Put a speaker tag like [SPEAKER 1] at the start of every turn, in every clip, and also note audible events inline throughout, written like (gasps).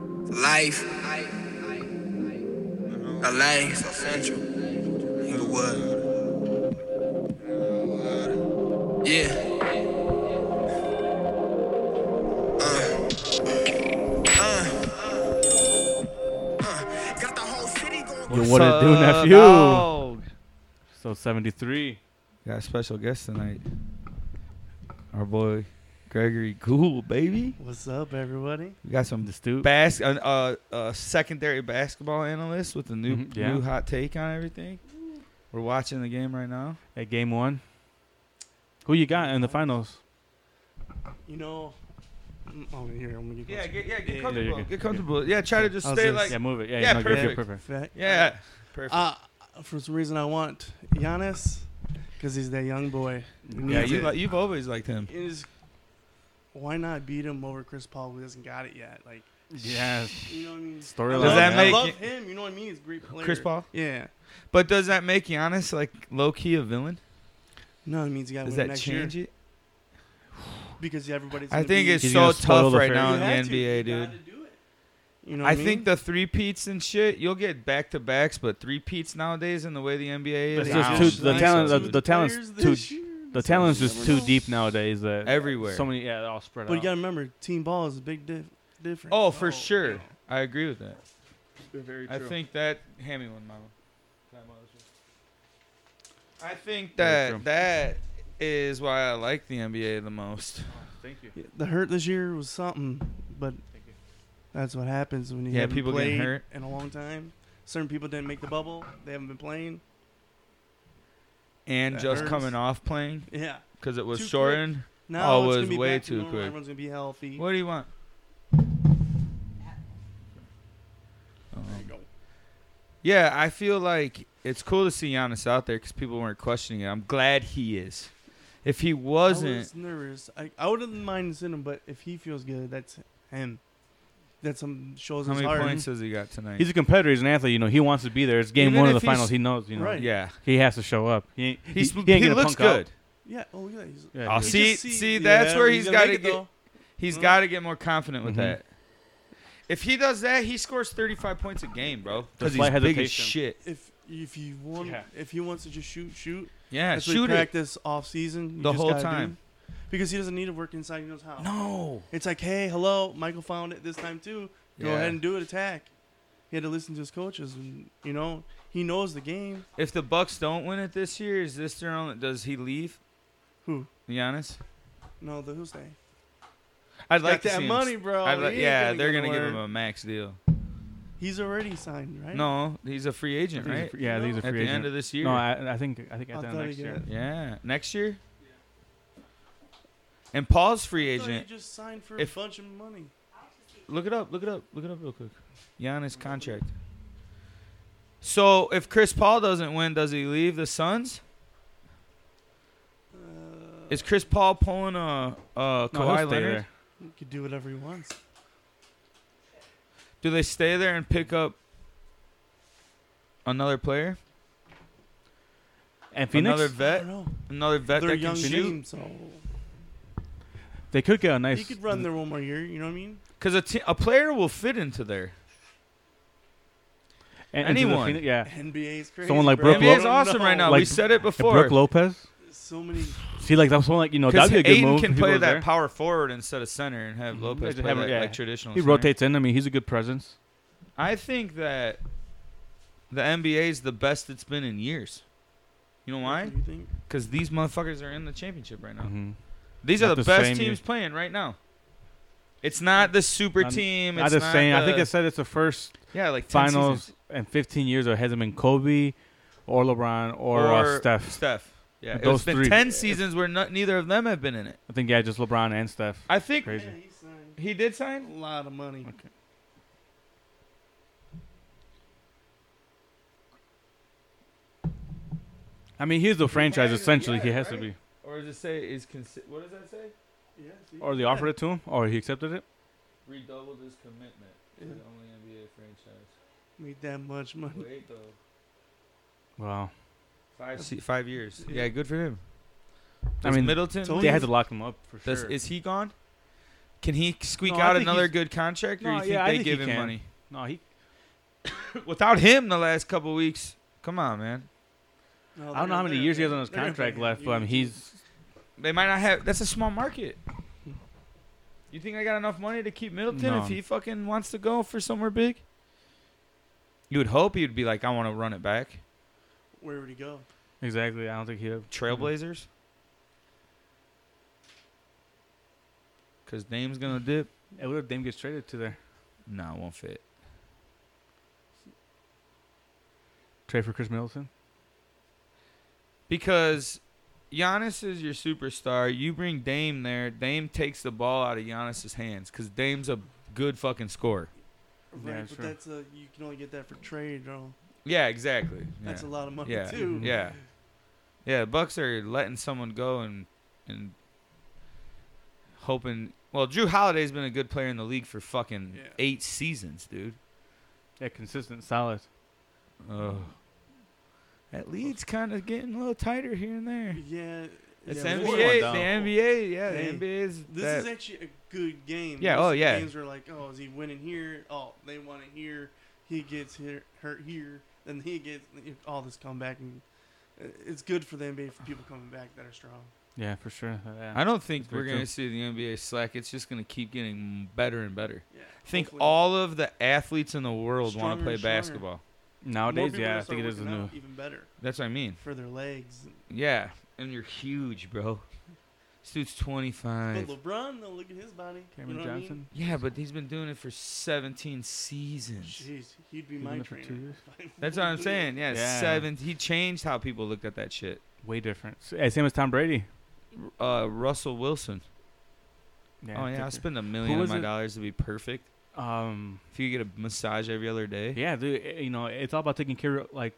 [SPEAKER 1] life. LA, South Central, Inglewood. Yeah. Uh, uh, uh. Got the whole city going.
[SPEAKER 2] Yo, what it do, nephew?
[SPEAKER 3] dog?
[SPEAKER 2] So 73.
[SPEAKER 3] Got a special guest tonight. Our boy Gregory Cool, baby.
[SPEAKER 4] What's up, everybody?
[SPEAKER 3] We got some
[SPEAKER 2] The stoop.
[SPEAKER 3] bas- an- uh, uh, secondary basketball analyst with a new
[SPEAKER 2] Mhm, yeah.
[SPEAKER 3] new hot take on everything. We're watching the game right now.
[SPEAKER 2] At game one. Who you got in the finals?
[SPEAKER 4] You know, I'm oh, here. I'm gonna go.
[SPEAKER 3] get, yeah,
[SPEAKER 4] Yeah,
[SPEAKER 2] you're
[SPEAKER 3] comfortable.
[SPEAKER 2] good.
[SPEAKER 3] Get comfortable. Yeah, try to just
[SPEAKER 4] How's
[SPEAKER 3] stay
[SPEAKER 4] this?
[SPEAKER 3] like
[SPEAKER 2] yeah, move it. Yeah,
[SPEAKER 3] yeah,
[SPEAKER 2] no, you're- you're
[SPEAKER 3] perfect.
[SPEAKER 2] perfect.
[SPEAKER 4] Fact-
[SPEAKER 3] yeah. Perfect.
[SPEAKER 4] Uh, for some reason, I want Giannis because he's that young boy.
[SPEAKER 3] yeah,
[SPEAKER 4] needs
[SPEAKER 3] you
[SPEAKER 4] it.
[SPEAKER 3] like you've always liked him.
[SPEAKER 4] Is why not beat him over Chris Paul who hasn't got it yet? Like,
[SPEAKER 2] Yeah.
[SPEAKER 4] you know what I mean?
[SPEAKER 2] Storyline,
[SPEAKER 4] I
[SPEAKER 3] Does that
[SPEAKER 4] love-
[SPEAKER 3] make-
[SPEAKER 4] I love him. You know what I mean? He's a great player.
[SPEAKER 3] Chris Paul.
[SPEAKER 4] Yeah.
[SPEAKER 3] But does that make Giannis like low key a villain?
[SPEAKER 4] No, it means you got to
[SPEAKER 3] Does
[SPEAKER 4] win
[SPEAKER 3] that
[SPEAKER 4] next
[SPEAKER 3] change
[SPEAKER 4] year
[SPEAKER 3] it?
[SPEAKER 4] because everybody's.
[SPEAKER 3] I
[SPEAKER 4] gonna
[SPEAKER 3] think
[SPEAKER 4] be-
[SPEAKER 3] it's
[SPEAKER 2] He's
[SPEAKER 3] so
[SPEAKER 2] gonna spoil
[SPEAKER 3] tough
[SPEAKER 2] the
[SPEAKER 3] right
[SPEAKER 2] fair-
[SPEAKER 3] now
[SPEAKER 4] You had
[SPEAKER 3] in
[SPEAKER 4] to.
[SPEAKER 3] the NBA,
[SPEAKER 4] You
[SPEAKER 3] dude.
[SPEAKER 4] gotta do it. You know, what
[SPEAKER 3] I
[SPEAKER 4] mean?
[SPEAKER 3] think the three peats and shit, you'll get back to backs, but three peats nowadays in the way the NBA is,
[SPEAKER 2] It's
[SPEAKER 3] I
[SPEAKER 2] just
[SPEAKER 3] don't
[SPEAKER 2] too-
[SPEAKER 3] think
[SPEAKER 2] the
[SPEAKER 3] so.
[SPEAKER 2] talent-
[SPEAKER 4] Two
[SPEAKER 2] the talent's
[SPEAKER 4] players
[SPEAKER 2] too-
[SPEAKER 4] this year.
[SPEAKER 2] The talent's just too deep nowadays. That
[SPEAKER 3] Everywhere.
[SPEAKER 2] So many. Yeah, they're all spread
[SPEAKER 4] But you
[SPEAKER 2] out.
[SPEAKER 4] gotta remember, team ball is a big dif- difference.
[SPEAKER 3] Oh, for sure.
[SPEAKER 4] yeah.
[SPEAKER 3] I agree with that.
[SPEAKER 4] Very
[SPEAKER 3] I think that hand me one, mama. I think
[SPEAKER 2] Very true.
[SPEAKER 3] that that is why I like the NBA the most.
[SPEAKER 2] Thank you.
[SPEAKER 4] the hurt this year was something, but
[SPEAKER 2] Thank you.
[SPEAKER 4] that's what happens when you
[SPEAKER 3] Yeah,
[SPEAKER 4] haven't
[SPEAKER 3] people
[SPEAKER 4] played
[SPEAKER 3] getting hurt.
[SPEAKER 4] in a long time. Certain people didn't make the bubble; they haven't been playing. (laughs)
[SPEAKER 3] And
[SPEAKER 4] That
[SPEAKER 3] just
[SPEAKER 4] hurts.
[SPEAKER 3] coming off playing
[SPEAKER 4] Yeah,
[SPEAKER 3] because it was
[SPEAKER 4] Too quick.
[SPEAKER 3] shortened.
[SPEAKER 4] now
[SPEAKER 3] Oh,
[SPEAKER 4] it's
[SPEAKER 3] it
[SPEAKER 4] gonna
[SPEAKER 3] was
[SPEAKER 4] be
[SPEAKER 3] way
[SPEAKER 4] back to
[SPEAKER 3] too
[SPEAKER 4] normal.
[SPEAKER 3] quick.
[SPEAKER 4] Everyone's gonna be healthy.
[SPEAKER 3] What do you want?
[SPEAKER 4] There you
[SPEAKER 3] Um,
[SPEAKER 4] go.
[SPEAKER 3] yeah, I feel like it's cool to see Giannis out there because people weren't questioning it. I'm glad he is. If he
[SPEAKER 4] I
[SPEAKER 3] wasn't,
[SPEAKER 4] was nervous. I, I wouldn't mind seeing him, but if he feels good, that's him. That's some shows
[SPEAKER 3] how
[SPEAKER 4] his
[SPEAKER 3] many
[SPEAKER 4] heart.
[SPEAKER 3] points has he got tonight?
[SPEAKER 2] He's a competitor. He's an athlete. You know, he wants to be there. It's game
[SPEAKER 3] Even
[SPEAKER 2] one of
[SPEAKER 3] if
[SPEAKER 2] the finals. He
[SPEAKER 3] he's-
[SPEAKER 2] knows. You know,
[SPEAKER 4] Right.
[SPEAKER 3] yeah,
[SPEAKER 2] he has to show up. He he,
[SPEAKER 3] he's,
[SPEAKER 2] he
[SPEAKER 3] he,
[SPEAKER 2] ain't gonna
[SPEAKER 3] looks
[SPEAKER 2] punk out.
[SPEAKER 3] good.
[SPEAKER 4] Yeah. Oh yeah. He's,
[SPEAKER 2] Yeah,
[SPEAKER 3] I'll
[SPEAKER 2] dude.
[SPEAKER 3] See-
[SPEAKER 4] You just
[SPEAKER 3] see, that's where he's
[SPEAKER 4] gonna
[SPEAKER 3] gotta
[SPEAKER 4] make it,
[SPEAKER 3] get-
[SPEAKER 4] though.
[SPEAKER 3] He's
[SPEAKER 4] Mhm.
[SPEAKER 3] got to get more confident with
[SPEAKER 2] Mhm.
[SPEAKER 3] that. If he does that, he scores 35 points a game, bro. Because he's
[SPEAKER 2] Despite
[SPEAKER 3] big as
[SPEAKER 2] hesitation.
[SPEAKER 3] shit.
[SPEAKER 4] If if he want,
[SPEAKER 2] Yeah.
[SPEAKER 4] if he wants to just shoot, shoot.
[SPEAKER 3] Yeah,
[SPEAKER 4] That's what
[SPEAKER 3] shoot
[SPEAKER 4] you
[SPEAKER 3] it.
[SPEAKER 4] practice off season you
[SPEAKER 3] The
[SPEAKER 4] just
[SPEAKER 3] whole
[SPEAKER 4] gotta do.
[SPEAKER 3] time.
[SPEAKER 4] because he doesn't need to work inside. He knows how.
[SPEAKER 3] No.
[SPEAKER 4] It's like, hey, hello, Michael found it this time too. Go
[SPEAKER 3] Yeah.
[SPEAKER 4] ahead and do it. Attack. He had to listen to his coaches, and you know he knows the game.
[SPEAKER 3] If the Bucks don't win it this year, is this their only? Does he leave?
[SPEAKER 4] Who?
[SPEAKER 3] Giannis?
[SPEAKER 4] No, the who's they?
[SPEAKER 3] I'd like
[SPEAKER 4] Got
[SPEAKER 3] to
[SPEAKER 4] that
[SPEAKER 3] see him
[SPEAKER 4] money, bro.
[SPEAKER 3] I'd like-
[SPEAKER 4] He ain't
[SPEAKER 3] yeah,
[SPEAKER 4] gonna
[SPEAKER 3] they're
[SPEAKER 4] get
[SPEAKER 3] gonna give him
[SPEAKER 4] nowhere.
[SPEAKER 3] a max deal.
[SPEAKER 4] He's already signed, right?
[SPEAKER 3] No, he's a free agent,
[SPEAKER 2] He's a
[SPEAKER 3] right?
[SPEAKER 2] fr- yeah,
[SPEAKER 4] No.
[SPEAKER 2] he's a
[SPEAKER 3] At the
[SPEAKER 2] free
[SPEAKER 3] end
[SPEAKER 2] agent.
[SPEAKER 3] of this year.
[SPEAKER 2] No, I, I think I think
[SPEAKER 4] I
[SPEAKER 2] at the end of
[SPEAKER 4] thought he
[SPEAKER 2] next year.
[SPEAKER 4] got-
[SPEAKER 3] yeah, next year. And Paul's free
[SPEAKER 4] I thought
[SPEAKER 3] agent.
[SPEAKER 4] He just signed for
[SPEAKER 3] If-
[SPEAKER 4] a bunch of money.
[SPEAKER 3] Look it up. Look it up. Look it up real quick. Giannis contract. So if Chris Paul doesn't win, does he leave the Suns?
[SPEAKER 4] Uh,
[SPEAKER 3] Is Chris Paul pulling a, a Kawhi
[SPEAKER 2] No, he'll stay
[SPEAKER 3] Leonard?
[SPEAKER 2] there.
[SPEAKER 4] he could do whatever he wants.
[SPEAKER 3] Do they stay there and pick up another player,
[SPEAKER 2] And Phoenix,
[SPEAKER 3] another
[SPEAKER 4] I
[SPEAKER 3] vet,
[SPEAKER 4] don't know.
[SPEAKER 3] another vet
[SPEAKER 4] They're a
[SPEAKER 3] that
[SPEAKER 4] young
[SPEAKER 3] can shoot?
[SPEAKER 4] team, so
[SPEAKER 2] they could get a nice.
[SPEAKER 4] He could run there one more year. You know what I mean?
[SPEAKER 3] Because a, te- a player will fit into there.
[SPEAKER 2] and- and to the
[SPEAKER 3] anyone.
[SPEAKER 2] Phoenix- yeah,
[SPEAKER 4] NBA is crazy.
[SPEAKER 2] Someone like
[SPEAKER 4] bro.
[SPEAKER 2] Brook
[SPEAKER 3] NBA is
[SPEAKER 4] I don't
[SPEAKER 3] awesome
[SPEAKER 4] know.
[SPEAKER 3] right now. we
[SPEAKER 2] Like-
[SPEAKER 3] said it
[SPEAKER 2] And
[SPEAKER 3] before.
[SPEAKER 2] Brooke Lopez.
[SPEAKER 4] So many.
[SPEAKER 2] See, like that's one like you know
[SPEAKER 3] Because
[SPEAKER 2] that'd be a good
[SPEAKER 3] Aiden
[SPEAKER 2] move.
[SPEAKER 3] can
[SPEAKER 2] if he
[SPEAKER 3] play
[SPEAKER 2] was
[SPEAKER 3] that
[SPEAKER 2] there.
[SPEAKER 3] power forward instead of center and have
[SPEAKER 2] Mhm.
[SPEAKER 3] Lopez
[SPEAKER 2] Just
[SPEAKER 3] play
[SPEAKER 2] have him-
[SPEAKER 3] that,
[SPEAKER 2] yeah.
[SPEAKER 3] like traditional.
[SPEAKER 2] He
[SPEAKER 3] center.
[SPEAKER 2] rotates in. I mean, he's a good presence.
[SPEAKER 3] I think that the NBA is the best it's been in years. You know why?
[SPEAKER 4] What
[SPEAKER 2] Mm-hmm.
[SPEAKER 4] do you think?
[SPEAKER 3] Because these motherfuckers are in the championship right now.
[SPEAKER 2] Mhm.
[SPEAKER 3] These
[SPEAKER 2] Not
[SPEAKER 3] are the,
[SPEAKER 2] the
[SPEAKER 3] best
[SPEAKER 2] same
[SPEAKER 3] teams
[SPEAKER 2] year.
[SPEAKER 3] playing right now. It's not the super
[SPEAKER 2] Not-
[SPEAKER 3] team.
[SPEAKER 2] Not
[SPEAKER 3] It's
[SPEAKER 2] the
[SPEAKER 3] not
[SPEAKER 2] same. I think
[SPEAKER 3] the-
[SPEAKER 2] I said it's the first
[SPEAKER 3] yeah, like 10
[SPEAKER 2] finals
[SPEAKER 3] seasons.
[SPEAKER 2] in 15 years that hasn't been Kobe or LeBron or, uh, Steph.
[SPEAKER 3] Steph. Yeah,
[SPEAKER 2] Those
[SPEAKER 3] it's been
[SPEAKER 2] three.
[SPEAKER 3] ten seasons where no, neither of them have been in it.
[SPEAKER 2] I think yeah, just LeBron and Steph.
[SPEAKER 3] I think
[SPEAKER 2] Crazy.
[SPEAKER 4] Yeah, he signed
[SPEAKER 3] he did sign.
[SPEAKER 4] a lot of money.
[SPEAKER 2] I mean, he's the franchise
[SPEAKER 3] Yeah,
[SPEAKER 2] essentially. he
[SPEAKER 3] yeah,
[SPEAKER 2] has to
[SPEAKER 3] right.
[SPEAKER 2] be.
[SPEAKER 3] Or does it say is consi- What does that say?
[SPEAKER 4] Yeah, see?
[SPEAKER 2] Or they offered it to him, or he accepted it.
[SPEAKER 3] Redoubled his commitment
[SPEAKER 4] to Yeah. the
[SPEAKER 3] only NBA franchise.
[SPEAKER 4] Made that much money.
[SPEAKER 3] Wait though,
[SPEAKER 2] Wow.
[SPEAKER 3] five se- five years.
[SPEAKER 4] Yeah.
[SPEAKER 3] Yeah, good for him.
[SPEAKER 2] I
[SPEAKER 3] Does
[SPEAKER 2] mean,
[SPEAKER 3] Middleton.
[SPEAKER 4] Tony-
[SPEAKER 2] They had to lock him up for
[SPEAKER 3] does,
[SPEAKER 2] sure.
[SPEAKER 3] Is he gone? Can he squeak
[SPEAKER 2] No, I
[SPEAKER 3] out
[SPEAKER 2] think
[SPEAKER 3] another
[SPEAKER 2] he's-
[SPEAKER 3] good contract, or
[SPEAKER 2] No,
[SPEAKER 3] you think
[SPEAKER 2] yeah, I
[SPEAKER 3] they
[SPEAKER 2] think he
[SPEAKER 3] give him
[SPEAKER 2] can.
[SPEAKER 3] money?
[SPEAKER 2] No, he.
[SPEAKER 3] Without him, the last couple weeks, come on, man.
[SPEAKER 4] No,
[SPEAKER 2] I don't know how many years he has on his contract left, but I mean, he's.
[SPEAKER 3] They might not have. That's a small market. You think I got enough money to keep Middleton
[SPEAKER 2] No.
[SPEAKER 3] if he fucking wants to go for somewhere big? You would hope he'd be like, I want to run it back.
[SPEAKER 4] Where would he go?
[SPEAKER 2] Exactly. I don't think he.
[SPEAKER 3] Trailblazers. Cause Dame's gonna dip.
[SPEAKER 2] Mm-hmm. It would have Dame gets traded to there.
[SPEAKER 3] No, it won't fit.
[SPEAKER 2] Trade for Chris Middleton.
[SPEAKER 3] Because Giannis is your superstar. You bring Dame there. Dame takes the ball out of Giannis's hands because Dame's a good fucking scorer.
[SPEAKER 4] Right, but
[SPEAKER 2] sure.
[SPEAKER 4] that's a you can only get that for trade, bro.
[SPEAKER 3] Yeah, exactly.
[SPEAKER 4] That's
[SPEAKER 3] yeah.
[SPEAKER 4] a lot of (laughs) money
[SPEAKER 3] yeah. Mm-hmm.
[SPEAKER 4] too.
[SPEAKER 3] Yeah. Yeah, the Bucks are letting someone go and and hoping. Well, Drew Holiday's been a good player in the league for fucking
[SPEAKER 4] Yeah.
[SPEAKER 3] eight seasons, dude.
[SPEAKER 2] Yeah, consistent, solid.
[SPEAKER 3] Oh. That lead's kind of getting a little tighter here and there.
[SPEAKER 4] Yeah.
[SPEAKER 3] It's
[SPEAKER 4] yeah,
[SPEAKER 2] this
[SPEAKER 4] we're-
[SPEAKER 2] one
[SPEAKER 3] NBA.
[SPEAKER 2] down.
[SPEAKER 3] The NBA, yeah, the
[SPEAKER 4] Hey,
[SPEAKER 3] NBA is.
[SPEAKER 4] This
[SPEAKER 3] that-
[SPEAKER 4] is actually a good game.
[SPEAKER 3] Yeah,
[SPEAKER 4] Most
[SPEAKER 3] oh, yeah.
[SPEAKER 4] Games were like, oh, is he winning here? Oh, they want it here. He gets here, hurt here, then he gets all this comeback, and uh, it's good for the NBA for people coming back that are strong.
[SPEAKER 2] Yeah, for sure. Uh, Yeah.
[SPEAKER 3] I don't think
[SPEAKER 2] That's
[SPEAKER 3] we're
[SPEAKER 2] very
[SPEAKER 3] going to
[SPEAKER 2] true.
[SPEAKER 3] see the NBA slack. It's just going to keep getting better and better.
[SPEAKER 4] Yeah.
[SPEAKER 3] I think
[SPEAKER 4] hopefully
[SPEAKER 3] all of the athletes in the world want
[SPEAKER 4] Stronger
[SPEAKER 3] to play
[SPEAKER 4] and stronger.
[SPEAKER 3] basketball.
[SPEAKER 4] more
[SPEAKER 2] Nowadays,
[SPEAKER 4] people are
[SPEAKER 2] yeah,
[SPEAKER 4] gonna
[SPEAKER 2] I think
[SPEAKER 4] start
[SPEAKER 2] it is a
[SPEAKER 4] working
[SPEAKER 2] new.
[SPEAKER 4] out even better
[SPEAKER 3] That's what I mean.
[SPEAKER 4] for their legs.
[SPEAKER 3] Yeah, and you're huge, bro. This dude's 25.
[SPEAKER 4] But LeBron, though, look at his body.
[SPEAKER 2] Cameron
[SPEAKER 4] you know
[SPEAKER 2] Johnson.
[SPEAKER 3] Yeah, but he's been doing it for 17 seasons.
[SPEAKER 4] What I mean? Jeez, he'd be
[SPEAKER 2] He's
[SPEAKER 4] my
[SPEAKER 2] been there for two
[SPEAKER 4] trainer.
[SPEAKER 2] years.
[SPEAKER 3] That's what I'm saying. Yeah,
[SPEAKER 2] Yeah.
[SPEAKER 3] seven. He changed how people looked at that shit.
[SPEAKER 2] Way different. S- eh, same as Tom Brady.
[SPEAKER 3] Uh, Russell Wilson. oh yeah, I'll
[SPEAKER 2] different.
[SPEAKER 3] spend a million of
[SPEAKER 2] was
[SPEAKER 3] my
[SPEAKER 2] it?
[SPEAKER 3] dollars to be perfect.
[SPEAKER 2] um.
[SPEAKER 3] If you could get a massage every other day.
[SPEAKER 2] Yeah, dude. eh, You know, it's all about taking care of like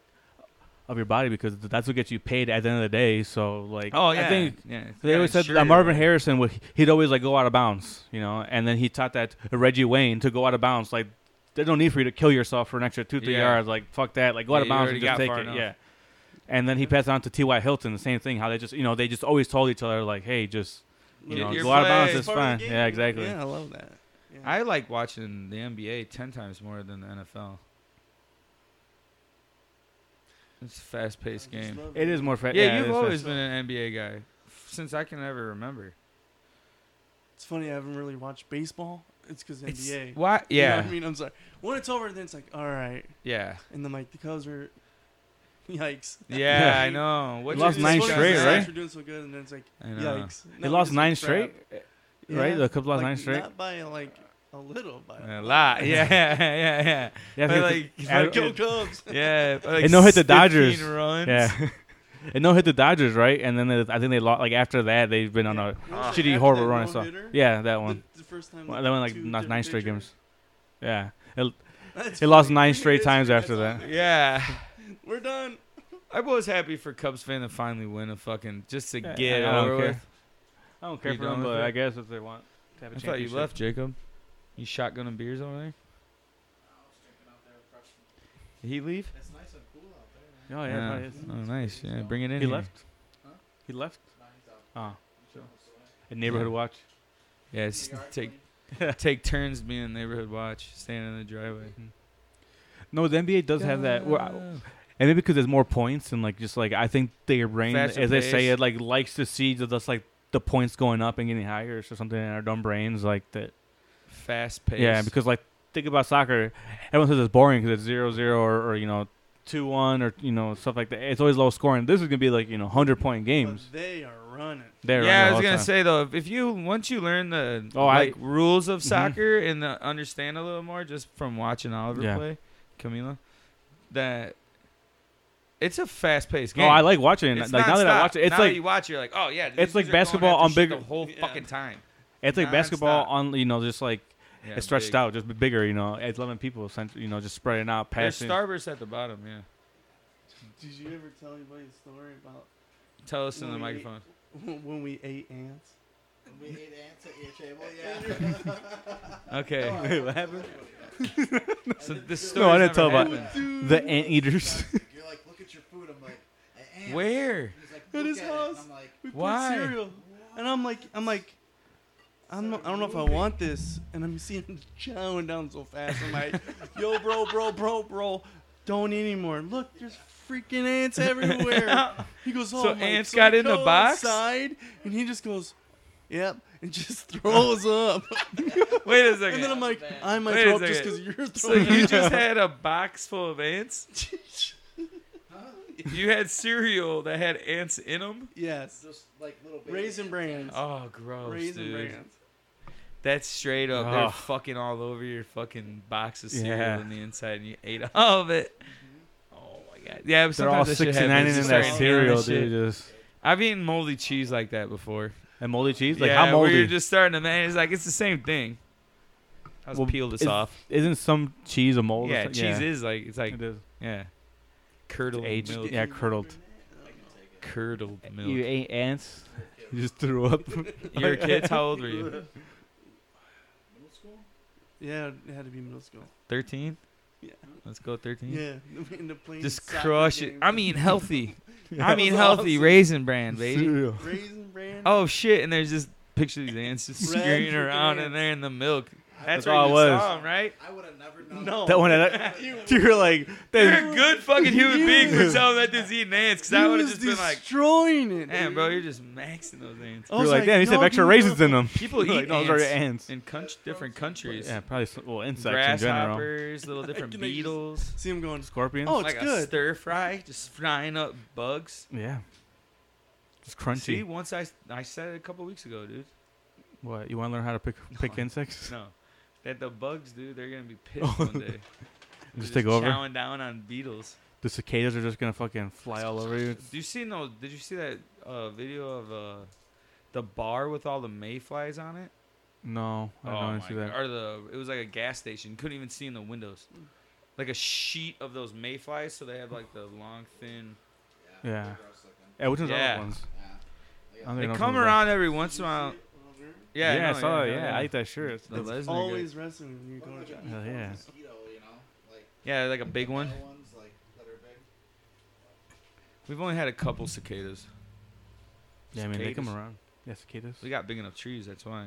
[SPEAKER 2] of your body because th- that's what gets you paid at the end of the day. So like,
[SPEAKER 3] Oh yeah.
[SPEAKER 2] I think
[SPEAKER 3] yeah.
[SPEAKER 2] they always said that Marvin Harrison would he'd always like go out of bounds, you know, and then he taught that Reggie Wayne to go out of bounds. Like, there's no need for you to kill yourself for an extra two three
[SPEAKER 3] Yeah.
[SPEAKER 2] yards. Like, fuck that. Like, go
[SPEAKER 3] Yeah,
[SPEAKER 2] out of
[SPEAKER 3] you
[SPEAKER 2] bounds
[SPEAKER 3] already
[SPEAKER 2] and just
[SPEAKER 3] got
[SPEAKER 2] take
[SPEAKER 3] far
[SPEAKER 2] it.
[SPEAKER 3] enough.
[SPEAKER 2] Yeah. And then he passed it on to T. Y. Hilton. The same thing. How they just you know they just always told each other like, hey, just you
[SPEAKER 3] Get
[SPEAKER 2] know,
[SPEAKER 3] your
[SPEAKER 2] go out of bounds.
[SPEAKER 3] flag.
[SPEAKER 2] It's
[SPEAKER 4] Part of the
[SPEAKER 2] fine.
[SPEAKER 4] game,
[SPEAKER 2] Yeah,
[SPEAKER 4] you know?
[SPEAKER 2] exactly.
[SPEAKER 4] Yeah, I love that. Yeah.
[SPEAKER 3] I like watching the NBA ten times more than the NFL. It's a
[SPEAKER 4] I
[SPEAKER 3] fast-paced
[SPEAKER 4] just
[SPEAKER 3] game.
[SPEAKER 4] love
[SPEAKER 2] It is more. Fa-
[SPEAKER 3] yeah,
[SPEAKER 2] it
[SPEAKER 3] you've
[SPEAKER 2] is
[SPEAKER 3] always
[SPEAKER 2] fast.
[SPEAKER 3] been an NBA guy f- since I can ever remember.
[SPEAKER 4] It's funny I haven't really watched baseball. It's because NBA.
[SPEAKER 3] It's-
[SPEAKER 4] You know
[SPEAKER 3] Why? Yeah.
[SPEAKER 4] what I mean, I'm sorry. When it's over, then it's like, all right,
[SPEAKER 2] (laughs)
[SPEAKER 3] Yeah.
[SPEAKER 4] and then like the Cubs are, (laughs) yikes.
[SPEAKER 3] Yeah,
[SPEAKER 4] Yeah.
[SPEAKER 3] I know. What
[SPEAKER 2] They
[SPEAKER 3] you
[SPEAKER 2] lost
[SPEAKER 3] just
[SPEAKER 2] nine
[SPEAKER 3] said.
[SPEAKER 4] It's
[SPEAKER 2] straight,
[SPEAKER 4] funny, the
[SPEAKER 2] right?
[SPEAKER 4] Sox We're doing so good, and then it's like,
[SPEAKER 3] I know.
[SPEAKER 4] yikes.
[SPEAKER 2] They
[SPEAKER 4] No,
[SPEAKER 2] lost
[SPEAKER 4] this is
[SPEAKER 2] nine
[SPEAKER 4] crap.
[SPEAKER 2] straight, right?
[SPEAKER 4] Yeah.
[SPEAKER 2] The Cubs lost
[SPEAKER 4] Like,
[SPEAKER 2] nine straight.
[SPEAKER 4] Not by like a little, by (laughs)
[SPEAKER 3] A lot. (laughs) Yeah, yeah,
[SPEAKER 2] (laughs)
[SPEAKER 3] yeah.
[SPEAKER 2] Yeah, I
[SPEAKER 3] But
[SPEAKER 2] think
[SPEAKER 3] like,
[SPEAKER 2] I-
[SPEAKER 3] like,
[SPEAKER 4] Go Cubs.
[SPEAKER 3] (laughs) yeah. but like
[SPEAKER 2] And no hit the
[SPEAKER 3] 15
[SPEAKER 2] Dodgers.
[SPEAKER 3] Runs.
[SPEAKER 2] Yeah. (laughs) and no hit the Dodgers, right? And then they, I think they lost. Like after that, they've been on
[SPEAKER 4] (laughs) Yeah.
[SPEAKER 2] a
[SPEAKER 4] What was it,
[SPEAKER 2] shitty,
[SPEAKER 4] after
[SPEAKER 2] horrible
[SPEAKER 4] that
[SPEAKER 2] run. So
[SPEAKER 4] no-hitter?
[SPEAKER 2] yeah, that
[SPEAKER 4] The,
[SPEAKER 2] one.
[SPEAKER 4] the first time.
[SPEAKER 2] Well, they went like
[SPEAKER 4] two
[SPEAKER 2] not
[SPEAKER 4] different
[SPEAKER 2] nine straight
[SPEAKER 4] pitchers?
[SPEAKER 2] games. Yeah,
[SPEAKER 4] (laughs) That's
[SPEAKER 2] he lost
[SPEAKER 4] funny.
[SPEAKER 2] nine straight
[SPEAKER 4] It's-
[SPEAKER 2] times
[SPEAKER 4] that's
[SPEAKER 2] after
[SPEAKER 4] all.
[SPEAKER 2] that.
[SPEAKER 3] (laughs) Yeah.
[SPEAKER 4] We're done.
[SPEAKER 3] I was happy for Cubs fan to finally win a fucking just to
[SPEAKER 2] Yeah,
[SPEAKER 3] get it
[SPEAKER 2] I don't
[SPEAKER 3] over
[SPEAKER 2] care.
[SPEAKER 3] with.
[SPEAKER 2] I don't
[SPEAKER 3] Are
[SPEAKER 2] care
[SPEAKER 3] you
[SPEAKER 2] for
[SPEAKER 3] done
[SPEAKER 2] them,
[SPEAKER 3] with
[SPEAKER 2] but
[SPEAKER 3] it?
[SPEAKER 2] I guess if they want to have a
[SPEAKER 3] I thought you
[SPEAKER 2] championship.
[SPEAKER 3] left, Jacob. You shotgunning beers over there? Did he leave?
[SPEAKER 2] Oh yeah, it probably is.
[SPEAKER 3] Oh, nice. Yeah, bring it in.
[SPEAKER 2] he
[SPEAKER 3] here.
[SPEAKER 2] left. He left. Oh, a neighborhood
[SPEAKER 3] Yeah.
[SPEAKER 2] watch.
[SPEAKER 3] Yeah, it's take (laughs) take turns being in neighborhood watch, standing in the driveway.
[SPEAKER 2] No, the NBA does have that. Well, I- and maybe because there's more points and like just like I think their brain,
[SPEAKER 3] Faster
[SPEAKER 2] as they say
[SPEAKER 3] pace.
[SPEAKER 2] it, like likes to see just like the points going up and getting higher, so something in our dumb brains like that.
[SPEAKER 3] Fast pace.
[SPEAKER 2] Yeah, because like think about soccer, everyone says it's boring because it's zero zero or, or you know two one or you know stuff like that. It's always low scoring. This is gonna be like you know hundred point games.
[SPEAKER 4] But they are running.
[SPEAKER 2] There,
[SPEAKER 3] yeah, I was gonna say though, if- if you once you learn the
[SPEAKER 2] Oh, I-
[SPEAKER 3] like rules of
[SPEAKER 2] Mhm.
[SPEAKER 3] soccer and the, understand a little more just from watching Oliver
[SPEAKER 2] Yeah.
[SPEAKER 3] play, Camila, that it's a fast-paced game.
[SPEAKER 2] No, Oh, I like watching. it.
[SPEAKER 3] It's
[SPEAKER 2] like now that I
[SPEAKER 3] nonstop.
[SPEAKER 2] watch it, it's
[SPEAKER 3] now that
[SPEAKER 2] like
[SPEAKER 3] you watch, you're like, oh yeah, these
[SPEAKER 2] it's like
[SPEAKER 3] dudes are
[SPEAKER 2] basketball
[SPEAKER 3] going after
[SPEAKER 2] on
[SPEAKER 3] shit
[SPEAKER 2] bigger-
[SPEAKER 3] the whole
[SPEAKER 4] Yeah.
[SPEAKER 3] fucking time.
[SPEAKER 2] it's like basketball
[SPEAKER 3] nonstop.
[SPEAKER 2] on you know just like
[SPEAKER 3] Yeah,
[SPEAKER 2] it's stretched
[SPEAKER 3] big.
[SPEAKER 2] out, just bigger. You know, it's eleven people, sent- you know, just spreading out,
[SPEAKER 3] There's
[SPEAKER 2] passing.
[SPEAKER 3] Starburst at the bottom. Yeah,
[SPEAKER 4] Did you ever tell anybody a story about (laughs)
[SPEAKER 3] tell us in the
[SPEAKER 4] Wait.
[SPEAKER 3] microphone.
[SPEAKER 4] when we ate ants?
[SPEAKER 5] We ate ants at your table, (laughs) yeah.
[SPEAKER 3] Okay,
[SPEAKER 2] Wait, what (laughs) happened?
[SPEAKER 3] so this story.
[SPEAKER 2] No, I didn't tell
[SPEAKER 3] about
[SPEAKER 2] about- The
[SPEAKER 3] (laughs)
[SPEAKER 2] anteaters. (laughs)
[SPEAKER 5] You're like, look at your food. I'm like, an ant.
[SPEAKER 3] Where?
[SPEAKER 5] He's like,
[SPEAKER 4] At
[SPEAKER 5] look
[SPEAKER 4] his
[SPEAKER 5] at it."
[SPEAKER 4] house.
[SPEAKER 5] And I'm like,
[SPEAKER 4] We put
[SPEAKER 3] Why?
[SPEAKER 4] cereal, and I'm like, I'm like, I'm not, I don't know if I want this, and I'm seeing him chowing down so fast. I'm like, yo, bro, bro, bro, bro, don't eat anymore. Look, there's freaking
[SPEAKER 2] (laughs)
[SPEAKER 4] ants everywhere. He goes, oh,
[SPEAKER 3] So
[SPEAKER 4] I'm like,
[SPEAKER 3] ants
[SPEAKER 4] so
[SPEAKER 3] got
[SPEAKER 4] I
[SPEAKER 3] in the
[SPEAKER 4] go
[SPEAKER 3] box?
[SPEAKER 4] outside, and he just goes, yep, and just (laughs) throws up.
[SPEAKER 3] Wait a second.
[SPEAKER 4] And then I'm like, I might
[SPEAKER 3] Wait a
[SPEAKER 4] throw up just
[SPEAKER 3] second.
[SPEAKER 4] because you're
[SPEAKER 3] (laughs) so
[SPEAKER 4] throwing
[SPEAKER 3] you
[SPEAKER 2] (laughs)
[SPEAKER 4] up.
[SPEAKER 3] just had a box full of ants? You had cereal that had ants in them?
[SPEAKER 4] (laughs) yes.
[SPEAKER 5] Just like little baby.
[SPEAKER 4] Raisin brands.
[SPEAKER 3] Oh, gross,
[SPEAKER 4] Raisin
[SPEAKER 3] dude.
[SPEAKER 4] brands.
[SPEAKER 3] That's straight up. They're
[SPEAKER 2] Ugh.
[SPEAKER 3] fucking all over your fucking box of cereal
[SPEAKER 2] Yeah.
[SPEAKER 3] on the inside, and you ate all of it. Oh my god. Yeah, but
[SPEAKER 2] They're all
[SPEAKER 3] sometimes that shit
[SPEAKER 2] six and nine
[SPEAKER 3] happens.
[SPEAKER 2] in
[SPEAKER 3] You
[SPEAKER 2] that
[SPEAKER 3] start
[SPEAKER 2] cereal,
[SPEAKER 3] eating that
[SPEAKER 2] dude.
[SPEAKER 3] shit.
[SPEAKER 2] Just
[SPEAKER 3] I've eaten moldy cheese like that before.
[SPEAKER 2] and moldy cheese. Like
[SPEAKER 3] yeah,
[SPEAKER 2] how
[SPEAKER 3] where
[SPEAKER 2] moldy?
[SPEAKER 3] you're just starting to man. It's like it's the same thing. I was
[SPEAKER 2] Well,
[SPEAKER 3] peel this
[SPEAKER 2] is-
[SPEAKER 3] off.
[SPEAKER 2] Isn't some cheese a mold? or
[SPEAKER 3] Yeah,
[SPEAKER 2] something?
[SPEAKER 3] cheese
[SPEAKER 2] yeah.
[SPEAKER 3] is like it's like
[SPEAKER 2] It is.
[SPEAKER 3] yeah, curdled
[SPEAKER 2] Aged,
[SPEAKER 3] milk.
[SPEAKER 2] yeah, curdled.
[SPEAKER 3] Curdled
[SPEAKER 2] (laughs)
[SPEAKER 3] milk.
[SPEAKER 2] You ate ants. You just threw up.
[SPEAKER 3] (laughs) You
[SPEAKER 2] (laughs)
[SPEAKER 3] were kids. How old were you?
[SPEAKER 5] Middle school?
[SPEAKER 4] Yeah, it had to be middle school.
[SPEAKER 3] Thirteen.
[SPEAKER 4] Yeah.
[SPEAKER 3] Let's go thirteen.
[SPEAKER 4] Yeah. (laughs) In the plane
[SPEAKER 3] Just
[SPEAKER 4] soccer
[SPEAKER 3] crush it.
[SPEAKER 4] game.
[SPEAKER 3] I
[SPEAKER 2] (laughs)
[SPEAKER 3] mean healthy. I
[SPEAKER 4] That
[SPEAKER 3] mean
[SPEAKER 4] was
[SPEAKER 3] healthy
[SPEAKER 4] awesome.
[SPEAKER 3] raisin bran, baby.
[SPEAKER 2] Cereal.
[SPEAKER 4] Raisin brand.
[SPEAKER 3] Oh shit! And there's just picture of these ants just
[SPEAKER 4] Red
[SPEAKER 3] scurrying
[SPEAKER 4] freaking
[SPEAKER 3] around in
[SPEAKER 4] ants.
[SPEAKER 3] there in the milk. That's,
[SPEAKER 2] That's
[SPEAKER 3] where
[SPEAKER 2] all
[SPEAKER 3] you
[SPEAKER 2] it was.
[SPEAKER 3] saw 'em, right?
[SPEAKER 5] I would have never known.
[SPEAKER 4] no.
[SPEAKER 2] That one. I-
[SPEAKER 3] (laughs)
[SPEAKER 2] (laughs) You're like
[SPEAKER 3] You're a
[SPEAKER 2] that. (laughs)
[SPEAKER 3] good fucking human
[SPEAKER 4] You-
[SPEAKER 3] being for telling that dude's eating ants, because I would have just been like,
[SPEAKER 4] destroying it.
[SPEAKER 3] "Damn,
[SPEAKER 4] dude.
[SPEAKER 3] bro, you're just maxing those ants."
[SPEAKER 4] I
[SPEAKER 2] You're
[SPEAKER 4] was
[SPEAKER 2] like, damn, he said
[SPEAKER 4] no,
[SPEAKER 2] extra
[SPEAKER 4] dude,
[SPEAKER 2] raisins
[SPEAKER 4] no.
[SPEAKER 2] in them.
[SPEAKER 3] People
[SPEAKER 2] You're Oh, (laughs) like,
[SPEAKER 3] eat
[SPEAKER 2] no, those are
[SPEAKER 3] ants
[SPEAKER 2] ants.
[SPEAKER 3] in con- different countries.
[SPEAKER 2] Yeah, probably s well insects
[SPEAKER 3] grasshoppers,
[SPEAKER 2] in general.
[SPEAKER 4] (laughs)
[SPEAKER 3] little different
[SPEAKER 4] Can I just-
[SPEAKER 3] beetles,
[SPEAKER 4] See him going.
[SPEAKER 2] Scorpions.
[SPEAKER 4] Oh, it's
[SPEAKER 3] like a
[SPEAKER 4] good.
[SPEAKER 3] stir fry, just frying up bugs.
[SPEAKER 2] yeah. Just
[SPEAKER 3] See,
[SPEAKER 2] crunchy.
[SPEAKER 3] once I I said it a couple weeks ago, dude.
[SPEAKER 2] What? You want to learn how (laughs) to pick pick insects?
[SPEAKER 3] No, that the bugs, dude, they're
[SPEAKER 2] (laughs)
[SPEAKER 3] gonna be pissed one day. They're
[SPEAKER 2] Just take over?
[SPEAKER 3] Chowing down on beetles.
[SPEAKER 2] The cicadas are just gonna fucking fly all over you.
[SPEAKER 3] Do you see no? Did you see that uh, video of uh, the bar with all the mayflies on it?
[SPEAKER 2] No, I don't want to see
[SPEAKER 3] God.
[SPEAKER 2] that.
[SPEAKER 3] Or the it was like a gas station. Couldn't even see in the windows. Like a sheet of those mayflies, so they have like the long thin.
[SPEAKER 2] Yeah.
[SPEAKER 5] they're gross looking.
[SPEAKER 2] Yeah, which one's
[SPEAKER 3] Yeah.
[SPEAKER 2] the other ones?
[SPEAKER 5] Yeah.
[SPEAKER 2] I don't
[SPEAKER 3] They
[SPEAKER 2] think I know which
[SPEAKER 3] come
[SPEAKER 2] one's
[SPEAKER 3] around every once in a while. Yeah,
[SPEAKER 2] Yeah,
[SPEAKER 3] no,
[SPEAKER 2] I saw that. Yeah, I
[SPEAKER 3] yeah.
[SPEAKER 2] like that shirt.
[SPEAKER 3] The Lesnar guy.
[SPEAKER 4] Always wrestling when you
[SPEAKER 5] Well,
[SPEAKER 4] go
[SPEAKER 5] like
[SPEAKER 4] to
[SPEAKER 5] a
[SPEAKER 4] Japan.
[SPEAKER 2] Hell
[SPEAKER 5] huge
[SPEAKER 2] yeah.
[SPEAKER 5] mosquito, you know, like
[SPEAKER 3] Yeah, like a big
[SPEAKER 5] the
[SPEAKER 3] one.
[SPEAKER 5] yellow ones, like, that are big.
[SPEAKER 3] We've only had a couple cicadas.
[SPEAKER 2] Yeah, I mean they come
[SPEAKER 3] Cicadas.
[SPEAKER 2] around. Yeah, cicadas.
[SPEAKER 3] We got big enough trees, that's why.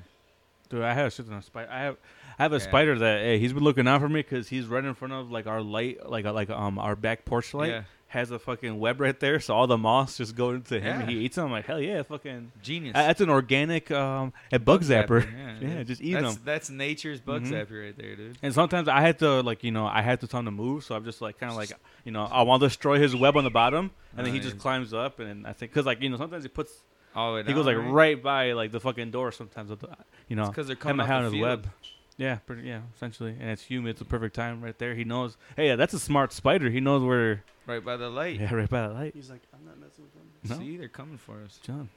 [SPEAKER 2] Dude, I have a shit ton of spider. I have, I have a
[SPEAKER 3] Yeah.
[SPEAKER 2] spider that hey, he's been looking out for me because he's right in front of like our light, like like um our back porch light
[SPEAKER 3] Yeah.
[SPEAKER 2] has a fucking web right there, so all the moss just go into him and
[SPEAKER 3] Yeah.
[SPEAKER 2] he eats them. I'm like hell yeah, fucking.
[SPEAKER 3] Genius.
[SPEAKER 2] Uh, that's an organic um a bug zapper.
[SPEAKER 3] Yeah,
[SPEAKER 2] Yeah,
[SPEAKER 3] dude.
[SPEAKER 2] just eat
[SPEAKER 3] that's,
[SPEAKER 2] them.
[SPEAKER 3] That's nature's bug
[SPEAKER 2] Mhm.
[SPEAKER 3] zapper right there, dude.
[SPEAKER 2] And sometimes I had to like you know I had to tell him to move, so I'm just like kind of like you know I want to destroy his web on the bottom, and then he just
[SPEAKER 3] Nice.
[SPEAKER 2] climbs up, and then I think because like you know sometimes he puts
[SPEAKER 3] All the way
[SPEAKER 2] he goes like
[SPEAKER 3] down,
[SPEAKER 2] right by like the fucking door sometimes, with the, you know.
[SPEAKER 3] because they're
[SPEAKER 2] Had
[SPEAKER 3] coming
[SPEAKER 2] my
[SPEAKER 3] out
[SPEAKER 2] hand
[SPEAKER 3] the
[SPEAKER 2] on his
[SPEAKER 3] field.
[SPEAKER 2] web. Yeah, pretty, yeah, essentially. And it's humid. It's the perfect time right there. He knows. Hey, yeah, that's a smart spider. He knows where.
[SPEAKER 3] right by the light.
[SPEAKER 2] Yeah, right by the light.
[SPEAKER 4] He's like, I'm not messing with them.
[SPEAKER 2] No.
[SPEAKER 3] See, they're coming for us.
[SPEAKER 2] John.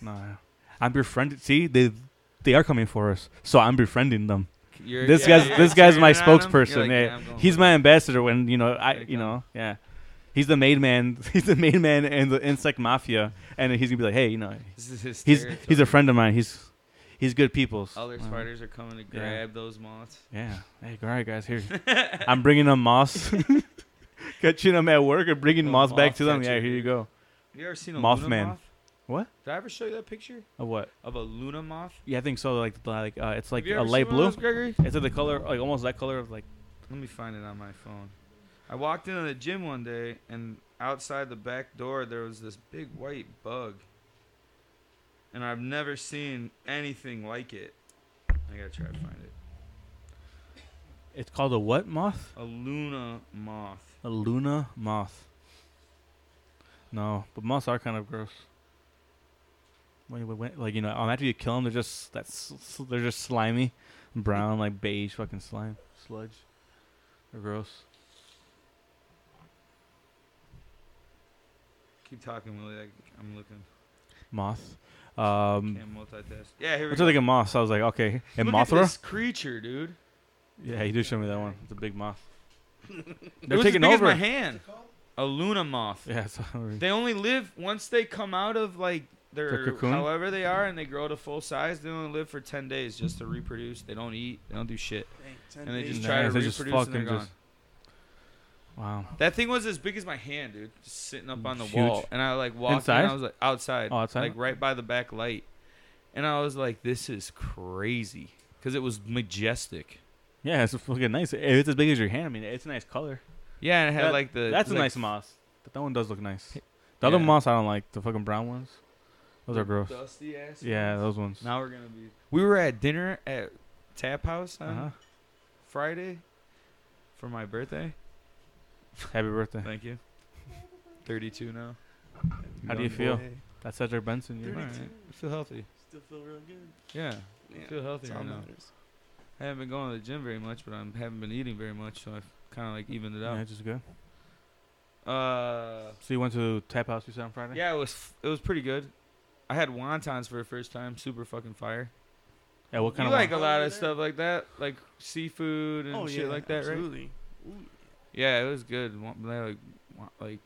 [SPEAKER 2] No, I'm befriending. See, they they are coming for us, so I'm befriending them.
[SPEAKER 3] You're-
[SPEAKER 2] This
[SPEAKER 3] yeah,
[SPEAKER 2] guy's
[SPEAKER 3] you're
[SPEAKER 2] this guy's my
[SPEAKER 3] cheering on 'em. You're
[SPEAKER 2] spokesperson.
[SPEAKER 3] like,
[SPEAKER 2] yeah,
[SPEAKER 3] "Nah, I'm going
[SPEAKER 2] he's
[SPEAKER 3] with
[SPEAKER 2] my
[SPEAKER 3] it."
[SPEAKER 2] ambassador. When you know,
[SPEAKER 3] There
[SPEAKER 2] I
[SPEAKER 3] you
[SPEAKER 2] you
[SPEAKER 3] go.
[SPEAKER 2] know, yeah, he's the main man. (laughs) He's the main man and the insect mafia, and he's gonna be like, hey, you know,
[SPEAKER 3] This is his
[SPEAKER 2] he's
[SPEAKER 3] territory.
[SPEAKER 2] he's a friend of mine. He's he's good people's.
[SPEAKER 3] Other
[SPEAKER 2] Um,
[SPEAKER 3] Oh, spiders are coming to grab those moths.
[SPEAKER 2] Yeah. Hey, all right, guys.
[SPEAKER 3] (laughs)
[SPEAKER 2] Here, I'm bringing them moss. Catching them at work or bringing
[SPEAKER 3] Little
[SPEAKER 2] moss back
[SPEAKER 3] moth
[SPEAKER 2] to them. Yeah,
[SPEAKER 3] catcher.
[SPEAKER 2] here you go.
[SPEAKER 3] You ever seen a Luna
[SPEAKER 2] Mothman.
[SPEAKER 3] moth?
[SPEAKER 2] What?
[SPEAKER 3] Did I ever show you that picture
[SPEAKER 2] A what?
[SPEAKER 3] of a Luna moth?
[SPEAKER 2] Yeah, I think so. Like, like uh, it's like
[SPEAKER 3] Have you
[SPEAKER 2] a
[SPEAKER 3] ever
[SPEAKER 2] light
[SPEAKER 3] seen one
[SPEAKER 2] blue.
[SPEAKER 3] of those, Gregory?
[SPEAKER 2] It's like the color, like almost that color of like.
[SPEAKER 3] Let me find it on my phone. I walked into the gym one day, and outside the back door there was this big white bug, and I've never seen anything like it. I gotta try to find it.
[SPEAKER 2] It's called a what moth?
[SPEAKER 3] A Luna moth.
[SPEAKER 2] A Luna moth. No, but moths are kind of gross. When, you- when, like you know, um, after you kill them, they're just that's they're just slimy, brown like beige fucking slime sludge. They're gross.
[SPEAKER 3] Keep talking, Willie. I, I'm looking.
[SPEAKER 2] Moth. Um,
[SPEAKER 3] Can't multitask. Yeah, here we
[SPEAKER 2] It's
[SPEAKER 3] go.
[SPEAKER 2] like a moth. So I was like, okay, and
[SPEAKER 3] Look
[SPEAKER 2] Mothra.
[SPEAKER 3] At this creature, dude.
[SPEAKER 2] Yeah, you did show me that one. It's a big
[SPEAKER 3] (laughs)
[SPEAKER 2] moth.
[SPEAKER 3] it
[SPEAKER 2] They're
[SPEAKER 3] was
[SPEAKER 2] taking
[SPEAKER 3] as big
[SPEAKER 2] over.
[SPEAKER 3] As my hand. A Luna moth.
[SPEAKER 2] (laughs) Yeah, so
[SPEAKER 3] They only live once they come out of like their,
[SPEAKER 2] Their cocoon?
[SPEAKER 3] however they are and they grow to full size. They only live for ten days just to reproduce. They don't eat. They don't do shit.
[SPEAKER 4] Dang, 10
[SPEAKER 3] And they
[SPEAKER 4] days.
[SPEAKER 3] just
[SPEAKER 2] Nice.
[SPEAKER 3] try to
[SPEAKER 2] They just
[SPEAKER 3] reproduce and they're
[SPEAKER 2] fucking
[SPEAKER 3] gone.
[SPEAKER 2] just- wow.
[SPEAKER 3] That thing was as big as my hand, dude. Just sitting up on the
[SPEAKER 2] Huge.
[SPEAKER 3] wall, and I like walked in,
[SPEAKER 2] Inside?
[SPEAKER 3] I was like outside,
[SPEAKER 2] Oh, outside?
[SPEAKER 3] like right by the back light, and I was like, "This is crazy," because it was majestic.
[SPEAKER 2] Yeah, it's fucking nice. If it's as big as your hand, I mean, it's a nice color.
[SPEAKER 3] Yeah, and it had
[SPEAKER 2] That-
[SPEAKER 3] like the
[SPEAKER 2] That's a
[SPEAKER 3] like,
[SPEAKER 2] nice moss. But that one does look nice. The other
[SPEAKER 3] Yeah.
[SPEAKER 2] moss I don't like. The fucking brown ones. Those are gross.
[SPEAKER 3] Dusty ass.
[SPEAKER 2] Yeah,
[SPEAKER 3] ones.
[SPEAKER 2] those ones.
[SPEAKER 3] Now we're gonna be. We were at dinner at Tap House on
[SPEAKER 2] Uh-huh.
[SPEAKER 3] Friday for my birthday.
[SPEAKER 2] Happy birthday.
[SPEAKER 3] Thank you. Thirty-two now.
[SPEAKER 2] How do you
[SPEAKER 3] Young
[SPEAKER 2] feel?
[SPEAKER 3] boy.
[SPEAKER 4] Hey,
[SPEAKER 2] That's Cedric Benson.
[SPEAKER 3] I'm
[SPEAKER 2] You're
[SPEAKER 4] Thirty-
[SPEAKER 2] right.
[SPEAKER 3] alright. I feel healthy.
[SPEAKER 4] still feel real good.
[SPEAKER 3] Yeah,
[SPEAKER 4] Yeah,
[SPEAKER 3] feel healthy
[SPEAKER 4] that's
[SPEAKER 3] right
[SPEAKER 4] all
[SPEAKER 3] now.
[SPEAKER 4] that matters.
[SPEAKER 3] I haven't been going to the gym very much, but I haven't been eating very much, so I've kind of like evened it
[SPEAKER 2] Yeah,
[SPEAKER 3] out.
[SPEAKER 2] just good.
[SPEAKER 3] Uh,
[SPEAKER 2] So you went to Tap House you said on Friday?
[SPEAKER 3] yeah, it was f- it was pretty good. I had wontons for the first time, super fucking fire.
[SPEAKER 2] Yeah, what kind
[SPEAKER 3] you
[SPEAKER 2] of
[SPEAKER 3] like
[SPEAKER 2] wine?
[SPEAKER 3] a lot
[SPEAKER 4] Over
[SPEAKER 3] of
[SPEAKER 4] there?
[SPEAKER 3] stuff like that, like seafood and
[SPEAKER 4] Oh
[SPEAKER 3] shit
[SPEAKER 4] yeah,
[SPEAKER 3] like that, right?
[SPEAKER 4] absolutely.
[SPEAKER 3] Yeah, it was good. Wa- they had, like wa- like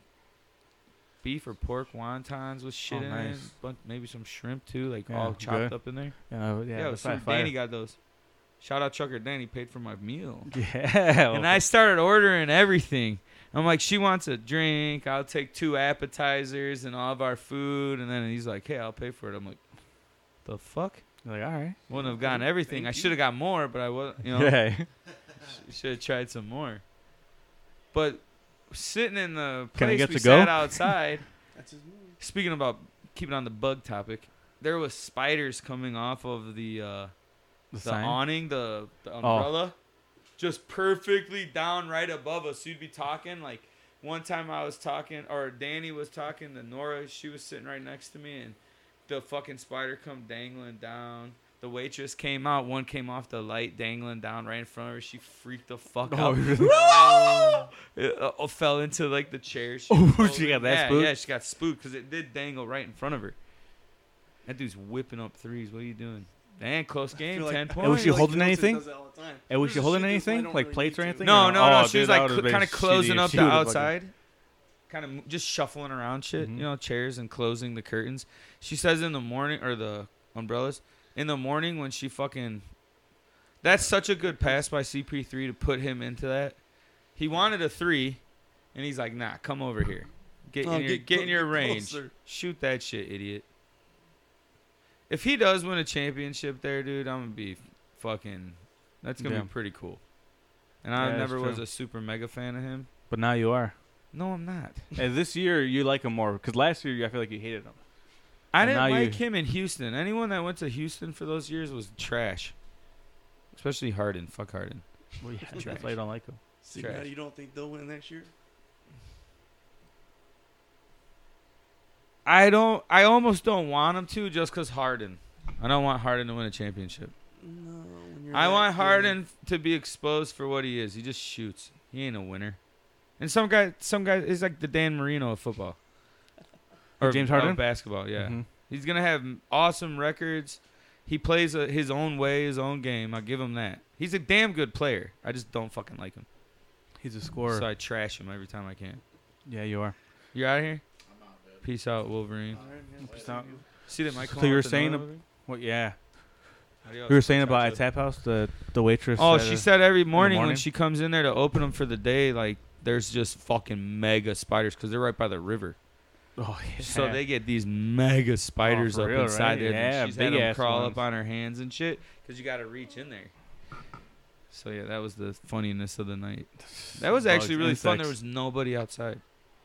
[SPEAKER 3] beef or pork wontons with shit
[SPEAKER 2] Oh,
[SPEAKER 3] in it,
[SPEAKER 2] nice.
[SPEAKER 3] but maybe some shrimp too, like
[SPEAKER 2] Yeah,
[SPEAKER 3] all
[SPEAKER 2] good.
[SPEAKER 3] chopped up in there.
[SPEAKER 2] Yeah, yeah,
[SPEAKER 3] Yeah, it
[SPEAKER 2] the
[SPEAKER 3] was
[SPEAKER 2] fat
[SPEAKER 3] sweet.
[SPEAKER 2] fire.
[SPEAKER 3] Danny got those. Shout out Chucker Danny paid for my meal.
[SPEAKER 2] (laughs) Yeah.
[SPEAKER 3] And I started ordering everything. I'm like, she wants a drink. I'll take two appetizers and all of our food. And then he's like, hey, I'll pay for it. I'm like, the fuck?
[SPEAKER 2] You're like, all right.
[SPEAKER 3] Wouldn't have gotten everything. I should have got more, but I wasn't, you
[SPEAKER 2] (laughs)
[SPEAKER 3] know,
[SPEAKER 2] Yeah.
[SPEAKER 3] should have tried some more. But sitting in the
[SPEAKER 2] Can I
[SPEAKER 3] place
[SPEAKER 2] get
[SPEAKER 3] we
[SPEAKER 2] to go?
[SPEAKER 3] sat outside,
[SPEAKER 4] That's his move.
[SPEAKER 3] speaking about keeping on the bug topic, there was spiders coming off of the uh,
[SPEAKER 2] The
[SPEAKER 3] the
[SPEAKER 2] sign?
[SPEAKER 3] awning, the, the umbrella, just perfectly down right above us. You'd be talking like one time I was talking, or Danny was talking to Nora. She was sitting right next to me, and the fucking spider come dangling down. The waitress came out. One came off the light, dangling down right in front of her. She freaked the fuck
[SPEAKER 2] Oh,
[SPEAKER 3] out.
[SPEAKER 2] really?
[SPEAKER 3] (laughs) It, uh, uh, fell into like the chair. She,
[SPEAKER 2] (laughs) Oh,
[SPEAKER 3] was
[SPEAKER 2] she
[SPEAKER 3] holding.
[SPEAKER 2] got that
[SPEAKER 3] yeah,
[SPEAKER 2] spooked?
[SPEAKER 3] Yeah, she got spooked because it did dangle right in front of her. That dude's whipping up threes. What are you doing? Damn, close game,
[SPEAKER 4] feel like-
[SPEAKER 3] ten
[SPEAKER 4] I
[SPEAKER 2] feel
[SPEAKER 3] points.
[SPEAKER 2] Was she
[SPEAKER 4] Like,
[SPEAKER 2] holding
[SPEAKER 4] Nelson
[SPEAKER 2] anything?
[SPEAKER 4] does that all the time.
[SPEAKER 2] And was she
[SPEAKER 4] There's
[SPEAKER 2] holding
[SPEAKER 4] shit that's I
[SPEAKER 2] anything?
[SPEAKER 4] don't
[SPEAKER 2] Like
[SPEAKER 4] really
[SPEAKER 2] plates or
[SPEAKER 4] need to
[SPEAKER 2] anything?
[SPEAKER 4] know.
[SPEAKER 3] No,
[SPEAKER 2] or-
[SPEAKER 3] no, no.
[SPEAKER 2] Oh,
[SPEAKER 3] she was
[SPEAKER 2] dude, that
[SPEAKER 3] like
[SPEAKER 2] would've been
[SPEAKER 3] kind of
[SPEAKER 2] shitty
[SPEAKER 3] closing
[SPEAKER 2] if
[SPEAKER 3] up
[SPEAKER 2] she
[SPEAKER 3] the
[SPEAKER 2] would've fucking-
[SPEAKER 3] outside, kind of just shuffling around shit,
[SPEAKER 2] Mhm.
[SPEAKER 3] you know, chairs and closing the curtains. She says in the morning, or the umbrellas, in the morning when she fucking. That's such a good pass by CP3 to put him into that. He wanted a three, and he's like, nah, come over here. Get
[SPEAKER 4] Oh,
[SPEAKER 3] in your,
[SPEAKER 4] get
[SPEAKER 3] get, in
[SPEAKER 4] clo-
[SPEAKER 3] your
[SPEAKER 4] get
[SPEAKER 3] range.
[SPEAKER 4] closer.
[SPEAKER 3] Shoot that shit, idiot. If he does win a championship there, dude, I'm going to be fucking. That's going to
[SPEAKER 2] Yeah.
[SPEAKER 3] be pretty cool. And
[SPEAKER 2] Yeah,
[SPEAKER 3] I
[SPEAKER 2] that's
[SPEAKER 3] never was
[SPEAKER 2] true.
[SPEAKER 3] a super mega fan of him.
[SPEAKER 2] But now you are.
[SPEAKER 3] No, I'm not.
[SPEAKER 2] (laughs) And this year you like him more because last year I feel like you hated him.
[SPEAKER 3] I
[SPEAKER 2] And now
[SPEAKER 3] didn't
[SPEAKER 2] you-
[SPEAKER 3] like him in Houston. Anyone that went to Houston for those years was trash. Especially Harden. Fuck Harden.
[SPEAKER 2] Well, (laughs) yeah,
[SPEAKER 3] Trash.
[SPEAKER 2] that's why you don't like him.
[SPEAKER 4] See,
[SPEAKER 3] Trash.
[SPEAKER 4] now you don't think they'll win next year?
[SPEAKER 3] I don't. I almost don't want him to just because Harden. I don't want Harden to win a championship.
[SPEAKER 4] No. When you're
[SPEAKER 3] I
[SPEAKER 4] that
[SPEAKER 3] want
[SPEAKER 4] good.
[SPEAKER 3] Harden to be exposed for what he is. He just shoots. He ain't a winner. And some guy, some guy is like the Dan Marino of football. Or
[SPEAKER 2] James
[SPEAKER 3] of
[SPEAKER 2] Harden?
[SPEAKER 3] basketball. Yeah.
[SPEAKER 2] Mhm.
[SPEAKER 3] He's gonna have awesome records. He plays uh his own way, his own game. I give him that. He's a damn good player. I just don't fucking like him,
[SPEAKER 2] He's a scorer.
[SPEAKER 3] so I trash him every time I can.
[SPEAKER 2] Yeah, you are.
[SPEAKER 3] You're out of here.
[SPEAKER 5] I'm out, dude.
[SPEAKER 3] Peace out, Wolverine.
[SPEAKER 4] All right, man,
[SPEAKER 2] Peace
[SPEAKER 4] later,
[SPEAKER 2] out.
[SPEAKER 4] dude.
[SPEAKER 3] See that Mike.
[SPEAKER 2] So
[SPEAKER 3] come
[SPEAKER 2] you
[SPEAKER 3] out
[SPEAKER 2] were
[SPEAKER 3] with another
[SPEAKER 2] saying ab-
[SPEAKER 3] Wolverine?
[SPEAKER 2] Well, yeah.
[SPEAKER 3] Adios.
[SPEAKER 2] We were saying about
[SPEAKER 3] Ciao,
[SPEAKER 2] at
[SPEAKER 3] ciao.
[SPEAKER 2] Tap House the the waitress.
[SPEAKER 3] Oh,
[SPEAKER 2] said,
[SPEAKER 3] she
[SPEAKER 2] uh,
[SPEAKER 3] said every morning, when
[SPEAKER 2] morning?
[SPEAKER 3] she comes in there to open them for the day, like there's just fucking mega spiders because they're right by the river.
[SPEAKER 2] Oh, yeah. Oh,
[SPEAKER 3] So they get these mega spiders
[SPEAKER 2] for
[SPEAKER 3] up
[SPEAKER 2] real,
[SPEAKER 3] inside
[SPEAKER 2] right?
[SPEAKER 3] there.
[SPEAKER 2] Yeah,
[SPEAKER 3] Yeah, she's had
[SPEAKER 2] big
[SPEAKER 3] 'em
[SPEAKER 2] ass
[SPEAKER 3] crawl
[SPEAKER 2] ones.
[SPEAKER 3] up on her hands and shit because you got to reach in there. So yeah, that was the funniness of
[SPEAKER 2] (sighs)
[SPEAKER 3] the night. That was
[SPEAKER 2] Bugs,
[SPEAKER 3] actually really fun. There
[SPEAKER 2] insects.
[SPEAKER 3] was nobody outside.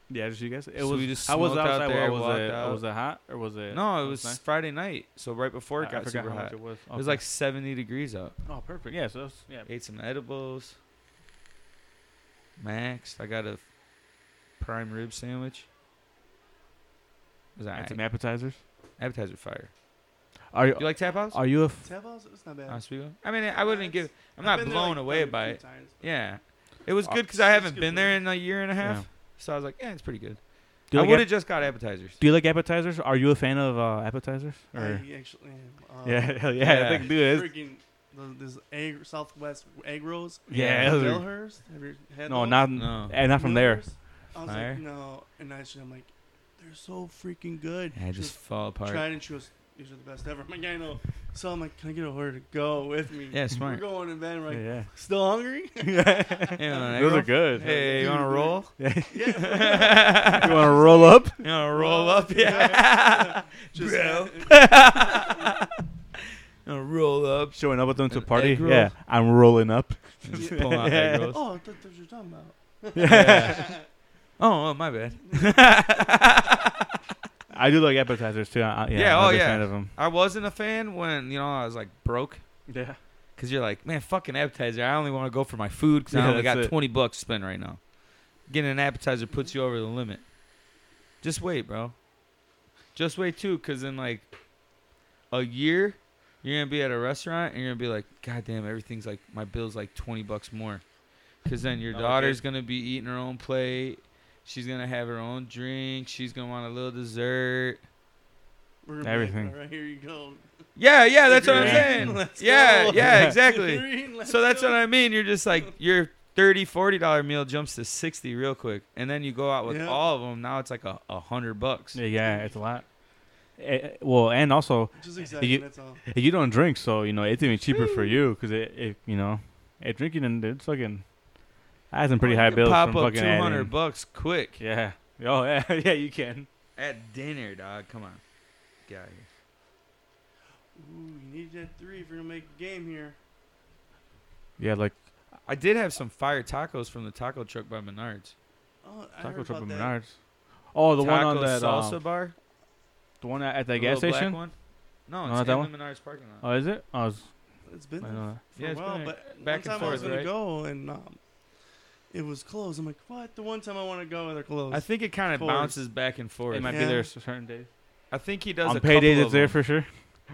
[SPEAKER 2] Yeah, just you guys. It
[SPEAKER 3] So
[SPEAKER 2] was.
[SPEAKER 3] we just
[SPEAKER 2] I was
[SPEAKER 3] smoked out
[SPEAKER 2] outside.
[SPEAKER 3] there,
[SPEAKER 2] was
[SPEAKER 3] walked
[SPEAKER 2] it?
[SPEAKER 3] out.
[SPEAKER 2] Was it hot or was it?
[SPEAKER 3] No, it
[SPEAKER 2] it
[SPEAKER 3] was
[SPEAKER 2] nice? Ah,
[SPEAKER 3] Friday night, so right before
[SPEAKER 2] I-
[SPEAKER 3] it
[SPEAKER 2] I
[SPEAKER 3] got
[SPEAKER 2] forgot
[SPEAKER 3] super
[SPEAKER 2] how much
[SPEAKER 3] hot.
[SPEAKER 2] It was.
[SPEAKER 3] It was
[SPEAKER 2] Okay.
[SPEAKER 3] like 70 degrees out.
[SPEAKER 2] Oh, perfect. Yeah. So that's yeah.
[SPEAKER 3] Ate some edibles. Maxed. I got a prime rib sandwich. It was
[SPEAKER 2] And
[SPEAKER 3] alright.
[SPEAKER 2] some appetizers.
[SPEAKER 3] appetizer fire.
[SPEAKER 2] Are you?
[SPEAKER 3] You like tap house?
[SPEAKER 2] Are you a? F-
[SPEAKER 4] Tab house, it's not bad.
[SPEAKER 3] Oswego? I mean, I wouldn't give. I'm
[SPEAKER 4] I've
[SPEAKER 3] not
[SPEAKER 4] been there,
[SPEAKER 3] blown
[SPEAKER 4] like,
[SPEAKER 3] away
[SPEAKER 4] a
[SPEAKER 3] by
[SPEAKER 4] few
[SPEAKER 3] it.
[SPEAKER 4] times. Oh,
[SPEAKER 3] Yeah, it was good because
[SPEAKER 4] it's
[SPEAKER 3] I haven't
[SPEAKER 4] good
[SPEAKER 3] been
[SPEAKER 4] food.
[SPEAKER 3] there in a year and a half,
[SPEAKER 2] Yeah.
[SPEAKER 3] so I was like, yeah, it's pretty good.
[SPEAKER 2] do you
[SPEAKER 3] I
[SPEAKER 2] like
[SPEAKER 3] would
[SPEAKER 2] app-
[SPEAKER 3] have just got appetizers.
[SPEAKER 2] Do you like appetizers? Are you a fan of uh, appetizers?
[SPEAKER 4] I
[SPEAKER 2] Or
[SPEAKER 4] actually am. Uh,
[SPEAKER 2] (laughs) yeah, hell yeah,
[SPEAKER 3] Yeah. (laughs)
[SPEAKER 2] I think dude. it's-
[SPEAKER 4] Freaking the- this egg Southwest egg rolls.
[SPEAKER 2] Yeah, those are-
[SPEAKER 4] Bellhurst. Have you had
[SPEAKER 2] no,
[SPEAKER 4] those?
[SPEAKER 2] not
[SPEAKER 3] No.
[SPEAKER 2] and not from there.
[SPEAKER 4] Miller's? I was
[SPEAKER 3] Fire?
[SPEAKER 4] like, no, and I should, I'm like, they're so freaking good.
[SPEAKER 3] I
[SPEAKER 4] She
[SPEAKER 3] just fall
[SPEAKER 4] was
[SPEAKER 3] apart.
[SPEAKER 4] tried and she goes, these are the best ever. I'm like, I know. So I'm like, can I get a order to go with me?
[SPEAKER 3] Yeah,
[SPEAKER 4] We're (laughs)
[SPEAKER 3] smart.
[SPEAKER 4] going to bed. We're (laughs) like, oh.
[SPEAKER 2] Yeah,
[SPEAKER 4] still
[SPEAKER 3] (laughs)
[SPEAKER 4] hungry?
[SPEAKER 3] Yeah,
[SPEAKER 2] those
[SPEAKER 3] Negro.
[SPEAKER 2] are good.
[SPEAKER 3] Hey, you want
[SPEAKER 4] (laughs)
[SPEAKER 3] to roll? (laughs)
[SPEAKER 2] (laughs) you want to roll up? (laughs)
[SPEAKER 4] (laughs)
[SPEAKER 3] You want to roll up? Yeah.
[SPEAKER 4] Just
[SPEAKER 3] Bro. know, roll
[SPEAKER 4] (laughs)
[SPEAKER 3] up,
[SPEAKER 2] Showing up with them to a
[SPEAKER 3] An
[SPEAKER 2] party.
[SPEAKER 3] egg roll?
[SPEAKER 2] Yeah, I'm rolling (laughs) up.
[SPEAKER 3] and pull out egg rolls.
[SPEAKER 4] Oh, I thought that's what you're talking about.
[SPEAKER 3] Yeah. oh, oh, my bad.
[SPEAKER 2] (laughs) I do like appetizers too. I, I- yeah,
[SPEAKER 3] Yeah,
[SPEAKER 2] I'm a
[SPEAKER 3] oh,
[SPEAKER 2] big
[SPEAKER 3] yeah.
[SPEAKER 2] fan of 'em.
[SPEAKER 3] I wasn't a fan when you know I was like broke.
[SPEAKER 2] Yeah.
[SPEAKER 3] Cause you're like, man, fucking appetizer. I only want to go for my food because
[SPEAKER 2] Yeah,
[SPEAKER 3] I only
[SPEAKER 2] that's
[SPEAKER 3] got
[SPEAKER 2] it.
[SPEAKER 3] 20 bucks to spend right now. Getting an appetizer puts you over the limit. Just wait, bro. Just wait too, cause in like a year, you're gonna be at a restaurant and you're gonna be like, God damn, everything's like my bill's like 20 bucks more. Cause then your
[SPEAKER 2] Oh, Okay.
[SPEAKER 3] daughter's gonna be eating her own plate. She's gonna have her own drink. She's gonna want a little dessert.
[SPEAKER 4] We're gonna be
[SPEAKER 2] Everything.
[SPEAKER 4] Like, All right, here you go.
[SPEAKER 3] Yeah, yeah, that's what I'm
[SPEAKER 2] Yeah.
[SPEAKER 3] saying.
[SPEAKER 4] (laughs) Let's
[SPEAKER 3] Yeah,
[SPEAKER 4] go. (laughs)
[SPEAKER 3] yeah, exactly.
[SPEAKER 4] Green, let's
[SPEAKER 3] so that's
[SPEAKER 4] go.
[SPEAKER 3] what I mean. You're just like your 30 40 dollar meal jumps to 60 real quick and then you go out with
[SPEAKER 4] Yeah.
[SPEAKER 3] all of them now it's like a, a hundred bucks
[SPEAKER 2] Yeah, yeah, it's a lot. Eh, eh, well, and also
[SPEAKER 4] Just exactly.
[SPEAKER 2] You-
[SPEAKER 4] that's all.
[SPEAKER 2] eh, you don't drink, so you know it's even cheaper for you because it, it, you know, it drinking and it's fucking. I had some pretty high
[SPEAKER 3] Oh, You
[SPEAKER 2] bills
[SPEAKER 3] pop
[SPEAKER 2] from
[SPEAKER 3] up
[SPEAKER 2] fucking
[SPEAKER 3] 200
[SPEAKER 2] adding.
[SPEAKER 3] bucks quick
[SPEAKER 2] Yeah. Oh yeah, (laughs) yeah, you can.
[SPEAKER 3] at dinner dog come on get out of here
[SPEAKER 4] Ooh, you need that three if you're gonna make a game here.
[SPEAKER 2] Yeah, like
[SPEAKER 3] I did have some fire tacos from the taco truck by Menards
[SPEAKER 4] Oh, I
[SPEAKER 2] taco
[SPEAKER 4] heard
[SPEAKER 2] truck
[SPEAKER 4] about
[SPEAKER 2] from
[SPEAKER 4] that.
[SPEAKER 2] Menards. Oh, the one on
[SPEAKER 3] Taco
[SPEAKER 2] that
[SPEAKER 3] salsa
[SPEAKER 2] um,
[SPEAKER 3] bar
[SPEAKER 2] the one at at
[SPEAKER 3] the
[SPEAKER 2] that gas
[SPEAKER 3] little black
[SPEAKER 2] station.
[SPEAKER 3] one. no
[SPEAKER 2] Oh,
[SPEAKER 3] it's
[SPEAKER 2] that
[SPEAKER 3] in
[SPEAKER 2] one?
[SPEAKER 3] the Menards parking lot
[SPEAKER 2] Oh, is it? Oh, it's,
[SPEAKER 4] It's
[SPEAKER 2] I
[SPEAKER 4] been there
[SPEAKER 2] don't know.
[SPEAKER 4] for
[SPEAKER 3] Yeah,
[SPEAKER 4] a
[SPEAKER 3] it's been
[SPEAKER 4] while,
[SPEAKER 3] there.
[SPEAKER 4] but
[SPEAKER 3] Back and
[SPEAKER 4] one time I was
[SPEAKER 3] forth,
[SPEAKER 4] gonna
[SPEAKER 3] right?
[SPEAKER 4] go and um, it was closed. I'm like, what? The one time I want to go, they're closed.
[SPEAKER 3] I think it kind of
[SPEAKER 4] Forward.
[SPEAKER 3] bounces back and forth
[SPEAKER 2] it might be
[SPEAKER 4] Yeah.
[SPEAKER 2] there certain days.
[SPEAKER 3] I think he does
[SPEAKER 2] on
[SPEAKER 3] a couple
[SPEAKER 2] paydays,
[SPEAKER 3] of
[SPEAKER 2] it's there
[SPEAKER 3] them.
[SPEAKER 2] for sure.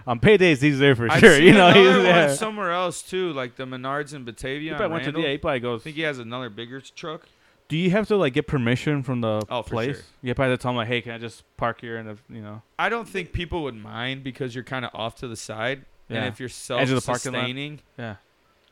[SPEAKER 2] On paydays, he's there for
[SPEAKER 3] I've
[SPEAKER 2] sure. (laughs)
[SPEAKER 3] seen
[SPEAKER 2] You know, he's
[SPEAKER 3] another one
[SPEAKER 2] there.
[SPEAKER 3] somewhere else too, like the Menards in
[SPEAKER 2] He
[SPEAKER 3] Batavia. on
[SPEAKER 2] probably went to
[SPEAKER 3] Randall.
[SPEAKER 2] yeah, he probably goes.
[SPEAKER 3] I think he has another bigger s- truck.
[SPEAKER 2] Do you have to like get permission from the
[SPEAKER 3] Oh, for
[SPEAKER 2] place?
[SPEAKER 3] sure.
[SPEAKER 2] You probably have to tell them like, hey, can I just park here and if, you know?
[SPEAKER 3] I don't think people would mind because you're kind of off to the side,
[SPEAKER 2] Yeah.
[SPEAKER 3] and if you're
[SPEAKER 2] Edge of the parking lot.
[SPEAKER 3] self-sustaining,
[SPEAKER 2] Yeah,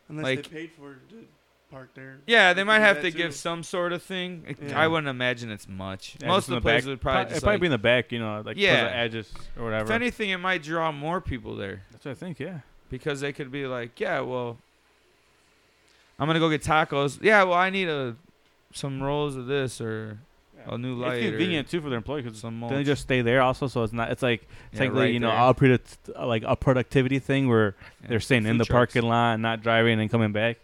[SPEAKER 4] Unless
[SPEAKER 3] like-
[SPEAKER 4] they paid for it to park there.
[SPEAKER 3] yeah, they
[SPEAKER 4] You
[SPEAKER 3] might
[SPEAKER 4] can do
[SPEAKER 3] have
[SPEAKER 4] that
[SPEAKER 3] to
[SPEAKER 4] too.
[SPEAKER 3] give some sort of thing. It-
[SPEAKER 4] Yeah.
[SPEAKER 3] I wouldn't imagine it's much.
[SPEAKER 2] Yeah,
[SPEAKER 3] Most
[SPEAKER 2] just
[SPEAKER 3] of
[SPEAKER 2] in
[SPEAKER 3] the places
[SPEAKER 2] back.
[SPEAKER 3] would probably
[SPEAKER 2] Pro-
[SPEAKER 3] just
[SPEAKER 2] it'd probably
[SPEAKER 3] like-
[SPEAKER 2] be in the back, you know, like towards
[SPEAKER 3] Yeah.
[SPEAKER 2] the edges or whatever.
[SPEAKER 3] if anything, it might draw more people there
[SPEAKER 2] That's what I think. Yeah,
[SPEAKER 3] because they could be like, yeah, well, I'm gonna go get tacos. Yeah, well, I need a some rolls of this or a new light.
[SPEAKER 2] it's
[SPEAKER 3] or
[SPEAKER 2] convenient too for their employees because
[SPEAKER 3] Some
[SPEAKER 2] then they
[SPEAKER 3] mulch.
[SPEAKER 2] just stay there also. So it's not. It's like
[SPEAKER 3] Yeah,
[SPEAKER 2] technically,
[SPEAKER 3] right
[SPEAKER 2] you know,
[SPEAKER 3] there.
[SPEAKER 2] a product, like a productivity thing where
[SPEAKER 3] Yeah.
[SPEAKER 2] they're staying in
[SPEAKER 3] Food
[SPEAKER 2] the
[SPEAKER 3] trucks.
[SPEAKER 2] parking lot, and not driving and coming back.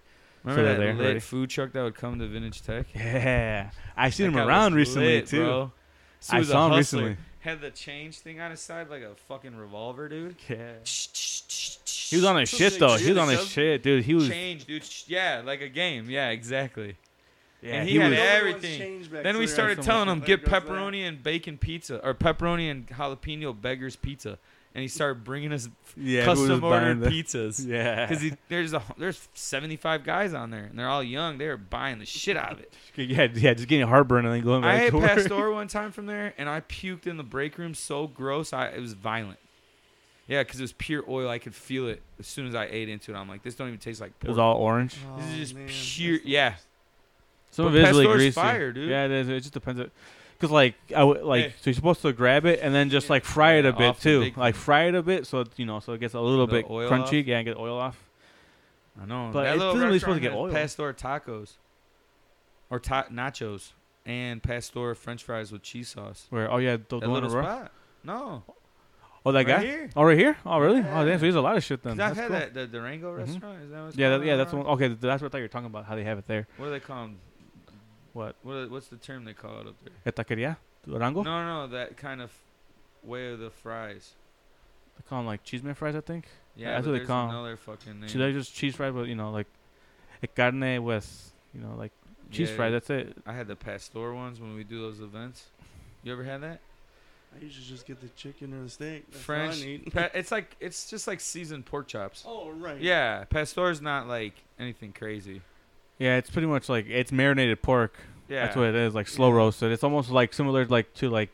[SPEAKER 3] Remember
[SPEAKER 2] they're
[SPEAKER 3] that
[SPEAKER 2] there
[SPEAKER 3] lit
[SPEAKER 2] already.
[SPEAKER 3] food truck that would come to
[SPEAKER 2] (laughs)
[SPEAKER 3] Vintage Tech?
[SPEAKER 2] Yeah, I seen
[SPEAKER 3] That
[SPEAKER 2] him
[SPEAKER 3] guy was
[SPEAKER 2] around recently
[SPEAKER 3] lit,
[SPEAKER 2] too.
[SPEAKER 3] bro. This
[SPEAKER 2] I
[SPEAKER 3] was a
[SPEAKER 2] saw him
[SPEAKER 3] hustler.
[SPEAKER 2] recently.
[SPEAKER 3] Had the change thing on his side like a fucking revolver, dude.
[SPEAKER 2] Yeah. He
[SPEAKER 3] He
[SPEAKER 2] was on his shit though. He was on his shit, dude. He was.
[SPEAKER 3] Change, dude. Sh- Yeah, like a game. Yeah, exactly.
[SPEAKER 2] Yeah,
[SPEAKER 3] he
[SPEAKER 2] he
[SPEAKER 3] had
[SPEAKER 2] was.
[SPEAKER 3] it.
[SPEAKER 4] Everyone's
[SPEAKER 3] everything.
[SPEAKER 4] changed back
[SPEAKER 3] then
[SPEAKER 4] to
[SPEAKER 3] we
[SPEAKER 4] their
[SPEAKER 3] started
[SPEAKER 4] actual
[SPEAKER 3] telling
[SPEAKER 4] shit.
[SPEAKER 3] him
[SPEAKER 4] There
[SPEAKER 3] get
[SPEAKER 4] goes that.
[SPEAKER 3] pepperoni and bacon pizza or pepperoni and jalapeno beggars pizza, and he started bringing us
[SPEAKER 2] Yeah, everyone was
[SPEAKER 3] custom
[SPEAKER 2] buying
[SPEAKER 3] ordered
[SPEAKER 2] the- (laughs)
[SPEAKER 3] pizzas.
[SPEAKER 2] Yeah.
[SPEAKER 3] Cause he, there's a there's 75 guys on there and they're all young. They were buying the shit out of it.
[SPEAKER 2] Yeah, yeah, just getting heartburn and then going
[SPEAKER 3] I
[SPEAKER 2] back
[SPEAKER 3] had
[SPEAKER 2] to work.
[SPEAKER 3] pastor one time from there, and I puked in the break room so gross. I it was violent. Yeah, because it was pure oil. I could feel it as soon as I ate into it. I'm like, this don't even taste
[SPEAKER 2] (laughs)
[SPEAKER 3] like
[SPEAKER 2] It
[SPEAKER 3] pork.
[SPEAKER 2] was all orange.
[SPEAKER 4] Oh,
[SPEAKER 3] this is just
[SPEAKER 4] man, that's
[SPEAKER 3] pure.
[SPEAKER 4] the
[SPEAKER 3] Yeah,
[SPEAKER 4] worst.
[SPEAKER 2] Some
[SPEAKER 3] But
[SPEAKER 2] of it is like
[SPEAKER 3] Pastor's
[SPEAKER 2] greasy.
[SPEAKER 3] fire, dude.
[SPEAKER 2] Yeah, it is. It just depends. on- Cause like I would like
[SPEAKER 3] Hey.
[SPEAKER 2] so you're supposed to grab it and then just like fry it a
[SPEAKER 3] Yeah,
[SPEAKER 2] bit
[SPEAKER 3] off the
[SPEAKER 2] too.
[SPEAKER 3] big
[SPEAKER 2] Like
[SPEAKER 3] thing.
[SPEAKER 2] fry it a bit so it, you know so it gets a little
[SPEAKER 3] The
[SPEAKER 2] bit
[SPEAKER 3] oil
[SPEAKER 2] crunchy.
[SPEAKER 3] off?
[SPEAKER 2] Yeah, and get oil off.
[SPEAKER 3] I know.
[SPEAKER 2] But it
[SPEAKER 3] little
[SPEAKER 2] doesn't really supposed to
[SPEAKER 3] restaurant
[SPEAKER 2] get
[SPEAKER 3] has
[SPEAKER 2] oil.
[SPEAKER 3] Pastor tacos, or ta- nachos, and pastor French fries with cheese sauce.
[SPEAKER 2] Where oh yeah, the,
[SPEAKER 3] That
[SPEAKER 2] the one
[SPEAKER 3] little
[SPEAKER 2] over-
[SPEAKER 3] spot. No,
[SPEAKER 2] Oh that
[SPEAKER 3] right
[SPEAKER 2] guy.
[SPEAKER 3] here.
[SPEAKER 2] Oh right here. Oh really?
[SPEAKER 3] Yeah.
[SPEAKER 2] Oh damn. So there's a lot of shit then.
[SPEAKER 3] 'Cause I've
[SPEAKER 2] That's
[SPEAKER 3] had
[SPEAKER 2] cool. Mm-hmm.
[SPEAKER 3] that the Durango restaurant. Is that what it's
[SPEAKER 2] Yeah,
[SPEAKER 3] called?
[SPEAKER 2] that, yeah, that's the one. Okay, th- that's what I thought you were talking about. How they have it there.
[SPEAKER 3] What do they call 'em?
[SPEAKER 2] What?
[SPEAKER 3] What? are- What's the term they call it up there?
[SPEAKER 2] At taqueria, Durango.
[SPEAKER 3] No, no, that kind of way of the fries.
[SPEAKER 2] They call them like cheese man fries, I think.
[SPEAKER 3] Yeah,
[SPEAKER 2] that's what
[SPEAKER 3] but
[SPEAKER 2] they
[SPEAKER 3] there's
[SPEAKER 2] call 'em.
[SPEAKER 3] another fucking name.
[SPEAKER 2] So they're just cheese fries, but you know like, a carne with you know like cheese
[SPEAKER 3] Yeah,
[SPEAKER 2] fries. That's it.
[SPEAKER 3] I had the pastor ones when we do those events. You ever
[SPEAKER 2] (laughs)
[SPEAKER 3] had that?
[SPEAKER 4] I usually just get the chicken or the steak. That's all I
[SPEAKER 3] French.
[SPEAKER 4] need. (laughs)
[SPEAKER 3] Pa- it's like it's just like seasoned pork chops.
[SPEAKER 4] Oh right.
[SPEAKER 3] Yeah, pastor's not like anything crazy.
[SPEAKER 2] Yeah, it's pretty much like it's marinated pork.
[SPEAKER 3] Yeah,
[SPEAKER 2] That's what it is, like slow
[SPEAKER 4] Yeah.
[SPEAKER 2] roasted. It's almost like similar like to like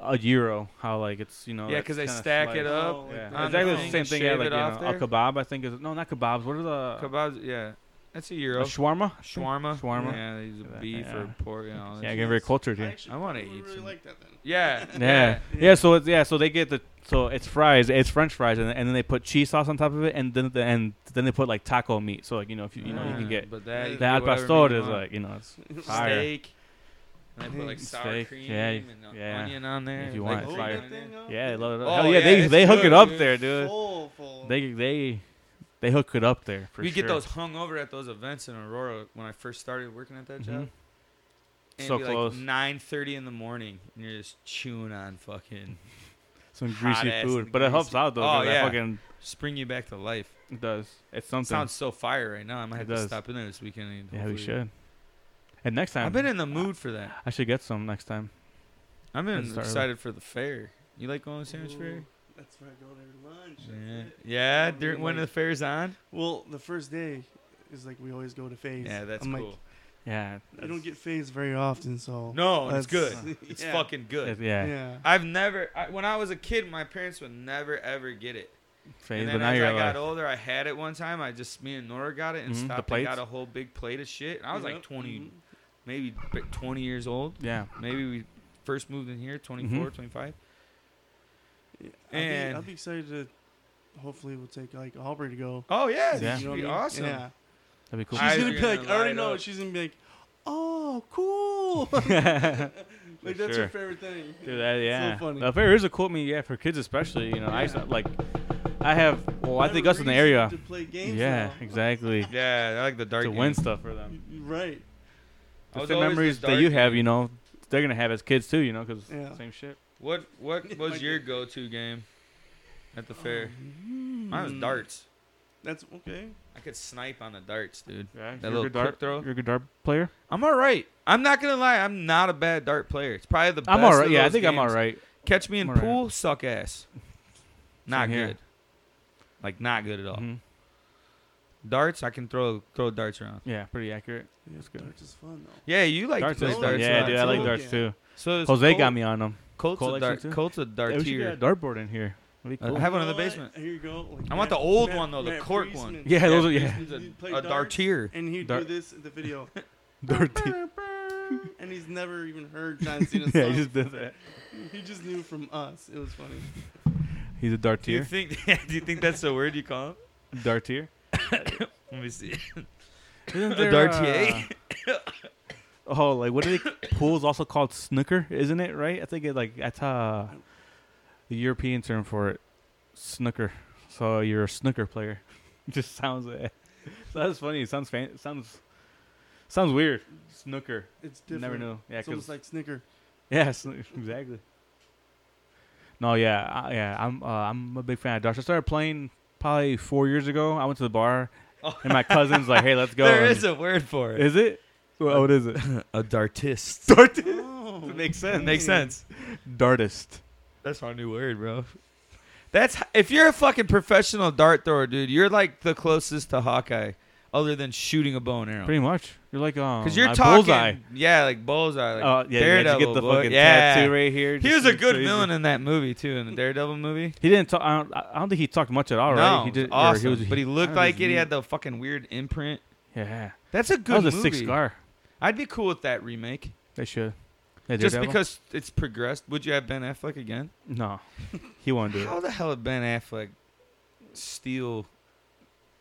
[SPEAKER 2] a euro, how like it's you know.
[SPEAKER 3] Yeah,
[SPEAKER 2] it's
[SPEAKER 3] 'cause they
[SPEAKER 2] kinda
[SPEAKER 3] stack it
[SPEAKER 2] sliced.
[SPEAKER 3] up
[SPEAKER 4] Oh, like
[SPEAKER 2] Yeah.
[SPEAKER 4] the-
[SPEAKER 3] on
[SPEAKER 2] exactly
[SPEAKER 3] thing
[SPEAKER 2] the same
[SPEAKER 3] and
[SPEAKER 2] thing.
[SPEAKER 3] shave
[SPEAKER 2] Yeah,
[SPEAKER 3] it
[SPEAKER 2] like you
[SPEAKER 3] off
[SPEAKER 2] know, a
[SPEAKER 3] there.
[SPEAKER 2] kebab, I think is no, not kebabs. What are the
[SPEAKER 3] kebabs. Yeah, that's a
[SPEAKER 2] uh, a
[SPEAKER 3] euro.
[SPEAKER 2] shawarma?
[SPEAKER 3] shawarma.
[SPEAKER 2] shawarma.
[SPEAKER 3] Yeah, they use
[SPEAKER 2] Yeah.
[SPEAKER 3] a beef or
[SPEAKER 2] Yeah.
[SPEAKER 3] pork. You know,
[SPEAKER 2] Yeah,
[SPEAKER 3] that's-
[SPEAKER 2] getting very cultured
[SPEAKER 4] I,
[SPEAKER 2] here.
[SPEAKER 4] actually
[SPEAKER 3] I wanna
[SPEAKER 4] probably
[SPEAKER 3] eat
[SPEAKER 4] really
[SPEAKER 3] some.
[SPEAKER 4] like that then.
[SPEAKER 3] yeah,
[SPEAKER 2] (laughs) Yeah.
[SPEAKER 4] Yeah.
[SPEAKER 2] yeah, so it's yeah, so they get the so it's fries, it's French fries, and, and then they put cheese sauce on top of it, and then the, and then they put like taco meat. So like you know if you you know you
[SPEAKER 3] Yeah,
[SPEAKER 2] can get
[SPEAKER 3] But that
[SPEAKER 4] Yeah.
[SPEAKER 3] you
[SPEAKER 2] the
[SPEAKER 3] can
[SPEAKER 2] al
[SPEAKER 3] do whatever meat
[SPEAKER 2] pastor
[SPEAKER 4] (laughs)
[SPEAKER 3] you
[SPEAKER 2] is
[SPEAKER 3] want.
[SPEAKER 2] like you know it's
[SPEAKER 4] Steak.
[SPEAKER 2] fire.
[SPEAKER 3] steak. And they put like
[SPEAKER 2] It's
[SPEAKER 3] sour
[SPEAKER 2] fake.
[SPEAKER 3] cream
[SPEAKER 2] Yeah,
[SPEAKER 3] and uh,
[SPEAKER 2] yeah.
[SPEAKER 3] onion on there.
[SPEAKER 2] If you
[SPEAKER 3] like,
[SPEAKER 2] want it
[SPEAKER 3] oh,
[SPEAKER 2] fire.
[SPEAKER 3] onion.
[SPEAKER 2] Yeah, they love it. Up.
[SPEAKER 3] Oh,
[SPEAKER 2] Hell yeah,
[SPEAKER 3] yeah,
[SPEAKER 2] they
[SPEAKER 3] it's
[SPEAKER 2] they hook
[SPEAKER 3] good,
[SPEAKER 2] it up
[SPEAKER 3] dude.
[SPEAKER 2] there, dude.
[SPEAKER 4] Full, full.
[SPEAKER 2] They they they hook it up there for
[SPEAKER 3] we
[SPEAKER 2] sure.
[SPEAKER 3] get those hungover at those events in Aurora when I first started working at that job.
[SPEAKER 2] Mhm.
[SPEAKER 3] And it'd
[SPEAKER 2] So
[SPEAKER 3] be,
[SPEAKER 2] close.
[SPEAKER 3] Like Nine thirty in the morning, and you're just chewing on fucking
[SPEAKER 2] some
[SPEAKER 3] hot
[SPEAKER 2] greasy
[SPEAKER 3] ass
[SPEAKER 2] food,
[SPEAKER 3] and
[SPEAKER 2] but it helps
[SPEAKER 3] greasy.
[SPEAKER 2] out though.
[SPEAKER 3] Oh,
[SPEAKER 2] 'cause that
[SPEAKER 3] yeah.
[SPEAKER 2] fucking
[SPEAKER 3] spring you back to life.
[SPEAKER 2] it does. It's something.
[SPEAKER 3] Sounds so fire right now. I might
[SPEAKER 2] It
[SPEAKER 3] have
[SPEAKER 2] does.
[SPEAKER 3] to stop in there this weekend. and
[SPEAKER 2] yeah, we
[SPEAKER 3] hopefully-
[SPEAKER 2] should. And next time,
[SPEAKER 3] I've been in the mood for that.
[SPEAKER 2] I should get some next time.
[SPEAKER 3] I've been
[SPEAKER 2] Let's start early.
[SPEAKER 3] excited for the fair. You like going to Sandwich Fair?
[SPEAKER 4] Ooh, That's where I go there to lunch. that's
[SPEAKER 3] Yeah.
[SPEAKER 4] it.
[SPEAKER 3] Yeah.
[SPEAKER 4] You know,
[SPEAKER 3] During,
[SPEAKER 4] I'm
[SPEAKER 3] when
[SPEAKER 4] like-
[SPEAKER 3] the fair's on?
[SPEAKER 4] Well, the first day is like we always go to phase.
[SPEAKER 3] Yeah, that's
[SPEAKER 4] I'm like,
[SPEAKER 3] cool.
[SPEAKER 2] Yeah,
[SPEAKER 4] you don't get phase very often, so
[SPEAKER 3] No, it's good.
[SPEAKER 4] that's-
[SPEAKER 2] (laughs)
[SPEAKER 3] It's
[SPEAKER 4] yeah.
[SPEAKER 3] fucking good.
[SPEAKER 2] it- yeah.
[SPEAKER 4] yeah.
[SPEAKER 3] I've never. I, when I was a kid, my parents would never ever get it.
[SPEAKER 2] Phase,
[SPEAKER 3] and
[SPEAKER 2] but
[SPEAKER 3] then
[SPEAKER 2] now
[SPEAKER 3] as
[SPEAKER 2] you're
[SPEAKER 3] I got
[SPEAKER 2] like,
[SPEAKER 3] older, I had it one time. I just me and Nora got it and
[SPEAKER 2] Mhm, the
[SPEAKER 3] stopped and got
[SPEAKER 2] plates?
[SPEAKER 3] a whole big plate of shit. And I was like
[SPEAKER 4] Yep,
[SPEAKER 3] 20,
[SPEAKER 4] mhm.
[SPEAKER 3] maybe b- 20 years old.
[SPEAKER 2] yeah,
[SPEAKER 3] Maybe we first moved in here 24,
[SPEAKER 2] Mm-hmm.
[SPEAKER 3] 25.
[SPEAKER 4] Yeah, I'll,
[SPEAKER 3] And-
[SPEAKER 4] be, I'll be excited to. Hopefully, we'll take like Aubrey to go.
[SPEAKER 3] Oh yeah, this
[SPEAKER 2] Yeah.
[SPEAKER 3] would
[SPEAKER 4] You know
[SPEAKER 3] be
[SPEAKER 4] what I mean?
[SPEAKER 3] awesome.
[SPEAKER 4] Yeah.
[SPEAKER 2] that'd be cool.
[SPEAKER 4] She's
[SPEAKER 3] Eyes
[SPEAKER 2] (laughs)
[SPEAKER 4] gonna
[SPEAKER 3] are
[SPEAKER 4] be
[SPEAKER 3] gonna
[SPEAKER 4] like, I already
[SPEAKER 3] light
[SPEAKER 4] know.
[SPEAKER 3] up.
[SPEAKER 4] it. She's gonna be like, oh,
[SPEAKER 3] (laughs)
[SPEAKER 4] cool. like that's
[SPEAKER 2] sure.
[SPEAKER 4] her favorite thing.
[SPEAKER 2] Dude, that, yeah.
[SPEAKER 4] So funny.
[SPEAKER 2] The fair is a cool. I mean, yeah, for kids especially. You know, I used to, like, I have. Well, I
[SPEAKER 4] have
[SPEAKER 2] think
[SPEAKER 4] a
[SPEAKER 2] us in the
[SPEAKER 4] reason
[SPEAKER 2] area.
[SPEAKER 4] To play games
[SPEAKER 2] Yeah,
[SPEAKER 4] now.
[SPEAKER 2] exactly.
[SPEAKER 3] Yeah, I like the dark.
[SPEAKER 2] to win
[SPEAKER 3] games.
[SPEAKER 2] stuff for them.
[SPEAKER 4] Y- Right.
[SPEAKER 3] I was
[SPEAKER 2] the same
[SPEAKER 3] always the
[SPEAKER 2] memories that
[SPEAKER 3] dark
[SPEAKER 2] you have, you know, they're gonna have as kids too, you know, 'cause
[SPEAKER 4] Yeah.
[SPEAKER 2] same shit.
[SPEAKER 3] What
[SPEAKER 4] (laughs)
[SPEAKER 3] What
[SPEAKER 4] My
[SPEAKER 3] was your go-to game at the fair? Mine was
[SPEAKER 4] Mm.
[SPEAKER 3] darts.
[SPEAKER 4] That's okay.
[SPEAKER 3] I could snipe on the darts, dude.
[SPEAKER 2] Yeah,
[SPEAKER 3] That little
[SPEAKER 2] good dart
[SPEAKER 3] quick throw.
[SPEAKER 2] You're a good dart player.
[SPEAKER 3] I'm all right. I'm not gonna lie. I'm not a bad dart player. It's probably the best.
[SPEAKER 2] I'm all
[SPEAKER 3] of
[SPEAKER 2] right. Yeah, I
[SPEAKER 3] those
[SPEAKER 2] think I'm all
[SPEAKER 3] games.
[SPEAKER 2] right.
[SPEAKER 3] Catch me in
[SPEAKER 2] I'm all right.
[SPEAKER 3] pool,
[SPEAKER 2] (laughs)
[SPEAKER 3] suck ass. Not
[SPEAKER 2] here.
[SPEAKER 3] good. Like not good at all.
[SPEAKER 2] Mhm. Mm-hmm.
[SPEAKER 3] Darts, I can throw throw darts around.
[SPEAKER 2] Yeah, pretty accurate.
[SPEAKER 4] Yeah,
[SPEAKER 2] That's good.
[SPEAKER 4] Darts is fun though.
[SPEAKER 3] Yeah, you like
[SPEAKER 2] darts
[SPEAKER 3] to
[SPEAKER 2] is
[SPEAKER 3] play
[SPEAKER 4] fun.
[SPEAKER 3] darts.
[SPEAKER 2] Yeah,
[SPEAKER 3] around,
[SPEAKER 2] dude, I like
[SPEAKER 3] too.
[SPEAKER 4] too.
[SPEAKER 2] darts
[SPEAKER 4] Yeah.
[SPEAKER 2] too.
[SPEAKER 3] So does
[SPEAKER 2] Jose
[SPEAKER 3] Colt-
[SPEAKER 2] got me on them.
[SPEAKER 3] Colt's
[SPEAKER 2] Colt
[SPEAKER 3] a
[SPEAKER 2] likes
[SPEAKER 3] dart.
[SPEAKER 2] them, too.
[SPEAKER 3] Colt's a
[SPEAKER 2] Yeah, we should
[SPEAKER 3] dartier.
[SPEAKER 2] get a dartboard in here. That'd be
[SPEAKER 3] Uh,
[SPEAKER 2] cool.
[SPEAKER 3] I have one in
[SPEAKER 4] You
[SPEAKER 3] the
[SPEAKER 4] know what?
[SPEAKER 3] basement.
[SPEAKER 4] Here you go. Like,
[SPEAKER 3] I want the
[SPEAKER 4] Matt-
[SPEAKER 3] old
[SPEAKER 4] Matt-
[SPEAKER 3] one, though, the
[SPEAKER 4] Matt
[SPEAKER 3] court
[SPEAKER 4] Priestman.
[SPEAKER 3] one.
[SPEAKER 2] yeah, those are yeah.
[SPEAKER 3] He's (laughs) a,
[SPEAKER 4] You play
[SPEAKER 3] a
[SPEAKER 4] darts?
[SPEAKER 3] dartier.
[SPEAKER 4] And he'd
[SPEAKER 2] Dart-
[SPEAKER 4] do this in
[SPEAKER 2] (laughs)
[SPEAKER 4] the video,
[SPEAKER 2] Dirty.
[SPEAKER 4] and he's never even
[SPEAKER 2] (laughs)
[SPEAKER 4] heard John Cena's
[SPEAKER 2] yeah,
[SPEAKER 4] song.
[SPEAKER 2] he just did that.
[SPEAKER 4] He just knew from us. It was funny.
[SPEAKER 2] He's a
[SPEAKER 3] Do you (laughs)
[SPEAKER 2] dartier.
[SPEAKER 3] think? do you think that's the word you call him?
[SPEAKER 2] Dartier.
[SPEAKER 3] Let me see.
[SPEAKER 2] Isn't
[SPEAKER 3] there, dartier?
[SPEAKER 2] (laughs) oh, like what are they? Pool's also called snooker, isn't it? Right? I think it like that's uh, the European term for it, snooker. So you're a snooker player. (laughs) It just sounds. Uh, so that's funny. It sounds fan- sounds sounds weird. Snooker.
[SPEAKER 4] It's
[SPEAKER 2] You
[SPEAKER 4] different.
[SPEAKER 2] Never knew. Yeah,
[SPEAKER 4] It's
[SPEAKER 2] because
[SPEAKER 4] almost like Snicker.
[SPEAKER 2] (laughs) yeah, sn- exactly. No, yeah, I, yeah. I'm uh, I'm a big fan of darts. I started playing probably four years ago. I went to the bar,
[SPEAKER 3] Oh.
[SPEAKER 2] and my cousin's like, "Hey, let's go."
[SPEAKER 3] There
[SPEAKER 2] and-
[SPEAKER 3] is a word for it.
[SPEAKER 2] Is it? Well, what is it? (laughs)
[SPEAKER 3] A dartist.
[SPEAKER 2] Dartist.
[SPEAKER 4] Oh,
[SPEAKER 2] It makes sense.
[SPEAKER 3] Makes sense.
[SPEAKER 2] Dartist.
[SPEAKER 3] That's our new word, bro. That's if you're a fucking professional dart thrower, dude. You're like the closest to Hawkeye, other than shooting a bow and arrow.
[SPEAKER 2] Oh. Pretty much. You're like um.
[SPEAKER 3] Because you're
[SPEAKER 2] like
[SPEAKER 3] talking,
[SPEAKER 2] bullseye.
[SPEAKER 3] yeah, like bullseye, like
[SPEAKER 2] Oh yeah, yeah,
[SPEAKER 3] Daredevil.
[SPEAKER 2] you get the
[SPEAKER 3] boy.
[SPEAKER 2] fucking
[SPEAKER 3] yeah.
[SPEAKER 2] tattoo right here.
[SPEAKER 3] He
[SPEAKER 2] just
[SPEAKER 3] was a
[SPEAKER 2] like
[SPEAKER 3] good
[SPEAKER 2] crazy.
[SPEAKER 3] villain in that movie too, in the Daredevil movie.
[SPEAKER 2] He didn't talk. I don't, I don't think he talked much at all,
[SPEAKER 3] no,
[SPEAKER 2] right?
[SPEAKER 3] he
[SPEAKER 2] He did. or
[SPEAKER 3] awesome.
[SPEAKER 2] He was,
[SPEAKER 3] but he
[SPEAKER 2] I
[SPEAKER 3] looked
[SPEAKER 2] don't know,
[SPEAKER 3] like it.
[SPEAKER 2] was
[SPEAKER 3] He
[SPEAKER 2] neat.
[SPEAKER 3] had the fucking weird imprint.
[SPEAKER 2] Yeah.
[SPEAKER 3] That's a
[SPEAKER 2] That
[SPEAKER 3] good
[SPEAKER 2] was a
[SPEAKER 3] movie.
[SPEAKER 2] six scar.
[SPEAKER 3] I'd be cool with that remake,
[SPEAKER 2] They should. Yeah,
[SPEAKER 3] just
[SPEAKER 2] Daredevil?
[SPEAKER 3] because it's progressed. Would you have Ben Affleck again?
[SPEAKER 2] No, (laughs) he won't do
[SPEAKER 3] How
[SPEAKER 2] it.
[SPEAKER 3] the hell did Ben Affleck steal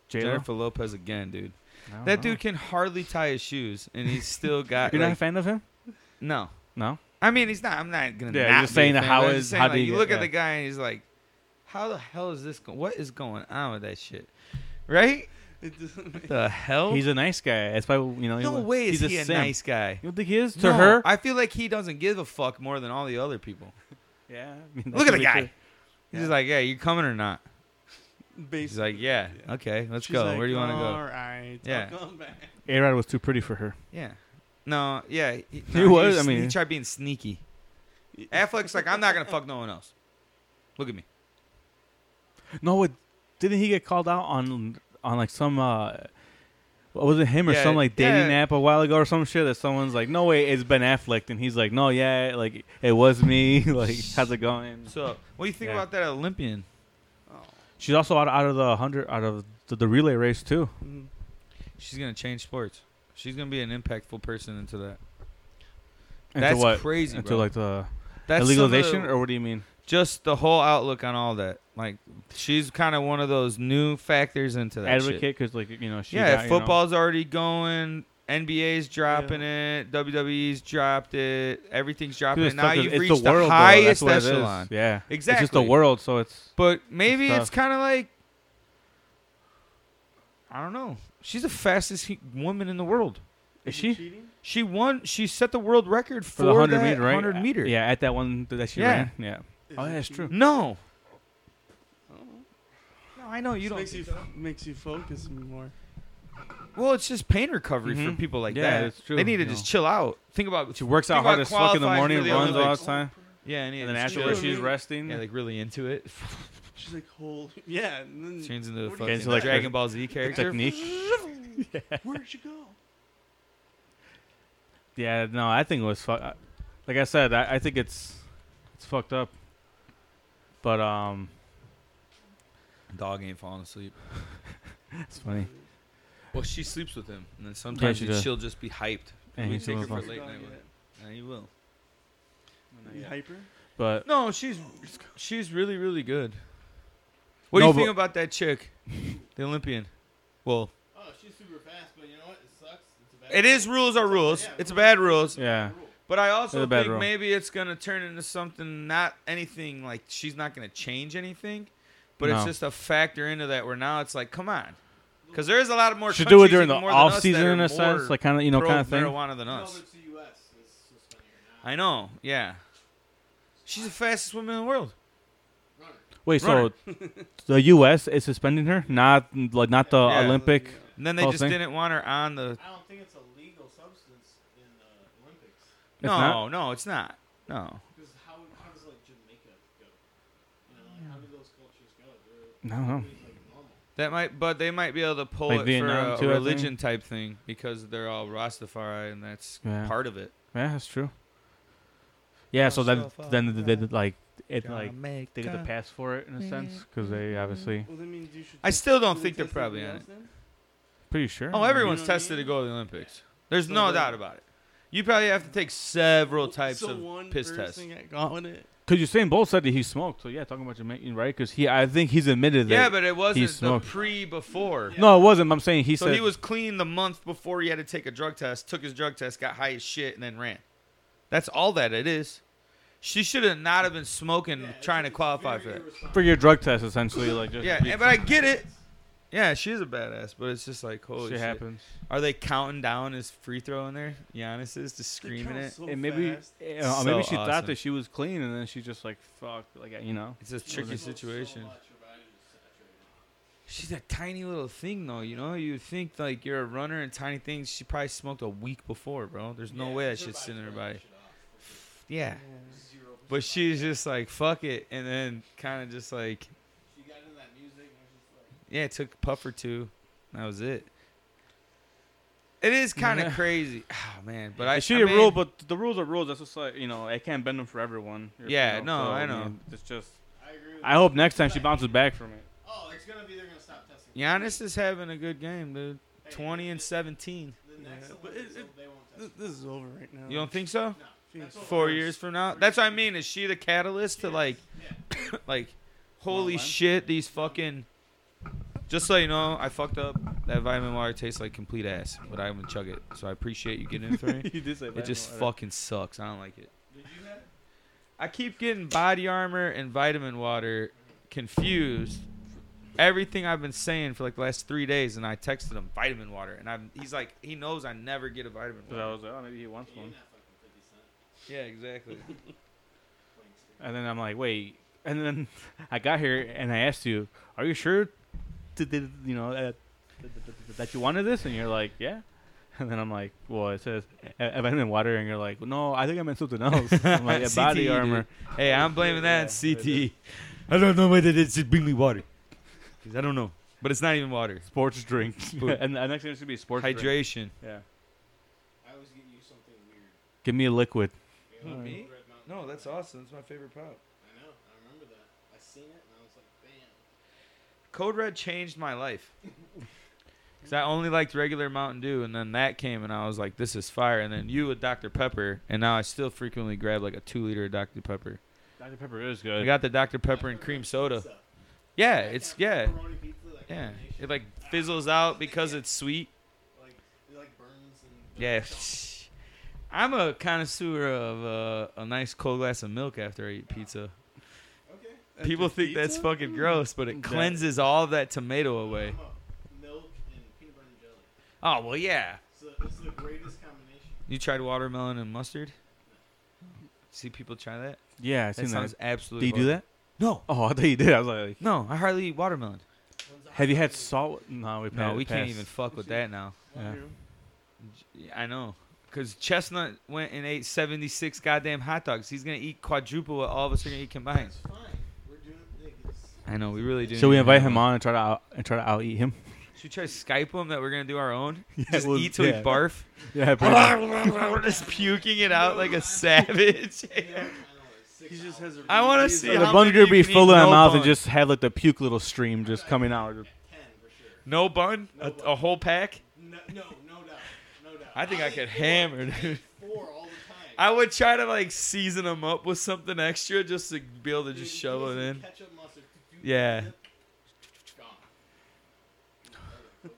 [SPEAKER 2] J-Lo?
[SPEAKER 3] Jennifer Lopez again, dude?
[SPEAKER 2] I don't
[SPEAKER 3] That
[SPEAKER 2] know.
[SPEAKER 3] dude can hardly tie his shoes,
[SPEAKER 2] (laughs)
[SPEAKER 3] and he's still got.
[SPEAKER 2] Uh-huh. You're not a
[SPEAKER 3] like-
[SPEAKER 2] fan of him?
[SPEAKER 3] no,
[SPEAKER 2] No.
[SPEAKER 3] I mean he's not. I'm not gonna.
[SPEAKER 2] Yeah,
[SPEAKER 3] not
[SPEAKER 2] you're just
[SPEAKER 3] be a
[SPEAKER 2] saying
[SPEAKER 3] fan,
[SPEAKER 2] how
[SPEAKER 3] but I'm
[SPEAKER 2] is-
[SPEAKER 3] just saying,
[SPEAKER 2] how
[SPEAKER 3] like,
[SPEAKER 2] do you
[SPEAKER 3] you
[SPEAKER 2] get-
[SPEAKER 3] look at
[SPEAKER 2] yeah.
[SPEAKER 3] the guy and he's like, "How the hell is this? Going? What is going on with that shit?" Right?
[SPEAKER 4] It (laughs) doesn't make
[SPEAKER 3] The hell?
[SPEAKER 2] He's a nice guy. That's probably you know.
[SPEAKER 3] no
[SPEAKER 2] he,
[SPEAKER 3] way
[SPEAKER 2] he's
[SPEAKER 3] is he a
[SPEAKER 2] simp.
[SPEAKER 3] nice guy.
[SPEAKER 2] You don't think he is to
[SPEAKER 3] No,
[SPEAKER 2] her?
[SPEAKER 3] I feel like he doesn't give a fuck more than all the other people.
[SPEAKER 2] yeah. I mean, that
[SPEAKER 3] Look
[SPEAKER 2] could
[SPEAKER 3] at the
[SPEAKER 2] be
[SPEAKER 3] guy.
[SPEAKER 2] true.
[SPEAKER 3] He's just like, "Yeah, you coming or not?"
[SPEAKER 4] base.
[SPEAKER 3] He's like, "Yeah,
[SPEAKER 4] Yeah.
[SPEAKER 3] okay, let's
[SPEAKER 4] She's
[SPEAKER 3] go.
[SPEAKER 4] like,
[SPEAKER 3] Where do you want to
[SPEAKER 4] All
[SPEAKER 3] go?"
[SPEAKER 4] right.
[SPEAKER 3] Yeah.
[SPEAKER 4] I'll come back.
[SPEAKER 2] A-Rod was too pretty for her.
[SPEAKER 3] Yeah. No, yeah. He,
[SPEAKER 2] (laughs)
[SPEAKER 3] no,
[SPEAKER 2] was, I
[SPEAKER 3] sne- he
[SPEAKER 2] mean-
[SPEAKER 3] tried being sneaky. Affleck's like, I'm not gonna fuck no one else. Look at me.
[SPEAKER 2] No, it, didn't he get called out on on like some uh what was it him or
[SPEAKER 3] Yeah,
[SPEAKER 2] some like dating
[SPEAKER 3] yeah.
[SPEAKER 2] app a while ago or some shit that someone's like, no way, it's Ben Affleck, and he's like, no, yeah, like it was me. (laughs) like, how's it going?
[SPEAKER 3] So, what do you think
[SPEAKER 2] Yeah.
[SPEAKER 3] about that Olympian?
[SPEAKER 4] Oh.
[SPEAKER 2] She's also out, out of the hundred out of the, the relay race too.
[SPEAKER 4] mm.
[SPEAKER 3] She's gonna change sports. She's gonna be an impactful person into that.
[SPEAKER 2] Into
[SPEAKER 3] That's
[SPEAKER 2] what?
[SPEAKER 3] crazy,
[SPEAKER 2] Into
[SPEAKER 3] bro.
[SPEAKER 2] like the
[SPEAKER 3] That's some of the-
[SPEAKER 2] legalization, or what do you mean?
[SPEAKER 3] just the whole outlook on all that. Like, she's kind of one of those new factors into that. shit.
[SPEAKER 2] Advocate, because like you know she
[SPEAKER 3] yeah,
[SPEAKER 2] got, you know-
[SPEAKER 3] football's already going. NBA's dropping it, WWE's dropped it, everything's dropping
[SPEAKER 2] Dude,
[SPEAKER 3] it.
[SPEAKER 2] it's
[SPEAKER 3] Now
[SPEAKER 2] tough 'cause
[SPEAKER 3] you've
[SPEAKER 2] it's
[SPEAKER 3] reached the,
[SPEAKER 2] world, though. That's
[SPEAKER 3] highest
[SPEAKER 2] what it is.
[SPEAKER 3] echelon.
[SPEAKER 2] Yeah, It's just the
[SPEAKER 3] Exactly.
[SPEAKER 2] world, so it's
[SPEAKER 3] But maybe
[SPEAKER 2] tough.
[SPEAKER 3] it's, kind of like I don't know. She's the fastest he- woman in the world.
[SPEAKER 2] is
[SPEAKER 4] it
[SPEAKER 2] she
[SPEAKER 4] cheating?
[SPEAKER 3] She won. She set the world record for,
[SPEAKER 2] for the hundred
[SPEAKER 3] that
[SPEAKER 2] meter, right?
[SPEAKER 3] 100 meter.
[SPEAKER 2] Yeah, at that one that she
[SPEAKER 3] Yeah.
[SPEAKER 2] ran. Yeah.
[SPEAKER 4] Is
[SPEAKER 2] Oh,
[SPEAKER 4] it
[SPEAKER 2] yeah, it's
[SPEAKER 4] cheating?
[SPEAKER 2] true.
[SPEAKER 3] No.
[SPEAKER 4] Oh.
[SPEAKER 3] No, I know you
[SPEAKER 4] Just
[SPEAKER 3] don't.
[SPEAKER 4] makes you f- makes you focus more.
[SPEAKER 3] Well, it's just pain recovery for
[SPEAKER 2] Mhm.
[SPEAKER 3] people like
[SPEAKER 2] Yeah,
[SPEAKER 3] that.
[SPEAKER 2] it's true,
[SPEAKER 3] They need to
[SPEAKER 2] you
[SPEAKER 3] just chill out. Think about.
[SPEAKER 2] She works out
[SPEAKER 3] Think
[SPEAKER 2] hard
[SPEAKER 3] about
[SPEAKER 2] as fuck in the
[SPEAKER 3] qualifying
[SPEAKER 2] morning,
[SPEAKER 3] for the
[SPEAKER 2] runs all
[SPEAKER 3] Olympics.
[SPEAKER 2] the time,
[SPEAKER 3] Yeah, and,
[SPEAKER 2] and then
[SPEAKER 3] it's
[SPEAKER 2] afterwards
[SPEAKER 3] chill.
[SPEAKER 2] she's
[SPEAKER 4] Yeah,
[SPEAKER 2] resting.
[SPEAKER 3] yeah, like really into it. (laughs)
[SPEAKER 4] She's like, holy, (laughs) yeah. And then
[SPEAKER 3] Turns into a
[SPEAKER 4] What do you
[SPEAKER 3] fucking
[SPEAKER 2] Into, like,
[SPEAKER 3] Dragon
[SPEAKER 2] her-
[SPEAKER 3] Ball Z
[SPEAKER 2] The
[SPEAKER 3] character.
[SPEAKER 2] technique.
[SPEAKER 4] where'd you go?
[SPEAKER 2] (laughs) Yeah, no, I think it was fuck. Like I said, I, I think it's it's fucked up. But um,
[SPEAKER 3] Dog ain't falling asleep.
[SPEAKER 2] it's funny.
[SPEAKER 3] Well, she sleeps with him, and then
[SPEAKER 2] sometimes she does.
[SPEAKER 3] she'll just be hyped.
[SPEAKER 2] And
[SPEAKER 3] We
[SPEAKER 2] he's
[SPEAKER 3] take
[SPEAKER 2] the
[SPEAKER 3] her
[SPEAKER 2] one
[SPEAKER 3] for late
[SPEAKER 4] Dog
[SPEAKER 3] night
[SPEAKER 4] yet?
[SPEAKER 3] one. And he will.
[SPEAKER 4] You hyper?
[SPEAKER 2] But
[SPEAKER 3] No, she's she's really really good. What
[SPEAKER 2] No,
[SPEAKER 3] do you think
[SPEAKER 2] but-
[SPEAKER 3] about that chick, the Olympian? Well,
[SPEAKER 5] Oh, she's super fast, but you know what? It sucks. It's a bad
[SPEAKER 3] it is rules are rules.
[SPEAKER 5] Yeah,
[SPEAKER 3] It's bad rules.
[SPEAKER 2] yeah,
[SPEAKER 3] But I
[SPEAKER 2] It's
[SPEAKER 3] also
[SPEAKER 2] a bad
[SPEAKER 3] think
[SPEAKER 2] rule.
[SPEAKER 3] maybe it's gonna turn into something not anything like she's not gonna change anything, but it's
[SPEAKER 2] No.
[SPEAKER 3] just a factor into that where now it's like, come on, because there is a lot of more.
[SPEAKER 2] should do it during
[SPEAKER 3] countries
[SPEAKER 2] the
[SPEAKER 3] more than us
[SPEAKER 2] off
[SPEAKER 3] that
[SPEAKER 2] season
[SPEAKER 3] are
[SPEAKER 2] in a sense,
[SPEAKER 3] more
[SPEAKER 2] like kind of you know
[SPEAKER 3] pro
[SPEAKER 2] kind of thing.
[SPEAKER 3] marijuana than
[SPEAKER 5] No,
[SPEAKER 3] us.
[SPEAKER 5] but it's the U.S. It's just funny right now.
[SPEAKER 3] I know. Yeah. She's the fastest woman in the world.
[SPEAKER 5] Runner.
[SPEAKER 2] Wait, so
[SPEAKER 3] Runner.
[SPEAKER 2] the U.S. is suspending her, not like not the
[SPEAKER 3] Yeah.
[SPEAKER 2] Olympic.
[SPEAKER 3] And then they
[SPEAKER 2] Whole
[SPEAKER 3] just
[SPEAKER 2] thing?
[SPEAKER 3] didn't want her on the.
[SPEAKER 5] I don't think it's a legal substance in the Olympics.
[SPEAKER 2] It's
[SPEAKER 3] no,
[SPEAKER 2] not?
[SPEAKER 3] no, it's not. No.
[SPEAKER 5] Because how, how does like Jamaica go? You know, like, how do those cultures go? They're
[SPEAKER 2] No, no.
[SPEAKER 5] always, like normal.
[SPEAKER 3] That might, but they might be able to pull
[SPEAKER 2] Like
[SPEAKER 3] it
[SPEAKER 2] Vietnam,
[SPEAKER 3] for
[SPEAKER 2] too,
[SPEAKER 3] a-
[SPEAKER 2] I think.
[SPEAKER 3] a, religion type thing because they're all Rastafari and that's
[SPEAKER 2] Yeah.
[SPEAKER 3] part of it.
[SPEAKER 2] Yeah, that's true. Yeah, so then
[SPEAKER 3] uh,
[SPEAKER 2] then they did like it like they get the pass for it in a sense because
[SPEAKER 3] Mm-hmm.
[SPEAKER 2] they obviously
[SPEAKER 4] Well, that means you should.
[SPEAKER 3] I
[SPEAKER 4] test-
[SPEAKER 3] still don't
[SPEAKER 4] do they
[SPEAKER 3] think they're
[SPEAKER 4] test
[SPEAKER 3] probably on it.
[SPEAKER 4] everybody else then?
[SPEAKER 2] pretty sure.
[SPEAKER 3] Oh, everyone's
[SPEAKER 4] You know what I
[SPEAKER 3] tested to
[SPEAKER 4] mean?
[SPEAKER 3] go to the Olympics. There's
[SPEAKER 4] So
[SPEAKER 3] no
[SPEAKER 4] the-
[SPEAKER 3] doubt about it. You probably have to take several types
[SPEAKER 4] so
[SPEAKER 3] of
[SPEAKER 4] one
[SPEAKER 3] piss
[SPEAKER 4] person
[SPEAKER 3] tests.
[SPEAKER 4] got caught with it.
[SPEAKER 2] Because Usain Bolt said that he smoked. So yeah, talking about Jamaican, right? Because he, I think he's admitted that.
[SPEAKER 3] Yeah, but it wasn't the
[SPEAKER 2] smoked.
[SPEAKER 3] pre before.
[SPEAKER 2] no, it wasn't. I'm saying he
[SPEAKER 3] so
[SPEAKER 2] said
[SPEAKER 3] he was clean the month before he had to take a drug test, took his drug test, got high as shit, and then ran. That's all that it is. She should have not have been smoking,
[SPEAKER 5] Yeah, it's-
[SPEAKER 3] trying to
[SPEAKER 5] it's
[SPEAKER 3] qualify
[SPEAKER 5] very
[SPEAKER 3] for that.
[SPEAKER 5] irresponsible.
[SPEAKER 2] for your drug test essentially, like just
[SPEAKER 3] Yeah,
[SPEAKER 2] be-
[SPEAKER 3] and- but I get it. Yeah, she is a badass, but it's just like holy
[SPEAKER 2] shit,
[SPEAKER 3] shit.
[SPEAKER 2] happens.
[SPEAKER 3] Are they counting down his free throw in there? Giannis is just
[SPEAKER 4] They
[SPEAKER 3] screaming
[SPEAKER 4] count
[SPEAKER 3] it.
[SPEAKER 4] So
[SPEAKER 2] and maybe,
[SPEAKER 4] fast.
[SPEAKER 2] uh, maybe
[SPEAKER 3] So
[SPEAKER 2] she
[SPEAKER 3] awesome.
[SPEAKER 2] thought that she was clean, and then she's just like, "Fuck," like you know.
[SPEAKER 3] It's a
[SPEAKER 5] You
[SPEAKER 3] tricky
[SPEAKER 5] smoke so
[SPEAKER 3] situation.
[SPEAKER 5] much, your body is saturated.
[SPEAKER 3] She's a tiny little thing though, you know. You think like you're a runner and tiny things. She probably smoked a week before, bro. There's no
[SPEAKER 5] Yeah,
[SPEAKER 3] way that
[SPEAKER 5] your
[SPEAKER 3] shit's sitting in her
[SPEAKER 5] body's
[SPEAKER 3] body.
[SPEAKER 5] burning shit
[SPEAKER 3] Yeah,
[SPEAKER 5] off. Zero percent.
[SPEAKER 3] but she's just like fuck it, and then kind of just like
[SPEAKER 5] She got into that music and was just like,
[SPEAKER 3] yeah, it took a puff or two. and that was it. It is kind of
[SPEAKER 2] Yeah.
[SPEAKER 3] crazy, (sighs) oh man. But I
[SPEAKER 2] It should
[SPEAKER 3] I
[SPEAKER 2] be a rule,
[SPEAKER 3] mean-
[SPEAKER 2] but the rules are rules. That's just like you know, I can't bend them for everyone. you
[SPEAKER 3] Yeah, no, I know.
[SPEAKER 2] mean, it's just.
[SPEAKER 5] I agree with
[SPEAKER 2] I
[SPEAKER 5] you.
[SPEAKER 2] hope next time she bounces back from it.
[SPEAKER 5] Oh, it's gonna be they're gonna stop testing.
[SPEAKER 3] Giannis is having a good game, dude.
[SPEAKER 5] Hey,
[SPEAKER 3] 20 and 17.
[SPEAKER 5] The next
[SPEAKER 4] Yeah, but
[SPEAKER 5] Olympics,
[SPEAKER 4] it- it-
[SPEAKER 5] they won't test.
[SPEAKER 4] Th- this is over right now.
[SPEAKER 3] You don't think so?
[SPEAKER 5] No,
[SPEAKER 4] Phoenix.
[SPEAKER 5] that's over.
[SPEAKER 3] Four years from now? That's what I mean. Is she the catalyst to like, (coughs) like, holy
[SPEAKER 2] Well, I'm-
[SPEAKER 3] shit, these fucking. Just so you know, I fucked up. That vitamin water tastes like complete ass, but I'm gonna chug it. So I appreciate you getting it
[SPEAKER 5] (laughs)
[SPEAKER 3] for me.
[SPEAKER 2] (laughs) you did say Oh,
[SPEAKER 3] It just
[SPEAKER 2] fucked.
[SPEAKER 3] fucking sucks. I don't like it.
[SPEAKER 5] Did you have?
[SPEAKER 3] I keep getting body armor and vitamin water confused. Everything I've been saying for like the last three days, and I texted him vitamin water, and I'm he's like he knows I never get a vitamin
[SPEAKER 2] So I
[SPEAKER 3] water.
[SPEAKER 2] was like, oh, maybe he wants
[SPEAKER 5] You
[SPEAKER 2] one.
[SPEAKER 5] didn't have fucking fifty
[SPEAKER 3] Yeah,
[SPEAKER 5] cent.
[SPEAKER 3] exactly.
[SPEAKER 5] Thanks, dude.
[SPEAKER 2] And then I'm like, wait. And then (laughs) I got here and I asked you, are you sure, to, to, you know, uh, th- th- th- that you wanted this? And you're like, yeah. (laughs) And then I'm like, well, it says uh, vitamin water, and you're like, no, I think I meant something
[SPEAKER 3] (laughs)
[SPEAKER 2] else. I'm (laughs) like, yeah, body
[SPEAKER 3] CTE,
[SPEAKER 2] armor.
[SPEAKER 3] E, dude. Hey, I'm blaming that E, on
[SPEAKER 2] Yeah, they
[SPEAKER 3] CTE. I don't know whether it's just bring me water. 'Cause I don't know, but it's not even water.
[SPEAKER 2] Sports (laughs) drink. and the next thing is gonna be sports drink.
[SPEAKER 3] Hydration.
[SPEAKER 2] Yeah.
[SPEAKER 5] I always get you something weird.
[SPEAKER 2] Give me a liquid.
[SPEAKER 5] You
[SPEAKER 3] Who,
[SPEAKER 5] know,
[SPEAKER 3] Oh, me?
[SPEAKER 5] Red
[SPEAKER 3] No,
[SPEAKER 5] Mountain
[SPEAKER 3] that's
[SPEAKER 5] Dew.
[SPEAKER 3] awesome. That's my favorite pop.
[SPEAKER 5] I know. I remember that. I seen it and I was like, bam.
[SPEAKER 3] Code Red changed my life. (laughs) Cause I only liked regular Mountain Dew, and then that came, and I was like, "This is fire!" And then you with Dr Pepper, and now I still frequently grab like a two-liter Dr Pepper.
[SPEAKER 2] Dr Pepper is
[SPEAKER 3] I
[SPEAKER 2] good.
[SPEAKER 3] got the Dr Pepper and cream soda. Yeah, it's yeah,
[SPEAKER 5] Pepperoni pizza, that
[SPEAKER 3] yeah.
[SPEAKER 5] combination,
[SPEAKER 3] It like fizzles out because it's sweet.
[SPEAKER 5] like, it like burns and
[SPEAKER 3] Yeah. I'm a connoisseur of uh, a nice cold glass of milk after I eat pizza.
[SPEAKER 5] Okay.
[SPEAKER 4] After
[SPEAKER 3] People think that's
[SPEAKER 4] pizza? Mm,
[SPEAKER 3] fucking gross, but it
[SPEAKER 2] That-
[SPEAKER 3] cleanses all of that tomato away.
[SPEAKER 5] I'm a milk and peanut butter and jelly.
[SPEAKER 3] Oh well, yeah.
[SPEAKER 5] It's the, it's the greatest combination.
[SPEAKER 3] You tried watermelon and mustard? See people try that?
[SPEAKER 2] Yeah, I
[SPEAKER 3] That
[SPEAKER 2] seen that.
[SPEAKER 3] sounds absolutely.
[SPEAKER 2] Do you do that?
[SPEAKER 3] No,
[SPEAKER 2] Oh, I thought you did. I was like,
[SPEAKER 3] no. I hardly eat watermelon.
[SPEAKER 2] have you had salt? No, we
[SPEAKER 3] No,
[SPEAKER 2] pa-
[SPEAKER 3] we can't
[SPEAKER 2] passed.
[SPEAKER 3] even fuck with that now.
[SPEAKER 2] Yeah.
[SPEAKER 4] True.
[SPEAKER 3] J- I know. Because Chestnut went and ate 76 goddamn hot dogs. He's going to eat quadruple what all of us are going to eat combined.
[SPEAKER 5] It's fine. We're doing niggas.
[SPEAKER 3] I know. We really do.
[SPEAKER 2] Should we
[SPEAKER 3] need to
[SPEAKER 2] invite
[SPEAKER 3] have
[SPEAKER 2] him
[SPEAKER 3] a-
[SPEAKER 2] on and try to out, and try to out eat him?
[SPEAKER 3] Should we try to Skype him that we're going to do
[SPEAKER 2] (laughs)
[SPEAKER 3] our own?
[SPEAKER 2] Yeah,
[SPEAKER 3] Just
[SPEAKER 2] well,
[SPEAKER 3] eat till
[SPEAKER 2] yeah. (laughs)
[SPEAKER 3] we barf?
[SPEAKER 2] (laughs) Yeah,
[SPEAKER 3] (laughs) Just puking it out like a savage. (laughs)
[SPEAKER 4] He just has a.
[SPEAKER 3] I wanna
[SPEAKER 4] he is
[SPEAKER 3] see
[SPEAKER 4] a-
[SPEAKER 2] the
[SPEAKER 3] how
[SPEAKER 2] bun
[SPEAKER 3] many
[SPEAKER 2] could be
[SPEAKER 3] you can
[SPEAKER 2] full
[SPEAKER 3] eat,
[SPEAKER 2] in my
[SPEAKER 3] no
[SPEAKER 2] mouth and
[SPEAKER 3] bun?
[SPEAKER 2] just have like the puke little stream just coming out.
[SPEAKER 5] Ten for sure.
[SPEAKER 3] no bun? A, a whole pack?
[SPEAKER 5] No, no, no doubt. No doubt.
[SPEAKER 3] I think I (laughs) could
[SPEAKER 5] four-
[SPEAKER 3] hammer,
[SPEAKER 5] I
[SPEAKER 3] dude.
[SPEAKER 5] eat Four all the time.
[SPEAKER 3] I would try to like season them up with something extra just to be able to
[SPEAKER 5] Dude,
[SPEAKER 3] just
[SPEAKER 5] you
[SPEAKER 3] shove
[SPEAKER 5] need
[SPEAKER 3] it
[SPEAKER 5] some
[SPEAKER 3] in.
[SPEAKER 5] Ketchup, mustard. Do you
[SPEAKER 3] Yeah.
[SPEAKER 5] dip? Gone. Yeah.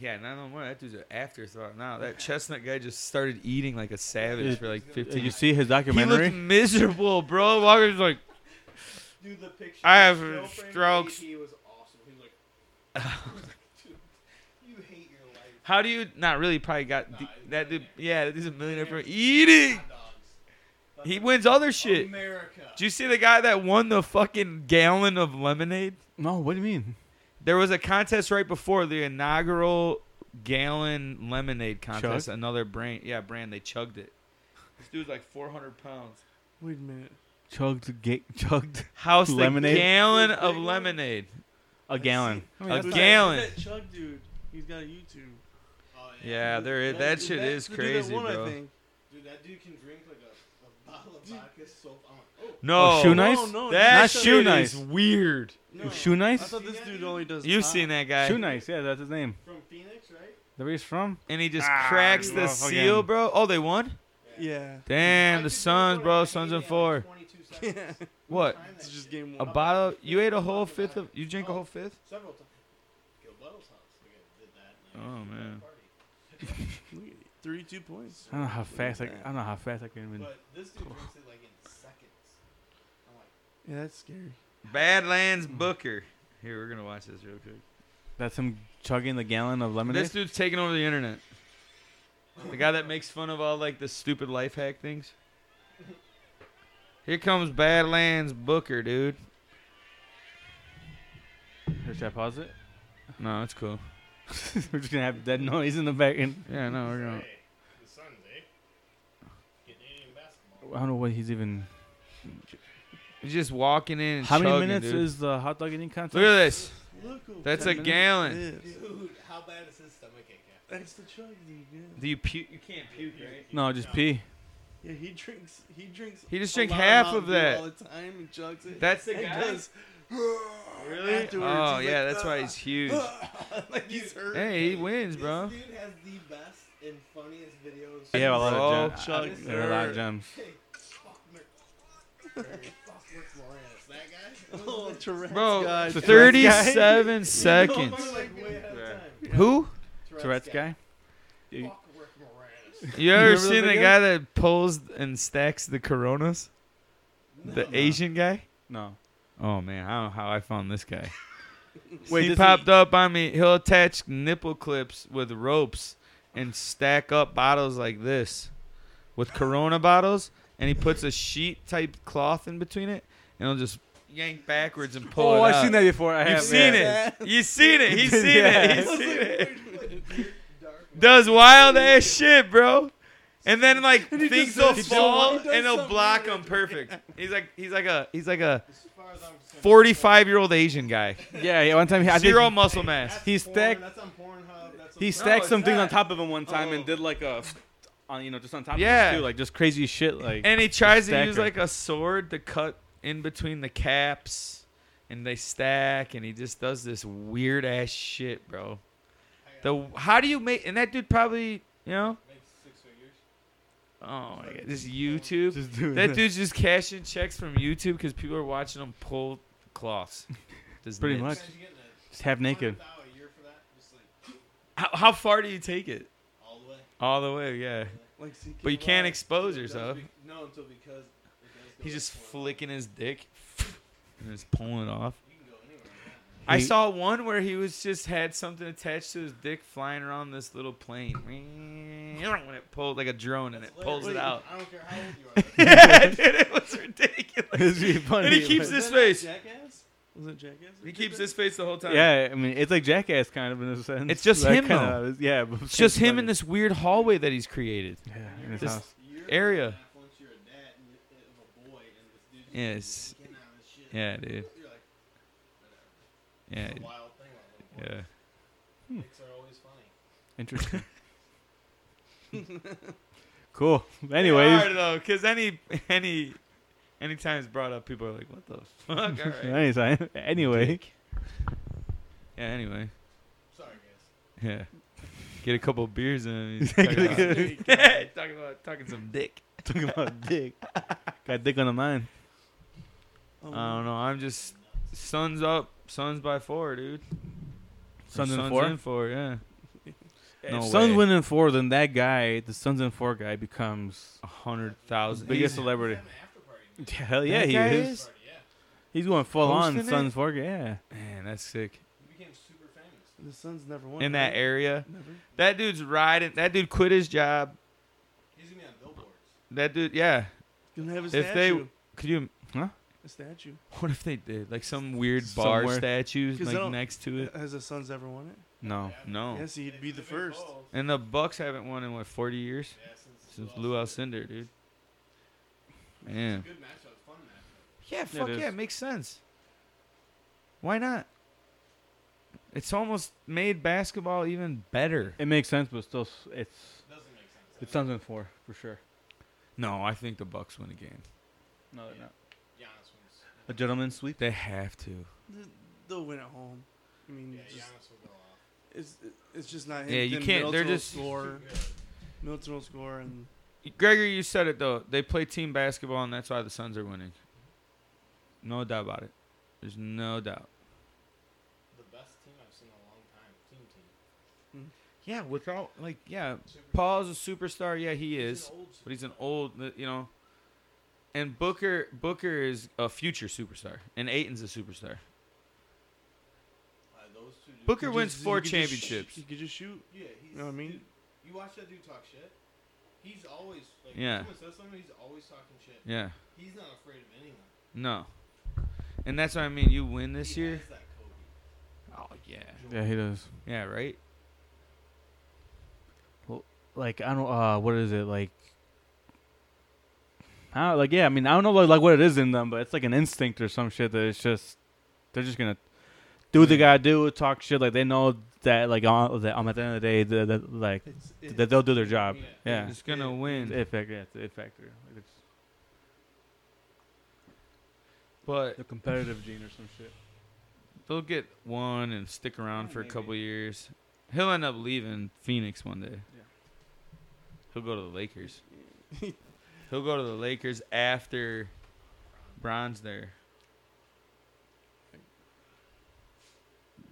[SPEAKER 3] Yeah, not no more. That dude's an afterthought now. That chestnut guy just started eating like a savage
[SPEAKER 2] Dude,
[SPEAKER 3] for like
[SPEAKER 2] Did
[SPEAKER 3] 15
[SPEAKER 2] Uh, you see his
[SPEAKER 3] He
[SPEAKER 2] documentary?
[SPEAKER 3] looked miserable, bro. Walker's like,
[SPEAKER 5] Dude, the picture.
[SPEAKER 3] I
[SPEAKER 5] of
[SPEAKER 3] have
[SPEAKER 5] his girlfriend
[SPEAKER 3] strokes.
[SPEAKER 5] He was awesome. He was like, dude, (laughs) you hate your life.
[SPEAKER 3] how do you? Not really. Probably got
[SPEAKER 5] Nah,
[SPEAKER 3] d-
[SPEAKER 5] he's
[SPEAKER 3] that dude. Yeah, that dude's a millionaire for
[SPEAKER 5] American
[SPEAKER 3] eating.
[SPEAKER 5] Hot dogs.
[SPEAKER 3] He wins other shit.
[SPEAKER 5] America.
[SPEAKER 3] Did you see the guy that won the fucking gallon of lemonade?
[SPEAKER 2] no, what do you mean?
[SPEAKER 3] There was a contest right before the inaugural gallon lemonade contest. Another brand, yeah, brand. They chugged it. This dude's like 400 pounds.
[SPEAKER 4] Wait a minute.
[SPEAKER 2] Chugged, ga- chugged
[SPEAKER 3] House
[SPEAKER 2] Lemonade?
[SPEAKER 3] the gallon of
[SPEAKER 5] Big one?
[SPEAKER 3] lemonade.
[SPEAKER 2] a gallon.
[SPEAKER 3] A
[SPEAKER 4] Who's that- who's
[SPEAKER 3] gallon.
[SPEAKER 4] That Chug dude. He's got a YouTube.
[SPEAKER 5] Oh,
[SPEAKER 3] Yeah, there is, that shit is
[SPEAKER 4] is
[SPEAKER 3] crazy,
[SPEAKER 4] that one, I
[SPEAKER 3] bro.
[SPEAKER 4] think.
[SPEAKER 5] Dude, that dude can drink like a, a bottle of vodka so. I'm like, oh.
[SPEAKER 3] No,
[SPEAKER 2] Oh, shoe nice?
[SPEAKER 4] No, no,
[SPEAKER 3] that
[SPEAKER 2] Not
[SPEAKER 4] that's
[SPEAKER 2] shoe
[SPEAKER 3] shit is
[SPEAKER 2] nice.
[SPEAKER 3] weird.
[SPEAKER 5] No.
[SPEAKER 2] Shoe
[SPEAKER 4] I
[SPEAKER 2] nice.
[SPEAKER 4] thought this dude only does.
[SPEAKER 3] You've
[SPEAKER 4] pop.
[SPEAKER 3] seen that guy,
[SPEAKER 2] Shoe nice. Yeah, that's his name.
[SPEAKER 5] From Phoenix, right?
[SPEAKER 2] Where he's from?
[SPEAKER 3] and he just
[SPEAKER 2] Ah,
[SPEAKER 3] cracks
[SPEAKER 2] you
[SPEAKER 3] the
[SPEAKER 2] motherfucking-
[SPEAKER 3] seal, bro. Oh, they won. (laughs)
[SPEAKER 4] Yeah.
[SPEAKER 3] Damn, the
[SPEAKER 5] I could do it
[SPEAKER 3] Suns,
[SPEAKER 5] for
[SPEAKER 3] bro.
[SPEAKER 5] like
[SPEAKER 3] Suns
[SPEAKER 5] 80
[SPEAKER 3] in
[SPEAKER 5] like
[SPEAKER 3] four.
[SPEAKER 5] 22 seconds.
[SPEAKER 4] Yeah.
[SPEAKER 3] What?
[SPEAKER 5] Time
[SPEAKER 4] It's
[SPEAKER 5] that
[SPEAKER 4] just
[SPEAKER 5] shit.
[SPEAKER 4] game
[SPEAKER 3] A
[SPEAKER 4] one.
[SPEAKER 3] bottle? You ate a whole fifth of? You drank a whole fifth?
[SPEAKER 5] Several times. Gilberto's house. Like I did that.
[SPEAKER 3] Oh,
[SPEAKER 5] like,
[SPEAKER 3] man.
[SPEAKER 5] party.
[SPEAKER 4] Look at it. Thirty-two points.
[SPEAKER 2] I don't know how fast I. I don't know how fast I can even.
[SPEAKER 5] But this dude drinks it like in seconds. I'm like,
[SPEAKER 4] Yeah, that's scary.
[SPEAKER 3] Badlands Booker. Here, we're gonna watch this real quick.
[SPEAKER 2] That's him chugging the gallon of lemonade.
[SPEAKER 3] This dude's taking over the internet. The guy that makes fun of all like the stupid life hack things. Here comes Badlands Booker, dude.
[SPEAKER 2] Or should I pause it? (laughs)
[SPEAKER 3] No, it's cool.
[SPEAKER 2] We're just gonna have that noise in the back. And
[SPEAKER 3] Yeah, no, we're gonna.
[SPEAKER 5] hey, the Suns, eh? Canadian basketball.
[SPEAKER 2] I don't know what he's even.
[SPEAKER 3] He's just walking in. And
[SPEAKER 2] How many
[SPEAKER 3] chugging,
[SPEAKER 2] minutes
[SPEAKER 3] dude.
[SPEAKER 2] is the hot dog eating contest?
[SPEAKER 3] Look at this.
[SPEAKER 4] Look. who
[SPEAKER 3] That's a
[SPEAKER 4] ten minutes
[SPEAKER 3] gallon.
[SPEAKER 4] it is.
[SPEAKER 5] Dude, how bad is his stomach ache after?
[SPEAKER 4] That's the Chug dude. Yeah.
[SPEAKER 3] Do you puke? You can't puke, right?
[SPEAKER 2] No, just pee.
[SPEAKER 4] Yeah, he drinks. He drinks.
[SPEAKER 3] He just
[SPEAKER 4] a
[SPEAKER 3] drank
[SPEAKER 4] lot
[SPEAKER 3] half
[SPEAKER 4] Mountain
[SPEAKER 3] of
[SPEAKER 4] Dew
[SPEAKER 3] that.
[SPEAKER 4] all the time and chugs it.
[SPEAKER 3] That's the
[SPEAKER 4] And
[SPEAKER 3] guy. (sighs)
[SPEAKER 4] does-
[SPEAKER 3] Really?
[SPEAKER 4] Afterwards,
[SPEAKER 3] oh
[SPEAKER 4] he's
[SPEAKER 3] yeah,
[SPEAKER 4] like,
[SPEAKER 3] that's (laughs) why he's huge.
[SPEAKER 4] like he's hurt. (laughs)
[SPEAKER 3] hey, he wins, bro.
[SPEAKER 5] This dude has the best and funniest videos.
[SPEAKER 2] They have a lot
[SPEAKER 3] Oh,
[SPEAKER 2] of gems.
[SPEAKER 4] chug
[SPEAKER 2] They have a lot of
[SPEAKER 4] nerd.
[SPEAKER 2] gems.
[SPEAKER 5] Hey, fuck Mc- Fuck McLaurinus, that guy?
[SPEAKER 3] (laughs)
[SPEAKER 4] Oh, Tourette's
[SPEAKER 3] Bro,
[SPEAKER 4] guy.
[SPEAKER 2] the
[SPEAKER 4] Tourette's
[SPEAKER 2] (laughs)
[SPEAKER 4] guy.
[SPEAKER 3] 37
[SPEAKER 5] Fuck,
[SPEAKER 3] seconds.
[SPEAKER 5] like, way ahead of
[SPEAKER 3] Yeah.
[SPEAKER 5] time.
[SPEAKER 3] Who?
[SPEAKER 2] Tourette's guy. guy?
[SPEAKER 5] Fuck Rick Moranis.
[SPEAKER 3] You ever
[SPEAKER 2] remember that
[SPEAKER 3] seen the
[SPEAKER 2] video?
[SPEAKER 3] guy that pulls and stacks the Coronas? The Asian guy?
[SPEAKER 2] No.
[SPEAKER 3] Oh man, I don't know how I found
[SPEAKER 2] (laughs)
[SPEAKER 3] this guy.
[SPEAKER 2] Wait,
[SPEAKER 3] he
[SPEAKER 2] does
[SPEAKER 3] popped up on me. He'll attach nipple clips with ropes and stack up bottles like this with Corona bottles, and he puts a sheet type cloth in between it, and he'll just yank backwards and pull it
[SPEAKER 2] Oh, I've
[SPEAKER 3] out.
[SPEAKER 2] seen that before. I
[SPEAKER 3] You've
[SPEAKER 2] have.
[SPEAKER 3] seen
[SPEAKER 2] yeah.
[SPEAKER 4] (laughs)
[SPEAKER 3] it. You've seen it. He's seen
[SPEAKER 2] Yeah.
[SPEAKER 3] it. He's seen it.
[SPEAKER 5] Dark
[SPEAKER 3] Does wild ass shit, bro. And then like
[SPEAKER 4] he
[SPEAKER 3] things
[SPEAKER 4] just
[SPEAKER 3] will
[SPEAKER 4] does-
[SPEAKER 3] fall
[SPEAKER 4] he does
[SPEAKER 3] and he'll
[SPEAKER 4] something
[SPEAKER 3] block
[SPEAKER 4] weird.
[SPEAKER 3] him perfect. He's like he's like a he's like a
[SPEAKER 5] as far as I'm concerned.
[SPEAKER 3] 45 year old Asian guy.
[SPEAKER 2] Yeah, yeah. One time he I think
[SPEAKER 3] Zero muscle mass.
[SPEAKER 5] That's
[SPEAKER 2] He
[SPEAKER 5] porn,
[SPEAKER 2] stacked-
[SPEAKER 5] That's on Pornhub. That's on
[SPEAKER 2] he
[SPEAKER 3] No,
[SPEAKER 2] stacked
[SPEAKER 3] it's
[SPEAKER 2] some things on
[SPEAKER 3] not.
[SPEAKER 2] top of him one time
[SPEAKER 3] Oh.
[SPEAKER 2] and did like a, on you know, just on top
[SPEAKER 3] Yeah.
[SPEAKER 2] of him too, like just crazy shit. Like
[SPEAKER 3] And he tries to
[SPEAKER 2] Stacker.
[SPEAKER 3] use like a sword to cut in between the caps and they stack and he just does this weird ass shit, bro. The how do you make and that dude probably, you know,
[SPEAKER 5] Makes six figures.
[SPEAKER 3] oh my god, this YouTube.
[SPEAKER 2] just doing
[SPEAKER 3] That dude's just cashing checks from YouTube because people are watching him pull
[SPEAKER 2] (laughs)
[SPEAKER 3] cloths. Just
[SPEAKER 2] Pretty
[SPEAKER 3] nips.
[SPEAKER 2] much.
[SPEAKER 5] Imagine getting a
[SPEAKER 3] (laughs)
[SPEAKER 2] just half naked.
[SPEAKER 5] $100 a year for that. Just like
[SPEAKER 3] How, how far do you take it?
[SPEAKER 5] all the
[SPEAKER 3] all the way. Yeah,
[SPEAKER 4] Like, see,
[SPEAKER 3] but you
[SPEAKER 4] Kevlar,
[SPEAKER 3] can't expose
[SPEAKER 5] It does
[SPEAKER 3] yourself.
[SPEAKER 5] be- no, until because it does go
[SPEAKER 3] He's just
[SPEAKER 5] like one.
[SPEAKER 3] flicking his dick and just pulling it off.
[SPEAKER 5] You can go anywhere.
[SPEAKER 3] I
[SPEAKER 2] He-
[SPEAKER 3] saw one where he was just had something attached to his dick flying around this little plane. (laughs) When it pulled like a drone and it
[SPEAKER 5] That's
[SPEAKER 3] pulls it
[SPEAKER 5] hilarious.
[SPEAKER 3] out. (laughs)
[SPEAKER 5] (laughs) I don't care how old you are.
[SPEAKER 3] yeah, dude, it was ridiculous.
[SPEAKER 2] (laughs) It'd be funny,
[SPEAKER 3] And he keeps
[SPEAKER 2] but-
[SPEAKER 3] this
[SPEAKER 4] Wasn't that
[SPEAKER 3] face.
[SPEAKER 4] Jackass? Was it Jackass? that
[SPEAKER 3] He
[SPEAKER 4] did
[SPEAKER 3] keeps
[SPEAKER 4] that?
[SPEAKER 3] his face the whole time.
[SPEAKER 2] Yeah, I mean, it's like Jackass kind of in a sense.
[SPEAKER 3] It's just
[SPEAKER 2] That
[SPEAKER 3] him,
[SPEAKER 2] kind
[SPEAKER 3] though.
[SPEAKER 2] of is- yeah, but
[SPEAKER 3] It's just him in
[SPEAKER 2] funny.
[SPEAKER 3] this weird hallway that he's created.
[SPEAKER 2] Yeah, in his
[SPEAKER 3] This-
[SPEAKER 2] house.
[SPEAKER 5] You're
[SPEAKER 3] Area.
[SPEAKER 5] half Once you're a dad and you're- uh, of a boy and this dude's just
[SPEAKER 3] Yes.
[SPEAKER 5] getting out of his shit.
[SPEAKER 3] Yeah, dude.
[SPEAKER 5] You're
[SPEAKER 3] Yeah.
[SPEAKER 5] like, whatever. It's a wild thing about little boys.
[SPEAKER 3] Yeah.
[SPEAKER 5] Dicks are always funny.
[SPEAKER 2] Interesting. cool. (laughs)
[SPEAKER 3] They
[SPEAKER 2] Anyways,
[SPEAKER 3] are, though, because any any anytime it's brought up, people are like, "What the fuck?" All (laughs) right.
[SPEAKER 2] anytime.
[SPEAKER 3] (laughs)
[SPEAKER 2] Anyway,
[SPEAKER 3] Yeah. Anyway.
[SPEAKER 5] Sorry, guys.
[SPEAKER 3] Yeah. Get a couple beers (laughs) in. He's
[SPEAKER 2] Get
[SPEAKER 3] talking,
[SPEAKER 2] a-
[SPEAKER 3] about, (laughs)
[SPEAKER 4] There you go.
[SPEAKER 3] talking about talking some dick.
[SPEAKER 2] talking about
[SPEAKER 3] (laughs)
[SPEAKER 2] dick. Got dick on the mind.
[SPEAKER 4] Oh,
[SPEAKER 3] I don't know. I'm just suns up, suns by four, dude.
[SPEAKER 2] Suns in
[SPEAKER 3] Suns
[SPEAKER 2] four?
[SPEAKER 3] in four, (laughs) yeah. No
[SPEAKER 2] if Suns
[SPEAKER 3] way.
[SPEAKER 2] win in four, then that guy, the Suns in four guy, becomes
[SPEAKER 3] A hundred thousand.
[SPEAKER 2] biggest
[SPEAKER 3] He's
[SPEAKER 2] celebrity.
[SPEAKER 5] Having an after party.
[SPEAKER 2] (laughs)
[SPEAKER 5] man.
[SPEAKER 2] Hell yeah,
[SPEAKER 3] That
[SPEAKER 2] he
[SPEAKER 3] guy
[SPEAKER 2] is.
[SPEAKER 3] is?
[SPEAKER 5] Party, yeah.
[SPEAKER 2] He's going full on
[SPEAKER 3] Hosting it?
[SPEAKER 2] Suns four. Yeah,
[SPEAKER 3] Man, that's sick.
[SPEAKER 5] He became super famous.
[SPEAKER 4] The Suns never won.
[SPEAKER 3] In that
[SPEAKER 4] right?
[SPEAKER 3] area,
[SPEAKER 4] Never.
[SPEAKER 3] that dude's riding. That dude quit his job.
[SPEAKER 5] He's gonna be on billboards.
[SPEAKER 3] That dude, yeah.
[SPEAKER 4] Gonna have a
[SPEAKER 3] If they-
[SPEAKER 4] statue.
[SPEAKER 3] Could you? (laughs)
[SPEAKER 4] A statue.
[SPEAKER 3] What if they did like some weird bar
[SPEAKER 2] Somewhere.
[SPEAKER 3] statues
[SPEAKER 4] 'Cause they
[SPEAKER 3] like
[SPEAKER 4] don't-
[SPEAKER 3] next to it?
[SPEAKER 4] Has the Suns ever won it?
[SPEAKER 2] no.
[SPEAKER 3] No.
[SPEAKER 4] Yes, he'd
[SPEAKER 5] They
[SPEAKER 4] be
[SPEAKER 5] do
[SPEAKER 4] the
[SPEAKER 5] big
[SPEAKER 4] first.
[SPEAKER 5] balls.
[SPEAKER 3] And the Bucks haven't won in what forty years
[SPEAKER 5] Yeah, since,
[SPEAKER 3] since
[SPEAKER 5] Lou
[SPEAKER 3] Lou
[SPEAKER 5] Alcindor.
[SPEAKER 3] Alcindor, dude. Man.
[SPEAKER 5] Good matchup, fun matchup.
[SPEAKER 3] Yeah, fuck
[SPEAKER 2] is.
[SPEAKER 3] yeah, it makes sense. Why not? It's almost made basketball even better.
[SPEAKER 2] It makes sense, but still, s- it's
[SPEAKER 5] Doesn't make sense.
[SPEAKER 2] it's Suns in four for sure.
[SPEAKER 3] No, I think the Bucks win a game.
[SPEAKER 2] No, they're
[SPEAKER 5] Yeah.
[SPEAKER 2] not.
[SPEAKER 5] Giannis wins.
[SPEAKER 2] A gentleman's sweep.
[SPEAKER 3] They have to.
[SPEAKER 4] Th- They'll win at home. I mean,
[SPEAKER 5] Yeah,
[SPEAKER 4] just,
[SPEAKER 5] Giannis will go off.
[SPEAKER 4] it's it's just not him.
[SPEAKER 3] Yeah, you
[SPEAKER 4] Then
[SPEAKER 3] can't- they're
[SPEAKER 4] Middleton will
[SPEAKER 3] just-
[SPEAKER 4] score.
[SPEAKER 5] Good.
[SPEAKER 4] Middleton will score, and
[SPEAKER 3] Gregory, you said it though. They play team basketball, and that's why the Suns are winning. No doubt about it. There's no doubt.
[SPEAKER 5] The best team I've seen in a long time. Team team.
[SPEAKER 3] Yeah, without like yeah,
[SPEAKER 5] Super
[SPEAKER 3] Paul's a superstar. Yeah, he
[SPEAKER 5] He's
[SPEAKER 3] is,
[SPEAKER 5] an old
[SPEAKER 3] but he's an old, uh, you know. And Booker Booker is a future superstar, and Aiton's a superstar.
[SPEAKER 5] super- uh, those two dudes-
[SPEAKER 3] Booker
[SPEAKER 4] you
[SPEAKER 3] wins
[SPEAKER 4] just-
[SPEAKER 3] four
[SPEAKER 4] you could just sh-
[SPEAKER 3] championships.
[SPEAKER 4] You could just shoot.
[SPEAKER 5] Yeah, he's.
[SPEAKER 4] You know what I mean?
[SPEAKER 5] dude, you watch that dude talk shit. He's always like.
[SPEAKER 3] Yeah.
[SPEAKER 5] Someone says something. He's always talking shit.
[SPEAKER 3] Yeah.
[SPEAKER 5] He's not afraid of anyone.
[SPEAKER 3] No. And that's what I mean. You win this
[SPEAKER 5] he
[SPEAKER 3] year.
[SPEAKER 5] Has that Kobe.
[SPEAKER 3] Oh yeah.
[SPEAKER 2] Yeah, he does.
[SPEAKER 3] Yeah. Right.
[SPEAKER 2] like I don't uh what is it like I don't, like yeah, I mean I don't know like, like what it is in them, but it's like an instinct or some shit that it's just they're just gonna do what they gotta do, talk shit like they know that like on that um, at the end of the day that, that like
[SPEAKER 4] It's,
[SPEAKER 2] that they'll do their job.
[SPEAKER 5] Yeah.
[SPEAKER 2] Yeah,
[SPEAKER 3] It's gonna
[SPEAKER 2] It's
[SPEAKER 3] win.
[SPEAKER 2] it factor. Yeah, it's it factor. Like it's
[SPEAKER 3] but
[SPEAKER 2] the competitive gene or some shit.
[SPEAKER 3] they'll get one and stick around
[SPEAKER 2] Yeah,
[SPEAKER 3] for a
[SPEAKER 2] maybe.
[SPEAKER 3] couple years. He'll end up leaving Phoenix one day.
[SPEAKER 2] Yeah.
[SPEAKER 3] He'll go to the
[SPEAKER 4] (laughs)
[SPEAKER 3] Lakers. He'll go to the Lakers after Bron's there.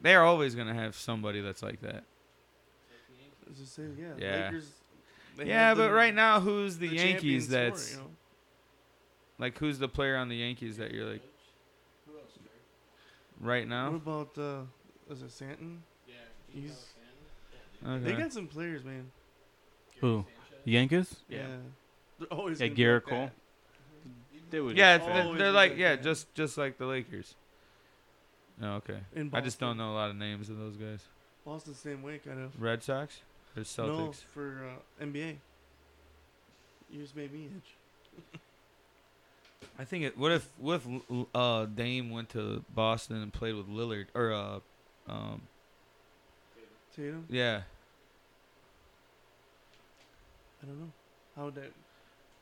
[SPEAKER 3] They're always gonna have somebody that's like that.
[SPEAKER 4] It's the same, yeah.
[SPEAKER 3] Yeah.
[SPEAKER 4] Lakers, they
[SPEAKER 3] yeah,
[SPEAKER 4] have
[SPEAKER 3] but
[SPEAKER 4] the-
[SPEAKER 3] right now, who's the,
[SPEAKER 4] the
[SPEAKER 3] Yankees?
[SPEAKER 4] champions score,
[SPEAKER 3] That's
[SPEAKER 4] you know?
[SPEAKER 3] like who's the player on the Yankees that you're like
[SPEAKER 5] Who else? Jerry?
[SPEAKER 3] right
[SPEAKER 4] What
[SPEAKER 3] now?
[SPEAKER 4] about uh, is it Santon?
[SPEAKER 5] Yeah.
[SPEAKER 4] He's-
[SPEAKER 5] He's.
[SPEAKER 4] They
[SPEAKER 3] Okay.
[SPEAKER 4] got some players, man.
[SPEAKER 2] Who? Yankees?
[SPEAKER 4] Yeah, they're always
[SPEAKER 2] Yeah,
[SPEAKER 4] gonna be
[SPEAKER 2] Garrett
[SPEAKER 4] like that.
[SPEAKER 2] Cole. Dude.
[SPEAKER 3] Yeah,
[SPEAKER 4] It's
[SPEAKER 3] they're,
[SPEAKER 4] always
[SPEAKER 3] they're
[SPEAKER 4] been
[SPEAKER 3] like
[SPEAKER 4] like
[SPEAKER 3] yeah,
[SPEAKER 4] that.
[SPEAKER 3] just just like the Lakers. Oh, okay.
[SPEAKER 4] In
[SPEAKER 3] I just don't
[SPEAKER 4] Boston.
[SPEAKER 3] know a lot of names of those guys.
[SPEAKER 4] Boston same way, kind of.
[SPEAKER 3] Red Sox or
[SPEAKER 4] No,
[SPEAKER 3] Celtics?
[SPEAKER 4] for uh, NBA. You just made me itch.
[SPEAKER 3] I think it. What if what if L- L- uh, Dame went to Boston and played with Lillard or uh, um,
[SPEAKER 4] Tatum,
[SPEAKER 3] yeah?
[SPEAKER 4] I don't know. How would that?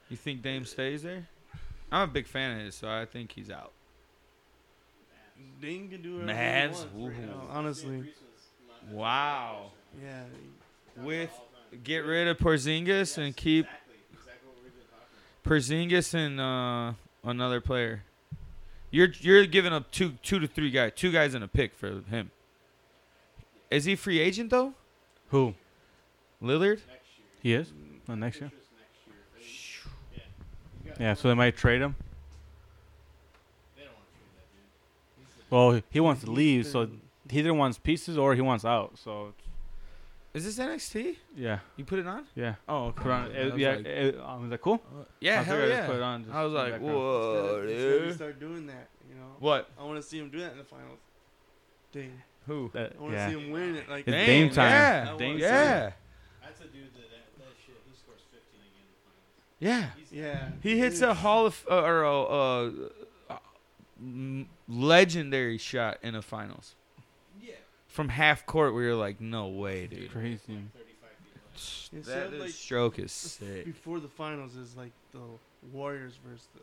[SPEAKER 3] You think Dame stays there? I'm a big fan of his, so I think he's out.
[SPEAKER 4] Dame can do whatever
[SPEAKER 3] Mavs?
[SPEAKER 4] he wants right
[SPEAKER 3] Ooh.
[SPEAKER 4] now, honestly.
[SPEAKER 3] Wow.
[SPEAKER 4] Yeah,
[SPEAKER 3] With get rid of Porzingis and keep
[SPEAKER 5] Exactly. Exactly what we've been talking about.
[SPEAKER 3] Porzingis and uh, another player. You're you're giving up two two to three guys, two guys and a pick for him. Is he free agent though?
[SPEAKER 2] Who?
[SPEAKER 3] Lillard?
[SPEAKER 5] Next year.
[SPEAKER 2] He is? Well, next year? Yeah, so they might trade him. Well, he- he wants to leave, so he either wants pieces or he wants out. So,
[SPEAKER 3] Is this NXT?
[SPEAKER 2] yeah,
[SPEAKER 3] You put it on?
[SPEAKER 2] yeah.
[SPEAKER 3] Oh,
[SPEAKER 2] Put on,
[SPEAKER 3] I
[SPEAKER 2] it,
[SPEAKER 3] was
[SPEAKER 2] yeah,
[SPEAKER 3] like-
[SPEAKER 2] it- um, is that cool?
[SPEAKER 3] yeah,
[SPEAKER 2] I
[SPEAKER 3] hell
[SPEAKER 2] figured I just
[SPEAKER 3] yeah.
[SPEAKER 2] put it on just
[SPEAKER 3] I was
[SPEAKER 2] in the
[SPEAKER 3] like,
[SPEAKER 2] background.
[SPEAKER 3] whoa,
[SPEAKER 4] We
[SPEAKER 3] Oh, dude.
[SPEAKER 4] start doing that, you know.
[SPEAKER 3] What?
[SPEAKER 4] I want to see him do that in the finals. Dang.
[SPEAKER 3] Who?
[SPEAKER 2] That-
[SPEAKER 4] I want to
[SPEAKER 2] yeah.
[SPEAKER 4] see him win it. Like
[SPEAKER 2] It's
[SPEAKER 3] Dang,
[SPEAKER 2] Dame time.
[SPEAKER 3] yeah.
[SPEAKER 2] Dame time.
[SPEAKER 3] Yeah,
[SPEAKER 5] That's a dude that that, that shit. He scores 15 again. in the finals.
[SPEAKER 3] yeah.
[SPEAKER 5] He's
[SPEAKER 4] yeah.
[SPEAKER 3] He hits a Hall of uh, or a uh, uh, m- legendary shot in the finals
[SPEAKER 5] Yeah.
[SPEAKER 3] from half court. Where you're like, no way, dude.
[SPEAKER 2] Crazy.
[SPEAKER 5] 35 feet left.
[SPEAKER 4] Yeah, so,
[SPEAKER 3] That
[SPEAKER 4] like,
[SPEAKER 3] is stroke is sick.
[SPEAKER 4] before the finals is like the Warriors versus the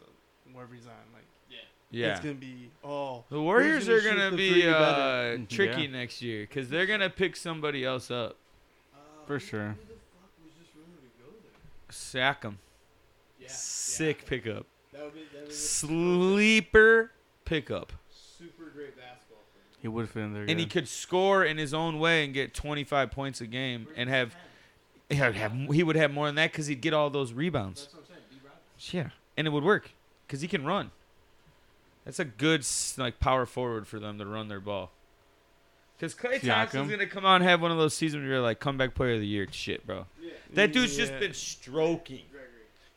[SPEAKER 4] whoever he's on. Like
[SPEAKER 5] Yeah.
[SPEAKER 3] Yeah.
[SPEAKER 4] it's gonna be oh
[SPEAKER 3] The Warriors
[SPEAKER 4] gonna
[SPEAKER 3] are
[SPEAKER 4] shoot
[SPEAKER 3] gonna
[SPEAKER 4] the
[SPEAKER 3] be
[SPEAKER 4] three
[SPEAKER 3] uh,
[SPEAKER 4] better? Mm-hmm.
[SPEAKER 3] tricky
[SPEAKER 2] Yeah.
[SPEAKER 3] next year because they're gonna pick somebody else up.
[SPEAKER 5] Uh,
[SPEAKER 2] For
[SPEAKER 5] who-
[SPEAKER 2] sure.
[SPEAKER 5] Who the fuck was just rumored to go there?
[SPEAKER 3] Sack 'em.
[SPEAKER 5] Yeah.
[SPEAKER 3] Sick
[SPEAKER 5] yeah.
[SPEAKER 3] pickup.
[SPEAKER 5] That would be, that would be
[SPEAKER 3] Sleeper pickup.
[SPEAKER 5] super great basketball player.
[SPEAKER 2] He would fit in there.
[SPEAKER 3] And he
[SPEAKER 2] yeah.
[SPEAKER 3] could score in his own way and get 25 points a game and have he would have, he would have more than that because he'd get all those rebounds.
[SPEAKER 5] That's what I'm saying. D. Robinson.
[SPEAKER 3] Yeah, and it would work because he can run. That's a good s- like power forward for them to run their ball. Because Clay Thompson's
[SPEAKER 2] Siakam.
[SPEAKER 3] gonna come out and have one of those seasons where you're like comeback player of the year shit, bro.
[SPEAKER 5] Yeah.
[SPEAKER 3] That dude's just
[SPEAKER 4] Yeah.
[SPEAKER 3] been stroking.
[SPEAKER 5] Gregory.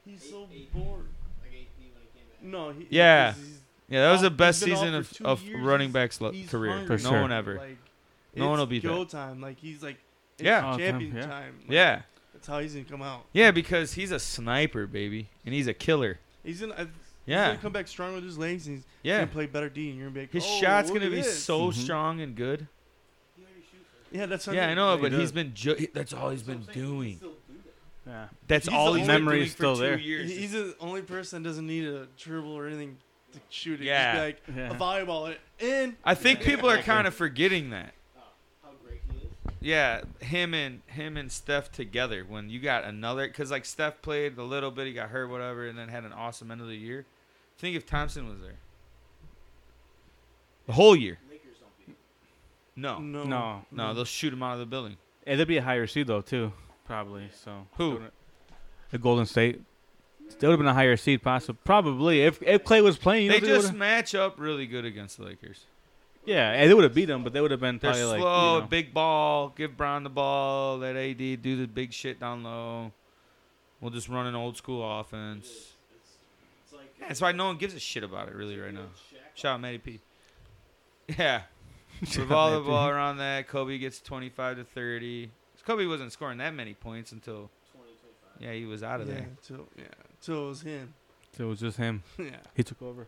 [SPEAKER 4] he's
[SPEAKER 5] Eight-
[SPEAKER 4] so
[SPEAKER 5] eight.
[SPEAKER 4] bored.
[SPEAKER 5] Like 8 D when he came back.
[SPEAKER 4] No, he,
[SPEAKER 3] Yeah.
[SPEAKER 4] he's- he's-
[SPEAKER 3] Yeah, that was
[SPEAKER 4] Off-
[SPEAKER 3] the best
[SPEAKER 4] he's been off
[SPEAKER 3] season
[SPEAKER 4] for
[SPEAKER 3] of,
[SPEAKER 4] two
[SPEAKER 3] of
[SPEAKER 4] years.
[SPEAKER 3] running backs lo-
[SPEAKER 4] he's
[SPEAKER 3] career.
[SPEAKER 4] hungry.
[SPEAKER 2] For
[SPEAKER 3] No
[SPEAKER 2] sure.
[SPEAKER 3] one ever.
[SPEAKER 4] Like,
[SPEAKER 3] No one
[SPEAKER 4] it's
[SPEAKER 3] will beat
[SPEAKER 4] go
[SPEAKER 3] that.
[SPEAKER 4] time. Like he's like it's
[SPEAKER 3] Yeah.
[SPEAKER 2] All the time,
[SPEAKER 4] champion
[SPEAKER 2] yeah.
[SPEAKER 4] time. Like,
[SPEAKER 3] Yeah,
[SPEAKER 4] that's how he's gonna come out.
[SPEAKER 3] yeah, because he's a sniper, baby, and he's a killer.
[SPEAKER 4] He's gonna. I-
[SPEAKER 3] Yeah.
[SPEAKER 4] He's gonna come back strong with his legs. And he's
[SPEAKER 3] Yeah,
[SPEAKER 4] gonna play better D, and you're gonna be like,
[SPEAKER 3] his
[SPEAKER 4] oh,
[SPEAKER 3] shot's
[SPEAKER 4] look
[SPEAKER 3] gonna
[SPEAKER 4] at
[SPEAKER 3] be
[SPEAKER 4] this.
[SPEAKER 3] so
[SPEAKER 5] Mm-hmm.
[SPEAKER 2] Mhm.
[SPEAKER 3] strong and good.
[SPEAKER 5] He already shoots. right?
[SPEAKER 4] Yeah, that's what
[SPEAKER 3] Yeah, I know,
[SPEAKER 2] he
[SPEAKER 3] but
[SPEAKER 2] does.
[SPEAKER 3] he's been. Ju- that's all he's been
[SPEAKER 5] That's what I'm saying. He
[SPEAKER 3] doing.
[SPEAKER 5] can still do that.
[SPEAKER 2] Yeah.
[SPEAKER 3] That's
[SPEAKER 4] He's
[SPEAKER 3] all
[SPEAKER 4] the
[SPEAKER 3] he's
[SPEAKER 4] only-
[SPEAKER 3] been
[SPEAKER 2] Memory
[SPEAKER 3] doing
[SPEAKER 2] is still
[SPEAKER 3] for
[SPEAKER 2] there.
[SPEAKER 3] two years.
[SPEAKER 4] He's the only person that doesn't need a dribble or anything to shoot it.
[SPEAKER 3] Yeah.
[SPEAKER 4] Just be like
[SPEAKER 2] Yeah.
[SPEAKER 4] a volleyball it in.
[SPEAKER 3] I think people are kind of forgetting that.
[SPEAKER 5] Oh, How great he is.
[SPEAKER 3] Yeah, him and him and Steph together. When you got another, because like Steph played a little bit, he got hurt, whatever, and then had an awesome end of the year. Think if Thompson was there, the whole year.
[SPEAKER 5] Lakers don't beat him.
[SPEAKER 3] No,
[SPEAKER 4] No.
[SPEAKER 2] No.
[SPEAKER 3] no, they'll shoot him out of the building.
[SPEAKER 2] It'd be a higher seed though too, probably. So
[SPEAKER 3] Who?
[SPEAKER 2] The Golden State. They would have been a higher seed, possible. Probably if if Clay was playing, you
[SPEAKER 3] They
[SPEAKER 2] know,
[SPEAKER 3] just
[SPEAKER 2] would've-
[SPEAKER 3] match up really good against the Lakers.
[SPEAKER 2] yeah, and they would have beat them, but they would have been
[SPEAKER 3] They're
[SPEAKER 2] probably
[SPEAKER 3] slow,
[SPEAKER 2] like you know,
[SPEAKER 3] big ball. Give Brown the ball. Let AD do the big shit down low. We'll just run an old school
[SPEAKER 5] It
[SPEAKER 3] offense.
[SPEAKER 5] is. It's, it's like.
[SPEAKER 3] Yeah, that's why no one gives a shit about it really right now. Shout out Matty P. (laughs)
[SPEAKER 2] (laughs)
[SPEAKER 3] Yeah. Revolve the ball around that. Kobe gets 25 to 30. Kobe wasn't scoring that many points until, yeah, he was out of
[SPEAKER 4] Yeah.
[SPEAKER 3] there.
[SPEAKER 4] Till yeah. Till it was him. (laughs)
[SPEAKER 2] it was just him.
[SPEAKER 4] yeah.
[SPEAKER 2] He took over.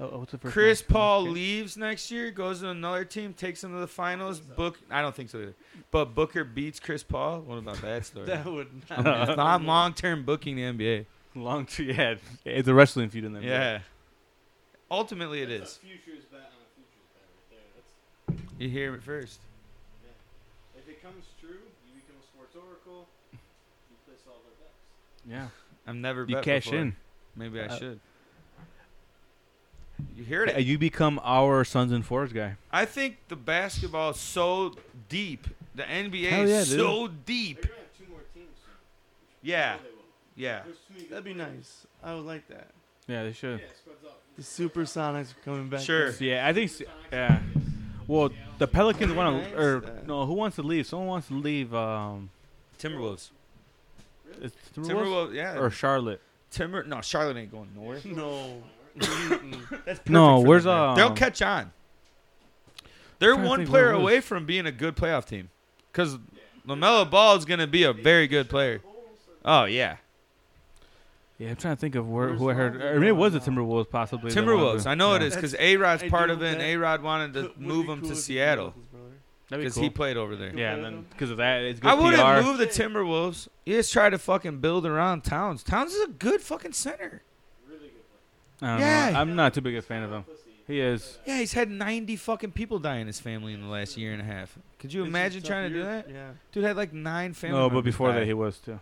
[SPEAKER 2] Oh, oh, what's the first
[SPEAKER 3] Chris
[SPEAKER 2] match?
[SPEAKER 3] Paul
[SPEAKER 2] Okay.
[SPEAKER 3] leaves next year, goes to another team, takes him to the finals. Book, I don't think so either. But Booker beats Chris Paul. What about that
[SPEAKER 2] (laughs)
[SPEAKER 3] story?
[SPEAKER 4] That would
[SPEAKER 3] (laughs)
[SPEAKER 4] not.
[SPEAKER 3] it's not long-term booking the NBA.
[SPEAKER 2] long to yeah, it's a wrestling feud in there.
[SPEAKER 3] Yeah. Ultimately, it
[SPEAKER 5] That's
[SPEAKER 3] is.
[SPEAKER 5] a futures bet on a futures bet right there. That's,
[SPEAKER 3] You hear it first.
[SPEAKER 5] if it comes true, you become a sports oracle. You place all their bets.
[SPEAKER 2] yeah.
[SPEAKER 3] I've never
[SPEAKER 2] You
[SPEAKER 3] bet
[SPEAKER 2] cash
[SPEAKER 3] before.
[SPEAKER 2] in.
[SPEAKER 3] Maybe I
[SPEAKER 2] Uh,
[SPEAKER 3] should. You heard it.
[SPEAKER 2] You become our sons and fours guy.
[SPEAKER 3] I think the basketball is so deep. The NBA
[SPEAKER 2] Hell yeah,
[SPEAKER 3] is
[SPEAKER 2] dude.
[SPEAKER 3] so
[SPEAKER 5] They're
[SPEAKER 3] deep.
[SPEAKER 5] gonna have two more teams. Soon.
[SPEAKER 3] Yeah,
[SPEAKER 5] No, they won't.
[SPEAKER 3] yeah.
[SPEAKER 5] There's too many good
[SPEAKER 4] That'd be
[SPEAKER 5] players.
[SPEAKER 4] nice. I would like that.
[SPEAKER 2] Yeah, they should.
[SPEAKER 5] Yeah, it spreads out.
[SPEAKER 4] The Supersonics are coming back.
[SPEAKER 3] Sure.
[SPEAKER 2] So, yeah, I think. s- Yeah. Well, the Pelicans want to, or no, who wants to leave? Someone wants to leave. Um,
[SPEAKER 3] Timberwolves.
[SPEAKER 2] it's Timberwolves
[SPEAKER 3] Timberwolves. Yeah.
[SPEAKER 2] or Charlotte.
[SPEAKER 3] Timber. No, Charlotte ain't going north.
[SPEAKER 4] (laughs) No.
[SPEAKER 3] That's
[SPEAKER 2] No,
[SPEAKER 3] perfect for
[SPEAKER 2] where's,
[SPEAKER 3] them, man. They'll
[SPEAKER 2] um,
[SPEAKER 3] catch on. They're
[SPEAKER 2] trying to
[SPEAKER 3] one
[SPEAKER 2] think
[SPEAKER 3] player
[SPEAKER 2] where it
[SPEAKER 3] away from being a good playoff team, because Lamelo Ball is gonna be a very good player. Oh yeah,
[SPEAKER 2] Yeah, I'm trying to think of where
[SPEAKER 4] Where's
[SPEAKER 2] who I heard.
[SPEAKER 4] Lonzo
[SPEAKER 2] Or maybe it was the
[SPEAKER 4] going now?
[SPEAKER 2] Timberwolves, possibly. that wanted
[SPEAKER 3] Timberwolves.
[SPEAKER 2] to-
[SPEAKER 3] I know it
[SPEAKER 2] yeah.
[SPEAKER 3] is because
[SPEAKER 4] That's-
[SPEAKER 3] A Rod's
[SPEAKER 4] I
[SPEAKER 3] part
[SPEAKER 4] do
[SPEAKER 3] of it. and
[SPEAKER 4] that.
[SPEAKER 3] A Rod wanted to
[SPEAKER 4] Would be
[SPEAKER 3] move him
[SPEAKER 4] cool
[SPEAKER 3] to
[SPEAKER 4] if he
[SPEAKER 3] Seattle
[SPEAKER 4] was his brother.
[SPEAKER 2] That'd be
[SPEAKER 3] because
[SPEAKER 2] cool.
[SPEAKER 3] he played over there.
[SPEAKER 2] yeah, and then because of that, it's good
[SPEAKER 3] I wouldn't
[SPEAKER 2] PR.
[SPEAKER 3] move the Timberwolves. You just try to fucking build around Towns. Towns is a good fucking center.
[SPEAKER 2] I don't know.
[SPEAKER 3] Yeah.
[SPEAKER 2] I'm not too big a fan of him. He is.
[SPEAKER 3] Yeah, he's had 90 fucking people die in his family in the last year and a half. Could you
[SPEAKER 4] It's a
[SPEAKER 3] imagine
[SPEAKER 4] tough
[SPEAKER 3] trying to do
[SPEAKER 4] year.
[SPEAKER 3] that?
[SPEAKER 4] Yeah.
[SPEAKER 3] Dude had like nine family.
[SPEAKER 2] No, but
[SPEAKER 3] members
[SPEAKER 2] before
[SPEAKER 3] die.
[SPEAKER 2] that, he was too.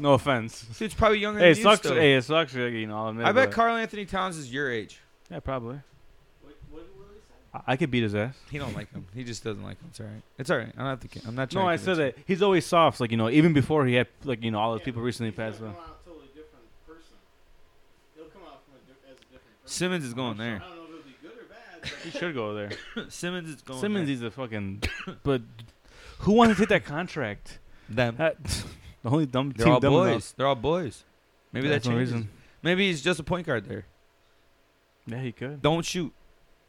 [SPEAKER 2] No offense.
[SPEAKER 3] dude's probably younger
[SPEAKER 2] Hey, it
[SPEAKER 3] than you.
[SPEAKER 2] sucks.
[SPEAKER 3] still.
[SPEAKER 2] Hey, it sucks. You know, I'll admit,
[SPEAKER 3] I bet
[SPEAKER 2] but-
[SPEAKER 3] Carl Anthony Towns is your age.
[SPEAKER 2] Yeah, probably.
[SPEAKER 5] What, what, what did they say?
[SPEAKER 2] I- I could beat his ass.
[SPEAKER 3] He don't like him. He just doesn't like him. It's all right. It's all right. I don't have to. ca- I'm not trying.
[SPEAKER 2] No,
[SPEAKER 3] to
[SPEAKER 2] I said
[SPEAKER 3] convince
[SPEAKER 2] that he's always soft. Like you know, even before he had like you know all those
[SPEAKER 5] Yeah,
[SPEAKER 2] people
[SPEAKER 5] but
[SPEAKER 2] recently
[SPEAKER 5] he's gonna
[SPEAKER 2] passed away.
[SPEAKER 5] come out totally different person. He'll come out from a di- as a different
[SPEAKER 3] you.
[SPEAKER 5] person.
[SPEAKER 3] Simmons is going
[SPEAKER 5] I
[SPEAKER 3] there.
[SPEAKER 5] don't know if it'll be good or bad. But
[SPEAKER 2] He should go there.
[SPEAKER 3] Simmons is going.
[SPEAKER 2] Simmons is a (coughs) fucking. But who wants to take that contract?
[SPEAKER 3] there. them.
[SPEAKER 2] That, (laughs) the only dumb
[SPEAKER 3] They're
[SPEAKER 2] team
[SPEAKER 3] all
[SPEAKER 2] dumb enough.
[SPEAKER 3] boys. They're all boys. Maybe
[SPEAKER 2] Yeah,
[SPEAKER 3] that
[SPEAKER 2] for no
[SPEAKER 3] changes.
[SPEAKER 2] reason.
[SPEAKER 3] Maybe he's just a point guard there.
[SPEAKER 2] Yeah, he could.
[SPEAKER 3] Don't shoot.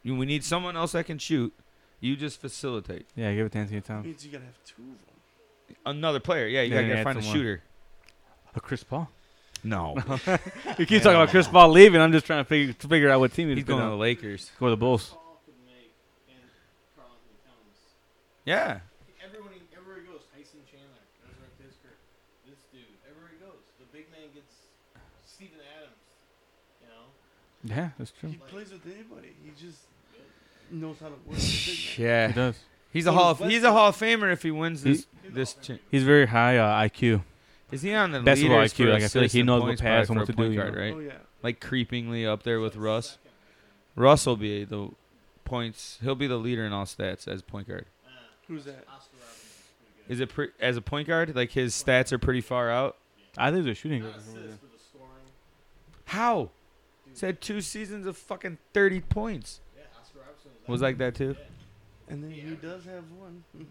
[SPEAKER 3] You- We need someone else that can shoot. You just facilitate.
[SPEAKER 2] Yeah, give it to Anthony
[SPEAKER 4] That
[SPEAKER 2] Town.
[SPEAKER 4] means you gotta have two of them.
[SPEAKER 3] Another player. Yeah, you
[SPEAKER 2] Yeah,
[SPEAKER 3] gotta,
[SPEAKER 2] yeah,
[SPEAKER 3] gotta find a
[SPEAKER 2] someone.
[SPEAKER 3] shooter.
[SPEAKER 2] A Chris Paul.
[SPEAKER 3] (laughs) No,
[SPEAKER 2] You keep talking about Chris Paul leaving. I'm just trying to figure to figure out what team he's,
[SPEAKER 3] he's going to the
[SPEAKER 2] on.
[SPEAKER 3] Lakers.
[SPEAKER 2] Go to the Bulls.
[SPEAKER 5] Paul could make and Carl Anthony Towns.
[SPEAKER 2] (laughs)
[SPEAKER 3] Yeah,
[SPEAKER 5] Everyone, he- everywhere he goes, Tyson Chandler, resurrect his career. This dude, everywhere he goes, the big man gets Steven Adams. You know,
[SPEAKER 2] Yeah, that's true.
[SPEAKER 4] He plays with anybody. He just knows how to work. with big men.
[SPEAKER 2] He
[SPEAKER 3] yeah.
[SPEAKER 2] does.
[SPEAKER 3] He's a
[SPEAKER 4] So does
[SPEAKER 3] hall. Of, he's a
[SPEAKER 4] Westbrook.
[SPEAKER 3] hall of famer if he wins
[SPEAKER 2] He-
[SPEAKER 3] this. this cha-
[SPEAKER 2] He's very high uh, IQ.
[SPEAKER 3] is he on the
[SPEAKER 2] Basketball
[SPEAKER 3] leaders
[SPEAKER 2] IQ,
[SPEAKER 3] for
[SPEAKER 2] like, I feel like he
[SPEAKER 3] assists and
[SPEAKER 2] knows what
[SPEAKER 3] points
[SPEAKER 2] pass
[SPEAKER 3] by
[SPEAKER 2] and
[SPEAKER 3] for
[SPEAKER 2] what
[SPEAKER 3] a
[SPEAKER 2] to
[SPEAKER 3] point
[SPEAKER 2] do, you
[SPEAKER 3] guard,
[SPEAKER 2] know. (laughs)
[SPEAKER 3] right?
[SPEAKER 4] Oh yeah.
[SPEAKER 3] Like creepingly up there with Russ. Russ will be the points. He'll be the leader in all stats as point guard.
[SPEAKER 4] Who's that?
[SPEAKER 5] Oscar Robinson's pretty good.
[SPEAKER 3] Is it pre- as a point guard? Like his stats are pretty far out.
[SPEAKER 2] I think they're shooting.
[SPEAKER 5] Not assists, but the scoring.
[SPEAKER 3] How? He's had two seasons of fucking thirty points.
[SPEAKER 5] Yeah, Oscar Robinson was,
[SPEAKER 3] Was like that too.
[SPEAKER 4] And then he does have one. (laughs)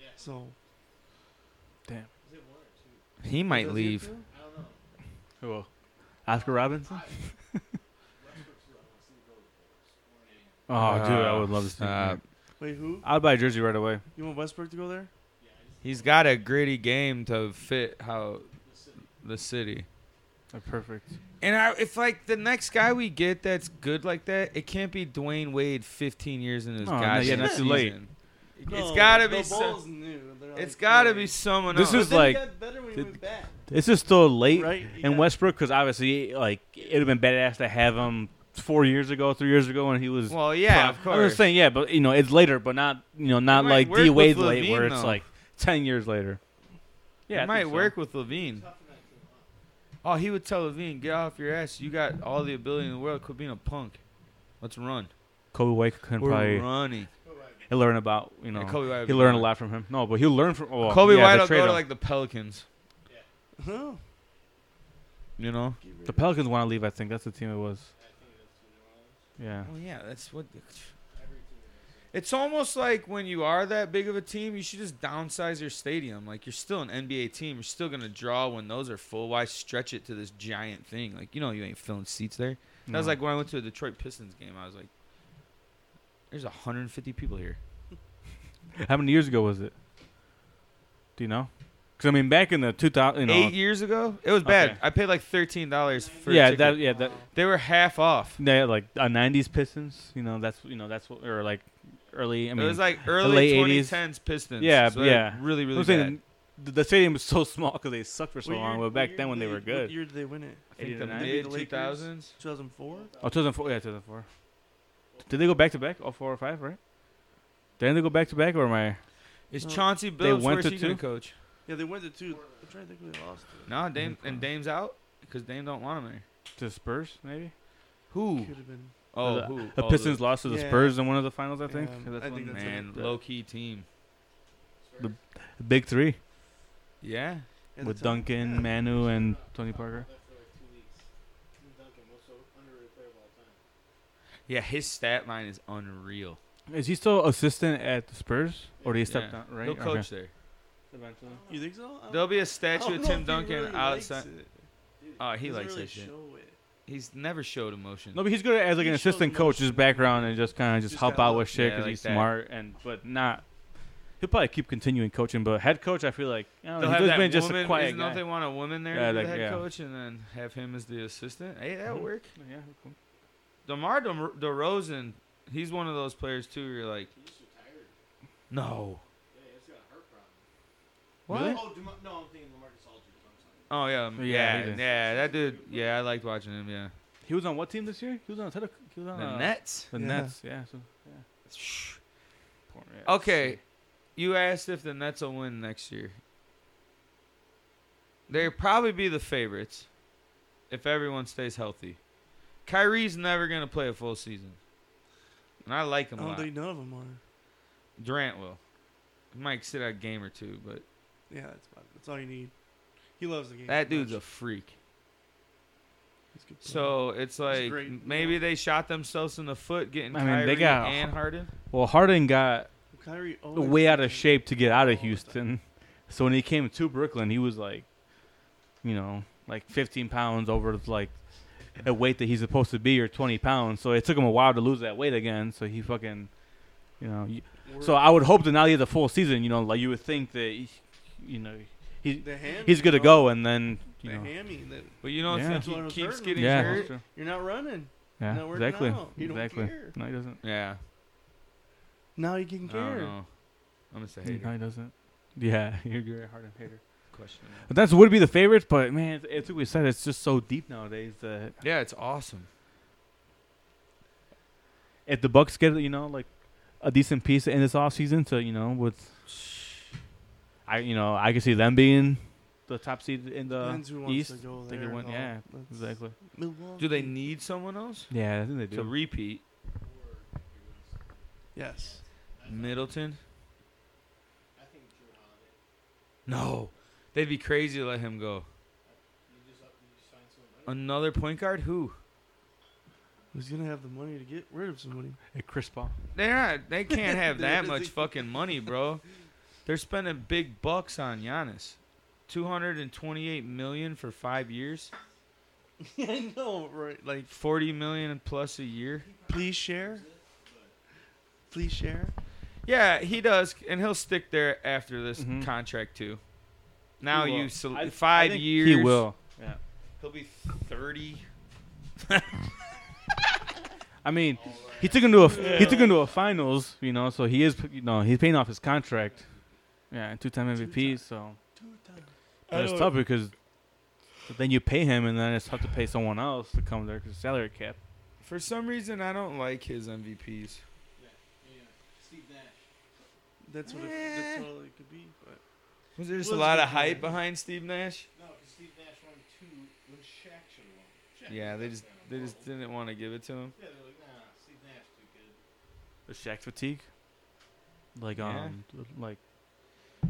[SPEAKER 5] Yeah.
[SPEAKER 4] So
[SPEAKER 5] Was it one or two?
[SPEAKER 3] He might
[SPEAKER 4] does he have
[SPEAKER 3] leave.
[SPEAKER 4] two?
[SPEAKER 5] I don't know.
[SPEAKER 2] Who? Oscar (laughs) Robinson.
[SPEAKER 5] Westbrook's who I want to see go to the Bulls. Or an Indian.
[SPEAKER 2] Oh, dude, I would love to see.
[SPEAKER 3] Uh,
[SPEAKER 2] him.
[SPEAKER 4] Wait, who?
[SPEAKER 2] I'd buy a jersey right away.
[SPEAKER 4] You want Westbrook to go there?
[SPEAKER 5] Yeah, I just
[SPEAKER 3] He's got a gritty game to fit how
[SPEAKER 5] the city.
[SPEAKER 3] the city.
[SPEAKER 2] They're perfect.
[SPEAKER 3] And I, if like the next guy we get that's good like that, it can't be Dwayne Wade, 15 years in his
[SPEAKER 2] Oh, No, no,
[SPEAKER 3] goddamn
[SPEAKER 2] yeah, that's too late.
[SPEAKER 3] season. it's
[SPEAKER 4] No,
[SPEAKER 3] gotta be.
[SPEAKER 4] The
[SPEAKER 3] so-
[SPEAKER 4] Bulls knew. They're
[SPEAKER 3] it's
[SPEAKER 4] like,
[SPEAKER 3] gotta
[SPEAKER 4] "Hey."
[SPEAKER 3] be someone
[SPEAKER 2] This
[SPEAKER 3] else.
[SPEAKER 2] is
[SPEAKER 4] But then
[SPEAKER 2] like-
[SPEAKER 4] he got better when he
[SPEAKER 2] Did-
[SPEAKER 4] went back.
[SPEAKER 2] This is still late
[SPEAKER 4] Right?
[SPEAKER 2] in
[SPEAKER 4] Yeah.
[SPEAKER 2] Westbrook because obviously, like, it'd have been badass to have him four years ago, three years ago when he was.
[SPEAKER 3] well, yeah, of
[SPEAKER 2] prime.
[SPEAKER 3] course.
[SPEAKER 2] I'm just saying, yeah, but you know, it's later, but not you know, not
[SPEAKER 3] might
[SPEAKER 2] like
[SPEAKER 3] work
[SPEAKER 2] D Wade
[SPEAKER 3] with
[SPEAKER 2] late,
[SPEAKER 3] Levine,
[SPEAKER 2] where it's
[SPEAKER 3] though.
[SPEAKER 2] like ten years later. Yeah,
[SPEAKER 3] it
[SPEAKER 2] I
[SPEAKER 3] might
[SPEAKER 2] think so.
[SPEAKER 3] work with Levine. Oh, he would tell Levine, "Get off your ass. You got all the ability in the world. Quit being a punk. Let's run.
[SPEAKER 2] Kobe White couldn't
[SPEAKER 3] We're
[SPEAKER 2] probably
[SPEAKER 3] running."
[SPEAKER 2] he'll learn about you know
[SPEAKER 3] And Kobe White would
[SPEAKER 2] he
[SPEAKER 3] be
[SPEAKER 2] learned a
[SPEAKER 3] like-
[SPEAKER 2] lot from him. No, but he'll learn from oh,
[SPEAKER 3] Kobe
[SPEAKER 2] yeah,
[SPEAKER 3] White
[SPEAKER 2] the
[SPEAKER 3] will go
[SPEAKER 2] trade-off.
[SPEAKER 3] to like the Pelicans.
[SPEAKER 4] Huh.
[SPEAKER 3] You know?
[SPEAKER 2] the Pelicans want to leave. I think that's the team it was. Yeah,
[SPEAKER 3] Well, Oh, yeah, that's what. It's almost like when you are that big of a team, you should just downsize your stadium. Like you're still an NBA team, you're still gonna draw when those are full. Why stretch it to this giant thing? Like you know you ain't filling seats there. That was
[SPEAKER 2] No.
[SPEAKER 3] like when I went to a Detroit Pistons game. I was like, "There's 150 people here."
[SPEAKER 2] how many years ago was it? Do you know? Because I mean, back in the two thousand, you know,
[SPEAKER 3] Eight years ago, it was bad.
[SPEAKER 2] Okay.
[SPEAKER 3] I paid like 13 dollars for. a
[SPEAKER 2] yeah,
[SPEAKER 3] ticket.
[SPEAKER 2] that yeah that
[SPEAKER 3] they were half off.
[SPEAKER 2] they had like uh, '90s Pistons. You know, that's you know that's what or like early. I mean,
[SPEAKER 3] it was like early
[SPEAKER 2] late 80s.
[SPEAKER 3] 2010s Pistons.
[SPEAKER 2] Yeah,
[SPEAKER 3] so they're
[SPEAKER 2] yeah.
[SPEAKER 3] really, really
[SPEAKER 2] I'm
[SPEAKER 3] bad.
[SPEAKER 2] saying the, the stadium was so (laughs) small because they sucked for so
[SPEAKER 4] What year-
[SPEAKER 2] long. But
[SPEAKER 4] what
[SPEAKER 2] back
[SPEAKER 4] year
[SPEAKER 2] then, when
[SPEAKER 4] did
[SPEAKER 2] they were
[SPEAKER 4] What
[SPEAKER 2] good,
[SPEAKER 4] year did they win it?
[SPEAKER 3] I think the
[SPEAKER 2] 89.
[SPEAKER 3] mid
[SPEAKER 4] Maybe the
[SPEAKER 3] 2000s.
[SPEAKER 4] 2004.
[SPEAKER 2] oh, 2004, yeah, 2004. Did they go back to back? Oh, four or five, right? Didn't they go back to back or am I?
[SPEAKER 3] Is
[SPEAKER 4] No.
[SPEAKER 3] Chauncey Billups
[SPEAKER 2] went
[SPEAKER 3] where's
[SPEAKER 2] to
[SPEAKER 3] he gonna
[SPEAKER 2] two?
[SPEAKER 3] coach?
[SPEAKER 4] Yeah, they went to two. I'm trying to think who they lost. To.
[SPEAKER 3] No, Dame
[SPEAKER 2] Mm-hmm.
[SPEAKER 3] and Dame's out because Dame don't want him there.
[SPEAKER 2] To the Spurs, maybe.
[SPEAKER 3] Who?
[SPEAKER 4] Could have been.
[SPEAKER 3] Oh,
[SPEAKER 2] the,
[SPEAKER 3] who?
[SPEAKER 2] The
[SPEAKER 3] oh,
[SPEAKER 2] Pistons lost to the
[SPEAKER 4] Yeah.
[SPEAKER 2] Spurs in one of the finals, I think.
[SPEAKER 4] Yeah,
[SPEAKER 2] 'Cause that's
[SPEAKER 4] I think
[SPEAKER 2] when-
[SPEAKER 4] that's
[SPEAKER 3] man,
[SPEAKER 4] Yeah.
[SPEAKER 3] low key team.
[SPEAKER 2] the big three
[SPEAKER 3] Yeah,
[SPEAKER 4] at the
[SPEAKER 2] with
[SPEAKER 4] time.
[SPEAKER 2] Duncan,
[SPEAKER 4] (laughs) Yeah.
[SPEAKER 2] Manu, and Tony Parker.
[SPEAKER 3] yeah. His stat line is unreal.
[SPEAKER 2] Is he still assistant at the Spurs, or did he step
[SPEAKER 3] Yeah.
[SPEAKER 2] down? Right,
[SPEAKER 3] He'll
[SPEAKER 2] Okay.
[SPEAKER 3] coach
[SPEAKER 2] Eventually.
[SPEAKER 4] You think so?
[SPEAKER 3] there. There'll be a statue of Tim Duncan outside. Oh, he
[SPEAKER 4] He
[SPEAKER 3] likes
[SPEAKER 4] likes really
[SPEAKER 3] that shit.
[SPEAKER 4] show it.
[SPEAKER 3] He's never showed emotion.
[SPEAKER 2] No, but he's good as like an
[SPEAKER 4] He shows
[SPEAKER 2] assistant coach, his
[SPEAKER 4] emotion.
[SPEAKER 2] background, and just kind of just,
[SPEAKER 4] Just
[SPEAKER 2] help
[SPEAKER 4] kinda
[SPEAKER 2] out
[SPEAKER 4] look-
[SPEAKER 2] with shit
[SPEAKER 3] Yeah,
[SPEAKER 2] because
[SPEAKER 3] like
[SPEAKER 2] he's
[SPEAKER 3] that.
[SPEAKER 2] smart and but not. He'll probably keep continuing coaching, but head coach, I feel like I don't
[SPEAKER 3] They'll
[SPEAKER 2] know,
[SPEAKER 3] have
[SPEAKER 2] he's
[SPEAKER 3] that
[SPEAKER 2] been just
[SPEAKER 3] woman.
[SPEAKER 2] a quiet
[SPEAKER 3] isn't- Don't
[SPEAKER 2] guy.
[SPEAKER 3] they want a woman there
[SPEAKER 2] Yeah,
[SPEAKER 3] to be
[SPEAKER 2] like,
[SPEAKER 3] the head
[SPEAKER 2] yeah.
[SPEAKER 3] coach and then have him as the assistant? Hey, that
[SPEAKER 2] Mhm.
[SPEAKER 3] will work.
[SPEAKER 2] Yeah, cool.
[SPEAKER 3] Demar De- DeRozan, he's one of those players too. Where you're like, no. What?
[SPEAKER 2] Really?
[SPEAKER 5] Oh, Demar- no, I'm thinking LaMarcus Aldridge. I'm sorry.
[SPEAKER 3] Oh yeah, yeah,
[SPEAKER 2] Yeah, he
[SPEAKER 3] yeah,
[SPEAKER 2] did.
[SPEAKER 3] That dude, yeah, I liked watching him. Yeah,
[SPEAKER 2] He was on what team this year? He was on the, he was on
[SPEAKER 3] the
[SPEAKER 2] uh,
[SPEAKER 3] Nets.
[SPEAKER 2] The
[SPEAKER 4] Yeah.
[SPEAKER 2] Nets, yeah. So, yeah.
[SPEAKER 3] Shh.
[SPEAKER 2] Poor- yeah, let's
[SPEAKER 3] Okay, you asked if the Nets will win next year. They'll probably be the favorites if everyone stays healthy. Kyrie's never gonna play a full season. and I like
[SPEAKER 4] I
[SPEAKER 3] him a
[SPEAKER 4] don't
[SPEAKER 3] lot.
[SPEAKER 4] think none of them are.
[SPEAKER 3] Durant will. He might sit out a game or two, but
[SPEAKER 4] Yeah, that's about it. That's all you need. He loves the game.
[SPEAKER 3] that
[SPEAKER 4] too
[SPEAKER 3] dude's a
[SPEAKER 4] much.
[SPEAKER 3] freak.
[SPEAKER 4] He's a good player.
[SPEAKER 3] So it's like
[SPEAKER 4] great.
[SPEAKER 3] maybe they shot themselves in the foot getting
[SPEAKER 2] I mean,
[SPEAKER 3] Kyrie
[SPEAKER 2] they got-
[SPEAKER 3] and Harden.
[SPEAKER 2] Well, Harden got
[SPEAKER 4] Kyrie always
[SPEAKER 2] way out of
[SPEAKER 4] fucking-
[SPEAKER 2] shape to get out
[SPEAKER 4] all
[SPEAKER 2] of
[SPEAKER 4] the
[SPEAKER 2] Houston. So when he came to Brooklyn, he was like, you know, like 15 pounds over like a weight that he's supposed to be or 20 pounds. So it took him a while to lose that weight again. So he fucking, you know. y- So I would hope that now he has a full season. You know, like you would think that, he- you know, he
[SPEAKER 4] The hammy,
[SPEAKER 2] he's good to
[SPEAKER 4] bro.
[SPEAKER 2] go, and then you
[SPEAKER 4] The
[SPEAKER 2] know,
[SPEAKER 4] hammy. That
[SPEAKER 3] But you don't
[SPEAKER 2] Yeah.
[SPEAKER 3] think
[SPEAKER 4] That's what I
[SPEAKER 3] he
[SPEAKER 4] was
[SPEAKER 3] keeps
[SPEAKER 4] hurting
[SPEAKER 3] getting
[SPEAKER 4] him.
[SPEAKER 2] yeah,
[SPEAKER 3] hurt?
[SPEAKER 2] that's true.
[SPEAKER 4] you're not running.
[SPEAKER 2] yeah,
[SPEAKER 4] not working
[SPEAKER 2] exactly,
[SPEAKER 4] out. You don't
[SPEAKER 2] exactly.
[SPEAKER 4] care.
[SPEAKER 2] No, he doesn't.
[SPEAKER 3] Yeah.
[SPEAKER 4] Now you can
[SPEAKER 3] I don't
[SPEAKER 4] care.
[SPEAKER 3] know. I'm just a
[SPEAKER 2] No,
[SPEAKER 3] hater.
[SPEAKER 2] he doesn't. Yeah, (laughs) you're, you're a Harden hater.
[SPEAKER 3] Question.
[SPEAKER 2] But that's would be the favorites, but man, it's, it's like we said, it's just so deep nowadays that
[SPEAKER 3] Yeah, it's awesome.
[SPEAKER 2] if the Bucks get you know like a decent piece in this offseason to you know with I you know I could see them being the top seed in the
[SPEAKER 4] Depends who wants
[SPEAKER 2] East.
[SPEAKER 4] to go
[SPEAKER 2] they could
[SPEAKER 4] there.
[SPEAKER 2] win-
[SPEAKER 4] though.
[SPEAKER 2] yeah,
[SPEAKER 4] That's-
[SPEAKER 2] Exactly.
[SPEAKER 4] Milwaukee.
[SPEAKER 3] Do they need someone else?
[SPEAKER 2] Yeah, I think they
[SPEAKER 3] To
[SPEAKER 2] do.
[SPEAKER 3] repeat,
[SPEAKER 4] Yes.
[SPEAKER 3] Middleton?
[SPEAKER 5] I think Drew Holiday.
[SPEAKER 3] No. They'd be crazy to let him go.
[SPEAKER 5] You just up, you just find someone better.
[SPEAKER 3] Another point guard? Who?
[SPEAKER 4] Who's gonna have the money to get rid of somebody? (laughs)
[SPEAKER 2] Hey, Chris Paul.
[SPEAKER 3] They're not, they can't have
[SPEAKER 4] Dude,
[SPEAKER 3] that
[SPEAKER 4] it's
[SPEAKER 3] much
[SPEAKER 4] like-
[SPEAKER 3] fucking money, bro. They're spending big bucks on Giannis. 228 million for 5 years,
[SPEAKER 4] I know, right? Like,
[SPEAKER 3] 40 million plus a year.
[SPEAKER 4] please share. Please share.
[SPEAKER 3] Yeah, he does and he'll stick there after this
[SPEAKER 2] Mhm.
[SPEAKER 3] contract too. Now
[SPEAKER 2] He will.
[SPEAKER 3] you sol-
[SPEAKER 2] I- I
[SPEAKER 3] 5
[SPEAKER 2] think
[SPEAKER 3] years.
[SPEAKER 2] He will. Yeah.
[SPEAKER 3] He'll be 30.
[SPEAKER 2] (laughs) I mean, he took him to a f- he took him to a finals, you know, so he is p- you know he's paying off his contract. Yeah, and two-time MVP, so
[SPEAKER 4] Two times.
[SPEAKER 2] But
[SPEAKER 3] Oh.
[SPEAKER 2] it's tough because then you pay him, and then it's tough to pay someone else to come there because salary cap.
[SPEAKER 3] For some reason I don't like his MVPs.
[SPEAKER 5] Yeah, Steve Nash.
[SPEAKER 4] That's what. It,
[SPEAKER 3] Eh.
[SPEAKER 4] that's all it could be. But
[SPEAKER 3] Was there just
[SPEAKER 4] Well,
[SPEAKER 3] a
[SPEAKER 4] it's
[SPEAKER 3] lot
[SPEAKER 4] good
[SPEAKER 3] of
[SPEAKER 4] for
[SPEAKER 3] hype
[SPEAKER 4] him.
[SPEAKER 3] behind Steve Nash?
[SPEAKER 5] No, because Steve Nash won two when Shaq should have won. Shaq
[SPEAKER 3] Yeah,
[SPEAKER 5] was
[SPEAKER 3] they
[SPEAKER 5] the
[SPEAKER 3] just
[SPEAKER 5] best
[SPEAKER 3] they
[SPEAKER 5] man in the
[SPEAKER 3] just
[SPEAKER 5] world.
[SPEAKER 3] didn't want to give it to him.
[SPEAKER 5] Yeah, they're like, nah, Steve Nash too
[SPEAKER 2] The
[SPEAKER 5] good.
[SPEAKER 2] Shaq fatigue. Like
[SPEAKER 3] Yeah.
[SPEAKER 2] um, like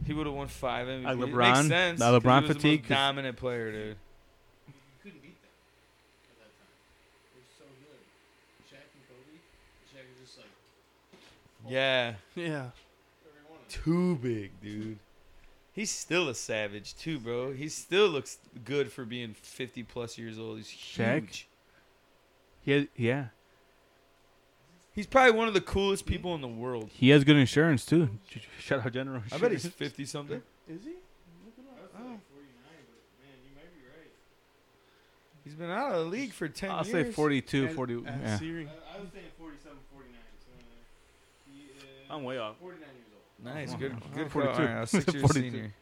[SPEAKER 3] He would have won five MVPs.
[SPEAKER 2] Like
[SPEAKER 3] Makes
[SPEAKER 2] LeBron,
[SPEAKER 3] sense.
[SPEAKER 2] the
[SPEAKER 3] 'cause
[SPEAKER 2] LeBron
[SPEAKER 3] he was
[SPEAKER 2] fatigue,
[SPEAKER 3] The
[SPEAKER 2] 'cause-
[SPEAKER 3] most dominant player, dude.
[SPEAKER 5] You couldn't beat them at that time. They were so good. Shaq and Kobe, Shaq was just like
[SPEAKER 3] (laughs) Yeah,
[SPEAKER 4] yeah,
[SPEAKER 5] every one of them.
[SPEAKER 3] too big, dude. He's still a savage too, bro. He still looks good for being fifty plus years old. He's
[SPEAKER 2] Shaq?
[SPEAKER 3] huge.
[SPEAKER 2] he has, yeah,
[SPEAKER 3] He's probably one of the coolest people in the world.
[SPEAKER 2] he has good insurance too. (laughs) Sh- sh- Shout out General.
[SPEAKER 3] I bet he's (laughs)
[SPEAKER 2] Insurance.
[SPEAKER 3] fifty something.
[SPEAKER 4] is he? Look it
[SPEAKER 5] I
[SPEAKER 4] up.
[SPEAKER 5] was
[SPEAKER 4] Oh.
[SPEAKER 5] like 49, but man, you might be right.
[SPEAKER 3] He's been out of the league for 10
[SPEAKER 2] I'll
[SPEAKER 3] years.
[SPEAKER 2] say 42,
[SPEAKER 4] At-
[SPEAKER 2] 40.
[SPEAKER 4] at
[SPEAKER 2] Yeah.
[SPEAKER 4] Siri.
[SPEAKER 5] I, I was saying 47, 49. So, uh, he, uh,
[SPEAKER 3] Oh.
[SPEAKER 2] I'm way off.
[SPEAKER 5] 49 years old.
[SPEAKER 3] Nice,
[SPEAKER 2] Wow.
[SPEAKER 3] good,
[SPEAKER 2] 42.
[SPEAKER 3] good. Forty-two. Call. All right, I
[SPEAKER 2] (laughs)
[SPEAKER 3] was six years
[SPEAKER 2] 42.
[SPEAKER 3] senior.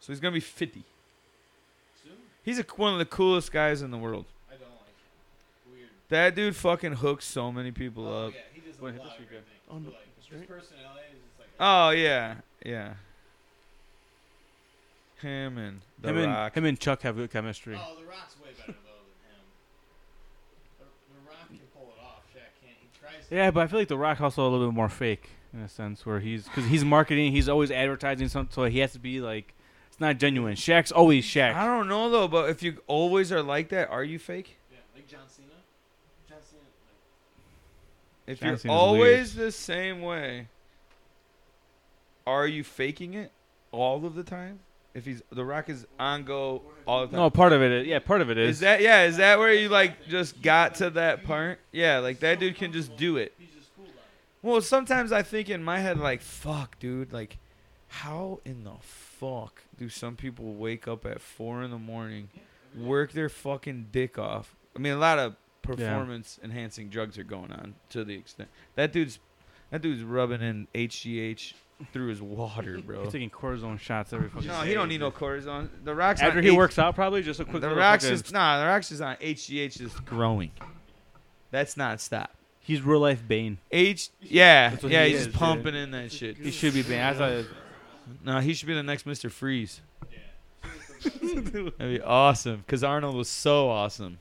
[SPEAKER 3] So he's gonna be fifty.
[SPEAKER 5] Soon?
[SPEAKER 3] He's a, one of the coolest guys in the world.
[SPEAKER 5] I don't like him. Weird.
[SPEAKER 3] That dude fucking hooks so many people
[SPEAKER 5] Oh,
[SPEAKER 3] up.
[SPEAKER 5] yeah, he does a
[SPEAKER 2] Wait,
[SPEAKER 5] lot
[SPEAKER 2] this
[SPEAKER 5] of
[SPEAKER 2] would be
[SPEAKER 5] great
[SPEAKER 2] good.
[SPEAKER 5] things.
[SPEAKER 4] Oh, no,
[SPEAKER 5] but, like,
[SPEAKER 4] that's
[SPEAKER 5] his
[SPEAKER 4] right.
[SPEAKER 5] personality is just like,
[SPEAKER 3] Oh yeah, yeah. Him and the
[SPEAKER 2] him and
[SPEAKER 3] Rock.
[SPEAKER 2] him and Chuck have good chemistry.
[SPEAKER 5] oh, The Rock's way better, though, than him. The, the Rock can pull it off. Shaq can't. He tries to.
[SPEAKER 2] Yeah, but I feel like The Rock also a little bit more fake in a sense where he's because he's marketing, he's always advertising something, so he has to be like it's not genuine. Shaq's always Shaq.
[SPEAKER 3] I don't know though, but if you always are like that, are you fake?
[SPEAKER 5] Yeah, like John Cena. John Cena, like,
[SPEAKER 3] If
[SPEAKER 2] John
[SPEAKER 3] you're
[SPEAKER 2] Cena's
[SPEAKER 3] always the same way, are you faking it all of the time? If he's the Rock is on go all the time.
[SPEAKER 2] No, part of it. Yeah, part of it is.
[SPEAKER 3] Is that yeah? Is that where you like just got to that part? Yeah, like that dude can just do it.
[SPEAKER 5] he's just cool about it.
[SPEAKER 3] Well, sometimes I think in my head like, fuck, dude, like, how in the fuck do some people wake up at four in the morning, work their fucking dick off? I mean, a lot of performance enhancing drugs are going on to the extent that dude's that dude's rubbing in HGH through his water, bro.
[SPEAKER 2] He's taking cortisone shots every fucking
[SPEAKER 3] No,
[SPEAKER 2] day.
[SPEAKER 3] he don't need no cortisone. The rocks
[SPEAKER 2] After
[SPEAKER 3] on
[SPEAKER 2] he
[SPEAKER 3] H-
[SPEAKER 2] works out, probably just a quick.
[SPEAKER 3] the
[SPEAKER 2] little
[SPEAKER 3] rocks
[SPEAKER 2] fucking-
[SPEAKER 3] is nah. The rocks is on HGH is growing. That's not stop.
[SPEAKER 2] he's real life Bane.
[SPEAKER 3] H yeah
[SPEAKER 2] That's what
[SPEAKER 3] yeah.
[SPEAKER 2] he
[SPEAKER 3] He's
[SPEAKER 2] is,
[SPEAKER 3] just
[SPEAKER 2] dude.
[SPEAKER 3] pumping in that shit.
[SPEAKER 2] He should be Bane. I thought. it-
[SPEAKER 3] No, he should be the next Mr. Freeze.
[SPEAKER 5] Yeah.
[SPEAKER 3] (laughs) That'd be awesome. Cause Arnold was so awesome.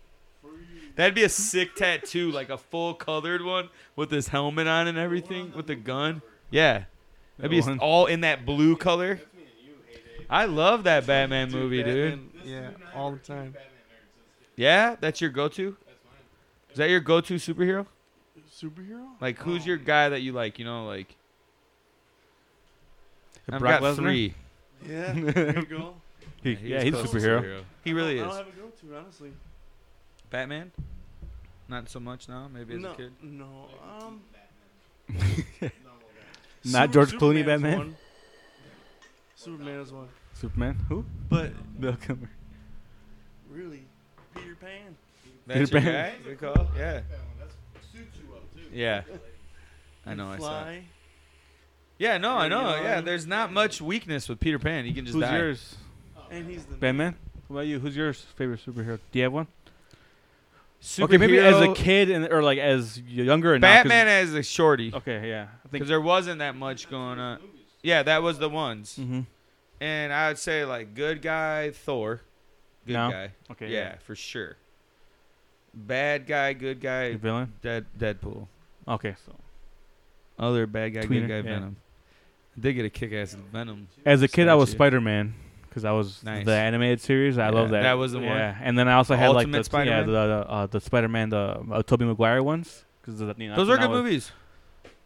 [SPEAKER 3] That'd be a sick tattoo, like a full colored one with his helmet on and everything, with the gun. Yeah, that'd be
[SPEAKER 2] The one-
[SPEAKER 3] all in that blue color.
[SPEAKER 5] That's me and you, heyday.
[SPEAKER 3] I love that Batman movie, dude.
[SPEAKER 4] Batman,
[SPEAKER 5] This
[SPEAKER 4] Yeah,
[SPEAKER 5] dude and I
[SPEAKER 4] all
[SPEAKER 5] were
[SPEAKER 4] the
[SPEAKER 5] huge
[SPEAKER 4] time.
[SPEAKER 5] Batman nerds as kids.
[SPEAKER 3] Yeah, that's your go-to.
[SPEAKER 5] That's mine.
[SPEAKER 3] Is that your go-to superhero?
[SPEAKER 2] (laughs)
[SPEAKER 4] Superhero?
[SPEAKER 3] Like, who's your guy that you like? You know, like I've
[SPEAKER 2] Brock
[SPEAKER 3] got
[SPEAKER 2] Lesnar?
[SPEAKER 3] three.
[SPEAKER 4] Yeah. There
[SPEAKER 2] (laughs)
[SPEAKER 4] you go.
[SPEAKER 2] He- yeah, he's,
[SPEAKER 3] close
[SPEAKER 2] a
[SPEAKER 3] to
[SPEAKER 2] superhero.
[SPEAKER 3] He really is.
[SPEAKER 4] I don't have a go-to, honestly.
[SPEAKER 3] Batman. Not so much now. Maybe as
[SPEAKER 4] no,
[SPEAKER 3] a kid.
[SPEAKER 4] no. Um,
[SPEAKER 5] Batman. Normal guy.
[SPEAKER 2] (laughs) Not
[SPEAKER 4] Super-
[SPEAKER 2] George Clooney
[SPEAKER 4] Superman's
[SPEAKER 2] Batman?
[SPEAKER 4] one. Superman is one,
[SPEAKER 2] Superman. Who?
[SPEAKER 4] but
[SPEAKER 2] Bill Cumber.
[SPEAKER 4] really, Peter Pan.
[SPEAKER 3] That's
[SPEAKER 2] Peter
[SPEAKER 3] your guy.
[SPEAKER 2] Pan.
[SPEAKER 3] Good call. Yeah.
[SPEAKER 5] That one, that's- suits you up, too.
[SPEAKER 3] Yeah. I
[SPEAKER 4] and
[SPEAKER 3] know. I saw. it.
[SPEAKER 4] Fly.
[SPEAKER 3] Yeah, no, I
[SPEAKER 4] You
[SPEAKER 3] know.
[SPEAKER 4] know,
[SPEAKER 3] Yeah,
[SPEAKER 4] and-
[SPEAKER 3] there's not much weakness with Peter Pan. He can just
[SPEAKER 2] Who's
[SPEAKER 3] die.
[SPEAKER 2] yours?
[SPEAKER 4] and he's the
[SPEAKER 2] Batman. What about you? Who's your favorite superhero? Do you have one?
[SPEAKER 3] Superhero,
[SPEAKER 2] Okay, maybe as a kid and or like as younger and
[SPEAKER 3] Batman as a shorty,
[SPEAKER 2] okay, yeah. Oh, I think.
[SPEAKER 3] because there wasn't that much going on. Yeah, that was the ones.
[SPEAKER 2] Mm-hmm.
[SPEAKER 3] And I would say like good guy Thor, good
[SPEAKER 2] No.
[SPEAKER 3] guy.
[SPEAKER 2] Okay.
[SPEAKER 3] yeah, for sure. Bad guy, good
[SPEAKER 2] The
[SPEAKER 3] guy,
[SPEAKER 2] villain.
[SPEAKER 3] Dead Deadpool.
[SPEAKER 2] Okay, so
[SPEAKER 3] Other bad guy,
[SPEAKER 2] Tweener,
[SPEAKER 3] good guy,
[SPEAKER 2] yeah.
[SPEAKER 3] Venom. I did get a kick ass Venom.
[SPEAKER 2] as a kid, I was
[SPEAKER 3] Gotcha.
[SPEAKER 2] Spider Man because I was
[SPEAKER 3] Nice.
[SPEAKER 2] the animated series. I love
[SPEAKER 3] Yeah,
[SPEAKER 2] that.
[SPEAKER 3] that was the one.
[SPEAKER 2] Yeah, and then I also had like
[SPEAKER 3] Ultimate
[SPEAKER 2] the
[SPEAKER 3] Spider-Man?
[SPEAKER 2] yeah the the, uh, the Spider Man the uh, Tobey Maguire ones because you know,
[SPEAKER 3] Those
[SPEAKER 2] that's
[SPEAKER 3] are
[SPEAKER 2] when I
[SPEAKER 3] good
[SPEAKER 2] was-
[SPEAKER 3] movies.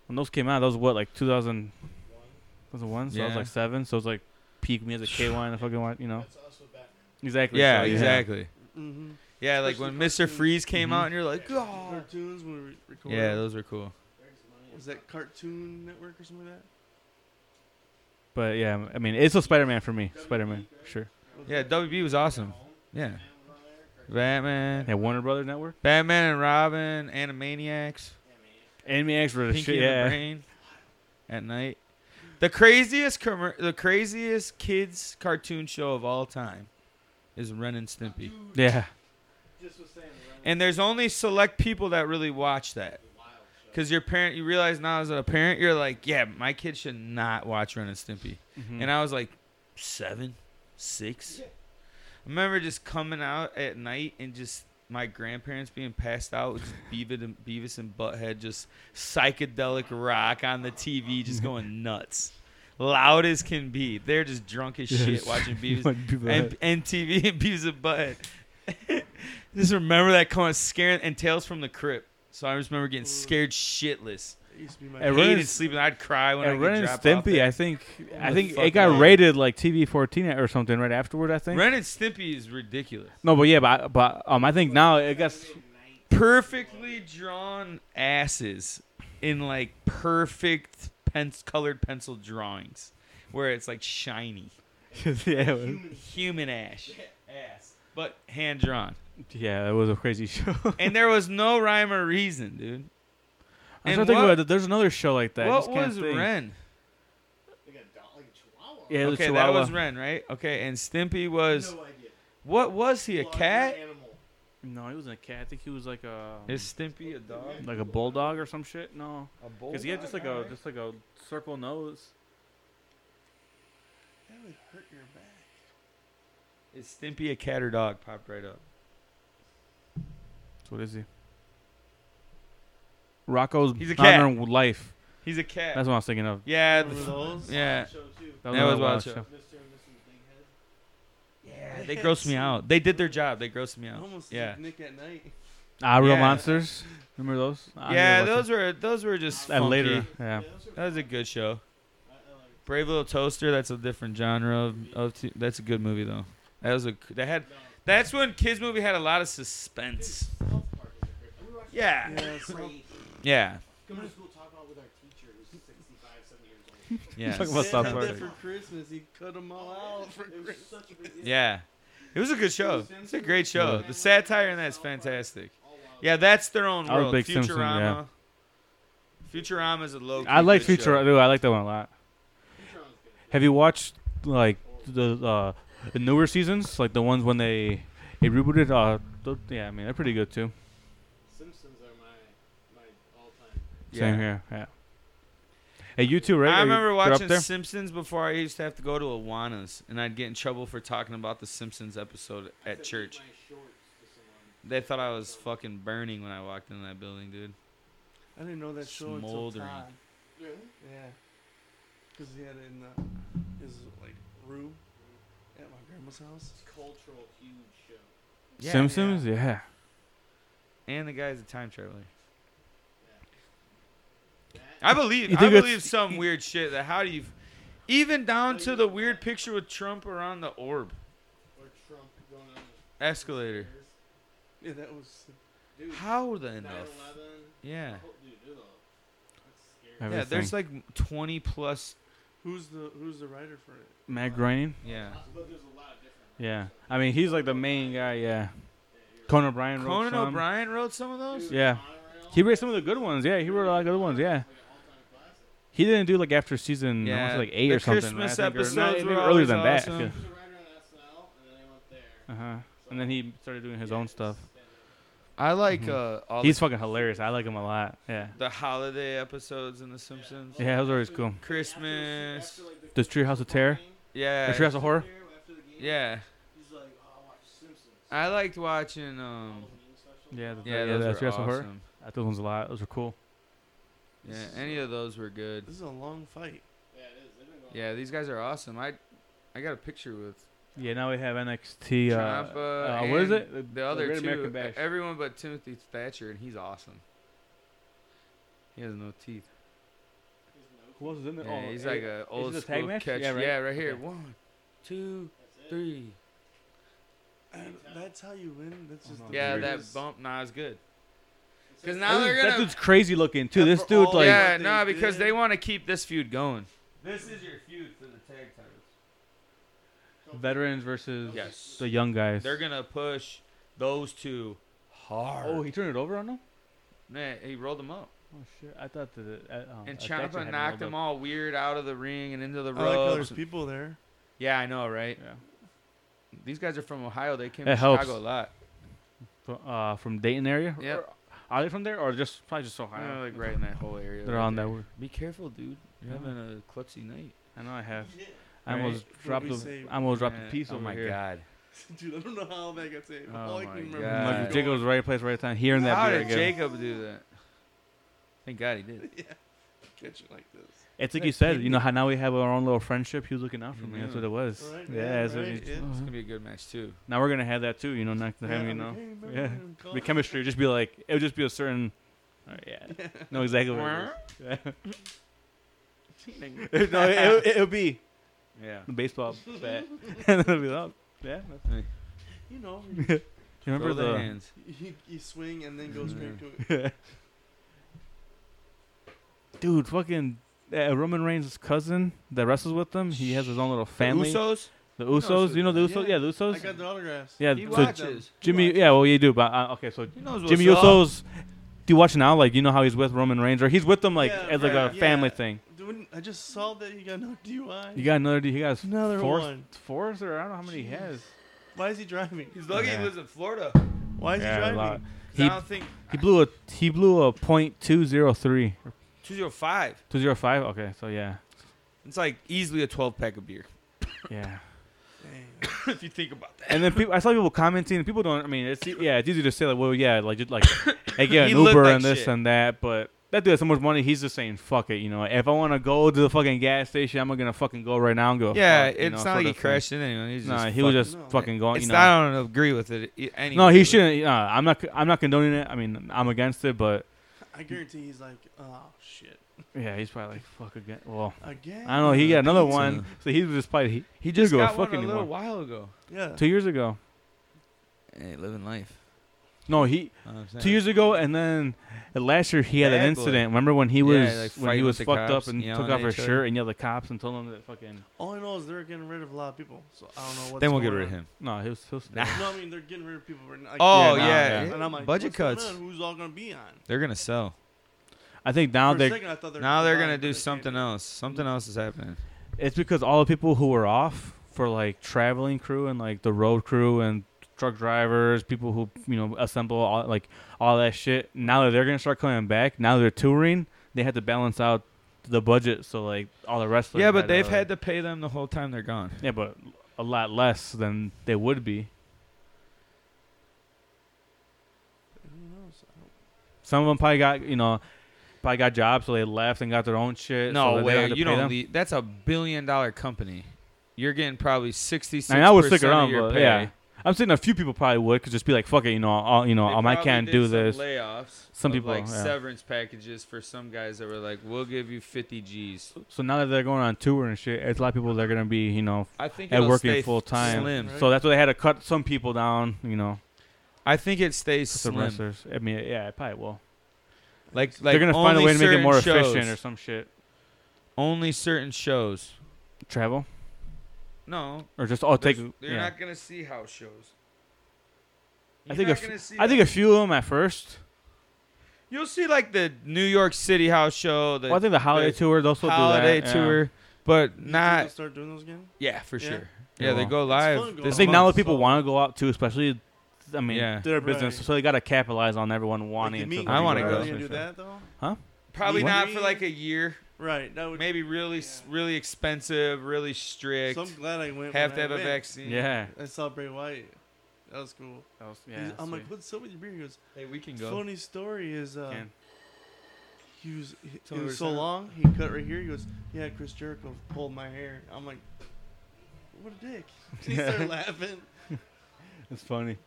[SPEAKER 2] When those came out, that was what like 2000, 2001. So I was
[SPEAKER 3] Yeah.
[SPEAKER 2] like seven. So it was like peak me as a
[SPEAKER 3] (sighs)
[SPEAKER 2] kid one. I fucking want you know
[SPEAKER 5] That's us with Batman.
[SPEAKER 2] exactly.
[SPEAKER 3] Yeah,
[SPEAKER 2] so,
[SPEAKER 3] exactly.
[SPEAKER 4] Mm-hmm.
[SPEAKER 3] Yeah, like
[SPEAKER 4] Especially
[SPEAKER 3] when Mister
[SPEAKER 4] cartoons.
[SPEAKER 3] Freeze came
[SPEAKER 2] Mhm.
[SPEAKER 3] out, and you're like, oh.
[SPEAKER 4] mm-hmm. Cartoons when we recorded.
[SPEAKER 3] Yeah, those are cool.
[SPEAKER 5] There's money.
[SPEAKER 4] was that Cartoon Network or something like that?
[SPEAKER 2] But yeah, I mean, it's a Spider Man for me. Spider Man, sure.
[SPEAKER 3] Yeah, WB was awesome. Yeah. Batman.
[SPEAKER 2] Yeah, Warner Brothers Network.
[SPEAKER 3] Batman and Robin, Animaniacs,
[SPEAKER 2] Animaniacs were the
[SPEAKER 3] Pinky
[SPEAKER 2] shit.
[SPEAKER 3] and the
[SPEAKER 2] Yeah.
[SPEAKER 3] Brain at night. The craziest commer the craziest kids cartoon show of all time is Ren and Stimpy. (laughs)
[SPEAKER 2] Yeah.
[SPEAKER 5] Just was saying, around
[SPEAKER 3] And there's only select people that really watch that.
[SPEAKER 5] the wild show.
[SPEAKER 3] Cuz your parent you realize now as a parent you're like, yeah, my kid should not watch Ren and Stimpy.
[SPEAKER 2] Mhm.
[SPEAKER 3] And I was like 7, 6. I remember just coming out at night and just my grandparents being passed out (laughs) with just Beavis and, Beavis and Butthead, just psychedelic rock on the TV, (laughs) just going nuts. Loud as can be. They're just drunk as shit
[SPEAKER 2] Yes.
[SPEAKER 3] (laughs)
[SPEAKER 2] (laughs)
[SPEAKER 3] watching Beavis
[SPEAKER 2] Like people
[SPEAKER 3] and
[SPEAKER 2] that-
[SPEAKER 3] MTV (laughs) and Beavis and Butthead. (laughs) just remember that coming scaring and Tales from the Crypt. So I just remember getting scared shitless.
[SPEAKER 4] That used to be my.
[SPEAKER 2] At
[SPEAKER 3] I
[SPEAKER 2] Mm. Ren
[SPEAKER 3] hated
[SPEAKER 2] and-
[SPEAKER 3] sleeping. I'd cry when I
[SPEAKER 2] and Ren
[SPEAKER 3] get
[SPEAKER 2] and
[SPEAKER 3] dropped off
[SPEAKER 2] Stimpy,
[SPEAKER 3] at-
[SPEAKER 2] I think, I
[SPEAKER 3] the
[SPEAKER 2] think
[SPEAKER 3] fuck
[SPEAKER 2] it got
[SPEAKER 3] yeah.
[SPEAKER 2] rated like TV fourteen or something right afterward. I think.
[SPEAKER 3] Ren and Stimpy is ridiculous.
[SPEAKER 2] no, but yeah, but but um, I think now it got. s- (laughs)
[SPEAKER 3] perfectly drawn asses in like perfect pen- colored pencil drawings where it's like shiny
[SPEAKER 2] yeah, it was,
[SPEAKER 3] human ash ass but hand drawn
[SPEAKER 2] yeah, it was a crazy show. (laughs)
[SPEAKER 3] and there was no rhyme or reason
[SPEAKER 2] I'm
[SPEAKER 3] dude and
[SPEAKER 2] trying to think
[SPEAKER 3] what-
[SPEAKER 2] about it. There's another show like that. I
[SPEAKER 3] what
[SPEAKER 2] just can't
[SPEAKER 3] was
[SPEAKER 2] think.
[SPEAKER 3] Ren
[SPEAKER 5] They got dog, like a chihuahua.
[SPEAKER 2] Yeah, it was
[SPEAKER 3] okay that
[SPEAKER 2] Chihuahua.
[SPEAKER 3] was Ren right okay and Stimpy was
[SPEAKER 5] No idea.
[SPEAKER 3] what was he a
[SPEAKER 5] Larger
[SPEAKER 3] cat
[SPEAKER 5] Animal.
[SPEAKER 2] No, he wasn't a cat. I think he was like a um,
[SPEAKER 3] is Stimpy a dog
[SPEAKER 2] like a bulldog or some shit. No,
[SPEAKER 3] a bull
[SPEAKER 2] because he had just like a just like a circle nose.
[SPEAKER 4] That would hurt your back.
[SPEAKER 3] is Stimpy a cat or dog popped right up
[SPEAKER 2] So what is he? Rocco's
[SPEAKER 3] He's a
[SPEAKER 2] Modern Life.
[SPEAKER 3] he's a cat
[SPEAKER 2] That's what I was thinking of.
[SPEAKER 3] yeah
[SPEAKER 4] Remember
[SPEAKER 3] the-
[SPEAKER 4] those?
[SPEAKER 3] yeah
[SPEAKER 5] Show too.
[SPEAKER 3] That was
[SPEAKER 2] another
[SPEAKER 3] Wild
[SPEAKER 2] wild
[SPEAKER 3] Show.
[SPEAKER 5] Mr. and Mrs. Big Head.
[SPEAKER 3] Yeah, they grossed me out. They did their job. They grossed me out.
[SPEAKER 4] Almost
[SPEAKER 3] Yeah.
[SPEAKER 4] like Nick
[SPEAKER 3] (laughs)
[SPEAKER 4] at Night.
[SPEAKER 2] Ah, Real
[SPEAKER 3] Yeah.
[SPEAKER 2] Monsters. Remember those? I
[SPEAKER 3] Yeah,
[SPEAKER 2] never watched
[SPEAKER 3] those were those were just
[SPEAKER 2] that. And later.
[SPEAKER 3] funky.
[SPEAKER 2] Yeah.
[SPEAKER 5] those are-
[SPEAKER 3] That was a good show.
[SPEAKER 5] I, I like
[SPEAKER 3] Brave Little Toaster. That's a different genre of, of t- that's a good movie though. That was a that had that's when kids movie had a lot of suspense.
[SPEAKER 5] South Park. is a great- We watched
[SPEAKER 3] Yeah,
[SPEAKER 4] Yeah, so-
[SPEAKER 5] Great.
[SPEAKER 3] yeah,
[SPEAKER 5] Coming to school, talking about with our teacher who's 65, 70 years old.
[SPEAKER 3] yeah.
[SPEAKER 2] Talking about
[SPEAKER 4] Santa
[SPEAKER 2] South
[SPEAKER 4] had
[SPEAKER 2] Park.
[SPEAKER 4] that for Christmas. He cut them all out for
[SPEAKER 5] Oh, It was
[SPEAKER 4] Christmas.
[SPEAKER 5] such a big deal.
[SPEAKER 3] Yeah, it was a good show. It's a great show.
[SPEAKER 2] Yeah.
[SPEAKER 3] The satire in that's fantastic.
[SPEAKER 5] All wild.
[SPEAKER 3] Yeah, that's their own
[SPEAKER 2] I was a
[SPEAKER 3] world.
[SPEAKER 2] big Simpson,
[SPEAKER 3] Futurama. Futurama's a low.
[SPEAKER 2] I like
[SPEAKER 3] good show.
[SPEAKER 2] Futurama. Dude, I like that one a lot.
[SPEAKER 5] Neutron's good.
[SPEAKER 2] Have you watched like the uh, the newer seasons, like the ones when they they rebooted? Uh, th- yeah, I mean they're pretty good too.
[SPEAKER 5] Simpsons are my, my all-time.
[SPEAKER 2] Same here. Yeah. Hey, you too, right?
[SPEAKER 3] I
[SPEAKER 2] Are you-
[SPEAKER 3] remember
[SPEAKER 2] they're up
[SPEAKER 3] watching
[SPEAKER 2] there?
[SPEAKER 3] Simpsons before I used to have to go to Awana's, and I'd get in trouble for talking about the Simpsons episode
[SPEAKER 5] I
[SPEAKER 3] at
[SPEAKER 5] said, "Eat
[SPEAKER 3] church.
[SPEAKER 5] my shorts to someone.
[SPEAKER 3] They thought I was fucking burning when I walked into that building, dude.
[SPEAKER 4] I didn't know that show until
[SPEAKER 3] Smoldering.
[SPEAKER 4] Todd.
[SPEAKER 5] Really?
[SPEAKER 4] Yeah. Because he had it in the, his like room at my grandma's house.
[SPEAKER 5] It's cultural huge show.
[SPEAKER 3] Yeah,
[SPEAKER 2] Simpsons, yeah.
[SPEAKER 3] And the guy's a time traveler.
[SPEAKER 5] That
[SPEAKER 3] I believe.
[SPEAKER 2] You
[SPEAKER 3] I
[SPEAKER 2] think that's-
[SPEAKER 3] believe some weird shit. That how do you, even down to the weird picture with Trump around the orb
[SPEAKER 5] or Trump going on the
[SPEAKER 3] escalator.
[SPEAKER 5] stairs.
[SPEAKER 4] Yeah, that was.
[SPEAKER 5] Dude,
[SPEAKER 3] How then?
[SPEAKER 5] 9
[SPEAKER 3] the
[SPEAKER 5] 11.
[SPEAKER 3] f- Yeah.
[SPEAKER 5] Dude, it all. That's scary.
[SPEAKER 2] Every-
[SPEAKER 3] Yeah. There's like 20 plus.
[SPEAKER 4] Who's the Who's the writer for it?
[SPEAKER 2] Matt Groening.
[SPEAKER 3] Yeah.
[SPEAKER 5] But there's a lot of different.
[SPEAKER 2] Yeah, I mean he's like the main guy. Yeah, Conan O'Brien. wrote
[SPEAKER 3] Conan
[SPEAKER 2] some.
[SPEAKER 3] O'brien wrote some of those.
[SPEAKER 2] Yeah, he wrote some of the good ones. Yeah, he wrote a lot of good ones. Yeah, he didn't do like after season I wanna say,
[SPEAKER 3] Yeah,
[SPEAKER 2] like eight
[SPEAKER 3] the
[SPEAKER 2] or something. right?
[SPEAKER 3] Christmas
[SPEAKER 2] I think, or- no,
[SPEAKER 3] episodes
[SPEAKER 2] even
[SPEAKER 3] were
[SPEAKER 2] earlier than
[SPEAKER 3] always
[SPEAKER 2] that.
[SPEAKER 3] awesome.
[SPEAKER 5] He was a writer on SNL, and then he went there.
[SPEAKER 2] Uh huh. And then he started doing his own stuff.
[SPEAKER 3] I like uh, all
[SPEAKER 2] Mm-hmm. He's
[SPEAKER 3] the,
[SPEAKER 2] fucking hilarious. I like him a lot. Yeah.
[SPEAKER 3] the holiday episodes in The Simpsons.
[SPEAKER 2] Yeah, that was always cool.
[SPEAKER 3] Christmas.
[SPEAKER 2] Does Treehouse of Terror?
[SPEAKER 3] Yeah.
[SPEAKER 2] The Treehouse of Horror?
[SPEAKER 3] Yeah.
[SPEAKER 5] He's like, oh, I watch Simpsons.
[SPEAKER 3] I liked watching. Um,
[SPEAKER 5] Halloween special.
[SPEAKER 2] Yeah, the,
[SPEAKER 3] yeah,
[SPEAKER 2] yeah,
[SPEAKER 3] those
[SPEAKER 2] the
[SPEAKER 3] were
[SPEAKER 2] Treehouse of Horror.
[SPEAKER 3] awesome.
[SPEAKER 2] I thought Those ones a lot. Those were cool.
[SPEAKER 3] Yeah, any of those were good.
[SPEAKER 4] This is a long fight.
[SPEAKER 5] Yeah, it is. They've been going
[SPEAKER 3] Yeah, these guys are awesome. I, I got a picture with
[SPEAKER 2] Yeah, now we have NXT. Uh,
[SPEAKER 3] Ciampa
[SPEAKER 2] uh, what is
[SPEAKER 3] and
[SPEAKER 2] it?
[SPEAKER 3] the other
[SPEAKER 2] Great
[SPEAKER 3] two,
[SPEAKER 2] American Bash.
[SPEAKER 3] everyone but Timothy Thatcher, and he's awesome. He has no teeth.
[SPEAKER 5] There's no-
[SPEAKER 2] Who else is in there?
[SPEAKER 3] Yeah,
[SPEAKER 2] oh,
[SPEAKER 3] he's
[SPEAKER 2] eh,
[SPEAKER 3] like a old
[SPEAKER 2] it a
[SPEAKER 3] school
[SPEAKER 2] tag match?
[SPEAKER 3] catch.
[SPEAKER 2] Yeah, right.
[SPEAKER 3] here.
[SPEAKER 2] Okay.
[SPEAKER 3] One, two,
[SPEAKER 5] That's it.
[SPEAKER 3] three.
[SPEAKER 4] And that's how you win. That's just.
[SPEAKER 2] Oh,
[SPEAKER 4] the
[SPEAKER 3] Uh-huh. Yeah, that
[SPEAKER 4] weirdest-
[SPEAKER 3] bump. Nah, it's good.
[SPEAKER 5] It's
[SPEAKER 3] Because
[SPEAKER 5] like-
[SPEAKER 3] now
[SPEAKER 2] that,
[SPEAKER 3] they're
[SPEAKER 2] dude- that
[SPEAKER 3] gonna.
[SPEAKER 2] dude's crazy looking too. This
[SPEAKER 4] After all
[SPEAKER 2] dude, like,
[SPEAKER 3] oh, yeah,
[SPEAKER 4] what they
[SPEAKER 3] nah, because
[SPEAKER 4] did.
[SPEAKER 3] they want to keep this feud going. This is your feud for the tag titles.
[SPEAKER 2] veterans versus
[SPEAKER 3] Yes.
[SPEAKER 2] the young guys.
[SPEAKER 3] They're gonna push those two hard.
[SPEAKER 2] Oh, he turned it over on them.
[SPEAKER 3] yeah, he rolled them up.
[SPEAKER 2] Oh shit! I thought that. Uh, um,
[SPEAKER 3] And
[SPEAKER 2] I thought you had
[SPEAKER 3] Ciampa
[SPEAKER 2] him
[SPEAKER 3] knocked
[SPEAKER 2] rolled
[SPEAKER 3] them
[SPEAKER 2] up.
[SPEAKER 3] all weird out of the ring and into the
[SPEAKER 4] I like how
[SPEAKER 3] ropes.
[SPEAKER 4] there's people there. (laughs)
[SPEAKER 3] yeah, I know, right?
[SPEAKER 2] Yeah.
[SPEAKER 3] These guys are from Ohio. They came
[SPEAKER 2] That
[SPEAKER 3] to
[SPEAKER 2] helps.
[SPEAKER 3] Chicago a lot.
[SPEAKER 2] From, uh, from Dayton area.
[SPEAKER 3] Yep.
[SPEAKER 2] Or- Are they from there or just probably just
[SPEAKER 3] You know,
[SPEAKER 2] Ohio?
[SPEAKER 3] like right in that whole area.
[SPEAKER 2] They're
[SPEAKER 3] right
[SPEAKER 2] on
[SPEAKER 3] there.
[SPEAKER 2] that. word.
[SPEAKER 3] Be careful, dude. You're
[SPEAKER 2] Yeah.
[SPEAKER 3] having a clutzy night.
[SPEAKER 2] I know I have.
[SPEAKER 5] Yeah.
[SPEAKER 2] I almost
[SPEAKER 4] What
[SPEAKER 2] dropped
[SPEAKER 4] we
[SPEAKER 2] the.
[SPEAKER 4] say-
[SPEAKER 2] I almost dropped
[SPEAKER 3] Yeah.
[SPEAKER 2] a piece
[SPEAKER 3] Oh
[SPEAKER 2] over
[SPEAKER 3] my
[SPEAKER 2] here.
[SPEAKER 3] god.
[SPEAKER 4] Dude, I don't know how that got saved.
[SPEAKER 3] Oh
[SPEAKER 4] All I
[SPEAKER 3] my
[SPEAKER 4] can remember.
[SPEAKER 3] God.
[SPEAKER 4] is
[SPEAKER 2] Like,
[SPEAKER 4] going-
[SPEAKER 2] Jacob was right place, right time. Hearing that
[SPEAKER 3] How
[SPEAKER 2] beer
[SPEAKER 3] did
[SPEAKER 2] again.
[SPEAKER 3] Jacob do that? Thank God he did.
[SPEAKER 4] Catch it like this.
[SPEAKER 2] It's like you said. You know how now we have our own little friendship. He was looking out for me. That's
[SPEAKER 3] Yeah.
[SPEAKER 2] what it was.
[SPEAKER 4] Right,
[SPEAKER 2] yeah.
[SPEAKER 4] yeah,
[SPEAKER 2] that's what
[SPEAKER 4] right,
[SPEAKER 2] it-
[SPEAKER 4] yeah.
[SPEAKER 2] oh,
[SPEAKER 3] It's gonna be a good match too.
[SPEAKER 2] Now we're gonna have that too. You know, not to have
[SPEAKER 4] Yeah,
[SPEAKER 2] you
[SPEAKER 4] I'm like,
[SPEAKER 2] know.
[SPEAKER 4] hey, remember
[SPEAKER 2] Yeah.
[SPEAKER 4] when I'm
[SPEAKER 2] The
[SPEAKER 4] calling?
[SPEAKER 2] chemistry would just be like it would just be a certain. uh, yeah. Know exactly what it is. (laughs) Yeah. no, it, it, it'll be
[SPEAKER 3] Yeah.
[SPEAKER 2] the baseball bat, (laughs) and it'll be up. Yeah. that's-
[SPEAKER 4] You know,
[SPEAKER 2] You remember
[SPEAKER 3] Throw the
[SPEAKER 2] the?
[SPEAKER 3] hands.
[SPEAKER 4] you, you swing and then go straight to it.
[SPEAKER 2] Dude, fucking uh, Roman Reigns' cousin that wrestles with him, he has his own little family.
[SPEAKER 3] The Usos.
[SPEAKER 2] The Usos, you know the Usos?
[SPEAKER 4] Yeah.
[SPEAKER 2] Yeah, the
[SPEAKER 4] I
[SPEAKER 2] Usos.
[SPEAKER 4] got the autographs.
[SPEAKER 2] yeah,
[SPEAKER 3] He
[SPEAKER 2] so
[SPEAKER 3] watches.
[SPEAKER 2] Jimmy. Yeah, well, you do, but uh, okay, so
[SPEAKER 3] He knows what's
[SPEAKER 2] Jimmy
[SPEAKER 3] up.
[SPEAKER 2] Usos. Do you watch now? Like, you know how he's with Roman Reigns, or he's with them like
[SPEAKER 4] Yeah,
[SPEAKER 2] as like
[SPEAKER 4] right,
[SPEAKER 2] a family
[SPEAKER 4] yeah.
[SPEAKER 2] thing.
[SPEAKER 4] Dude, I just saw that you got (laughs) another DUI.
[SPEAKER 2] You got another? He got his
[SPEAKER 4] Another
[SPEAKER 2] fourth,
[SPEAKER 4] one.
[SPEAKER 2] fourth, or I don't know how many he has.
[SPEAKER 4] Why is he driving?
[SPEAKER 3] He's lucky
[SPEAKER 2] Yeah.
[SPEAKER 3] he lives in Florida.
[SPEAKER 4] Why is
[SPEAKER 2] Yeah, a
[SPEAKER 4] he
[SPEAKER 2] lot.
[SPEAKER 4] driving?
[SPEAKER 2] He
[SPEAKER 3] I don't think
[SPEAKER 2] he blew a he blew a point two zero three.
[SPEAKER 3] 205.
[SPEAKER 2] 205? Okay, so yeah.
[SPEAKER 3] It's like easily a 12 pack of beer. (laughs)
[SPEAKER 2] Yeah.
[SPEAKER 4] Dang.
[SPEAKER 3] if you think about that.
[SPEAKER 2] And then people, I saw people commenting. People don't. I mean, it's e- yeah, it's easy to say like, well, yeah, like just
[SPEAKER 3] (laughs)
[SPEAKER 2] like, hey, get
[SPEAKER 3] He
[SPEAKER 2] an
[SPEAKER 3] looked
[SPEAKER 2] Uber
[SPEAKER 3] like
[SPEAKER 2] and this
[SPEAKER 3] shit.
[SPEAKER 2] and that. But that dude has so much money. He's just saying, fuck it. You know, if I want to go to the fucking gas station, I'm gonna fucking go right now and go.
[SPEAKER 3] Yeah,
[SPEAKER 2] fuck,
[SPEAKER 3] it's
[SPEAKER 2] you know,
[SPEAKER 3] not
[SPEAKER 2] sort
[SPEAKER 3] like he
[SPEAKER 2] of thing.
[SPEAKER 3] crashed in anyone. He's
[SPEAKER 2] Nah,
[SPEAKER 3] just
[SPEAKER 2] he was
[SPEAKER 3] fucking-
[SPEAKER 2] just
[SPEAKER 4] no.
[SPEAKER 2] fucking going.
[SPEAKER 3] It's
[SPEAKER 2] you know,
[SPEAKER 3] not, I don't agree with it. e-
[SPEAKER 2] no,
[SPEAKER 3] anyway,
[SPEAKER 2] he
[SPEAKER 3] but-
[SPEAKER 2] shouldn't. Nah, I'm not. I'm not condoning it. I mean, I'm against it, but
[SPEAKER 4] I guarantee he's like, oh shit,
[SPEAKER 2] yeah, he's probably like, fuck again. Well,
[SPEAKER 4] again.
[SPEAKER 2] I don't know. He got another
[SPEAKER 3] Pizza.
[SPEAKER 2] one, so he was just probably he,
[SPEAKER 3] He
[SPEAKER 2] just
[SPEAKER 3] just
[SPEAKER 2] go
[SPEAKER 3] got
[SPEAKER 2] fuck
[SPEAKER 3] one a little
[SPEAKER 2] anymore.
[SPEAKER 3] while ago.
[SPEAKER 4] Yeah.
[SPEAKER 2] two years ago.
[SPEAKER 3] Hey, living life.
[SPEAKER 2] No, he two years ago, and then last year he had
[SPEAKER 3] Bad
[SPEAKER 2] an
[SPEAKER 3] boy.
[SPEAKER 2] incident. Remember when he
[SPEAKER 3] Yeah,
[SPEAKER 2] was
[SPEAKER 3] like
[SPEAKER 2] when he
[SPEAKER 3] fighting
[SPEAKER 2] was
[SPEAKER 3] with
[SPEAKER 2] fucked
[SPEAKER 3] the
[SPEAKER 2] up
[SPEAKER 3] cops
[SPEAKER 2] and
[SPEAKER 3] and
[SPEAKER 2] took
[SPEAKER 3] yelling
[SPEAKER 2] off
[SPEAKER 3] at
[SPEAKER 2] her
[SPEAKER 3] each other?
[SPEAKER 2] shirt and yelled at the cops and told them that fucking
[SPEAKER 4] All I know is they're getting rid of a lot of people, so I don't know what.
[SPEAKER 3] They won't get rid of him.
[SPEAKER 2] no, he was, he was
[SPEAKER 4] No, I mean they're getting rid of people right now. Like,
[SPEAKER 3] Oh,
[SPEAKER 2] Yeah,
[SPEAKER 3] yeah.
[SPEAKER 2] nah, yeah.
[SPEAKER 4] And I'm like,
[SPEAKER 3] budget
[SPEAKER 4] what's going
[SPEAKER 3] cuts.
[SPEAKER 4] on? Who's all gonna be on?
[SPEAKER 3] They're going to sell.
[SPEAKER 2] I think now
[SPEAKER 4] For a
[SPEAKER 2] they
[SPEAKER 4] second, I thought they were
[SPEAKER 3] Now they're going
[SPEAKER 4] combined,
[SPEAKER 3] to
[SPEAKER 4] but they
[SPEAKER 3] do
[SPEAKER 4] can't
[SPEAKER 3] something
[SPEAKER 4] do it.
[SPEAKER 3] else. Something else is happening.
[SPEAKER 2] it's because all the people who were off for like traveling crew and like the road crew and truck drivers, people who you know assemble all like all that shit. Now that they're gonna start coming back, now they're touring, they had to balance out the budget. So like all the wrestlers.
[SPEAKER 3] yeah, but they've
[SPEAKER 2] to,
[SPEAKER 3] had to pay them the whole time they're gone.
[SPEAKER 2] yeah, but a lot less than they would be. Some of them probably got you know, probably got jobs, so they left and got their own shit. so
[SPEAKER 3] No
[SPEAKER 2] that they
[SPEAKER 3] way.
[SPEAKER 2] had to
[SPEAKER 3] You
[SPEAKER 2] pay
[SPEAKER 3] don't
[SPEAKER 2] them.
[SPEAKER 3] leave. That's a billion dollar company. You're getting probably 66
[SPEAKER 2] And I would stick
[SPEAKER 3] of
[SPEAKER 2] around,
[SPEAKER 3] your
[SPEAKER 2] but
[SPEAKER 3] pay.
[SPEAKER 2] uh, yeah, I'm saying a few people probably would, cause just be like, fuck it, you know, I'll, you know,
[SPEAKER 3] They
[SPEAKER 2] um, I
[SPEAKER 3] probably
[SPEAKER 2] can't
[SPEAKER 3] did
[SPEAKER 2] do
[SPEAKER 3] some
[SPEAKER 2] this.
[SPEAKER 3] Layoffs.
[SPEAKER 2] Some
[SPEAKER 3] of,
[SPEAKER 2] people,
[SPEAKER 3] like
[SPEAKER 2] yeah.
[SPEAKER 3] severance packages for some guys that were like, "We'll give you 50 G's."
[SPEAKER 2] So now that they're going on tour and shit, it's a lot of people that are gonna be, you know,
[SPEAKER 3] I think
[SPEAKER 2] At
[SPEAKER 3] it'll
[SPEAKER 2] working
[SPEAKER 3] stay
[SPEAKER 2] full time.
[SPEAKER 3] Slim.
[SPEAKER 4] Right.
[SPEAKER 2] so that's why they had to cut some people down, you know,
[SPEAKER 3] I think it stays
[SPEAKER 2] some
[SPEAKER 3] slim.
[SPEAKER 2] wrestlers. I mean, yeah, it probably will.
[SPEAKER 3] Like, like
[SPEAKER 2] they're gonna find a
[SPEAKER 3] only
[SPEAKER 2] way to make it
[SPEAKER 3] certain
[SPEAKER 2] more
[SPEAKER 3] shows.
[SPEAKER 2] efficient or some shit.
[SPEAKER 3] Only certain shows.
[SPEAKER 2] Travel
[SPEAKER 3] No,
[SPEAKER 2] or just oh, take.
[SPEAKER 3] there's- you're
[SPEAKER 2] yeah.
[SPEAKER 3] not gonna see house shows.
[SPEAKER 2] I
[SPEAKER 3] You're
[SPEAKER 2] think a
[SPEAKER 3] not
[SPEAKER 2] f-
[SPEAKER 3] gonna see
[SPEAKER 2] I
[SPEAKER 3] that.
[SPEAKER 2] think a few of them at first.
[SPEAKER 3] You'll see like the New York City house show, the
[SPEAKER 2] Well, I think the holiday
[SPEAKER 3] the
[SPEAKER 2] tour, they'll still
[SPEAKER 3] holiday
[SPEAKER 2] do that. yeah.
[SPEAKER 3] tour, but
[SPEAKER 4] You think they'll
[SPEAKER 3] not.
[SPEAKER 4] start doing those again.
[SPEAKER 3] Yeah, for
[SPEAKER 4] Yeah.
[SPEAKER 3] sure.
[SPEAKER 2] Yeah,
[SPEAKER 3] Yeah, they
[SPEAKER 2] well.
[SPEAKER 3] go
[SPEAKER 4] fun
[SPEAKER 3] live.
[SPEAKER 4] going
[SPEAKER 2] I
[SPEAKER 3] This
[SPEAKER 2] think now
[SPEAKER 3] month.
[SPEAKER 2] that people want to go out too, especially, I mean,
[SPEAKER 3] Yeah.
[SPEAKER 2] their business,
[SPEAKER 4] Right.
[SPEAKER 2] so they got to capitalize on everyone
[SPEAKER 4] Like,
[SPEAKER 2] wanting
[SPEAKER 4] the meet
[SPEAKER 2] to.
[SPEAKER 4] and
[SPEAKER 3] I
[SPEAKER 4] greet,
[SPEAKER 3] wanna
[SPEAKER 4] are
[SPEAKER 3] go.
[SPEAKER 4] they gonna do that though?
[SPEAKER 3] probably
[SPEAKER 4] What?
[SPEAKER 3] not for like a year.
[SPEAKER 4] Right. That would.
[SPEAKER 3] Maybe really, s really expensive, really strict.
[SPEAKER 4] So I'm glad I went.
[SPEAKER 3] have to
[SPEAKER 4] when I
[SPEAKER 3] have a
[SPEAKER 4] went.
[SPEAKER 3] vaccine.
[SPEAKER 2] Yeah.
[SPEAKER 4] I saw Bray Wyatt. That was cool. He's- I'm like, what's up with your beard? He goes,
[SPEAKER 3] Hey, we can go.
[SPEAKER 4] funny story is uh,
[SPEAKER 2] Can.
[SPEAKER 4] he was, he-
[SPEAKER 3] Tell
[SPEAKER 4] it
[SPEAKER 3] her
[SPEAKER 4] was
[SPEAKER 3] to
[SPEAKER 4] so
[SPEAKER 3] stop.
[SPEAKER 4] long, he cut right here. He goes, yeah, Chris Jericho pulled my hair. I'm like, what a dick. (laughs) He started laughing.
[SPEAKER 2] It's funny.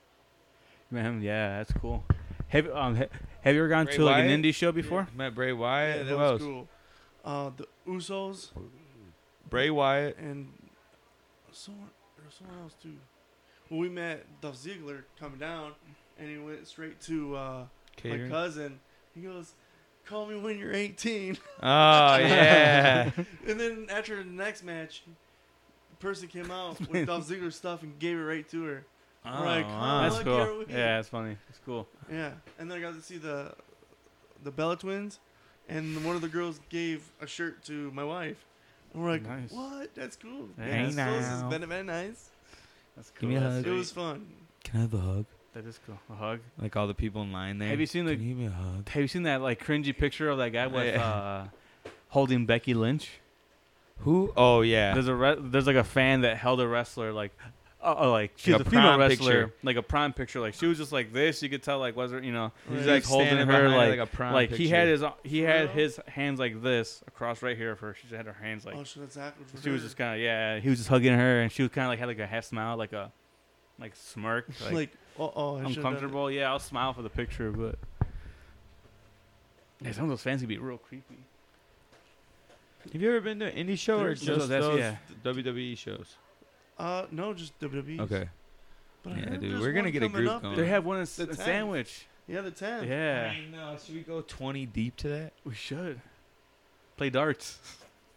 [SPEAKER 2] Man, yeah, that's cool. Have um, ha- have you ever gone
[SPEAKER 3] Bray
[SPEAKER 2] to like an
[SPEAKER 3] Wyatt?
[SPEAKER 2] indie show before?
[SPEAKER 3] Met Bray
[SPEAKER 4] Yeah,
[SPEAKER 3] Wyatt.
[SPEAKER 4] that
[SPEAKER 3] Who
[SPEAKER 4] was
[SPEAKER 3] else?
[SPEAKER 4] cool. Uh, the Usos
[SPEAKER 3] Bray Wyatt.
[SPEAKER 4] and someone, there was someone else too. Well, we met Dolph Ziggler coming down, and he went straight to uh, my
[SPEAKER 3] Catering.
[SPEAKER 4] cousin. He goes, call me when you're 18.
[SPEAKER 3] Oh
[SPEAKER 2] (laughs)
[SPEAKER 3] yeah.
[SPEAKER 4] (laughs) And then after the next match, the person
[SPEAKER 3] (laughs)
[SPEAKER 4] came out with Dolph Ziggler's stuff and gave it right to her. Right,
[SPEAKER 2] Oh, wow. that's
[SPEAKER 4] look, here
[SPEAKER 2] cool.
[SPEAKER 4] we-
[SPEAKER 2] Yeah, that's funny. It's cool.
[SPEAKER 4] Yeah. And then I got to see the the Bella twins, and one of the girls gave a shirt to my wife. And we're like,
[SPEAKER 2] Nice.
[SPEAKER 4] what? That's cool.
[SPEAKER 2] Hey
[SPEAKER 4] so this has
[SPEAKER 2] now.
[SPEAKER 4] been very nice.
[SPEAKER 2] That's cool.
[SPEAKER 3] Give me a
[SPEAKER 2] that's
[SPEAKER 3] hug.
[SPEAKER 4] It
[SPEAKER 2] sweet.
[SPEAKER 4] was fun.
[SPEAKER 3] Can I have a hug?
[SPEAKER 2] that is cool. A hug.
[SPEAKER 3] Like all the people in line there.
[SPEAKER 2] Have you seen the-
[SPEAKER 3] Can you give me a hug?
[SPEAKER 2] Have you seen that like cringy picture of that guy with
[SPEAKER 3] Yeah.
[SPEAKER 2] uh, holding Becky Lynch?
[SPEAKER 3] Who? Oh yeah.
[SPEAKER 2] There's a re- there's like a fan that held a wrestler like, uh, uh, like she's
[SPEAKER 3] Like
[SPEAKER 2] a,
[SPEAKER 3] a
[SPEAKER 2] female
[SPEAKER 3] prom
[SPEAKER 2] wrestler,
[SPEAKER 3] picture.
[SPEAKER 2] like a prime picture. Like she was just like this. You could tell like was her, you know,
[SPEAKER 4] He's,
[SPEAKER 2] he
[SPEAKER 4] like,
[SPEAKER 2] was holding
[SPEAKER 3] standing
[SPEAKER 2] her
[SPEAKER 3] behind
[SPEAKER 2] like
[SPEAKER 3] like a prom
[SPEAKER 2] like he had
[SPEAKER 3] picture.
[SPEAKER 2] his uh, he had
[SPEAKER 4] Yeah.
[SPEAKER 2] his hands like this across right here of her. She just had her hands like
[SPEAKER 4] oh, so that's awkward for
[SPEAKER 2] she was
[SPEAKER 4] her.
[SPEAKER 2] just kind of yeah. He was just hugging her and she was kind of like had like a half smile, like a like
[SPEAKER 4] (laughs)
[SPEAKER 2] smirk, like,
[SPEAKER 4] like, uh-oh. I
[SPEAKER 2] I'm
[SPEAKER 4] should've done it.
[SPEAKER 2] comfortable. Yeah, I'll smile for the picture, but yeah, some of those fans can be real creepy.
[SPEAKER 3] Have you ever been to an indie show or
[SPEAKER 2] There's-
[SPEAKER 3] just
[SPEAKER 2] that's-
[SPEAKER 3] those
[SPEAKER 2] yeah.
[SPEAKER 3] WWE shows?
[SPEAKER 4] Uh, no, just WWE.
[SPEAKER 3] Okay.
[SPEAKER 4] But I
[SPEAKER 3] Yeah,
[SPEAKER 4] heard
[SPEAKER 3] dude,
[SPEAKER 4] there's
[SPEAKER 3] we're gonna
[SPEAKER 4] one
[SPEAKER 3] get a
[SPEAKER 4] coming
[SPEAKER 3] group
[SPEAKER 4] up
[SPEAKER 3] going.
[SPEAKER 2] They
[SPEAKER 4] in-
[SPEAKER 2] have one in S-
[SPEAKER 4] The
[SPEAKER 2] in
[SPEAKER 4] tenth.
[SPEAKER 2] Sandwich.
[SPEAKER 4] Yeah, the 10.
[SPEAKER 2] Yeah,
[SPEAKER 3] No, should we go 20 deep to that?
[SPEAKER 2] we should play darts.
[SPEAKER 3] (laughs)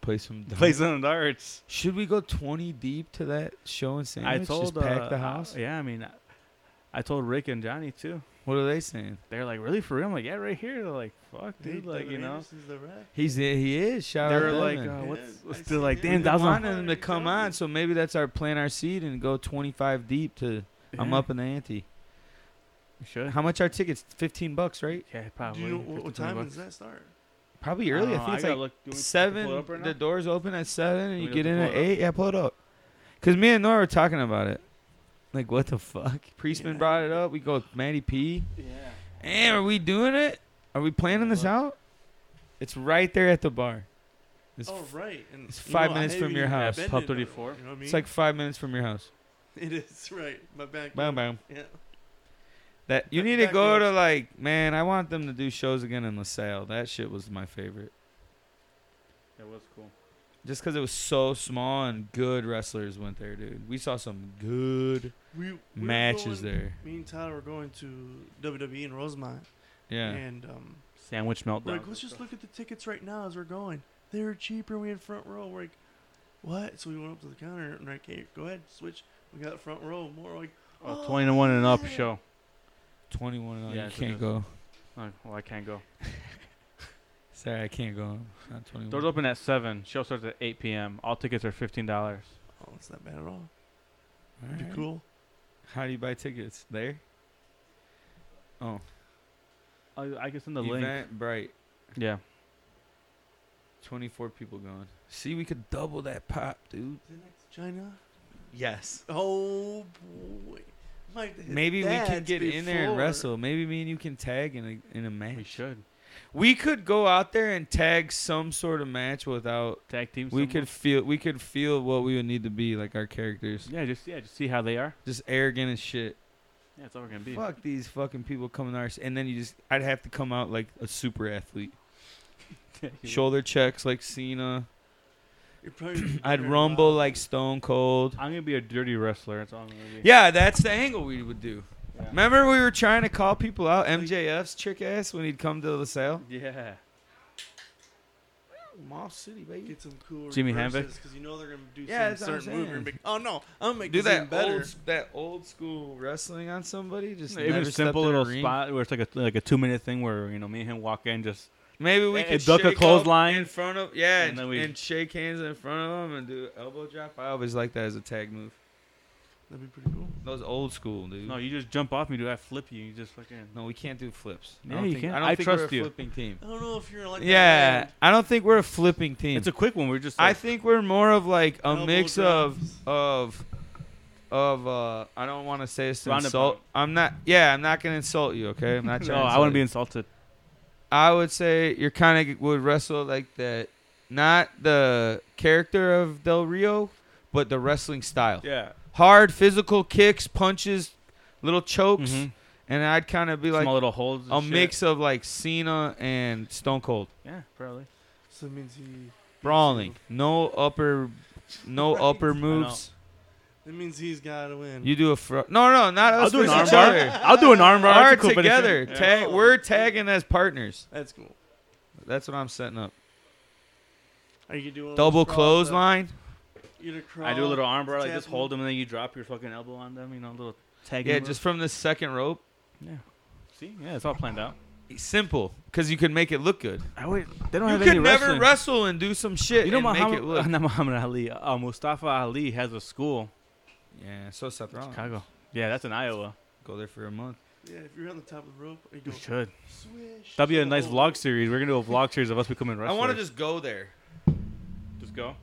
[SPEAKER 2] (laughs)
[SPEAKER 3] Play some.
[SPEAKER 2] Play some darts.
[SPEAKER 3] Should we go 20 deep to that show and sandwich?
[SPEAKER 2] I told
[SPEAKER 3] just pack
[SPEAKER 2] uh,
[SPEAKER 3] the house.
[SPEAKER 2] yeah, I mean, I, I told Rick and Johnny too.
[SPEAKER 3] What are they saying?
[SPEAKER 2] They're like, really for real? I'm like, yeah, right here. They're like, fuck, dude, like you know.
[SPEAKER 4] Anderson's the rat.
[SPEAKER 3] He's he is. Shout
[SPEAKER 2] They're
[SPEAKER 3] out to
[SPEAKER 2] like,
[SPEAKER 3] them.
[SPEAKER 2] uh,
[SPEAKER 4] Yeah,
[SPEAKER 2] what's,
[SPEAKER 4] I
[SPEAKER 2] what's
[SPEAKER 4] see
[SPEAKER 2] they're like,
[SPEAKER 4] it.
[SPEAKER 2] damn,
[SPEAKER 4] We've
[SPEAKER 2] that
[SPEAKER 4] been
[SPEAKER 2] was
[SPEAKER 4] on-
[SPEAKER 2] on.
[SPEAKER 3] wanting them to come on, so maybe that's our plant our seed and go 25 deep to. I'm up in the ante.
[SPEAKER 2] We should.
[SPEAKER 3] How much are tickets? 15 bucks, right?
[SPEAKER 2] Yeah, probably.
[SPEAKER 4] Do you know what, what
[SPEAKER 2] 15, 20
[SPEAKER 4] time
[SPEAKER 2] bucks.
[SPEAKER 4] does that start?
[SPEAKER 3] Probably early. I,
[SPEAKER 2] don't know,
[SPEAKER 3] think it's
[SPEAKER 2] gotta
[SPEAKER 3] like
[SPEAKER 2] look. Do we- can we pull it
[SPEAKER 3] seven.
[SPEAKER 2] up right now?
[SPEAKER 3] the doors open at seven, and
[SPEAKER 2] Do
[SPEAKER 3] you
[SPEAKER 2] we
[SPEAKER 3] get
[SPEAKER 2] have to
[SPEAKER 3] in at
[SPEAKER 2] pull it up?
[SPEAKER 3] eight. Yeah, pull it up. Cause me and Nora were talking about it. Like, what
[SPEAKER 2] (laughs)
[SPEAKER 3] the fuck? Priestman
[SPEAKER 4] Yeah.
[SPEAKER 3] brought it up. We go, with Matty P.
[SPEAKER 2] Yeah.
[SPEAKER 3] Damn, are we doing it? Are we planning this
[SPEAKER 4] Look.
[SPEAKER 3] out? It's right there at the bar. It's,
[SPEAKER 4] oh,
[SPEAKER 3] f-
[SPEAKER 4] right. And
[SPEAKER 3] it's
[SPEAKER 4] you
[SPEAKER 3] five
[SPEAKER 4] I
[SPEAKER 3] minutes
[SPEAKER 4] haven't
[SPEAKER 3] from your
[SPEAKER 4] even
[SPEAKER 3] house.
[SPEAKER 4] been
[SPEAKER 2] Pub
[SPEAKER 4] to another
[SPEAKER 2] 34.
[SPEAKER 4] one, You know what I mean?
[SPEAKER 3] it's like five minutes from your house.
[SPEAKER 4] (laughs) It is right. My back.
[SPEAKER 3] Bam, bam.
[SPEAKER 4] Yeah.
[SPEAKER 3] That you
[SPEAKER 4] That-
[SPEAKER 3] need to
[SPEAKER 4] that
[SPEAKER 3] go to
[SPEAKER 4] goes.
[SPEAKER 3] like, man. I want them to do shows again in LaSalle. That shit was my favorite,
[SPEAKER 2] That was cool.
[SPEAKER 3] just because it was so small and good wrestlers went there, dude. We saw some good
[SPEAKER 4] We, we were
[SPEAKER 3] matches
[SPEAKER 4] going-
[SPEAKER 3] there.
[SPEAKER 4] Me and Tyler were going to WWE in Rosemont.
[SPEAKER 3] Yeah.
[SPEAKER 4] And um,
[SPEAKER 2] Sandwich meltdown.
[SPEAKER 4] we're like, let's just look at the tickets right now as we're going. They were cheaper. and We had front row. We're like, what? So we went up to the counter and we're like, hey, go ahead, switch. We got front row more. Like,
[SPEAKER 2] Oh, 21 and up
[SPEAKER 4] yeah.
[SPEAKER 2] show.
[SPEAKER 3] 21 and all.
[SPEAKER 2] Yeah,
[SPEAKER 3] you
[SPEAKER 2] it's a
[SPEAKER 3] can't
[SPEAKER 2] good-
[SPEAKER 3] go.
[SPEAKER 2] Oh, well, I can't go.
[SPEAKER 3] Sorry, I can't go. It's Not 21.
[SPEAKER 2] Doors open at 7. Show starts at 8 p.m. All tickets are $15.
[SPEAKER 4] oh, it's not bad at all.
[SPEAKER 3] All
[SPEAKER 4] It'd
[SPEAKER 3] right.
[SPEAKER 4] be cool.
[SPEAKER 3] How do you buy tickets? There? Oh.
[SPEAKER 2] I, I can send the link.
[SPEAKER 3] Eventbrite.
[SPEAKER 2] Yeah.
[SPEAKER 3] 24 people going. See, we could double that pop, dude.
[SPEAKER 4] China?
[SPEAKER 3] Yes.
[SPEAKER 4] Oh, boy. Like, his
[SPEAKER 3] Maybe we can
[SPEAKER 4] dad's
[SPEAKER 3] get in there and
[SPEAKER 4] before-
[SPEAKER 3] wrestle. Maybe me and you can tag in a in a
[SPEAKER 2] We
[SPEAKER 3] match.
[SPEAKER 2] should
[SPEAKER 3] We could go out there and tag some sort of match without.
[SPEAKER 2] tag team.
[SPEAKER 3] We
[SPEAKER 2] someone.
[SPEAKER 3] could feel we could feel what we would need to be like our characters,
[SPEAKER 2] Yeah, just yeah, just see how they are.
[SPEAKER 3] just arrogant as shit.
[SPEAKER 2] Yeah, that's all we're gonna be. (laughs)
[SPEAKER 3] Fuck these fucking people coming to our. s- And then you just, I'd have to come out like a super athlete, shoulder checks like Cena. (clears throat)
[SPEAKER 4] You're probably-
[SPEAKER 3] I'd
[SPEAKER 4] you're
[SPEAKER 3] rumble
[SPEAKER 4] loud.
[SPEAKER 3] like Stone Cold.
[SPEAKER 2] I'm gonna be a dirty wrestler. That's all I'm gonna be.
[SPEAKER 3] Yeah, that's the angle we would do.
[SPEAKER 2] Yeah.
[SPEAKER 3] Remember we were trying to call people out, MJF's trick ass when he'd come to LaSalle?
[SPEAKER 2] Yeah.
[SPEAKER 3] Mall City, baby.
[SPEAKER 4] Get some cool
[SPEAKER 2] Jimmy Havoc.
[SPEAKER 4] because you know they're gonna do
[SPEAKER 3] Yeah, that's what
[SPEAKER 4] some
[SPEAKER 3] I'm
[SPEAKER 4] certain move. And
[SPEAKER 3] saying.
[SPEAKER 4] be, oh no, I'm gonna make
[SPEAKER 3] Do
[SPEAKER 4] this even
[SPEAKER 3] that
[SPEAKER 4] better.
[SPEAKER 3] old, that old school wrestling on somebody. Just
[SPEAKER 2] Even
[SPEAKER 3] never
[SPEAKER 2] a
[SPEAKER 3] stepped
[SPEAKER 2] simple
[SPEAKER 3] in a
[SPEAKER 2] little
[SPEAKER 3] ring.
[SPEAKER 2] spot where it's like a like a two minute thing where you know me and him walk in just
[SPEAKER 3] Maybe we
[SPEAKER 2] And-
[SPEAKER 3] could
[SPEAKER 2] and duck a
[SPEAKER 3] shake up
[SPEAKER 2] clothesline,
[SPEAKER 3] in front of yeah,
[SPEAKER 2] and
[SPEAKER 3] and,
[SPEAKER 2] then we-
[SPEAKER 3] and shake hands in front of them and do elbow drop. I always like that as a tag move.
[SPEAKER 4] That'd be pretty cool.
[SPEAKER 3] Those old school dude.
[SPEAKER 2] no,
[SPEAKER 3] No,
[SPEAKER 2] you just jump off me, dude. I flip you. You just fucking.
[SPEAKER 3] we can't do flips.
[SPEAKER 2] Yeah,
[SPEAKER 3] I don't
[SPEAKER 2] you
[SPEAKER 3] think,
[SPEAKER 2] can.
[SPEAKER 3] I don't
[SPEAKER 2] I
[SPEAKER 3] think we're
[SPEAKER 2] trust
[SPEAKER 3] a
[SPEAKER 2] you.
[SPEAKER 3] flipping team.
[SPEAKER 4] I don't know if you're like that
[SPEAKER 3] Yeah,
[SPEAKER 4] band.
[SPEAKER 3] I don't think we're a flipping team.
[SPEAKER 2] It's a quick one. We're just.
[SPEAKER 3] I
[SPEAKER 2] like-
[SPEAKER 3] think we're more of like a
[SPEAKER 4] Elbow
[SPEAKER 3] mix
[SPEAKER 4] drops.
[SPEAKER 3] of of of uh I don't want to say it's an
[SPEAKER 2] Roundabout.
[SPEAKER 3] insult. I'm not yeah, I'm not going to insult you, okay?
[SPEAKER 2] (laughs)
[SPEAKER 3] I'm not
[SPEAKER 2] no,
[SPEAKER 3] trying to
[SPEAKER 2] oh, I
[SPEAKER 3] insult
[SPEAKER 2] wouldn't be
[SPEAKER 3] you.
[SPEAKER 2] insulted.
[SPEAKER 3] I would say you're kind of would wrestle like that not the character of Del Rio, but the wrestling style.
[SPEAKER 2] Yeah.
[SPEAKER 3] Hard physical kicks, punches, little chokes,
[SPEAKER 2] Mhm.
[SPEAKER 3] and I'd kind of be
[SPEAKER 2] Small
[SPEAKER 3] like
[SPEAKER 2] little holds. and
[SPEAKER 3] a
[SPEAKER 2] shit.
[SPEAKER 3] mix of like Cena and Stone Cold.
[SPEAKER 2] Yeah, probably.
[SPEAKER 4] So it means he beats
[SPEAKER 3] Brawling. No upper no
[SPEAKER 4] Right.
[SPEAKER 3] upper
[SPEAKER 2] know.
[SPEAKER 3] moves.
[SPEAKER 4] you. It means he's gotta win.
[SPEAKER 3] You do a fro- no, no, not us.
[SPEAKER 2] I'll do an
[SPEAKER 3] versus each
[SPEAKER 2] armbar.
[SPEAKER 3] other.
[SPEAKER 2] I'll do an armbar.
[SPEAKER 3] We're
[SPEAKER 2] That's a cool finisher.
[SPEAKER 3] together.
[SPEAKER 2] Yeah.
[SPEAKER 3] Tag, we're tagging as partners.
[SPEAKER 4] That's cool.
[SPEAKER 3] That's what I'm setting up.
[SPEAKER 4] Are you
[SPEAKER 2] Oh,
[SPEAKER 4] doing
[SPEAKER 3] Double clothesline.
[SPEAKER 4] You
[SPEAKER 2] I do a little armbar, like
[SPEAKER 4] tap
[SPEAKER 2] just
[SPEAKER 4] him.
[SPEAKER 2] hold them, and then you drop your fucking elbow on them. You know, a little tag.
[SPEAKER 3] Yeah,
[SPEAKER 2] move.
[SPEAKER 3] just from the second rope.
[SPEAKER 2] yeah. See, yeah, it's all planned out.
[SPEAKER 3] Simple, because you can make it look good.
[SPEAKER 2] I would. They don't
[SPEAKER 3] You
[SPEAKER 2] have
[SPEAKER 3] could
[SPEAKER 2] any
[SPEAKER 3] never
[SPEAKER 2] wrestling.
[SPEAKER 3] wrestle and do some shit
[SPEAKER 2] You know,
[SPEAKER 3] and make
[SPEAKER 2] Muhammad,
[SPEAKER 3] it
[SPEAKER 2] (laughs)
[SPEAKER 3] look.
[SPEAKER 2] not Muhammad Ali. Uh, Mustafa Ali has a school,
[SPEAKER 3] Yeah, so Seth
[SPEAKER 2] in
[SPEAKER 3] Rollins.
[SPEAKER 2] Chicago. Yeah, that's in Iowa.
[SPEAKER 3] Go there for a month.
[SPEAKER 4] Yeah, if you're on the top of the rope, you go
[SPEAKER 2] We should.
[SPEAKER 4] swish.
[SPEAKER 2] That'd be a nice
[SPEAKER 4] Oh.
[SPEAKER 2] vlog series. We're gonna do a vlog series of us (laughs) becoming
[SPEAKER 3] I
[SPEAKER 2] wrestlers.
[SPEAKER 3] want to just go there
[SPEAKER 2] just go.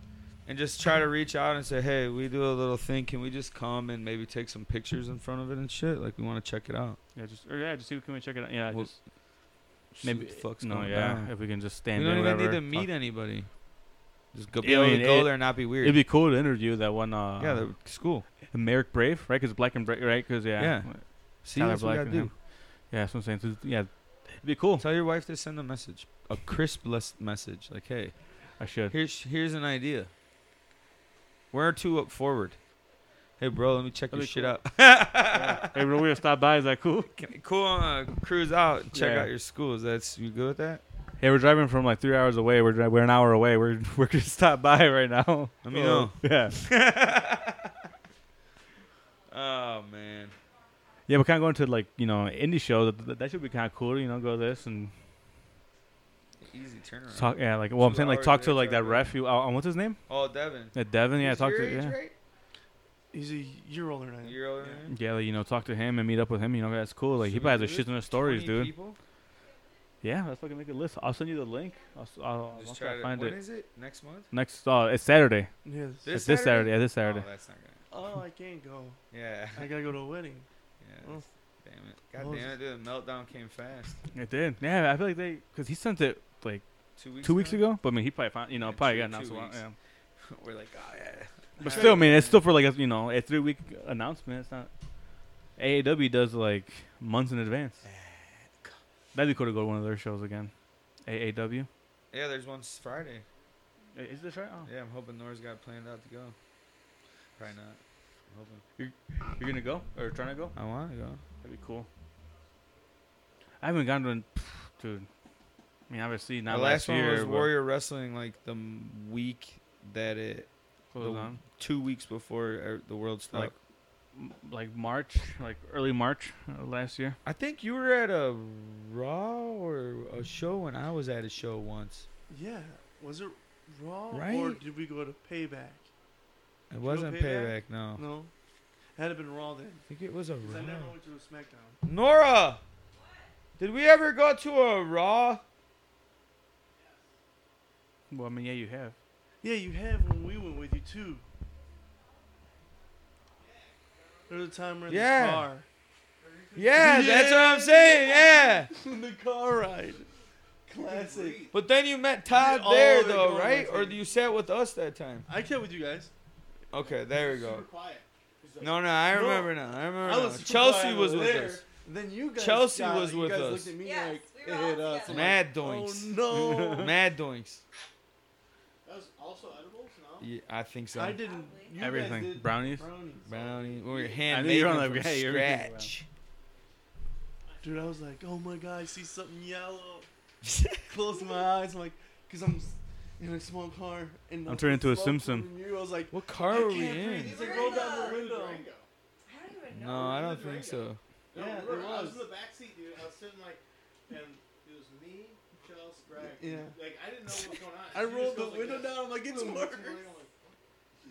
[SPEAKER 3] and just try to reach out and say, hey, we do a little thing. Can we just come and maybe take some pictures in front of it and shit? Like, we want to check it out.
[SPEAKER 2] Yeah, just or yeah, just see if we can check it out. Yeah,
[SPEAKER 3] Well,
[SPEAKER 2] just
[SPEAKER 3] See
[SPEAKER 2] maybe.
[SPEAKER 3] what the fuck's
[SPEAKER 2] no,
[SPEAKER 3] going
[SPEAKER 2] yeah.
[SPEAKER 3] down.
[SPEAKER 2] If we can just
[SPEAKER 3] We
[SPEAKER 2] stand.
[SPEAKER 3] don't
[SPEAKER 2] there,
[SPEAKER 3] even need
[SPEAKER 2] whatever.
[SPEAKER 3] to meet
[SPEAKER 2] Fuck.
[SPEAKER 3] anybody. Just go, be
[SPEAKER 2] Yeah, I
[SPEAKER 3] able
[SPEAKER 2] mean,
[SPEAKER 3] to go
[SPEAKER 2] it-
[SPEAKER 3] there and not be weird.
[SPEAKER 2] It'd be cool to interview that one. Uh,
[SPEAKER 3] yeah, the school.
[SPEAKER 2] Merrick Brave, right? Because black and brave, right? Because yeah,
[SPEAKER 3] Yeah. See,
[SPEAKER 2] Tyler
[SPEAKER 3] that's what
[SPEAKER 2] Black
[SPEAKER 3] you
[SPEAKER 2] and
[SPEAKER 3] gotta do.
[SPEAKER 2] him. yeah. That's what I'm saying. So, yeah, it'd be
[SPEAKER 3] (laughs)
[SPEAKER 2] cool.
[SPEAKER 3] Tell your wife to send a message, a crisp les- message, like, "Hey,
[SPEAKER 2] I should.
[SPEAKER 3] here's here's an idea. Where are two up forward? Hey, bro, let me check
[SPEAKER 2] That'd
[SPEAKER 3] your
[SPEAKER 2] be
[SPEAKER 3] shit
[SPEAKER 2] cool.
[SPEAKER 3] out. (laughs)
[SPEAKER 2] hey, bro, we're gonna stop by. Is that cool?
[SPEAKER 3] Can we cool, uh, cruise out, and check
[SPEAKER 2] Yeah.
[SPEAKER 3] out your schools. That's you good with that?
[SPEAKER 2] Hey, we're driving from like three hours away. We're dri- we're an hour away. We're (laughs) we're gonna stop by right now.
[SPEAKER 3] Let me
[SPEAKER 2] Oh,
[SPEAKER 3] know.
[SPEAKER 2] (laughs) Yeah,
[SPEAKER 3] Oh man,
[SPEAKER 2] yeah. We're kind of going to like you know indie show. That, that- that should be kind of cool. You know, go this and
[SPEAKER 3] easy turnaround.
[SPEAKER 2] talk. Yeah, like well, I'm
[SPEAKER 3] Two
[SPEAKER 2] saying like
[SPEAKER 3] hours
[SPEAKER 2] talk to
[SPEAKER 3] there,
[SPEAKER 2] like that
[SPEAKER 3] traffic.
[SPEAKER 2] ref. You, uh, uh, what's his name?
[SPEAKER 3] oh, Devin.
[SPEAKER 2] Yeah, Devin. Yeah,
[SPEAKER 3] He's
[SPEAKER 2] talk
[SPEAKER 3] your
[SPEAKER 2] to
[SPEAKER 3] age,
[SPEAKER 2] yeah.
[SPEAKER 3] right?
[SPEAKER 4] He's a year older than I am.
[SPEAKER 3] You're older
[SPEAKER 4] Yeah.
[SPEAKER 3] than him?
[SPEAKER 2] Yeah, like, you know, talk to him and meet up with him. You know, that's cool. Like he
[SPEAKER 3] Should we
[SPEAKER 2] probably has
[SPEAKER 3] do
[SPEAKER 2] a
[SPEAKER 3] it?
[SPEAKER 2] shit ton of stories,
[SPEAKER 3] 20
[SPEAKER 2] dude.
[SPEAKER 3] people?
[SPEAKER 2] Yeah, let's fucking make a list. I'll send you the link. I'll, s- I'll, I'll
[SPEAKER 3] Just try
[SPEAKER 2] try
[SPEAKER 3] to.
[SPEAKER 2] to find
[SPEAKER 3] when
[SPEAKER 2] it.
[SPEAKER 3] is it? Next month?
[SPEAKER 2] Next, uh, it's Saturday.
[SPEAKER 4] Yes.
[SPEAKER 3] This
[SPEAKER 2] it's this
[SPEAKER 3] Saturday?
[SPEAKER 2] Saturday. Yeah, this Saturday.
[SPEAKER 3] Oh, that's not gonna.
[SPEAKER 4] Oh, I can't go.
[SPEAKER 3] Yeah.
[SPEAKER 4] I gotta go to a
[SPEAKER 2] (laughs)
[SPEAKER 4] wedding.
[SPEAKER 3] yeah. (laughs)
[SPEAKER 4] Oh.
[SPEAKER 3] Damn it. God
[SPEAKER 4] Well,
[SPEAKER 3] damn it, dude. The meltdown came fast.
[SPEAKER 2] It did. Yeah, I feel like they because he sent it like
[SPEAKER 3] Two weeks.
[SPEAKER 2] two weeks ago. But I mean, he probably found you know
[SPEAKER 3] Yeah,
[SPEAKER 2] probably
[SPEAKER 3] two-
[SPEAKER 2] got announced
[SPEAKER 3] two
[SPEAKER 2] a lot.
[SPEAKER 3] weeks.
[SPEAKER 2] Yeah.
[SPEAKER 3] (laughs) We're like, oh yeah.
[SPEAKER 2] But still, I mean, it's still for like a you know a three week announcement. It's not AAW does like months in advance.
[SPEAKER 3] Eh,
[SPEAKER 2] That'd be cool to go to one of their shows again. AAW.
[SPEAKER 3] Yeah, there's one s- Friday.
[SPEAKER 2] I- Is this right? Oh.
[SPEAKER 3] Yeah, I'm hoping Nora's got it planned out to go. Probably not. I'm hoping.
[SPEAKER 2] You're gonna go or trying to go?
[SPEAKER 3] I want to go.
[SPEAKER 2] That'd be cool. I haven't gone to, an, dude. I mean, obviously not
[SPEAKER 3] the
[SPEAKER 2] last,
[SPEAKER 3] last, one
[SPEAKER 2] year.
[SPEAKER 3] was
[SPEAKER 2] but
[SPEAKER 3] Warrior Wrestling, like the m- week that it,
[SPEAKER 2] close
[SPEAKER 3] the-
[SPEAKER 2] on.
[SPEAKER 3] two weeks before er, the world stopped.
[SPEAKER 2] Like- M- like March, like early March uh, last year.
[SPEAKER 3] I think you were at a Raw or a show when I was at a show once.
[SPEAKER 4] Yeah. Was it Raw or
[SPEAKER 3] Right.
[SPEAKER 4] did we go to Payback?
[SPEAKER 3] It wasn't
[SPEAKER 4] Payback?
[SPEAKER 3] Payback,
[SPEAKER 2] Oh.
[SPEAKER 3] no.
[SPEAKER 4] No. Had it been Raw then?
[SPEAKER 3] I think it was a
[SPEAKER 4] 'Cause
[SPEAKER 3] Raw.
[SPEAKER 4] I never went to a SmackDown.
[SPEAKER 3] Nora, did we ever go to a Raw?
[SPEAKER 2] Well, I mean, yeah, you have.
[SPEAKER 4] Yeah, you have when we went with you too. There was a time where in
[SPEAKER 3] Yeah.
[SPEAKER 4] the car, (laughs)
[SPEAKER 3] Yeah, that's what I'm saying. Yeah.
[SPEAKER 4] in the car ride, classic.
[SPEAKER 3] But then you met Todd
[SPEAKER 4] all
[SPEAKER 3] there,
[SPEAKER 4] the
[SPEAKER 3] though,
[SPEAKER 4] gold
[SPEAKER 3] right?
[SPEAKER 4] ones,
[SPEAKER 3] Or
[SPEAKER 4] yeah.
[SPEAKER 3] you sat with us that time?
[SPEAKER 4] I kept with you guys.
[SPEAKER 3] Okay, there we go.
[SPEAKER 5] Super quiet. He's like,
[SPEAKER 3] No, no, I
[SPEAKER 4] No,
[SPEAKER 3] remember now. I remember
[SPEAKER 4] I
[SPEAKER 3] now.
[SPEAKER 4] was
[SPEAKER 3] Chelsea
[SPEAKER 4] surprised
[SPEAKER 3] was
[SPEAKER 4] I
[SPEAKER 3] with
[SPEAKER 4] there.
[SPEAKER 3] us.
[SPEAKER 4] Then you guys.
[SPEAKER 3] Chelsea
[SPEAKER 4] got-
[SPEAKER 3] was
[SPEAKER 4] you
[SPEAKER 3] with
[SPEAKER 4] guys
[SPEAKER 3] us.
[SPEAKER 4] Looked at me
[SPEAKER 6] Yes,
[SPEAKER 4] like,
[SPEAKER 5] uh,
[SPEAKER 6] we were
[SPEAKER 4] it
[SPEAKER 6] all
[SPEAKER 4] hit us.
[SPEAKER 6] together.
[SPEAKER 3] Mad
[SPEAKER 4] Oh
[SPEAKER 3] doinks.
[SPEAKER 2] (laughs)
[SPEAKER 4] no!
[SPEAKER 3] Mad doinks.
[SPEAKER 5] That was also edibles, no?
[SPEAKER 3] Yeah, I think so.
[SPEAKER 4] I didn't. You guys
[SPEAKER 2] Everything.
[SPEAKER 4] did
[SPEAKER 2] Brownies? (laughs)
[SPEAKER 4] brownies.
[SPEAKER 3] Brownie. We were
[SPEAKER 2] I
[SPEAKER 3] hand
[SPEAKER 2] knew you were
[SPEAKER 3] making them
[SPEAKER 2] like,
[SPEAKER 3] from
[SPEAKER 2] hey, you're making brownies.
[SPEAKER 3] scratch.
[SPEAKER 4] Dude, I was like, oh my god, I see something
[SPEAKER 2] (laughs)
[SPEAKER 4] yellow. Close my eyes, I'm like, cause I'm s- in a small car and
[SPEAKER 2] I'm
[SPEAKER 4] I'm
[SPEAKER 2] turning into a
[SPEAKER 4] slow coming
[SPEAKER 2] Simpson.
[SPEAKER 4] from you. I was like,
[SPEAKER 3] What
[SPEAKER 4] I
[SPEAKER 3] car were we
[SPEAKER 4] can't breathe.
[SPEAKER 3] in?
[SPEAKER 4] He's like, roll down the
[SPEAKER 5] Durango.
[SPEAKER 4] window.
[SPEAKER 6] I don't even know.
[SPEAKER 3] No, I
[SPEAKER 5] in
[SPEAKER 3] don't
[SPEAKER 5] the
[SPEAKER 3] think so.
[SPEAKER 5] Durango.
[SPEAKER 4] Yeah,
[SPEAKER 5] No, we were-
[SPEAKER 4] there
[SPEAKER 5] I was
[SPEAKER 4] was.
[SPEAKER 5] in the back seat, dude. I was sitting like, and it was me, Chelsea, Greg.
[SPEAKER 4] Yeah.
[SPEAKER 5] Like I didn't know what was going on.
[SPEAKER 4] I
[SPEAKER 5] She just
[SPEAKER 4] rolled the
[SPEAKER 5] goes like
[SPEAKER 4] window
[SPEAKER 5] this.
[SPEAKER 4] down. I'm like, it's
[SPEAKER 5] Boom,
[SPEAKER 4] worse.
[SPEAKER 5] going on.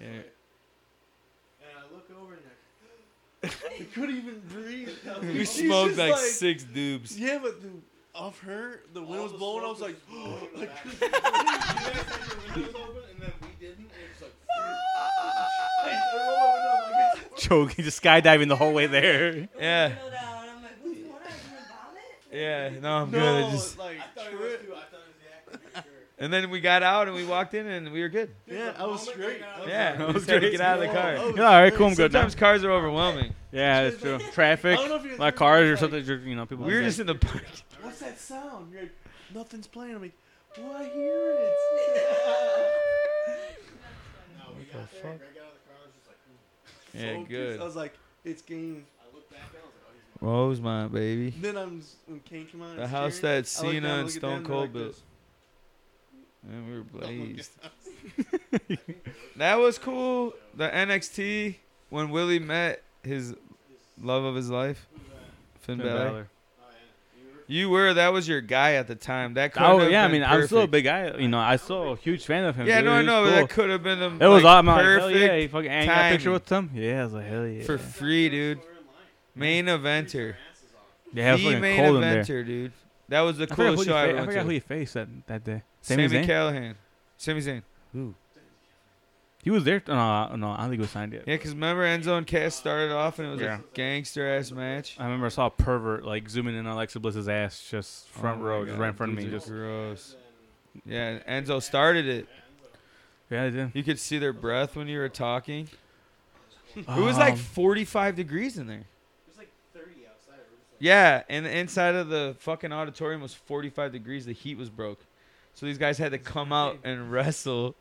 [SPEAKER 3] Yeah.
[SPEAKER 5] And I look over and (laughs) like,
[SPEAKER 4] I couldn't even breathe.
[SPEAKER 3] We
[SPEAKER 4] She's
[SPEAKER 3] smoked
[SPEAKER 4] just
[SPEAKER 3] like, six dubs.
[SPEAKER 4] Yeah, but the, off her, the
[SPEAKER 5] all
[SPEAKER 4] wind was
[SPEAKER 5] the
[SPEAKER 4] blowing. I was
[SPEAKER 5] smoke
[SPEAKER 4] like,
[SPEAKER 5] (laughs)
[SPEAKER 4] (gasps)
[SPEAKER 5] blowing in
[SPEAKER 4] (laughs) I couldn't
[SPEAKER 5] the back. You guys had your windows open and then we didn't. and It was like, (laughs)
[SPEAKER 4] I rolled my window. I'm like,
[SPEAKER 2] Choking, just skydiving the whole way there. (laughs)
[SPEAKER 3] Yeah.
[SPEAKER 6] Window down. I'm like, what's going on? Is there a vomit?
[SPEAKER 3] Yeah, no, I'm
[SPEAKER 4] no,
[SPEAKER 3] good. I just
[SPEAKER 4] like,
[SPEAKER 5] I thought it was
[SPEAKER 4] tri-
[SPEAKER 5] too. I thought it was the actor. for Sure.
[SPEAKER 3] and then we got out and we walked in and we were good.
[SPEAKER 5] Dude,
[SPEAKER 4] Yeah,
[SPEAKER 5] the
[SPEAKER 4] I was
[SPEAKER 5] moment
[SPEAKER 4] straight.
[SPEAKER 5] got out
[SPEAKER 4] I
[SPEAKER 5] of
[SPEAKER 4] was
[SPEAKER 5] the
[SPEAKER 3] Yeah,
[SPEAKER 5] car,
[SPEAKER 2] That
[SPEAKER 3] we
[SPEAKER 2] was
[SPEAKER 3] just had to
[SPEAKER 2] great.
[SPEAKER 3] get out of the
[SPEAKER 4] Oh,
[SPEAKER 3] car.
[SPEAKER 4] oh,
[SPEAKER 2] Yeah, all right, cool, I'm good now.
[SPEAKER 3] Sometimes cars are overwhelming.
[SPEAKER 2] Yeah, that's
[SPEAKER 4] (laughs)
[SPEAKER 2] true. Traffic,
[SPEAKER 4] I don't know if you guys
[SPEAKER 2] like
[SPEAKER 4] heard
[SPEAKER 2] cars
[SPEAKER 4] that,
[SPEAKER 2] or
[SPEAKER 4] like-
[SPEAKER 2] something. You know, people.
[SPEAKER 3] We were
[SPEAKER 2] like-
[SPEAKER 3] just in
[SPEAKER 2] (laughs)
[SPEAKER 3] the park.
[SPEAKER 4] What's that sound? You're like, nothing's playing. I'm like, well, I hear it. (laughs)
[SPEAKER 5] No, we got there. Greg got out of the car. I was just like, ooh.
[SPEAKER 3] Yeah,
[SPEAKER 4] Focus.
[SPEAKER 2] (laughs)
[SPEAKER 3] good.
[SPEAKER 4] I was like, it's game.
[SPEAKER 5] I looked back and I was like, oh, he's.
[SPEAKER 3] Rosemont, baby.
[SPEAKER 4] Then I'm s- when Kane came out.
[SPEAKER 3] The
[SPEAKER 4] and
[SPEAKER 3] house
[SPEAKER 4] stared,
[SPEAKER 3] that
[SPEAKER 4] I look
[SPEAKER 3] Cena
[SPEAKER 4] down, I
[SPEAKER 3] and
[SPEAKER 4] look at
[SPEAKER 3] Stone
[SPEAKER 4] them, they're
[SPEAKER 3] Cold
[SPEAKER 4] like
[SPEAKER 3] built.
[SPEAKER 4] this.
[SPEAKER 2] Oh
[SPEAKER 3] And we were blazed.
[SPEAKER 5] I think they were-
[SPEAKER 3] (laughs) That was cool. The NXT when Willie met his love of his life,
[SPEAKER 5] Who's that?
[SPEAKER 3] Finn,
[SPEAKER 2] Finn
[SPEAKER 3] Balor.
[SPEAKER 2] Balor.
[SPEAKER 5] Oh, yeah. You were-
[SPEAKER 3] You were that was your guy at the time. That could
[SPEAKER 2] Oh
[SPEAKER 3] have
[SPEAKER 2] yeah, I
[SPEAKER 3] been
[SPEAKER 2] mean, I'm still a
[SPEAKER 3] perfect.
[SPEAKER 2] big guy. You know, I still a huge fan of him.
[SPEAKER 3] Yeah,
[SPEAKER 2] dude.
[SPEAKER 3] no,
[SPEAKER 2] He
[SPEAKER 3] I
[SPEAKER 2] was
[SPEAKER 3] know. but
[SPEAKER 2] cool.
[SPEAKER 3] That could have been the
[SPEAKER 2] It was
[SPEAKER 3] like,
[SPEAKER 2] awesome. I'm like,
[SPEAKER 3] perfect
[SPEAKER 2] hell yeah, he fucking and you got a picture
[SPEAKER 3] timing.
[SPEAKER 2] with him. Yeah, I was like, hell yeah.
[SPEAKER 3] for
[SPEAKER 5] That's
[SPEAKER 3] free,
[SPEAKER 5] how we
[SPEAKER 3] dude.
[SPEAKER 5] were in line.
[SPEAKER 3] Main
[SPEAKER 5] Freeze our
[SPEAKER 3] eventer.
[SPEAKER 5] asses off.
[SPEAKER 2] yeah, it was
[SPEAKER 3] the
[SPEAKER 2] fucking
[SPEAKER 3] main
[SPEAKER 2] cold in there.
[SPEAKER 3] eventer, dude. That was the
[SPEAKER 2] I forgot, who
[SPEAKER 3] coolest
[SPEAKER 2] he
[SPEAKER 3] show
[SPEAKER 2] fa-
[SPEAKER 3] I ever
[SPEAKER 2] I
[SPEAKER 3] went
[SPEAKER 2] forgot who
[SPEAKER 3] to.
[SPEAKER 2] he faced that, that day. Sami
[SPEAKER 3] Sammy
[SPEAKER 2] Zayn.
[SPEAKER 3] Callahan. Sami Zayn.
[SPEAKER 2] he was there. No, no, I don't think he was signed yet.
[SPEAKER 3] Yeah, because remember Enzo and Cass started off and it was
[SPEAKER 2] Yeah.
[SPEAKER 3] a gangster ass match.
[SPEAKER 2] I remember I saw a pervert like zooming in on Alexa Bliss's ass just front
[SPEAKER 3] Oh my
[SPEAKER 2] row, just
[SPEAKER 3] God,
[SPEAKER 2] right in front of me.
[SPEAKER 3] dudes are
[SPEAKER 2] Just
[SPEAKER 3] gross. Yeah, Enzo started it.
[SPEAKER 2] yeah, I did.
[SPEAKER 3] You could see their breath when you were talking. It was
[SPEAKER 2] Um,
[SPEAKER 3] like 45 degrees in there.
[SPEAKER 5] It was like 30 outside. We're just like,
[SPEAKER 3] Yeah, and the inside of the fucking auditorium was 45 degrees. The heat was broke. So these guys had to come out and wrestle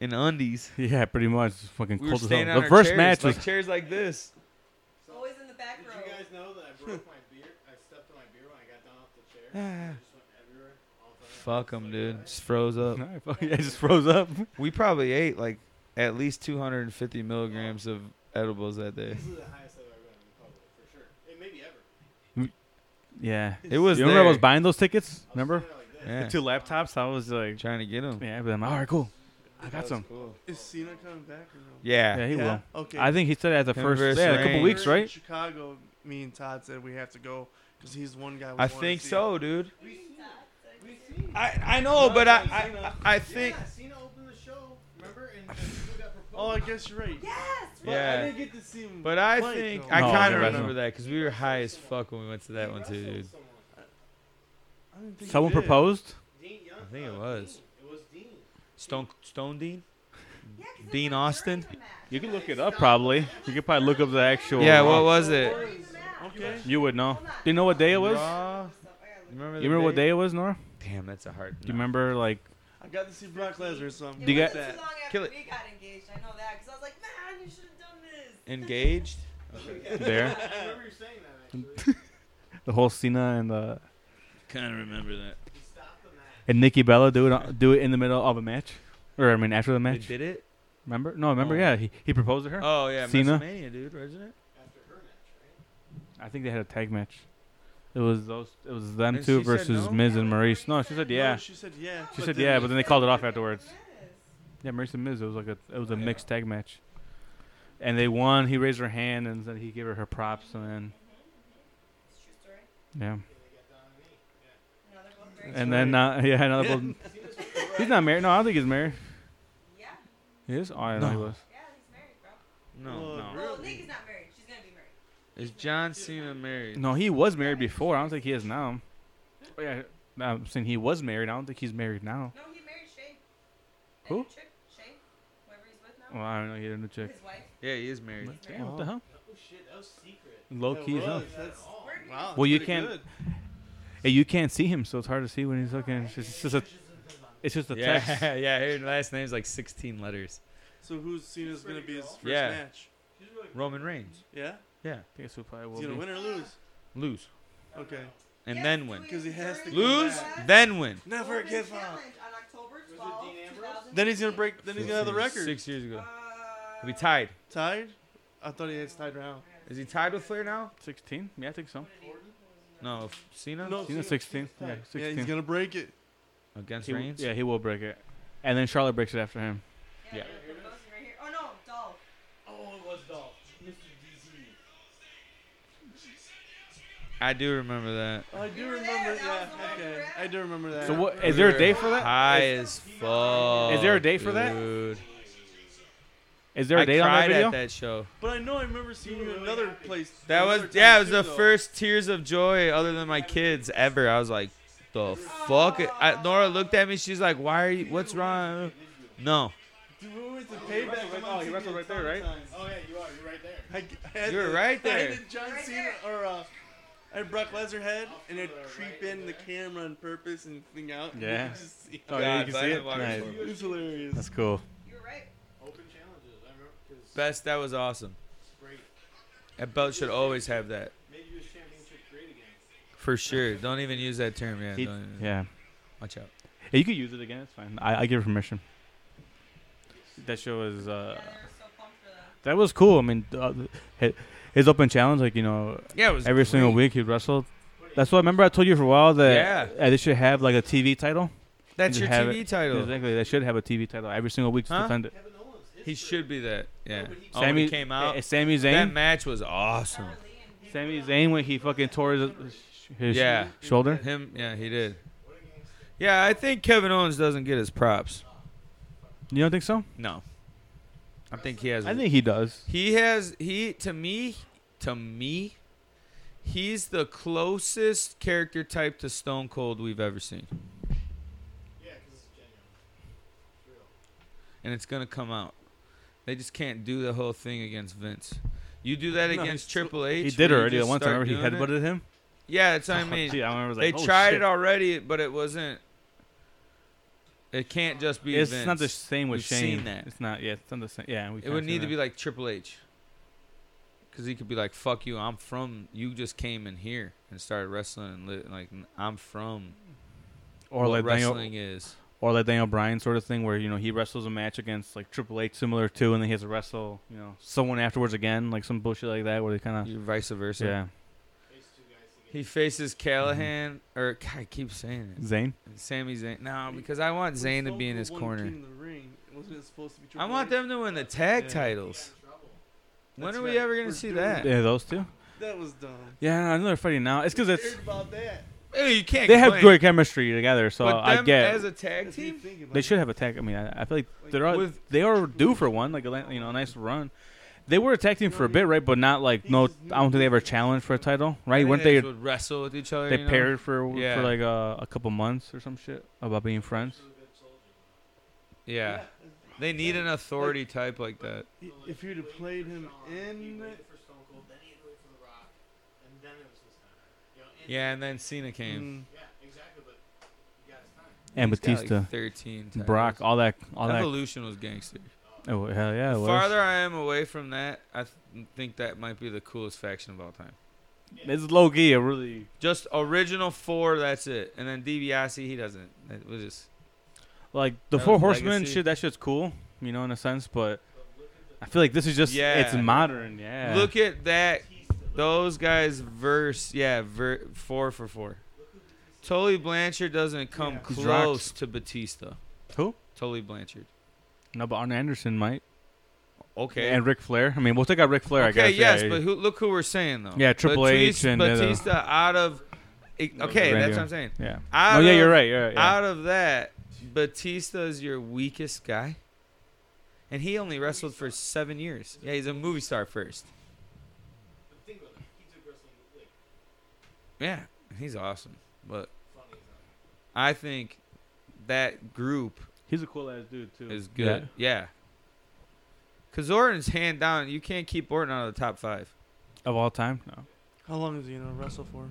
[SPEAKER 3] in undies.
[SPEAKER 2] yeah, pretty much just fucking
[SPEAKER 3] We were
[SPEAKER 2] cold as
[SPEAKER 3] standing
[SPEAKER 2] hell.
[SPEAKER 3] on
[SPEAKER 2] The
[SPEAKER 3] our
[SPEAKER 2] first
[SPEAKER 3] chairs,
[SPEAKER 2] match was
[SPEAKER 3] like chairs like this.
[SPEAKER 6] Always in the back
[SPEAKER 5] Did
[SPEAKER 6] row.
[SPEAKER 5] you guys know that I broke my beer? I stepped on my beer when I got down off the chair.
[SPEAKER 3] Ah.
[SPEAKER 5] It just went everywhere. All the time.
[SPEAKER 3] Fuck
[SPEAKER 5] It's
[SPEAKER 3] them,
[SPEAKER 5] like,
[SPEAKER 3] dude.
[SPEAKER 5] guys,
[SPEAKER 3] Just froze up.
[SPEAKER 2] Alright, fuck (laughs) yeah, it just froze up.
[SPEAKER 3] (laughs) We probably ate like at least 250 milligrams of edibles that day.
[SPEAKER 5] Easily the highest I've ever been in public, for sure. And maybe ever. I
[SPEAKER 2] Yeah.
[SPEAKER 3] It was
[SPEAKER 2] you remember I was
[SPEAKER 3] there.
[SPEAKER 2] buying those tickets?
[SPEAKER 5] was
[SPEAKER 2] Remember?
[SPEAKER 5] standing Like this.
[SPEAKER 3] Yeah.
[SPEAKER 2] The two laptops. I was like,
[SPEAKER 3] Trying to get them.
[SPEAKER 2] yeah, but I'm like, all right, cool. I got some.
[SPEAKER 4] Is Cena coming back or no?
[SPEAKER 3] Yeah.
[SPEAKER 2] Yeah, he will.
[SPEAKER 4] Okay.
[SPEAKER 2] I think he said at the
[SPEAKER 3] Him
[SPEAKER 2] first,
[SPEAKER 3] versus
[SPEAKER 2] yeah, a couple
[SPEAKER 3] Reigns.
[SPEAKER 2] weeks,
[SPEAKER 4] We were in
[SPEAKER 2] right?
[SPEAKER 4] Chicago, me and Todd said we have to go because he's the one guy. We
[SPEAKER 3] I
[SPEAKER 4] wanna
[SPEAKER 3] think
[SPEAKER 4] see.
[SPEAKER 3] so, dude.
[SPEAKER 5] We seen it. We
[SPEAKER 6] That's
[SPEAKER 5] seen it.
[SPEAKER 3] I, I know, but I, I, I I think.
[SPEAKER 5] Yeah, Cena opened the show. Remember? And, and people got proposed.
[SPEAKER 4] Oh, I guess you're right.
[SPEAKER 6] Yes.
[SPEAKER 4] But
[SPEAKER 3] Yeah.
[SPEAKER 4] I didn't get to see him.
[SPEAKER 3] But I
[SPEAKER 4] play,
[SPEAKER 3] think
[SPEAKER 4] though.
[SPEAKER 3] I
[SPEAKER 2] No,
[SPEAKER 3] kind
[SPEAKER 2] they
[SPEAKER 3] of
[SPEAKER 2] wrestled.
[SPEAKER 3] remember that because we were high as fuck when we went to that
[SPEAKER 5] He
[SPEAKER 3] one too,
[SPEAKER 5] wrestled
[SPEAKER 3] dude.
[SPEAKER 5] Someone.
[SPEAKER 4] I didn't think he
[SPEAKER 2] Someone
[SPEAKER 4] did.
[SPEAKER 2] proposed.
[SPEAKER 5] Dean Young.
[SPEAKER 3] I think it
[SPEAKER 5] uh,
[SPEAKER 3] was.
[SPEAKER 5] Dean. It was Dean.
[SPEAKER 3] Stone Stone Dean.
[SPEAKER 6] Yeah, 'cause it's
[SPEAKER 3] Dean
[SPEAKER 6] like
[SPEAKER 3] Austin?
[SPEAKER 6] during the match.
[SPEAKER 2] You can look it up probably. You could probably look up the actual.
[SPEAKER 3] Yeah,
[SPEAKER 2] Raw.
[SPEAKER 3] what was it?
[SPEAKER 6] During the match.
[SPEAKER 4] Okay.
[SPEAKER 2] You would know.
[SPEAKER 6] Hold on.
[SPEAKER 2] Do you know what day it was?
[SPEAKER 3] Raw.
[SPEAKER 6] Look
[SPEAKER 3] Remember
[SPEAKER 2] You
[SPEAKER 3] the
[SPEAKER 2] remember what day it was, Nora?
[SPEAKER 3] Damn, that's a hard.
[SPEAKER 2] Do you remember like?
[SPEAKER 4] I got to see Brock Lesnar, so I'm
[SPEAKER 6] it
[SPEAKER 2] Do you
[SPEAKER 6] wasn't
[SPEAKER 2] got-
[SPEAKER 6] too
[SPEAKER 4] that.
[SPEAKER 6] long
[SPEAKER 3] Kill
[SPEAKER 6] after
[SPEAKER 3] it.
[SPEAKER 6] we got engaged. I know that because I was like, man, you should have done this.
[SPEAKER 3] Engaged.
[SPEAKER 2] There.
[SPEAKER 5] I remember you saying that actually.
[SPEAKER 2] The whole Cena and uh,
[SPEAKER 3] Kind of remember that.
[SPEAKER 5] he stopped the match.
[SPEAKER 2] and Nikki Bella do it do it in the middle of a match, or I mean after the
[SPEAKER 3] They
[SPEAKER 2] match.
[SPEAKER 3] did it.
[SPEAKER 2] Remember? No, remember?
[SPEAKER 3] Oh.
[SPEAKER 2] Yeah, he, he proposed to her.
[SPEAKER 3] Oh yeah,
[SPEAKER 2] Cena?
[SPEAKER 3] WrestleMania, dude, wasn't it?
[SPEAKER 5] After her match, right?
[SPEAKER 2] I think they had a tag match. It was those. It was them
[SPEAKER 3] And she
[SPEAKER 2] two
[SPEAKER 3] said
[SPEAKER 2] versus
[SPEAKER 3] no?
[SPEAKER 2] Miz and Maurice. No, she said
[SPEAKER 6] No,
[SPEAKER 2] yeah.
[SPEAKER 4] No, she said yeah.
[SPEAKER 2] she
[SPEAKER 4] but
[SPEAKER 2] said
[SPEAKER 4] then-
[SPEAKER 2] yeah,
[SPEAKER 4] (laughs)
[SPEAKER 2] but then they called it off afterwards.
[SPEAKER 6] Yes.
[SPEAKER 2] Yeah, Maurice and Miz. It was like a it was a
[SPEAKER 3] Yeah.
[SPEAKER 2] mixed tag match, and they won. He raised her hand and then he gave her her props and then
[SPEAKER 6] It's a true story.
[SPEAKER 2] yeah,
[SPEAKER 5] And they got down on me. Yeah.
[SPEAKER 6] No, they're both very
[SPEAKER 2] and then uh, (laughs) yeah,
[SPEAKER 3] (laughs)
[SPEAKER 2] another.
[SPEAKER 4] Yeah.
[SPEAKER 2] both-
[SPEAKER 5] Cena's with the
[SPEAKER 2] He's not married. No, I don't think he's married.
[SPEAKER 6] Yeah,
[SPEAKER 2] He is. Oh, I don't know he
[SPEAKER 3] No.
[SPEAKER 2] was.
[SPEAKER 6] yeah, he's married, bro.
[SPEAKER 3] No,
[SPEAKER 4] Look.
[SPEAKER 3] no.
[SPEAKER 6] Well,
[SPEAKER 4] Really?
[SPEAKER 6] Nikki's not married. She's gonna be married.
[SPEAKER 3] Is John Cena married?
[SPEAKER 2] No, he was married before. I don't think he is now. Oh, yeah, no, I'm saying he was married. I don't think he's married now.
[SPEAKER 6] No, he married Shay. That
[SPEAKER 2] Who? Oh,
[SPEAKER 6] new Chick, Shay, whoever he's with now.
[SPEAKER 2] Well, I don't know. He had a new chick.
[SPEAKER 6] His wife.
[SPEAKER 3] Yeah, he is married.
[SPEAKER 6] He's
[SPEAKER 2] Damn,
[SPEAKER 6] married.
[SPEAKER 2] what the hell?
[SPEAKER 5] Oh shit, that was secret.
[SPEAKER 2] Low
[SPEAKER 4] That
[SPEAKER 2] key as
[SPEAKER 4] was.
[SPEAKER 2] hell.
[SPEAKER 5] Not at
[SPEAKER 4] that's-
[SPEAKER 5] all.
[SPEAKER 6] We're
[SPEAKER 4] Wow.
[SPEAKER 2] Well, you
[SPEAKER 4] pretty
[SPEAKER 2] can't-
[SPEAKER 4] good.
[SPEAKER 2] Hey, you can't see him, so it's hard to see when he's looking. It's just, it's just a, it's just a
[SPEAKER 3] yeah,
[SPEAKER 2] text.
[SPEAKER 3] (laughs) yeah. Her last name's like 16 letters.
[SPEAKER 4] So who's Cena's gonna be his first
[SPEAKER 3] Yeah.
[SPEAKER 4] match?
[SPEAKER 5] She's really
[SPEAKER 3] Roman Reigns.
[SPEAKER 4] Yeah.
[SPEAKER 3] Yeah,
[SPEAKER 2] I guess we probably
[SPEAKER 4] He's
[SPEAKER 2] will
[SPEAKER 4] gonna
[SPEAKER 2] be.
[SPEAKER 4] win or lose.
[SPEAKER 3] lose
[SPEAKER 4] Okay.
[SPEAKER 3] and
[SPEAKER 6] Yes,
[SPEAKER 3] then
[SPEAKER 6] do
[SPEAKER 3] win.
[SPEAKER 6] it
[SPEAKER 4] 'Cause he has to
[SPEAKER 6] during
[SPEAKER 4] come
[SPEAKER 3] Lose,
[SPEAKER 6] the
[SPEAKER 4] back.
[SPEAKER 6] West
[SPEAKER 3] then win.
[SPEAKER 4] Never
[SPEAKER 6] Open
[SPEAKER 4] give up.
[SPEAKER 6] Challenge on October
[SPEAKER 5] it
[SPEAKER 6] 12,
[SPEAKER 5] Dean Ambrose?
[SPEAKER 6] 2016.
[SPEAKER 4] Then he's gonna break. Then he's gonna have the
[SPEAKER 3] Fifteen,
[SPEAKER 4] record.
[SPEAKER 3] Six years ago.
[SPEAKER 6] Uh,
[SPEAKER 3] He'll be tied.
[SPEAKER 4] Tied? I thought he had tied round.
[SPEAKER 3] Is he tied with Flair now?
[SPEAKER 2] 16? Yeah, I think so.
[SPEAKER 3] No, F- Cena
[SPEAKER 4] No.
[SPEAKER 2] He's 16. Yeah, 16.
[SPEAKER 4] Yeah, he's gonna break it.
[SPEAKER 3] against
[SPEAKER 2] He w-
[SPEAKER 3] Reigns.
[SPEAKER 2] yeah, he will break it. And then Charlotte breaks it after him.
[SPEAKER 6] Yeah.
[SPEAKER 3] Yeah.
[SPEAKER 6] they're proposing right here. Oh no, Dolph.
[SPEAKER 5] Oh, it was Dolph. Mr. DC.
[SPEAKER 3] I do remember that.
[SPEAKER 4] I do
[SPEAKER 6] Oh, You were
[SPEAKER 4] remember.
[SPEAKER 6] there,
[SPEAKER 4] Yeah.
[SPEAKER 6] that was the one
[SPEAKER 4] Okay.
[SPEAKER 6] where-
[SPEAKER 4] I do remember that.
[SPEAKER 2] So what?
[SPEAKER 3] We
[SPEAKER 2] Is there a
[SPEAKER 3] were
[SPEAKER 2] day for that?
[SPEAKER 3] High as fuck.
[SPEAKER 2] Is there a day for that?
[SPEAKER 3] Dude.
[SPEAKER 2] Is there a
[SPEAKER 3] I
[SPEAKER 2] date on that
[SPEAKER 3] cried
[SPEAKER 2] video?
[SPEAKER 3] at that show.
[SPEAKER 4] But I know I remember seeing you in another place.
[SPEAKER 3] That was
[SPEAKER 4] another
[SPEAKER 3] yeah. It
[SPEAKER 4] time
[SPEAKER 3] was the
[SPEAKER 4] too, though.
[SPEAKER 3] first tears of joy other than my kids ever. I was like, the fuck. I, Nora looked at me. She's like, why are you? What's wrong? No,
[SPEAKER 4] Dude, we went to payback. when
[SPEAKER 2] oh, he wrestled right there, right?
[SPEAKER 5] Oh yeah, you are. You're right there.
[SPEAKER 4] I, I had
[SPEAKER 3] You were
[SPEAKER 4] the,
[SPEAKER 3] right
[SPEAKER 4] (laughs) I
[SPEAKER 3] there.
[SPEAKER 4] had the John
[SPEAKER 6] Right
[SPEAKER 4] Cena
[SPEAKER 6] there. Oh,
[SPEAKER 4] or uh, I had Brock Lesnar head, and it'd
[SPEAKER 5] Right
[SPEAKER 4] creep in the camera on purpose and thing out. (laughs) and
[SPEAKER 2] Yeah.
[SPEAKER 4] you could just see
[SPEAKER 2] Oh,
[SPEAKER 4] it.
[SPEAKER 2] yeah,
[SPEAKER 3] God,
[SPEAKER 2] you
[SPEAKER 3] but
[SPEAKER 2] can
[SPEAKER 3] I
[SPEAKER 2] see
[SPEAKER 3] didn't
[SPEAKER 2] it.
[SPEAKER 3] watch
[SPEAKER 2] Nice.
[SPEAKER 4] It was hilarious.
[SPEAKER 2] That's cool.
[SPEAKER 6] You were right.
[SPEAKER 5] Open challenges. I remember because
[SPEAKER 3] best. That was awesome.
[SPEAKER 5] great.
[SPEAKER 3] That belt should always have that
[SPEAKER 5] Made U.S. Championship great again.
[SPEAKER 3] for sure. Don't even use that term. Yeah,
[SPEAKER 2] He-
[SPEAKER 3] don't even-
[SPEAKER 2] yeah.
[SPEAKER 3] Watch out.
[SPEAKER 2] Hey, you could use it again. It's fine. I, I give permission. That show is. Uh,
[SPEAKER 6] yeah, they were so pumped for that.
[SPEAKER 2] that was cool. I mean, uh, hi- his open challenge, like you know,
[SPEAKER 3] Yeah, it was
[SPEAKER 2] every single
[SPEAKER 3] great.
[SPEAKER 2] week he wrestled. That's what I remember. I told you for a while that
[SPEAKER 3] Yeah.
[SPEAKER 2] uh, they should have like a TV title.
[SPEAKER 3] That's
[SPEAKER 2] You
[SPEAKER 3] your
[SPEAKER 2] have
[SPEAKER 3] TV
[SPEAKER 2] it.
[SPEAKER 3] title.
[SPEAKER 2] Exactly, they should have a TV title every single week to
[SPEAKER 3] Huh?
[SPEAKER 2] defend it.
[SPEAKER 5] Kevin Owens. His
[SPEAKER 3] He should be that. Yeah.
[SPEAKER 5] but he-
[SPEAKER 3] Oh, when he came out.
[SPEAKER 2] eh, Sami
[SPEAKER 3] That
[SPEAKER 2] Zayn,
[SPEAKER 3] match was awesome.
[SPEAKER 6] Summer Lee and
[SPEAKER 2] Sami Zayn when he fucking tore his, his
[SPEAKER 3] Yeah.
[SPEAKER 2] shoulder.
[SPEAKER 3] Him. Yeah, he did. Yeah, I think Kevin Owens doesn't get his props.
[SPEAKER 2] You don't think so?
[SPEAKER 3] No. I think he has.
[SPEAKER 2] I think he does.
[SPEAKER 3] he has. He to me, to me, he's the closest character type to Stone Cold we've ever seen,
[SPEAKER 5] Yeah, because it's genuine. It's real.
[SPEAKER 3] and it's gonna come out. They just can't do the whole thing against Vince. You do that
[SPEAKER 4] No,
[SPEAKER 3] against
[SPEAKER 4] he's-
[SPEAKER 3] Triple H.
[SPEAKER 2] He
[SPEAKER 3] when
[SPEAKER 2] did
[SPEAKER 3] you
[SPEAKER 2] already
[SPEAKER 3] just
[SPEAKER 2] one time.
[SPEAKER 3] start
[SPEAKER 2] Remember he
[SPEAKER 3] doing it.
[SPEAKER 2] headbutted him.
[SPEAKER 3] Yeah, that's what I mean.
[SPEAKER 2] (laughs) Gee, I remember, I was
[SPEAKER 3] they
[SPEAKER 2] like, "Oh,
[SPEAKER 3] tried
[SPEAKER 2] shit."
[SPEAKER 3] it already, but it wasn't. It can't just be.
[SPEAKER 2] It's
[SPEAKER 3] Vince.
[SPEAKER 2] not the same with
[SPEAKER 3] We've
[SPEAKER 2] Shane.
[SPEAKER 3] seen that.
[SPEAKER 2] It's not. Yeah, it's not the same. Yeah, we
[SPEAKER 3] It would need to be like Triple H. Because he could be like, fuck you, I'm from, you just came in here and started wrestling and li- like, n- I'm from
[SPEAKER 2] or
[SPEAKER 3] what
[SPEAKER 2] like Daniel,
[SPEAKER 3] wrestling is.
[SPEAKER 2] or like Daniel Bryan sort of thing, where you know he wrestles a match against like Triple H, similar to, and then he has to wrestle you know someone afterwards again, like some bullshit like that, where they kind of
[SPEAKER 3] You vice versa.
[SPEAKER 2] Uh, yeah.
[SPEAKER 5] These two guys together.
[SPEAKER 3] He faces Callahan,
[SPEAKER 2] Mm-hmm.
[SPEAKER 3] or, God, I keep saying it.
[SPEAKER 2] Zayn.
[SPEAKER 3] Sammy Zayn. No, because I want
[SPEAKER 4] When
[SPEAKER 3] Zayn to
[SPEAKER 4] Stone
[SPEAKER 3] be in
[SPEAKER 4] Cold
[SPEAKER 3] his
[SPEAKER 4] won
[SPEAKER 3] corner.
[SPEAKER 4] King of the Ring, wasn't it supposed to be
[SPEAKER 3] I
[SPEAKER 4] Triple
[SPEAKER 3] want
[SPEAKER 4] H?
[SPEAKER 3] them to win the tag
[SPEAKER 4] Yeah.
[SPEAKER 3] titles.
[SPEAKER 5] Got in trouble.
[SPEAKER 3] When
[SPEAKER 4] That's
[SPEAKER 3] are we
[SPEAKER 4] right.
[SPEAKER 3] ever going
[SPEAKER 4] We're
[SPEAKER 3] to see
[SPEAKER 4] doing
[SPEAKER 3] that?
[SPEAKER 2] Yeah, those two.
[SPEAKER 4] That was dumb.
[SPEAKER 2] Yeah, I know they're fighting now. It's because
[SPEAKER 4] Weird
[SPEAKER 2] it's
[SPEAKER 4] about that.
[SPEAKER 3] Hey, you can't
[SPEAKER 2] they have
[SPEAKER 3] complain.
[SPEAKER 2] great chemistry together, so
[SPEAKER 3] But
[SPEAKER 2] I
[SPEAKER 3] them
[SPEAKER 2] get.
[SPEAKER 3] As a tag
[SPEAKER 4] That's what you
[SPEAKER 3] team?
[SPEAKER 4] think about
[SPEAKER 2] They
[SPEAKER 4] it.
[SPEAKER 2] should have a tag. I mean, I, I feel like
[SPEAKER 4] Like,
[SPEAKER 2] they're all,
[SPEAKER 3] with-
[SPEAKER 2] they are due for one, like a la- you know, a nice run. They were a tag team for a bit, right? But not like
[SPEAKER 4] He
[SPEAKER 2] no. I
[SPEAKER 4] just
[SPEAKER 2] don't think they ever challenged for a title,
[SPEAKER 3] I
[SPEAKER 2] right?
[SPEAKER 3] think
[SPEAKER 2] Weren't they?
[SPEAKER 3] just would wrestle with each other.
[SPEAKER 2] They
[SPEAKER 3] you know?
[SPEAKER 2] paired for
[SPEAKER 3] Yeah.
[SPEAKER 2] for like a, a couple months or some shit about being friends.
[SPEAKER 3] Yeah. They need an authority type like that.
[SPEAKER 4] Yeah, If you'd have played him in,
[SPEAKER 3] Mm.
[SPEAKER 5] for Stone Cold, then he had to wait for The Rock, and then it was his time. You know, and-
[SPEAKER 3] Yeah, and then Cena came.
[SPEAKER 4] mm,
[SPEAKER 5] Yeah, exactly, but he got his time.
[SPEAKER 2] And
[SPEAKER 3] He's got, like,
[SPEAKER 2] Batista,
[SPEAKER 3] 13
[SPEAKER 2] Brock, all that, all that.
[SPEAKER 3] Evolution was gangster.
[SPEAKER 2] Oh hell yeah! It
[SPEAKER 3] the
[SPEAKER 2] was.
[SPEAKER 3] farther I am away from that, I th- think that might be the coolest faction of all time.
[SPEAKER 2] It's low key. A really
[SPEAKER 3] Just original four, that's it. And then DiBiase, he doesn't. It was just
[SPEAKER 2] like the
[SPEAKER 3] That
[SPEAKER 2] Four
[SPEAKER 3] was
[SPEAKER 2] Horsemen
[SPEAKER 3] legacy.
[SPEAKER 2] shit. That shit's cool, you know, in a sense. But I feel like this is just it's
[SPEAKER 3] Yeah.
[SPEAKER 2] modern. Yeah.
[SPEAKER 3] look at that. Those guys verse, yeah, ver- four for four. Tully Blanchard doesn't come
[SPEAKER 4] Yeah.
[SPEAKER 2] He's
[SPEAKER 3] close to Batista.
[SPEAKER 2] who?
[SPEAKER 3] Tully Blanchard.
[SPEAKER 2] No, but Arn Anderson might.
[SPEAKER 3] Okay.
[SPEAKER 2] And Ric Flair. I mean, we'll take out Ric Flair. I
[SPEAKER 3] Okay,
[SPEAKER 2] guess.
[SPEAKER 3] yes,
[SPEAKER 2] yeah.
[SPEAKER 3] but who, look who we're saying though.
[SPEAKER 2] Yeah, Triple H
[SPEAKER 3] Batiste-
[SPEAKER 2] and, uh,
[SPEAKER 3] Batista out of. e, Okay,
[SPEAKER 2] No,
[SPEAKER 3] that's
[SPEAKER 2] Randy
[SPEAKER 3] what I'm saying.
[SPEAKER 2] yeah.
[SPEAKER 3] Out
[SPEAKER 2] oh yeah,
[SPEAKER 3] of-
[SPEAKER 2] you're right. You're right. Yeah.
[SPEAKER 3] Out of that, Batista is your weakest guy. And he only wrestled for seven years. Yeah, he's a movie star first.
[SPEAKER 5] But think about it. He took wrestling like
[SPEAKER 3] Yeah, he's awesome. But
[SPEAKER 5] funny as hell.
[SPEAKER 3] I think that group
[SPEAKER 2] He's a cool ass dude too.
[SPEAKER 3] is good. Yeah. Because Orton's hand down. You can't keep Orton out of the top five.
[SPEAKER 2] Of all time? No.
[SPEAKER 4] How long is he gonna wrestle for?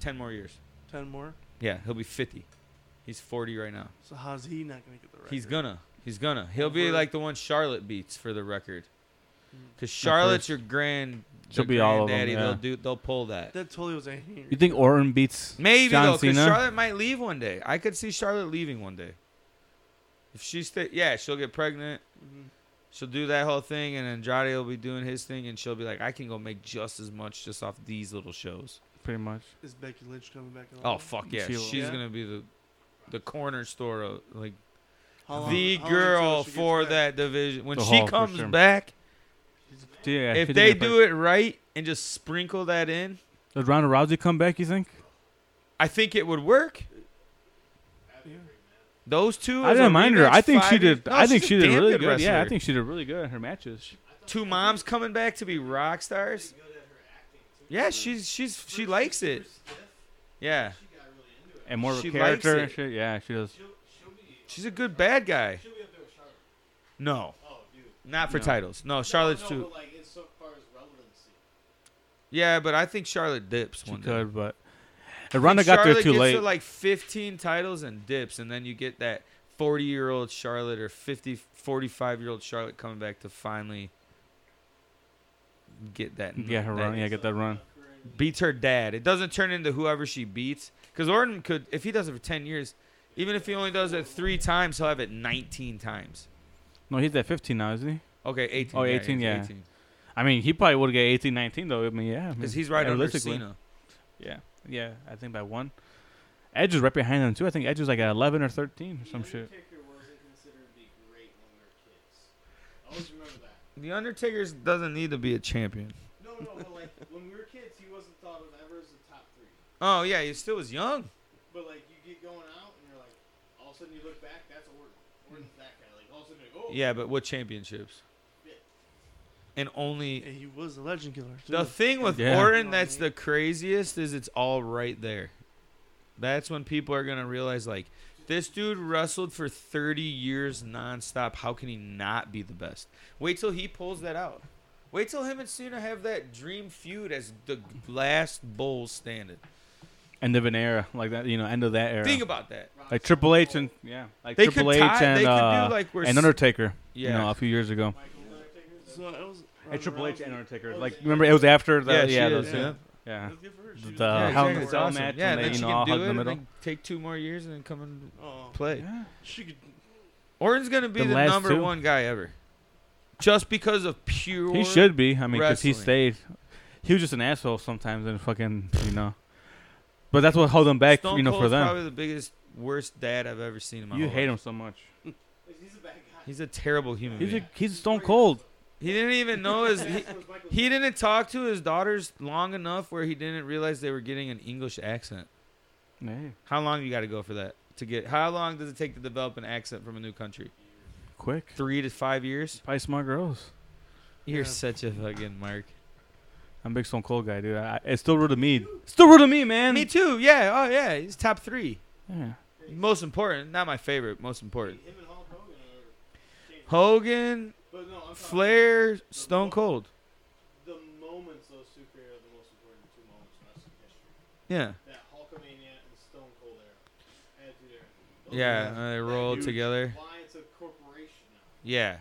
[SPEAKER 3] Ten more years.
[SPEAKER 4] Ten more.
[SPEAKER 3] Yeah, he'll be 50. He's 40 right now.
[SPEAKER 4] So how's he not gonna get the record?
[SPEAKER 3] He's gonna. He's gonna. He'll be
[SPEAKER 4] Over-
[SPEAKER 3] like the one Charlotte beats for the record. Because
[SPEAKER 2] Mm.
[SPEAKER 3] Charlotte's
[SPEAKER 2] First.
[SPEAKER 3] your grand.
[SPEAKER 2] She'll
[SPEAKER 3] your
[SPEAKER 2] be all of 'em,
[SPEAKER 3] granddaddy, They'll
[SPEAKER 2] yeah.
[SPEAKER 3] do. They'll pull that.
[SPEAKER 4] That totally was a hanger.
[SPEAKER 2] You think Orton beats
[SPEAKER 3] Maybe
[SPEAKER 2] John
[SPEAKER 3] though, because
[SPEAKER 2] Cena?
[SPEAKER 3] Charlotte might leave one day. I could see Charlotte leaving one day. If she stay, yeah, she'll get pregnant.
[SPEAKER 4] Mhm.
[SPEAKER 3] She'll do that whole thing, and Andrade will be doing his thing, and she'll be like, "I can go make just as much just off these little shows."
[SPEAKER 2] pretty much?
[SPEAKER 4] Is Becky Lynch coming back? At all?
[SPEAKER 3] Oh fuck yeah,
[SPEAKER 2] She will.
[SPEAKER 3] she's
[SPEAKER 4] Yeah.
[SPEAKER 3] gonna be the, the corner store of, like
[SPEAKER 4] How long-
[SPEAKER 3] the
[SPEAKER 4] how long
[SPEAKER 3] girl
[SPEAKER 4] until she gets
[SPEAKER 3] for
[SPEAKER 4] back?
[SPEAKER 3] that division. When
[SPEAKER 2] The
[SPEAKER 3] she
[SPEAKER 2] Hall, for
[SPEAKER 3] comes
[SPEAKER 2] sure.
[SPEAKER 3] back,
[SPEAKER 2] Yeah,
[SPEAKER 3] if they do it right and just sprinkle that in,
[SPEAKER 2] does Ronda Rousey come back? You think?
[SPEAKER 3] I think it would work.
[SPEAKER 4] Yeah.
[SPEAKER 3] Those two.
[SPEAKER 2] I
[SPEAKER 3] as a
[SPEAKER 2] didn't mind her.
[SPEAKER 3] rematch
[SPEAKER 2] I think she
[SPEAKER 3] five years-
[SPEAKER 2] did.
[SPEAKER 3] No,
[SPEAKER 2] I think
[SPEAKER 3] she's
[SPEAKER 2] she
[SPEAKER 3] a
[SPEAKER 2] did
[SPEAKER 3] damn
[SPEAKER 2] really good. Yeah, I
[SPEAKER 3] wrestler.
[SPEAKER 2] think she did really good in her matches.
[SPEAKER 3] two moms coming back to be rock stars. Yeah, she's she's she likes it. Yeah,
[SPEAKER 2] And more of
[SPEAKER 3] She
[SPEAKER 2] a
[SPEAKER 3] likes
[SPEAKER 2] character
[SPEAKER 3] it.
[SPEAKER 2] and shit. Yeah, she does.
[SPEAKER 3] she's a good bad guy.
[SPEAKER 5] She'll be up there with Charlotte.
[SPEAKER 3] No,
[SPEAKER 5] Oh, dude.
[SPEAKER 3] not for
[SPEAKER 2] No.
[SPEAKER 3] titles. No, Charlotte's
[SPEAKER 5] no,
[SPEAKER 3] too.
[SPEAKER 5] But like, it's so far as relevancy.
[SPEAKER 3] Yeah, but I think Charlotte dips
[SPEAKER 2] She
[SPEAKER 3] one day.
[SPEAKER 2] could, but and
[SPEAKER 3] I
[SPEAKER 2] Ronda
[SPEAKER 3] think
[SPEAKER 2] got there
[SPEAKER 3] Charlotte
[SPEAKER 2] too
[SPEAKER 3] gets
[SPEAKER 2] late.
[SPEAKER 3] To like 15 titles and dips, and then you get that 40 year old Charlotte or 50, 45 year old Charlotte coming back to finally get that.
[SPEAKER 2] yeah, her
[SPEAKER 3] that-
[SPEAKER 2] run. Yeah, get that run.
[SPEAKER 3] Beats her dad. It doesn't turn into whoever she beats. Because Orton could, if he does it for 10 years, even if he only does it three times, he'll have it 19 times.
[SPEAKER 2] No, he's at 15 now, isn't he?
[SPEAKER 3] Okay, 18.
[SPEAKER 2] Oh, 18,
[SPEAKER 3] he's
[SPEAKER 2] yeah. Hmm. I mean, he probably would get 18, 19 though. I mean, yeah, I mean,
[SPEAKER 3] Because he's right under
[SPEAKER 2] realistically.
[SPEAKER 3] Cena.
[SPEAKER 2] Yeah, yeah. I think by one. Edge is right behind him too. I think Edge is like at 11 or 13 or some shit.
[SPEAKER 5] Undertaker wasn't considered the great when we were kids. Always remember that.
[SPEAKER 3] The Undertaker doesn't need to be a champion.
[SPEAKER 5] No, no, but like when we were kids, he wasn't thought of ever as the top three.
[SPEAKER 3] Oh, yeah, he still was young.
[SPEAKER 5] But like you get going out and you're like, all of a sudden you look back, that's Orton. Orton's that guy. Like all of a sudden you're like, oh,
[SPEAKER 3] Yeah, but what championships?
[SPEAKER 5] Yeah.
[SPEAKER 3] And
[SPEAKER 4] Yeah,
[SPEAKER 3] only
[SPEAKER 4] he was a legend killer. Too.
[SPEAKER 3] the thing with
[SPEAKER 2] Yeah.
[SPEAKER 3] Orton that's the craziest is it's all right there. That's when people are gonna realize like this dude wrestled for 30 years nonstop. How can he not be the best? Wait till he pulls that out. Wait till him and Cena have that dream feud as the last bowl standing.
[SPEAKER 2] End of an era, like that. You know, end of that era.
[SPEAKER 3] Think about that.
[SPEAKER 2] like Triple H and yeah, like
[SPEAKER 3] They could
[SPEAKER 2] Triple H
[SPEAKER 3] tie- they
[SPEAKER 2] and
[SPEAKER 3] could do
[SPEAKER 2] uh,
[SPEAKER 3] like we're
[SPEAKER 2] and
[SPEAKER 3] s-
[SPEAKER 2] Undertaker.
[SPEAKER 3] Yeah.
[SPEAKER 2] you know, a few years ago.
[SPEAKER 4] So it was
[SPEAKER 2] Hey,
[SPEAKER 4] Ronda
[SPEAKER 2] Triple H
[SPEAKER 4] Rousey.
[SPEAKER 2] and Undertaker. Like, remember it was after the yeah,
[SPEAKER 3] she
[SPEAKER 2] those uh,
[SPEAKER 3] is,
[SPEAKER 2] two.
[SPEAKER 3] yeah.
[SPEAKER 2] yeah.
[SPEAKER 4] That's good for her. She was
[SPEAKER 2] The
[SPEAKER 4] a
[SPEAKER 2] Uh,
[SPEAKER 3] yeah,
[SPEAKER 4] legend.
[SPEAKER 2] Hell in a
[SPEAKER 3] exactly. It's
[SPEAKER 2] Cell
[SPEAKER 3] awesome.
[SPEAKER 2] match
[SPEAKER 3] Yeah,
[SPEAKER 2] when
[SPEAKER 3] and
[SPEAKER 2] they,
[SPEAKER 3] then
[SPEAKER 2] you
[SPEAKER 3] she
[SPEAKER 2] know,
[SPEAKER 3] can
[SPEAKER 2] all hug
[SPEAKER 3] do
[SPEAKER 2] the
[SPEAKER 3] it and
[SPEAKER 2] middle.
[SPEAKER 3] then take two more years and then come and
[SPEAKER 4] Oh,
[SPEAKER 3] play.
[SPEAKER 2] Yeah.
[SPEAKER 4] she could.
[SPEAKER 3] Orton's gonna be
[SPEAKER 2] The
[SPEAKER 3] the,
[SPEAKER 2] last
[SPEAKER 3] number
[SPEAKER 2] two.
[SPEAKER 3] one guy ever, just because of pure.
[SPEAKER 2] He should be. I mean, because he
[SPEAKER 3] wrestling.
[SPEAKER 2] stayed. He was just an asshole sometimes and fucking, you know. But that's what held him back,
[SPEAKER 3] Stone
[SPEAKER 2] you know,
[SPEAKER 3] Cold's
[SPEAKER 2] for them.
[SPEAKER 3] Probably the biggest, worst dad I've ever seen in my
[SPEAKER 2] You
[SPEAKER 3] whole
[SPEAKER 2] hate
[SPEAKER 3] life.
[SPEAKER 2] him so much.
[SPEAKER 5] He's a bad guy.
[SPEAKER 3] He's a terrible human
[SPEAKER 2] He's
[SPEAKER 3] being.
[SPEAKER 2] a, he's Stone Cold.
[SPEAKER 3] He didn't even know his. He,
[SPEAKER 5] That's what Michael
[SPEAKER 3] he didn't talk to his daughters long enough where he didn't realize they were getting an English accent.
[SPEAKER 2] Hey,
[SPEAKER 3] How long you got to go for that to get? How long does it take to develop an accent from a new country?
[SPEAKER 2] quick.
[SPEAKER 3] Three to five years.
[SPEAKER 2] Probably smart girls.
[SPEAKER 3] You're
[SPEAKER 4] Yeah.
[SPEAKER 3] such a
[SPEAKER 2] (laughs)
[SPEAKER 3] fucking mark.
[SPEAKER 2] I'm a big Stone Cold guy, dude. I, it's still rude to me. Still rude to me, man.
[SPEAKER 3] Me too. Yeah. Oh yeah. He's top three.
[SPEAKER 2] Yeah.
[SPEAKER 3] Most important. Not my favorite. Most important.
[SPEAKER 5] Him and Hulk Hogan are.
[SPEAKER 3] Hogan,
[SPEAKER 5] But no, I'm talking
[SPEAKER 3] Flair, Stone Cold.
[SPEAKER 5] the moments those two created are the most important two moments in wrestling history.
[SPEAKER 3] Yeah.
[SPEAKER 5] That Hulkamania and Stone Cold era. Attitude era. Those
[SPEAKER 3] Yeah,
[SPEAKER 5] guys-
[SPEAKER 3] uh, they
[SPEAKER 5] that
[SPEAKER 3] rolled
[SPEAKER 5] huge
[SPEAKER 3] together.
[SPEAKER 5] Alliance of corporation now.
[SPEAKER 3] Yeah.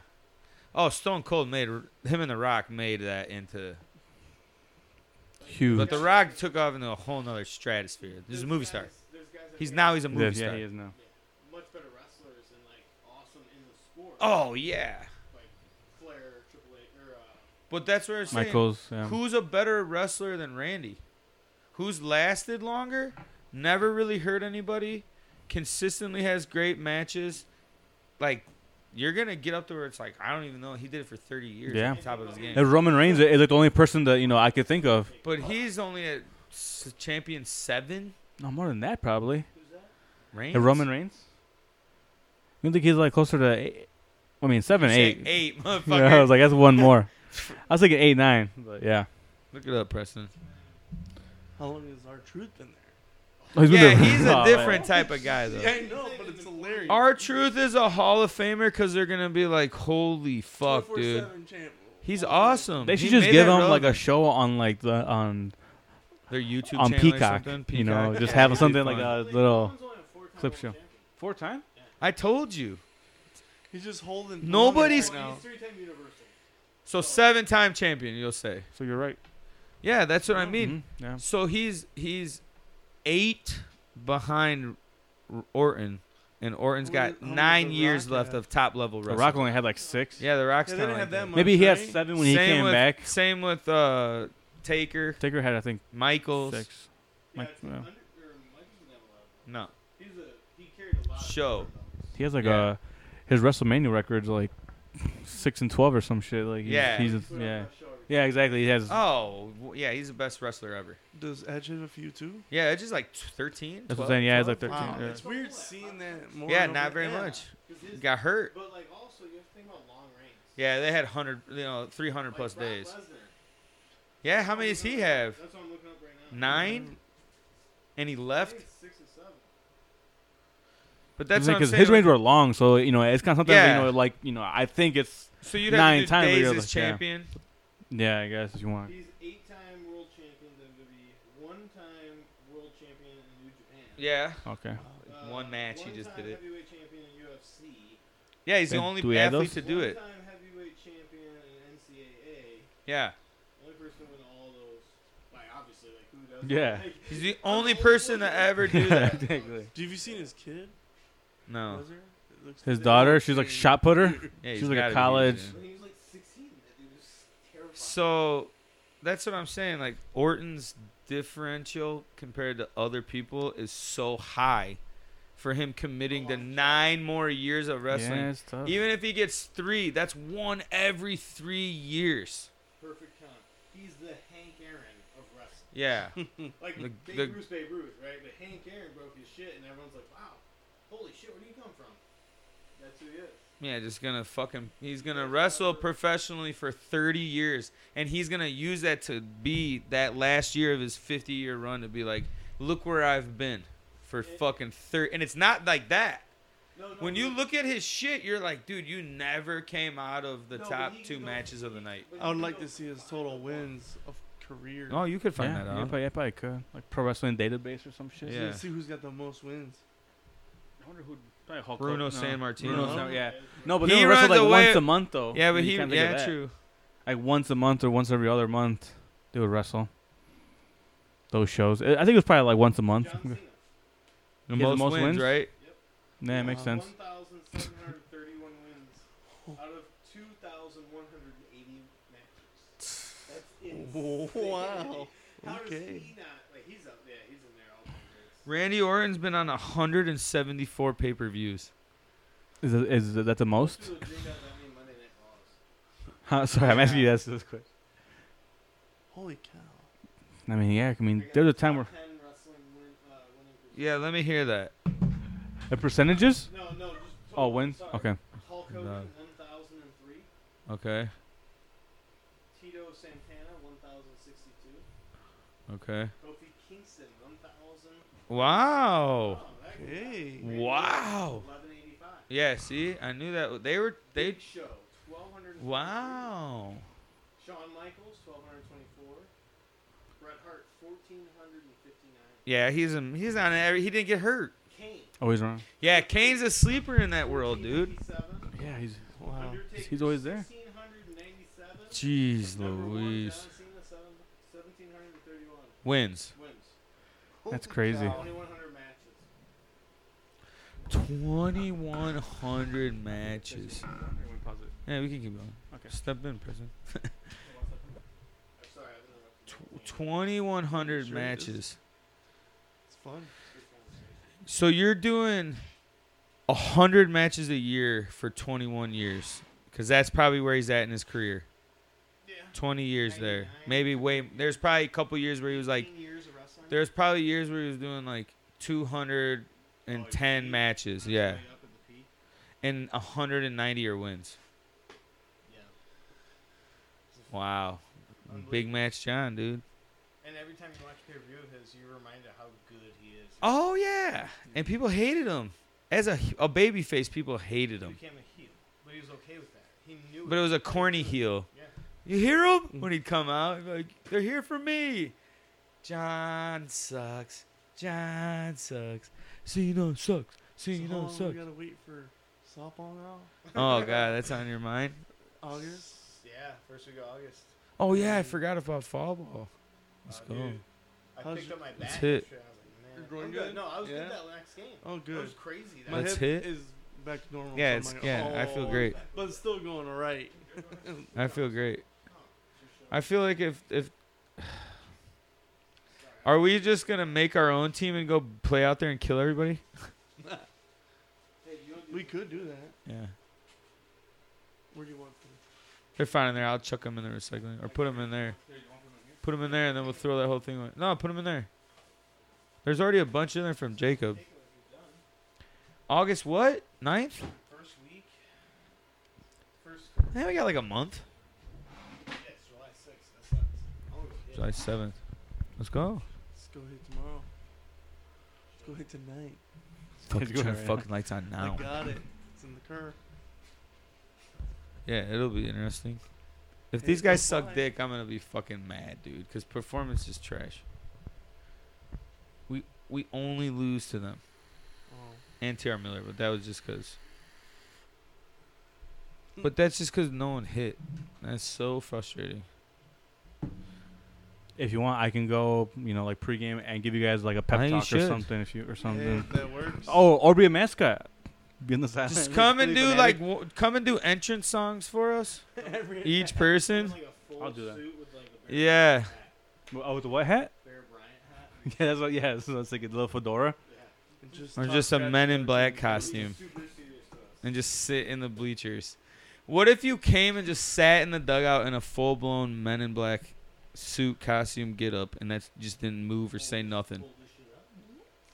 [SPEAKER 3] Oh, Stone Cold made him and The Rock made that into.
[SPEAKER 2] Huge.
[SPEAKER 3] But The Rock took off into a whole nother stratosphere. He's a
[SPEAKER 5] There's
[SPEAKER 3] movie
[SPEAKER 5] guys-
[SPEAKER 3] star.
[SPEAKER 5] there's guys that
[SPEAKER 3] He's
[SPEAKER 5] made
[SPEAKER 3] now he's a
[SPEAKER 2] He
[SPEAKER 3] movie
[SPEAKER 2] is, yeah,
[SPEAKER 3] star.
[SPEAKER 2] he is now.
[SPEAKER 5] much better wrestlers and like awesome in the sport.
[SPEAKER 3] Oh yeah.
[SPEAKER 5] Like Flair, Triple H, or uh,
[SPEAKER 3] But that's where it's saying
[SPEAKER 2] Michaels. Yeah.
[SPEAKER 3] who's a better wrestler than Randy? Who's lasted longer? Never really hurt anybody. Consistently has great matches. Like you're gonna get up to where it's like I don't even know. He did it for 30 years.
[SPEAKER 2] Yeah.
[SPEAKER 3] At the top of his game.
[SPEAKER 2] If Roman Reigns is like the only person that you know I could think of.
[SPEAKER 3] But he's only a s- champion seven.
[SPEAKER 2] No more than that, probably.
[SPEAKER 5] who's that?
[SPEAKER 3] Reigns.
[SPEAKER 2] Hey, Roman Reigns. You don't think he's like closer to eight, I mean, seven,
[SPEAKER 3] You say
[SPEAKER 2] eight.
[SPEAKER 3] Eight,
[SPEAKER 2] (laughs) Yeah,
[SPEAKER 3] motherfucker.
[SPEAKER 2] I was like, that's one more. I was thinking eight, nine. But yeah,
[SPEAKER 3] Look it up, Preston.
[SPEAKER 4] How long has our truth been there?
[SPEAKER 2] Oh, he's been
[SPEAKER 3] Yeah,
[SPEAKER 2] there- (laughs)
[SPEAKER 3] he's
[SPEAKER 2] Oh,
[SPEAKER 3] a
[SPEAKER 2] man.
[SPEAKER 3] different type of guy, though.
[SPEAKER 4] I know, but it's hilarious.
[SPEAKER 3] Our truth is a Hall of Famer because they're gonna be like, "Holy fuck, dude,
[SPEAKER 4] 24/7 champ.
[SPEAKER 3] he's
[SPEAKER 4] All day.
[SPEAKER 3] awesome."
[SPEAKER 2] They
[SPEAKER 3] He
[SPEAKER 2] should just
[SPEAKER 3] made
[SPEAKER 2] give
[SPEAKER 3] that
[SPEAKER 2] him like a
[SPEAKER 3] relevant.
[SPEAKER 2] show on like the on
[SPEAKER 3] their YouTube
[SPEAKER 2] on
[SPEAKER 3] channel or
[SPEAKER 2] Peacock,
[SPEAKER 3] something.
[SPEAKER 2] you know,
[SPEAKER 3] Peacock?
[SPEAKER 2] just
[SPEAKER 3] Yeah,
[SPEAKER 2] have
[SPEAKER 3] that'd be
[SPEAKER 2] something like
[SPEAKER 3] fun.
[SPEAKER 2] a little clip
[SPEAKER 5] clip
[SPEAKER 2] show. Four time?
[SPEAKER 3] (laughs) I told you.
[SPEAKER 4] He's just holding.
[SPEAKER 3] Nobody's-
[SPEAKER 4] Right now.
[SPEAKER 5] He's three-time universal.
[SPEAKER 3] So seven-time champion, you'll say.
[SPEAKER 2] So you're right.
[SPEAKER 3] Yeah, that's what I mean.
[SPEAKER 2] Mhm, Yeah.
[SPEAKER 3] So he's he's eight behind R- Orton, and Orton's
[SPEAKER 4] How many-
[SPEAKER 3] got
[SPEAKER 4] how many
[SPEAKER 3] nine
[SPEAKER 4] does The
[SPEAKER 3] years
[SPEAKER 4] Rock
[SPEAKER 3] left
[SPEAKER 4] have?
[SPEAKER 3] of top level
[SPEAKER 2] The
[SPEAKER 3] wrestling.
[SPEAKER 2] Rock only had like six.
[SPEAKER 3] yeah, the Rock's
[SPEAKER 4] Yeah, they
[SPEAKER 3] kind
[SPEAKER 4] didn't
[SPEAKER 3] of
[SPEAKER 4] have that much.
[SPEAKER 2] Maybe he had
[SPEAKER 4] right?
[SPEAKER 2] seven when he came
[SPEAKER 3] with,
[SPEAKER 2] back.
[SPEAKER 3] Same with uh, Taker,
[SPEAKER 2] Taker had I think
[SPEAKER 3] Michaels.
[SPEAKER 2] six.
[SPEAKER 5] Yeah,
[SPEAKER 2] Mike-
[SPEAKER 5] I think
[SPEAKER 2] yeah.
[SPEAKER 5] under, or Michael's been that loud.
[SPEAKER 3] No,
[SPEAKER 5] He's a he carried a lot. of
[SPEAKER 3] Show.
[SPEAKER 5] numbers.
[SPEAKER 2] He has like
[SPEAKER 3] Yeah.
[SPEAKER 2] a his WrestleMania records like six and twelve or some shit. Like he's,
[SPEAKER 3] Yeah.
[SPEAKER 2] he's a,
[SPEAKER 5] He's put on
[SPEAKER 2] yeah,
[SPEAKER 5] that show every
[SPEAKER 2] yeah, exactly. He has
[SPEAKER 3] Oh, w- yeah, he's the best wrestler ever.
[SPEAKER 4] Does Edge have a few too?
[SPEAKER 3] Yeah, it's just like t- 13.
[SPEAKER 2] that's what I'm
[SPEAKER 3] 12?
[SPEAKER 2] saying. Yeah, he's like thirteen.
[SPEAKER 4] Wow,
[SPEAKER 2] yeah.
[SPEAKER 4] it's weird seeing that more.
[SPEAKER 3] Yeah,
[SPEAKER 4] and
[SPEAKER 3] not
[SPEAKER 4] over-
[SPEAKER 3] very
[SPEAKER 4] yeah.
[SPEAKER 3] much.
[SPEAKER 5] 'Cause his-
[SPEAKER 3] He got hurt.
[SPEAKER 5] But like also you have to think about long reigns.
[SPEAKER 3] Yeah, they had 100, you know, 300
[SPEAKER 5] Like
[SPEAKER 3] plus
[SPEAKER 5] Brock
[SPEAKER 3] days.
[SPEAKER 5] Lesnar.
[SPEAKER 3] Yeah, how many does he have?
[SPEAKER 5] That's what I'm looking up right now.
[SPEAKER 3] Nine? And he
[SPEAKER 5] I think
[SPEAKER 3] left?
[SPEAKER 5] it's six or seven.
[SPEAKER 3] But that's what I'm
[SPEAKER 2] because
[SPEAKER 3] saying.
[SPEAKER 2] his
[SPEAKER 3] like-
[SPEAKER 2] range were long, so you know it's kind of something
[SPEAKER 3] Yeah.
[SPEAKER 2] you know like you know I think it's
[SPEAKER 3] so you'd have
[SPEAKER 2] nine
[SPEAKER 3] to do
[SPEAKER 2] times,
[SPEAKER 3] days
[SPEAKER 2] really,
[SPEAKER 3] as
[SPEAKER 2] yeah.
[SPEAKER 3] champion.
[SPEAKER 2] yeah I guess if you want
[SPEAKER 5] He's eight-time world champion WWE, one-time E, world champion in New Japan.
[SPEAKER 3] Yeah. (laughs)
[SPEAKER 2] okay
[SPEAKER 5] Uh,
[SPEAKER 3] One match, he just
[SPEAKER 5] one-time
[SPEAKER 3] did it.
[SPEAKER 5] heavyweight E champion in UFC.
[SPEAKER 3] Yeah, he's the
[SPEAKER 2] And
[SPEAKER 3] only
[SPEAKER 2] do we add
[SPEAKER 3] athlete
[SPEAKER 2] those?
[SPEAKER 3] to do it.
[SPEAKER 5] One-time heavyweight champion in NCAA.
[SPEAKER 3] Yeah.
[SPEAKER 5] Only person to win all those. Like obviously, like who does?
[SPEAKER 2] Yeah.
[SPEAKER 5] Like,
[SPEAKER 3] He's the only person to ever do
[SPEAKER 2] (laughs)
[SPEAKER 3] that.
[SPEAKER 2] exactly
[SPEAKER 4] Do you- have you seen his kid?
[SPEAKER 3] No.
[SPEAKER 4] Lesnar? It looks
[SPEAKER 2] his daughter she's like
[SPEAKER 4] insane.
[SPEAKER 2] shot putter
[SPEAKER 3] Yeah,
[SPEAKER 2] She's
[SPEAKER 3] he's
[SPEAKER 2] like a
[SPEAKER 3] gotta be,
[SPEAKER 2] college-
[SPEAKER 3] yeah.
[SPEAKER 5] when he was like 16, that dude was terrifying.
[SPEAKER 3] So that's what I'm saying. Like Orton's differential compared to other people is so high for him committing to nine more years of
[SPEAKER 2] yeah
[SPEAKER 3] wrestling.
[SPEAKER 2] it's tough
[SPEAKER 3] Even if he gets three, that's one every three years.
[SPEAKER 5] perfect count. He's the Hank Aaron of wrestling.
[SPEAKER 3] Yeah.
[SPEAKER 5] Like
[SPEAKER 3] The-
[SPEAKER 5] Babe
[SPEAKER 3] the-
[SPEAKER 5] Ruth, Babe Ruth, right? But Hank Aaron broke his shit, and everyone's like, "Wow, holy shit, where do you come from?" That's who he is.
[SPEAKER 3] Yeah, just gonna fucking he's gonna wrestle professionally for thirty years and he's gonna use that to be that last year of his fifty year run to be like, look where I've been for fucking thirty and it's not like that.
[SPEAKER 5] No, no,
[SPEAKER 3] When
[SPEAKER 5] he-
[SPEAKER 3] you look at his shit, you're like, dude, you never came out of the
[SPEAKER 5] no, but
[SPEAKER 3] top
[SPEAKER 5] he
[SPEAKER 3] two
[SPEAKER 5] can go-
[SPEAKER 3] matches of the night.
[SPEAKER 5] but he
[SPEAKER 4] I would
[SPEAKER 5] can
[SPEAKER 4] like
[SPEAKER 5] go
[SPEAKER 4] to see his
[SPEAKER 5] five
[SPEAKER 4] total
[SPEAKER 5] one.
[SPEAKER 4] wins of career.
[SPEAKER 3] Oh, you could find
[SPEAKER 2] yeah,
[SPEAKER 3] that
[SPEAKER 2] you
[SPEAKER 3] out.
[SPEAKER 2] probably, yeah, probably could like pro wrestling database or some shit
[SPEAKER 3] Yeah.
[SPEAKER 4] See who's got the most wins.
[SPEAKER 2] I wonder who probably Hulk
[SPEAKER 3] Bruno
[SPEAKER 2] Hogan- no.
[SPEAKER 3] San Martino.
[SPEAKER 2] Bruno San- yeah no but
[SPEAKER 3] He
[SPEAKER 2] they only wrestle
[SPEAKER 3] runs
[SPEAKER 2] like
[SPEAKER 3] away-
[SPEAKER 2] once a month though
[SPEAKER 3] yeah, but
[SPEAKER 2] You
[SPEAKER 3] he
[SPEAKER 2] can't think of
[SPEAKER 3] yeah
[SPEAKER 2] that.
[SPEAKER 3] true.
[SPEAKER 2] like once a month or once every other month they would wrestle those shows I I think it was probably like once a month
[SPEAKER 5] John Cena,
[SPEAKER 3] The
[SPEAKER 2] He has
[SPEAKER 3] most, wins, right?
[SPEAKER 2] yeah it makes
[SPEAKER 4] Wow.
[SPEAKER 2] sense
[SPEAKER 5] 1,731 wins out of 2,180 matches. That's insane.
[SPEAKER 4] (laughs) Wow.
[SPEAKER 5] How
[SPEAKER 4] Okay.
[SPEAKER 5] does he not? Like, he's up there. He's in there all time. greats.
[SPEAKER 3] Randy Orton's been on 174 pay per views.
[SPEAKER 2] is, it, is that the most
[SPEAKER 5] People would drink out that many Monday Night Raws.
[SPEAKER 2] (laughs) Huh, sorry I'm asking you that this quick
[SPEAKER 4] Holy cow.
[SPEAKER 2] I mean yeah I mean
[SPEAKER 5] They got
[SPEAKER 2] there's a
[SPEAKER 5] top
[SPEAKER 2] time where
[SPEAKER 5] 10 wrestling win, uh, winning percent-
[SPEAKER 3] Yeah, let me hear that.
[SPEAKER 2] the percentages
[SPEAKER 5] No, no. Just
[SPEAKER 2] Oh,
[SPEAKER 5] total,
[SPEAKER 2] wins?
[SPEAKER 5] sorry.
[SPEAKER 2] Okay.
[SPEAKER 5] Hulk Hogan,
[SPEAKER 3] No.
[SPEAKER 5] 1,003.
[SPEAKER 3] Okay.
[SPEAKER 5] Tito Santana, 1,062.
[SPEAKER 3] Okay.
[SPEAKER 5] Kofi Kingston, 1,000.
[SPEAKER 3] Wow.
[SPEAKER 5] that guy.
[SPEAKER 4] Hey.
[SPEAKER 3] Wow.
[SPEAKER 5] 1185.
[SPEAKER 3] Yeah, see? I knew that. They were. They.
[SPEAKER 5] Big Show, 1,200.
[SPEAKER 3] Wow.
[SPEAKER 5] Shawn Michaels, 1,224. Bret Hart, 1,459.
[SPEAKER 3] Yeah, he's um, he's on every. He didn't get hurt.
[SPEAKER 5] Kane,
[SPEAKER 2] always wrong
[SPEAKER 3] Yeah, Kane's a sleeper in that world, dude.
[SPEAKER 5] 1497.
[SPEAKER 2] yeah he's
[SPEAKER 4] Wow.
[SPEAKER 5] Undertaker,
[SPEAKER 2] He's always there.
[SPEAKER 5] 1,697.
[SPEAKER 3] Jeez
[SPEAKER 5] Number one,
[SPEAKER 3] Louise.
[SPEAKER 5] John Cena, seven- 1,731.
[SPEAKER 3] Wins.
[SPEAKER 5] Wins.
[SPEAKER 2] That's
[SPEAKER 4] Holy
[SPEAKER 2] crazy.
[SPEAKER 4] cow.
[SPEAKER 5] 2,100 matches.
[SPEAKER 3] 2,100 matches. Yeah, we can keep going.
[SPEAKER 2] Okay.
[SPEAKER 3] Step in, prison.
[SPEAKER 5] I'm sorry, I've interrupted.
[SPEAKER 3] Tw- 2,100
[SPEAKER 4] Sure it is.
[SPEAKER 3] matches.
[SPEAKER 4] It's fun.
[SPEAKER 5] Good conversation.
[SPEAKER 3] So you're doing a hundred matches a year for 21 years, because that's probably where he's at in his career.
[SPEAKER 5] Yeah.
[SPEAKER 3] 20 years there,
[SPEAKER 5] 99.
[SPEAKER 3] maybe way. There's probably a couple years where he was like.
[SPEAKER 5] 18 years of wrestling.
[SPEAKER 3] There's probably years where he was doing like 210
[SPEAKER 5] Oh, yeah.
[SPEAKER 3] matches. Yeah,
[SPEAKER 5] Way up at the peak.
[SPEAKER 3] and 190 are wins.
[SPEAKER 5] Yeah.
[SPEAKER 3] Wow. Big Match John, dude.
[SPEAKER 5] And every time you watch pay per view of his, you're reminded how good he is.
[SPEAKER 3] Oh yeah, and people hated him as a a baby face. People hated
[SPEAKER 5] He
[SPEAKER 3] him,
[SPEAKER 5] became a heel, but he was okay with that. He knew.
[SPEAKER 3] but it was a corny heel.
[SPEAKER 5] Yeah.
[SPEAKER 3] You hear him when he'd come out, he'd be like they're here for me. John sucks. John sucks. Cena sucks.
[SPEAKER 4] so oh, how
[SPEAKER 3] Cena
[SPEAKER 4] long we
[SPEAKER 3] sucks.
[SPEAKER 4] gotta wait for softball now?
[SPEAKER 3] Oh god, that's on your mind.
[SPEAKER 4] August.
[SPEAKER 5] Yeah, first week of August.
[SPEAKER 3] Oh yeah, I forgot about fall ball. Let's
[SPEAKER 5] Uh,
[SPEAKER 3] go.
[SPEAKER 5] dude, I
[SPEAKER 4] How's
[SPEAKER 5] picked
[SPEAKER 4] your-
[SPEAKER 5] up my
[SPEAKER 3] Let's
[SPEAKER 5] back.
[SPEAKER 3] hit.
[SPEAKER 5] yesterday, I was like, man,
[SPEAKER 4] You're going
[SPEAKER 5] I'm
[SPEAKER 4] good?
[SPEAKER 5] No, I was
[SPEAKER 4] Yeah?
[SPEAKER 5] good that last game.
[SPEAKER 4] Oh,
[SPEAKER 5] That
[SPEAKER 4] good.
[SPEAKER 5] was crazy. That
[SPEAKER 4] My
[SPEAKER 3] Let's
[SPEAKER 4] hip
[SPEAKER 3] hit.
[SPEAKER 4] is back to normal.
[SPEAKER 3] Yeah,
[SPEAKER 4] so I'm
[SPEAKER 3] it's
[SPEAKER 4] like,
[SPEAKER 3] yeah. I feel
[SPEAKER 4] "Oh,"
[SPEAKER 3] great.
[SPEAKER 4] but it's still going all right.
[SPEAKER 3] I feel great. I feel like if if (sighs) are we just gonna make our own team and go play out there and kill everybody?
[SPEAKER 4] we could do that.
[SPEAKER 3] Yeah.
[SPEAKER 4] Where do you want? To?
[SPEAKER 3] They're fine in there. I'll chuck them in the recycling or put them in there. Put them in there and then we'll throw that whole thing away. No, put them in there. There's already a bunch in there from Jacob. August what? 9th?
[SPEAKER 5] first week. First.
[SPEAKER 3] Yeah, we got like a month.
[SPEAKER 5] Yeah, it's July 6th. That sucks. Oh, yeah.
[SPEAKER 3] July 7th. Let's go.
[SPEAKER 4] Let's go hit tomorrow. Let's go hit tonight.
[SPEAKER 3] Fucking
[SPEAKER 2] go
[SPEAKER 3] turn the
[SPEAKER 2] right now.
[SPEAKER 3] fucking lights on now.
[SPEAKER 4] I got it. It's in the car.
[SPEAKER 3] Yeah, it'll be interesting. If
[SPEAKER 4] Hey,
[SPEAKER 3] these guys
[SPEAKER 4] go
[SPEAKER 3] suck
[SPEAKER 4] fly.
[SPEAKER 3] dick, I'm gonna be fucking mad, dude. Cause performance is trash. We we only lose to them
[SPEAKER 4] Oh.
[SPEAKER 3] and T.R. Miller, but that was just cause. But that's just cause no one hit. That's so frustrating.
[SPEAKER 2] If you want, I can go, you know, like pregame and give you guys like a
[SPEAKER 3] I
[SPEAKER 2] pep
[SPEAKER 3] think you
[SPEAKER 2] talk or
[SPEAKER 3] should.
[SPEAKER 2] something if you or
[SPEAKER 4] Yeah,
[SPEAKER 2] something.
[SPEAKER 4] that works.
[SPEAKER 2] Oh, or be a mascot. Be in the sideline.
[SPEAKER 3] Just come and
[SPEAKER 4] pretty
[SPEAKER 3] do
[SPEAKER 4] bananas.
[SPEAKER 3] like w- come and do entrance songs for us,
[SPEAKER 4] Every-
[SPEAKER 3] each
[SPEAKER 5] Wearing,
[SPEAKER 3] person.
[SPEAKER 5] Like a full
[SPEAKER 2] I'll do that.
[SPEAKER 5] Suit with, like, a Bear
[SPEAKER 3] Yeah.
[SPEAKER 5] Bryant hat.
[SPEAKER 2] Oh, with the what hat?
[SPEAKER 5] Bear Bryant hat.
[SPEAKER 2] (laughs) Yeah, that's what. Yeah, so it's like a little fedora.
[SPEAKER 5] Yeah.
[SPEAKER 4] and just
[SPEAKER 3] Or
[SPEAKER 4] talk
[SPEAKER 3] just a
[SPEAKER 4] trash
[SPEAKER 3] Men
[SPEAKER 4] about
[SPEAKER 3] in
[SPEAKER 4] it.
[SPEAKER 3] Black costume.
[SPEAKER 5] Super serious to us.
[SPEAKER 3] and just sit in the bleachers. What if you came and just sat in the dugout in a full blown Men in Black suit costume get up and that just didn't move or say nothing?
[SPEAKER 5] Pull this shit up.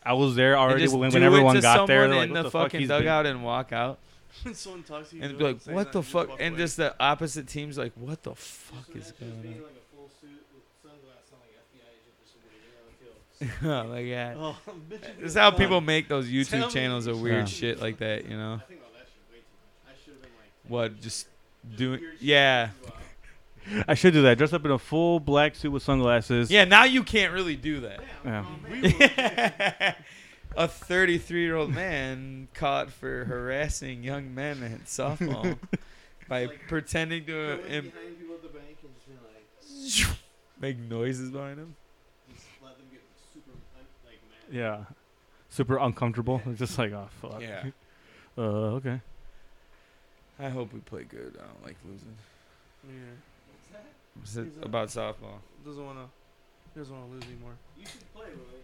[SPEAKER 2] I was there
[SPEAKER 3] And
[SPEAKER 2] already
[SPEAKER 3] just
[SPEAKER 2] when,
[SPEAKER 3] do
[SPEAKER 2] when
[SPEAKER 3] it
[SPEAKER 2] everyone
[SPEAKER 3] to
[SPEAKER 2] got there.
[SPEAKER 3] someone
[SPEAKER 2] They're like,
[SPEAKER 3] in
[SPEAKER 2] what
[SPEAKER 3] the, fucking
[SPEAKER 2] he's been-"
[SPEAKER 3] dugout and walk out
[SPEAKER 4] When (laughs) someone talks to you,
[SPEAKER 3] and
[SPEAKER 4] don't
[SPEAKER 3] be like,
[SPEAKER 4] say
[SPEAKER 3] "What the
[SPEAKER 4] nothing, just
[SPEAKER 3] fuck?"
[SPEAKER 4] walk
[SPEAKER 3] And
[SPEAKER 4] away.
[SPEAKER 3] just the opposite team's like, "What the fuck
[SPEAKER 5] Just
[SPEAKER 3] is
[SPEAKER 5] imagine just
[SPEAKER 3] (laughs)
[SPEAKER 5] being
[SPEAKER 3] going
[SPEAKER 5] like a full suit with sunglasses on, like FBI agent or somebody you know, on the
[SPEAKER 3] (laughs)
[SPEAKER 5] field.
[SPEAKER 3] on?" oh my god.
[SPEAKER 4] Oh, (laughs) bitch,
[SPEAKER 3] This is how
[SPEAKER 4] fun.
[SPEAKER 3] people make those
[SPEAKER 4] Tell
[SPEAKER 3] YouTube
[SPEAKER 4] me
[SPEAKER 3] channels of weird
[SPEAKER 2] Yeah.
[SPEAKER 3] shit like that, you know?
[SPEAKER 5] I think all that shit way too much. I should have been like
[SPEAKER 3] What just doing?
[SPEAKER 5] weird shit
[SPEAKER 3] Yeah,
[SPEAKER 5] you out.
[SPEAKER 2] I should do that. Dress up in a full black suit with sunglasses.
[SPEAKER 3] yeah. Now you can't really do that.
[SPEAKER 2] Yeah.
[SPEAKER 3] (laughs)
[SPEAKER 5] Oh,
[SPEAKER 3] a 33 year old man caught for harassing young men at
[SPEAKER 4] (laughs)
[SPEAKER 3] softball by
[SPEAKER 5] Like-
[SPEAKER 3] pretending to uh,
[SPEAKER 5] Going
[SPEAKER 3] im-
[SPEAKER 5] behind people at the bank and just being like,
[SPEAKER 3] make noises behind him.
[SPEAKER 5] just let them get super un- like mad.
[SPEAKER 2] Yeah. Super uncomfortable. (laughs) It's just like, oh fuck. Uh, okay.
[SPEAKER 3] I hope we play good. I don't like losing.
[SPEAKER 4] Yeah.
[SPEAKER 5] What's that?
[SPEAKER 3] Is it
[SPEAKER 4] He's a-
[SPEAKER 3] about softball?
[SPEAKER 4] doesn't want to doesn't want to lose anymore.
[SPEAKER 5] You should play, Willie.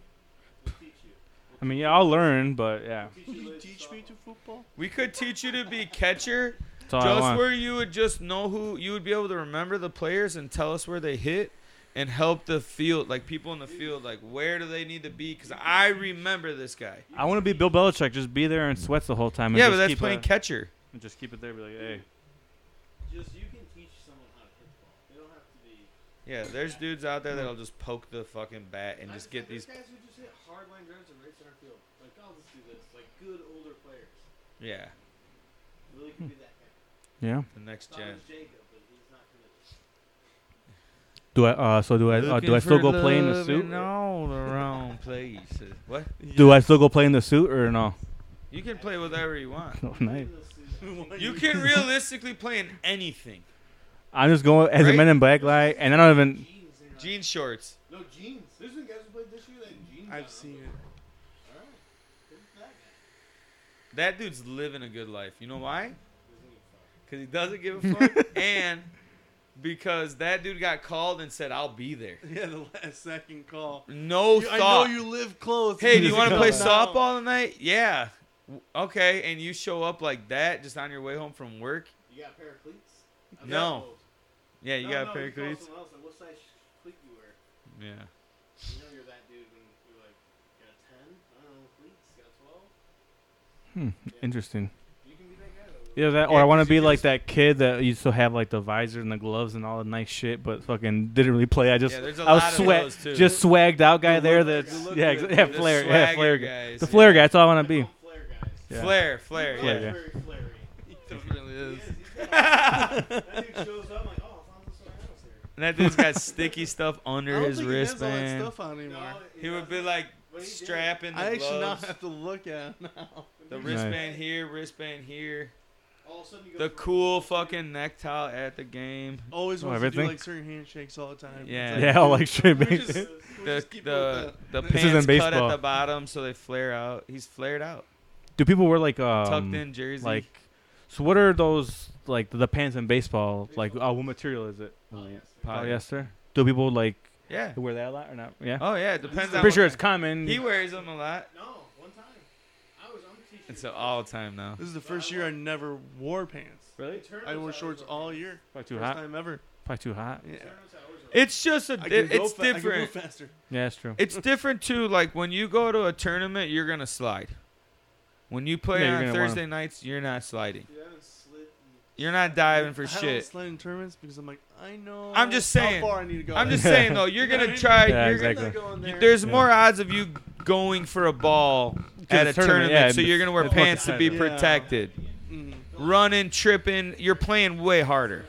[SPEAKER 5] We'll teach you. We'll
[SPEAKER 2] I mean, yeah, I'll learn, but yeah,
[SPEAKER 5] teach
[SPEAKER 4] Will
[SPEAKER 5] you
[SPEAKER 4] you
[SPEAKER 5] the
[SPEAKER 4] teach me to
[SPEAKER 5] softball.
[SPEAKER 4] (laughs) football?
[SPEAKER 3] We could teach you to be catcher,
[SPEAKER 2] that's all I
[SPEAKER 3] just
[SPEAKER 2] want.
[SPEAKER 3] where you would just know who you would be able to remember the players and tell us where they hit and help the field, like people in the field, like where do they need to be? Because I remember this guy.
[SPEAKER 2] I want to be Bill Belichick. Just be there and sweats the whole time. And
[SPEAKER 3] Yeah,
[SPEAKER 2] just
[SPEAKER 3] but that's
[SPEAKER 2] keep
[SPEAKER 3] playing
[SPEAKER 2] a-
[SPEAKER 3] catcher.
[SPEAKER 2] and just keep it there. Be like, hey,
[SPEAKER 5] Just you can teach someone how to hit the ball. They don't have to be.
[SPEAKER 3] Yeah, there's dudes out there that'll just poke the fucking bat and
[SPEAKER 5] I
[SPEAKER 3] just get
[SPEAKER 5] feel like
[SPEAKER 3] these.
[SPEAKER 5] there's guys who just hit hard line drives and right center field. Like, I'll just do this. Like good older players.
[SPEAKER 3] Yeah,
[SPEAKER 5] Willie could be
[SPEAKER 3] Hmm.
[SPEAKER 5] that guy.
[SPEAKER 2] yeah.
[SPEAKER 3] the next
[SPEAKER 5] So
[SPEAKER 3] gen.
[SPEAKER 5] is Jacob, but he's not gonna.
[SPEAKER 2] Do I? Uh, so do I? Uh, do I still go play in the suit?
[SPEAKER 3] No, the wrong places. What?
[SPEAKER 2] Do I still go play in the suit or no?
[SPEAKER 3] You can play whatever you want.
[SPEAKER 2] No, (laughs) nice.
[SPEAKER 3] You can realistically play in anything.
[SPEAKER 2] I'm just going as
[SPEAKER 3] Right?
[SPEAKER 2] a Men in Black guy, and I don't even.
[SPEAKER 5] Jeans. and you're like,
[SPEAKER 3] Jean shorts.
[SPEAKER 5] No jeans. There's been guys who played this year that had jeans.
[SPEAKER 4] I've seen it. (laughs)
[SPEAKER 5] All right. Who's that guy?
[SPEAKER 3] That dude's living a good life. You know why?
[SPEAKER 5] Doesn't give a
[SPEAKER 3] Because he
[SPEAKER 5] fuck.
[SPEAKER 3] doesn't give
[SPEAKER 2] (laughs)
[SPEAKER 3] a fuck, and because that dude got called and said, "I'll be there."
[SPEAKER 4] Yeah, the last second call.
[SPEAKER 3] No
[SPEAKER 4] You- I know
[SPEAKER 3] thought.
[SPEAKER 4] you live close.
[SPEAKER 3] Hey, do
[SPEAKER 4] just
[SPEAKER 3] you want to
[SPEAKER 4] come
[SPEAKER 3] play
[SPEAKER 4] down.
[SPEAKER 3] softball tonight? Yeah. W- Okay, and you show up like that just on your way home from work.
[SPEAKER 5] You got a pair of cleats? I'm
[SPEAKER 3] No.
[SPEAKER 5] not old.
[SPEAKER 3] Yeah, you
[SPEAKER 5] No,
[SPEAKER 3] got a
[SPEAKER 5] no,
[SPEAKER 3] pair of
[SPEAKER 5] call
[SPEAKER 3] cleats.
[SPEAKER 5] someone else, like, what size sh- cleat you wear?
[SPEAKER 3] Yeah.
[SPEAKER 5] You know you're that dude when you're like, got a 10? I don't know, cleats? Got a 12?
[SPEAKER 2] Hmm, interesting.
[SPEAKER 5] You can be that guy.
[SPEAKER 2] Yeah, that or
[SPEAKER 3] Yeah,
[SPEAKER 2] I want
[SPEAKER 3] 'cause
[SPEAKER 2] to
[SPEAKER 3] you
[SPEAKER 2] be
[SPEAKER 3] can
[SPEAKER 2] like
[SPEAKER 3] just-
[SPEAKER 2] that kid that used to have like the visor and the gloves and all the nice shit, but fucking didn't really play. I just
[SPEAKER 3] yeah, there's a
[SPEAKER 2] I
[SPEAKER 3] lot
[SPEAKER 2] was
[SPEAKER 3] of
[SPEAKER 2] sweat,
[SPEAKER 3] those too.
[SPEAKER 2] just swagged out guy
[SPEAKER 3] The
[SPEAKER 2] there.
[SPEAKER 3] look-
[SPEAKER 2] That's
[SPEAKER 3] the look
[SPEAKER 2] yeah,
[SPEAKER 3] good-
[SPEAKER 2] ex- yeah,
[SPEAKER 3] the
[SPEAKER 2] flare, yeah,
[SPEAKER 3] swagger
[SPEAKER 2] flare guy,
[SPEAKER 3] guys,
[SPEAKER 2] the flare
[SPEAKER 3] yeah.
[SPEAKER 2] guy. That's all I want to
[SPEAKER 5] They're
[SPEAKER 2] be.
[SPEAKER 5] called Flare guys.
[SPEAKER 2] Yeah.
[SPEAKER 3] Flare, flare,
[SPEAKER 2] Flare
[SPEAKER 3] yeah.
[SPEAKER 2] guy.
[SPEAKER 5] Very flary.
[SPEAKER 4] really
[SPEAKER 5] He
[SPEAKER 4] is.
[SPEAKER 5] is, he's got- that dude shows up, I'm like, oh, I found this in my house here.
[SPEAKER 3] And that dude's got sticky stuff under
[SPEAKER 4] I don't
[SPEAKER 3] his
[SPEAKER 4] think he has
[SPEAKER 3] wristband.
[SPEAKER 4] all that stuff on anymore.
[SPEAKER 5] No,
[SPEAKER 3] He would be
[SPEAKER 5] doesn't.
[SPEAKER 3] like
[SPEAKER 5] But he did.
[SPEAKER 3] strapping the
[SPEAKER 4] I actually now
[SPEAKER 3] gloves,
[SPEAKER 4] have to look at him now.
[SPEAKER 3] the
[SPEAKER 2] Nice.
[SPEAKER 3] wristband here, wristband here,
[SPEAKER 5] All of a sudden you go
[SPEAKER 3] the
[SPEAKER 5] from-
[SPEAKER 3] cool fucking necktie at the game,
[SPEAKER 4] (laughs) Always
[SPEAKER 2] Oh,
[SPEAKER 4] wants to
[SPEAKER 2] everything?
[SPEAKER 4] do like certain handshakes all the time.
[SPEAKER 3] Yeah.
[SPEAKER 2] (laughs)
[SPEAKER 4] It's
[SPEAKER 2] Yeah, I'll, like straight
[SPEAKER 4] we were
[SPEAKER 2] base.
[SPEAKER 4] just-
[SPEAKER 5] This-
[SPEAKER 4] we were
[SPEAKER 3] the
[SPEAKER 4] just keeping
[SPEAKER 3] the
[SPEAKER 4] with
[SPEAKER 3] the
[SPEAKER 4] the-
[SPEAKER 2] This
[SPEAKER 3] pants
[SPEAKER 2] isn't
[SPEAKER 3] cut at
[SPEAKER 2] baseball.
[SPEAKER 3] the bottom so they flare out. He's flared out,
[SPEAKER 2] Do people wear like um
[SPEAKER 3] tucked in jersey.
[SPEAKER 2] like? So what are those like the pants in baseball? Like, oh, what material is it? Polyester. Do people like
[SPEAKER 3] Yeah.
[SPEAKER 2] wear that a lot or not? Yeah,
[SPEAKER 3] Oh yeah, it depends on.
[SPEAKER 2] pretty sure
[SPEAKER 3] what-
[SPEAKER 2] it's common.
[SPEAKER 3] He wears them a lot.
[SPEAKER 5] No, one time. I was on the t-shirt.
[SPEAKER 3] It's an all time now.
[SPEAKER 4] This is the first year I never wore pants.
[SPEAKER 2] really?
[SPEAKER 5] Turn
[SPEAKER 4] I wore
[SPEAKER 5] those
[SPEAKER 4] shorts
[SPEAKER 5] hours
[SPEAKER 4] all
[SPEAKER 5] up.
[SPEAKER 4] year.
[SPEAKER 2] Probably too
[SPEAKER 4] first
[SPEAKER 2] hot.
[SPEAKER 4] time ever.
[SPEAKER 2] Probably too hot.
[SPEAKER 4] Yeah.
[SPEAKER 5] Turn those hours up.
[SPEAKER 3] It's just a.
[SPEAKER 4] I
[SPEAKER 3] Di-
[SPEAKER 4] can go
[SPEAKER 3] it's
[SPEAKER 4] fa- I can go
[SPEAKER 3] different.
[SPEAKER 4] faster.
[SPEAKER 2] Yeah, that's true.
[SPEAKER 3] It's different too. Like when you go to a tournament, you're gonna slide. When you play
[SPEAKER 2] Yeah, you're
[SPEAKER 3] on
[SPEAKER 2] gonna wanna-
[SPEAKER 3] Thursday nights, you're not sliding.
[SPEAKER 5] Dude, I haven't slid in-
[SPEAKER 3] You're not diving for
[SPEAKER 4] I
[SPEAKER 3] shit.
[SPEAKER 4] don't slide in tournaments because I'm like, I know.
[SPEAKER 3] I'm just saying.
[SPEAKER 4] How far I need to go.
[SPEAKER 3] I'm just
[SPEAKER 4] (laughs)
[SPEAKER 3] saying though, you're gonna try.
[SPEAKER 2] Yeah,
[SPEAKER 3] you're
[SPEAKER 2] exactly.
[SPEAKER 4] I'm not going
[SPEAKER 3] gonna,
[SPEAKER 4] there.
[SPEAKER 3] you- there's
[SPEAKER 2] Yeah.
[SPEAKER 3] more odds of you going for a ball at a
[SPEAKER 2] it's
[SPEAKER 3] tournament,
[SPEAKER 2] tournament, yeah,
[SPEAKER 3] so you're gonna wear
[SPEAKER 2] it's much
[SPEAKER 3] pants to be
[SPEAKER 4] tighter. Yeah.
[SPEAKER 3] protected.
[SPEAKER 4] Mm.
[SPEAKER 3] Running, tripping, you're playing way harder.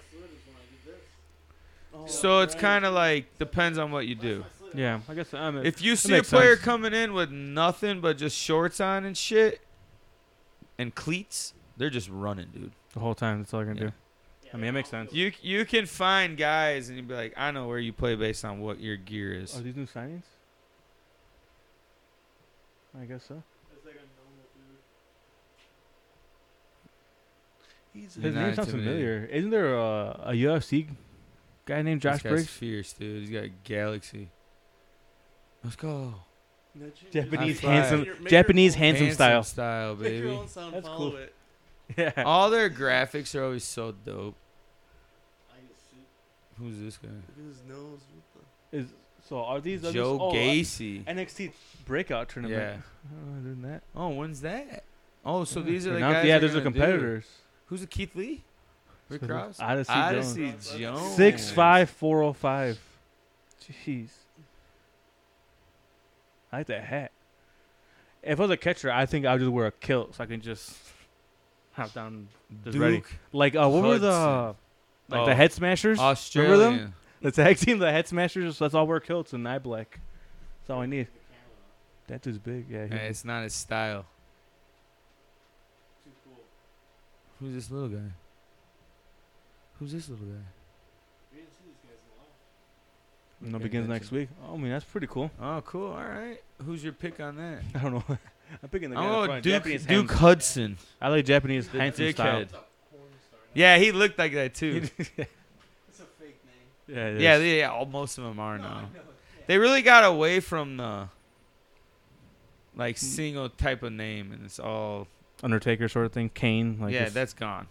[SPEAKER 4] Oh,
[SPEAKER 3] So it's
[SPEAKER 4] right.
[SPEAKER 3] kind of like depends on what you do.
[SPEAKER 2] Yeah, I guess I'm.
[SPEAKER 3] If you see a
[SPEAKER 2] makes
[SPEAKER 3] player
[SPEAKER 2] sense.
[SPEAKER 3] coming in with nothing but just shorts on and shit and cleats, they're just running, dude.
[SPEAKER 2] the whole time. That's all you're gonna
[SPEAKER 3] Yeah.
[SPEAKER 2] do. I mean, it makes sense.
[SPEAKER 3] You you can find guys and you'd be like, I know where you play based on what your gear
[SPEAKER 2] Are
[SPEAKER 3] is.
[SPEAKER 2] these new signings? I guess so.
[SPEAKER 5] It's like a normal dude.
[SPEAKER 4] He's
[SPEAKER 3] You're
[SPEAKER 2] His
[SPEAKER 3] not
[SPEAKER 2] name sounds
[SPEAKER 3] intimidated.
[SPEAKER 2] familiar. Isn't there a, a UFC guy named Josh
[SPEAKER 3] this guy's (laughs)
[SPEAKER 2] Briggs?
[SPEAKER 3] fierce, dude. He's got a galaxy. Let's go.
[SPEAKER 2] Japanese
[SPEAKER 3] I'm fine.
[SPEAKER 2] handsome,
[SPEAKER 4] Make your- make
[SPEAKER 2] Japanese
[SPEAKER 4] your own-
[SPEAKER 2] handsome, style.
[SPEAKER 3] style,
[SPEAKER 4] Make your
[SPEAKER 3] baby.
[SPEAKER 4] own sound.
[SPEAKER 2] That's
[SPEAKER 4] follow
[SPEAKER 2] cool.
[SPEAKER 4] it.
[SPEAKER 2] Yeah.
[SPEAKER 3] All their graphics are always so dope.
[SPEAKER 5] I get suit.
[SPEAKER 3] Who's this guy?
[SPEAKER 4] Look at his nose. What
[SPEAKER 2] Is, so are these are these-
[SPEAKER 3] Joe
[SPEAKER 2] oh, uh,
[SPEAKER 3] Gacy.
[SPEAKER 2] NXT breakout tournament? (laughs) Yeah. Oh, doing that.
[SPEAKER 3] Oh, when's that? Oh, so
[SPEAKER 2] Yeah.
[SPEAKER 3] these are the
[SPEAKER 2] Announced-
[SPEAKER 3] guys.
[SPEAKER 2] Yeah,
[SPEAKER 3] they're
[SPEAKER 2] there's the
[SPEAKER 3] gonna do.
[SPEAKER 2] competitors.
[SPEAKER 3] Who's the Keith Lee? Rick
[SPEAKER 2] So who's
[SPEAKER 3] Ross.
[SPEAKER 2] Odyssey
[SPEAKER 3] Odyssey
[SPEAKER 5] Jones.
[SPEAKER 3] Jones.
[SPEAKER 2] Six five four oh five. Jeez. I like that hat. If I was a catcher, I think I would just wear a kilt so I can just hop down the
[SPEAKER 3] Duke
[SPEAKER 2] ready. Like uh, what were the
[SPEAKER 3] Hudson.
[SPEAKER 2] like
[SPEAKER 3] Oh.
[SPEAKER 2] the head smashers?
[SPEAKER 3] Australian.
[SPEAKER 2] the tag team, the head smashers. Let's all wear kilts and eye black. That's all I need. That dude's big. Yeah.
[SPEAKER 3] Eh,
[SPEAKER 2] he-
[SPEAKER 3] it's not his style.
[SPEAKER 5] Too cool.
[SPEAKER 3] Who's this little guy? Who's this little guy?
[SPEAKER 5] We didn't see these guys in a while.
[SPEAKER 2] no
[SPEAKER 3] Okay,
[SPEAKER 2] begins
[SPEAKER 3] gotcha.
[SPEAKER 2] next week. Oh, I mean that's pretty cool. (laughs)
[SPEAKER 3] Oh, cool. All right. Who's your pick on that?
[SPEAKER 2] I don't know. I'm picking the guy in
[SPEAKER 3] I'm going
[SPEAKER 2] front,
[SPEAKER 3] with Oh, Duke,
[SPEAKER 2] Japanese
[SPEAKER 3] Duke
[SPEAKER 2] hands-
[SPEAKER 3] Hudson.
[SPEAKER 2] I like Japanese
[SPEAKER 3] the
[SPEAKER 2] handsome style.
[SPEAKER 3] dickhead.
[SPEAKER 5] Porn star. That's
[SPEAKER 3] Yeah, he looked like that (laughs) too.
[SPEAKER 5] It's a fake name.
[SPEAKER 2] yeah. it
[SPEAKER 3] yeah,
[SPEAKER 2] is.
[SPEAKER 3] they, yeah, all, most of them are
[SPEAKER 5] No, I
[SPEAKER 3] now.
[SPEAKER 5] know. Yeah.
[SPEAKER 3] They really got away from
[SPEAKER 2] Mm.
[SPEAKER 3] the like single type of name, and it's all
[SPEAKER 2] Undertaker sort of thing. Kane. Like
[SPEAKER 3] yeah,
[SPEAKER 2] it's-
[SPEAKER 3] that's gone.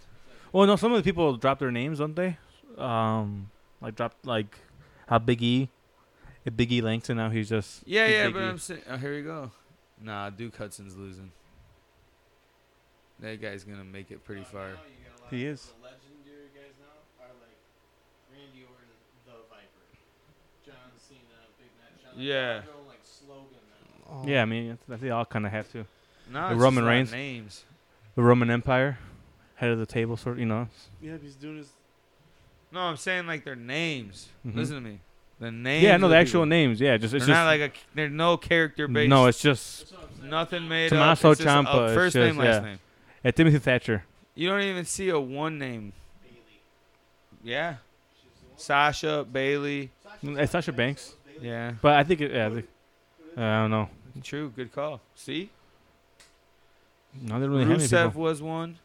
[SPEAKER 2] Well, no, some of the people drop their names, don't they? Um, like drop like how Big E, Big E Langston. Now he's just
[SPEAKER 3] Yeah,
[SPEAKER 2] he's
[SPEAKER 3] yeah,
[SPEAKER 2] Big
[SPEAKER 3] but
[SPEAKER 2] E.
[SPEAKER 3] I'm saying, oh, here we go. Nah, Duke Hudson's losing. That guy's gonna make it pretty
[SPEAKER 5] Uh,
[SPEAKER 3] far.
[SPEAKER 5] now you got a lot
[SPEAKER 2] He
[SPEAKER 5] of
[SPEAKER 2] is.
[SPEAKER 5] The legendary guys now are like Randy Orton, the Viper, John Cena, Big Matt. John,
[SPEAKER 3] Yeah.
[SPEAKER 5] They're all, like slogan now.
[SPEAKER 4] the? Oh.
[SPEAKER 2] yeah, I mean that's- they all kind of have to.
[SPEAKER 3] Nah,
[SPEAKER 2] The
[SPEAKER 3] it's just
[SPEAKER 2] Roman
[SPEAKER 3] a lot of
[SPEAKER 2] Reigns?
[SPEAKER 3] names.
[SPEAKER 2] The Roman Empire, head of the table, sort you know.
[SPEAKER 4] Yeah, but he's doing his.
[SPEAKER 3] No, I'm saying like their names.
[SPEAKER 2] Mhm.
[SPEAKER 3] Listen to me. The names.
[SPEAKER 2] yeah, no,
[SPEAKER 3] of
[SPEAKER 2] the actual
[SPEAKER 3] people.
[SPEAKER 2] names. Yeah, just
[SPEAKER 3] They're
[SPEAKER 2] it's
[SPEAKER 3] not
[SPEAKER 2] just
[SPEAKER 3] like a. They're no character based.
[SPEAKER 2] no, it's just
[SPEAKER 5] That's what I'm saying.
[SPEAKER 3] nothing made
[SPEAKER 2] Tommaso
[SPEAKER 3] up. It's just a
[SPEAKER 2] Ciampa, it's
[SPEAKER 3] First
[SPEAKER 2] just-
[SPEAKER 3] name, last
[SPEAKER 2] yeah.
[SPEAKER 3] name.
[SPEAKER 2] yeah, Timothy Thatcher.
[SPEAKER 3] You don't even see a one name.
[SPEAKER 5] Bailey.
[SPEAKER 3] Yeah.
[SPEAKER 5] She's the one.
[SPEAKER 3] Sasha Bailey.
[SPEAKER 2] Mm, It's Sasha Banks,
[SPEAKER 3] Yeah.
[SPEAKER 2] but I think it, yeah, I, think, I don't know.
[SPEAKER 3] True. Good call. See,
[SPEAKER 2] No, they don't really have any
[SPEAKER 3] Rusev
[SPEAKER 2] people.
[SPEAKER 3] was one.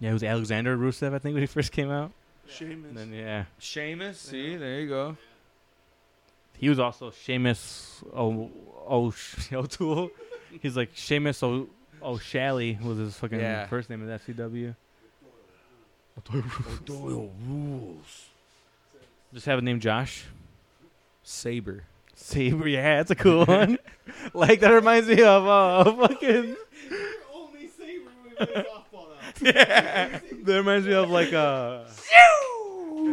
[SPEAKER 2] Yeah, it was Alexander Rusev, I think, when he first came out.
[SPEAKER 4] Sheamus.
[SPEAKER 2] And then yeah,
[SPEAKER 3] Sheamus. See, there you go.
[SPEAKER 2] he was also Seamus O O (laughs) O'Toole. He's like Seamus O O'Shally was his fucking
[SPEAKER 3] Yeah.
[SPEAKER 2] first name in FCW.
[SPEAKER 3] Doyle rules.
[SPEAKER 2] Just have a name Josh.
[SPEAKER 3] Saber.
[SPEAKER 2] Saber, yeah, that's a cool (laughs) one. like that reminds me of uh, (laughs) fucking
[SPEAKER 5] You're only Saber when we play softball now.
[SPEAKER 2] that reminds me of like uh,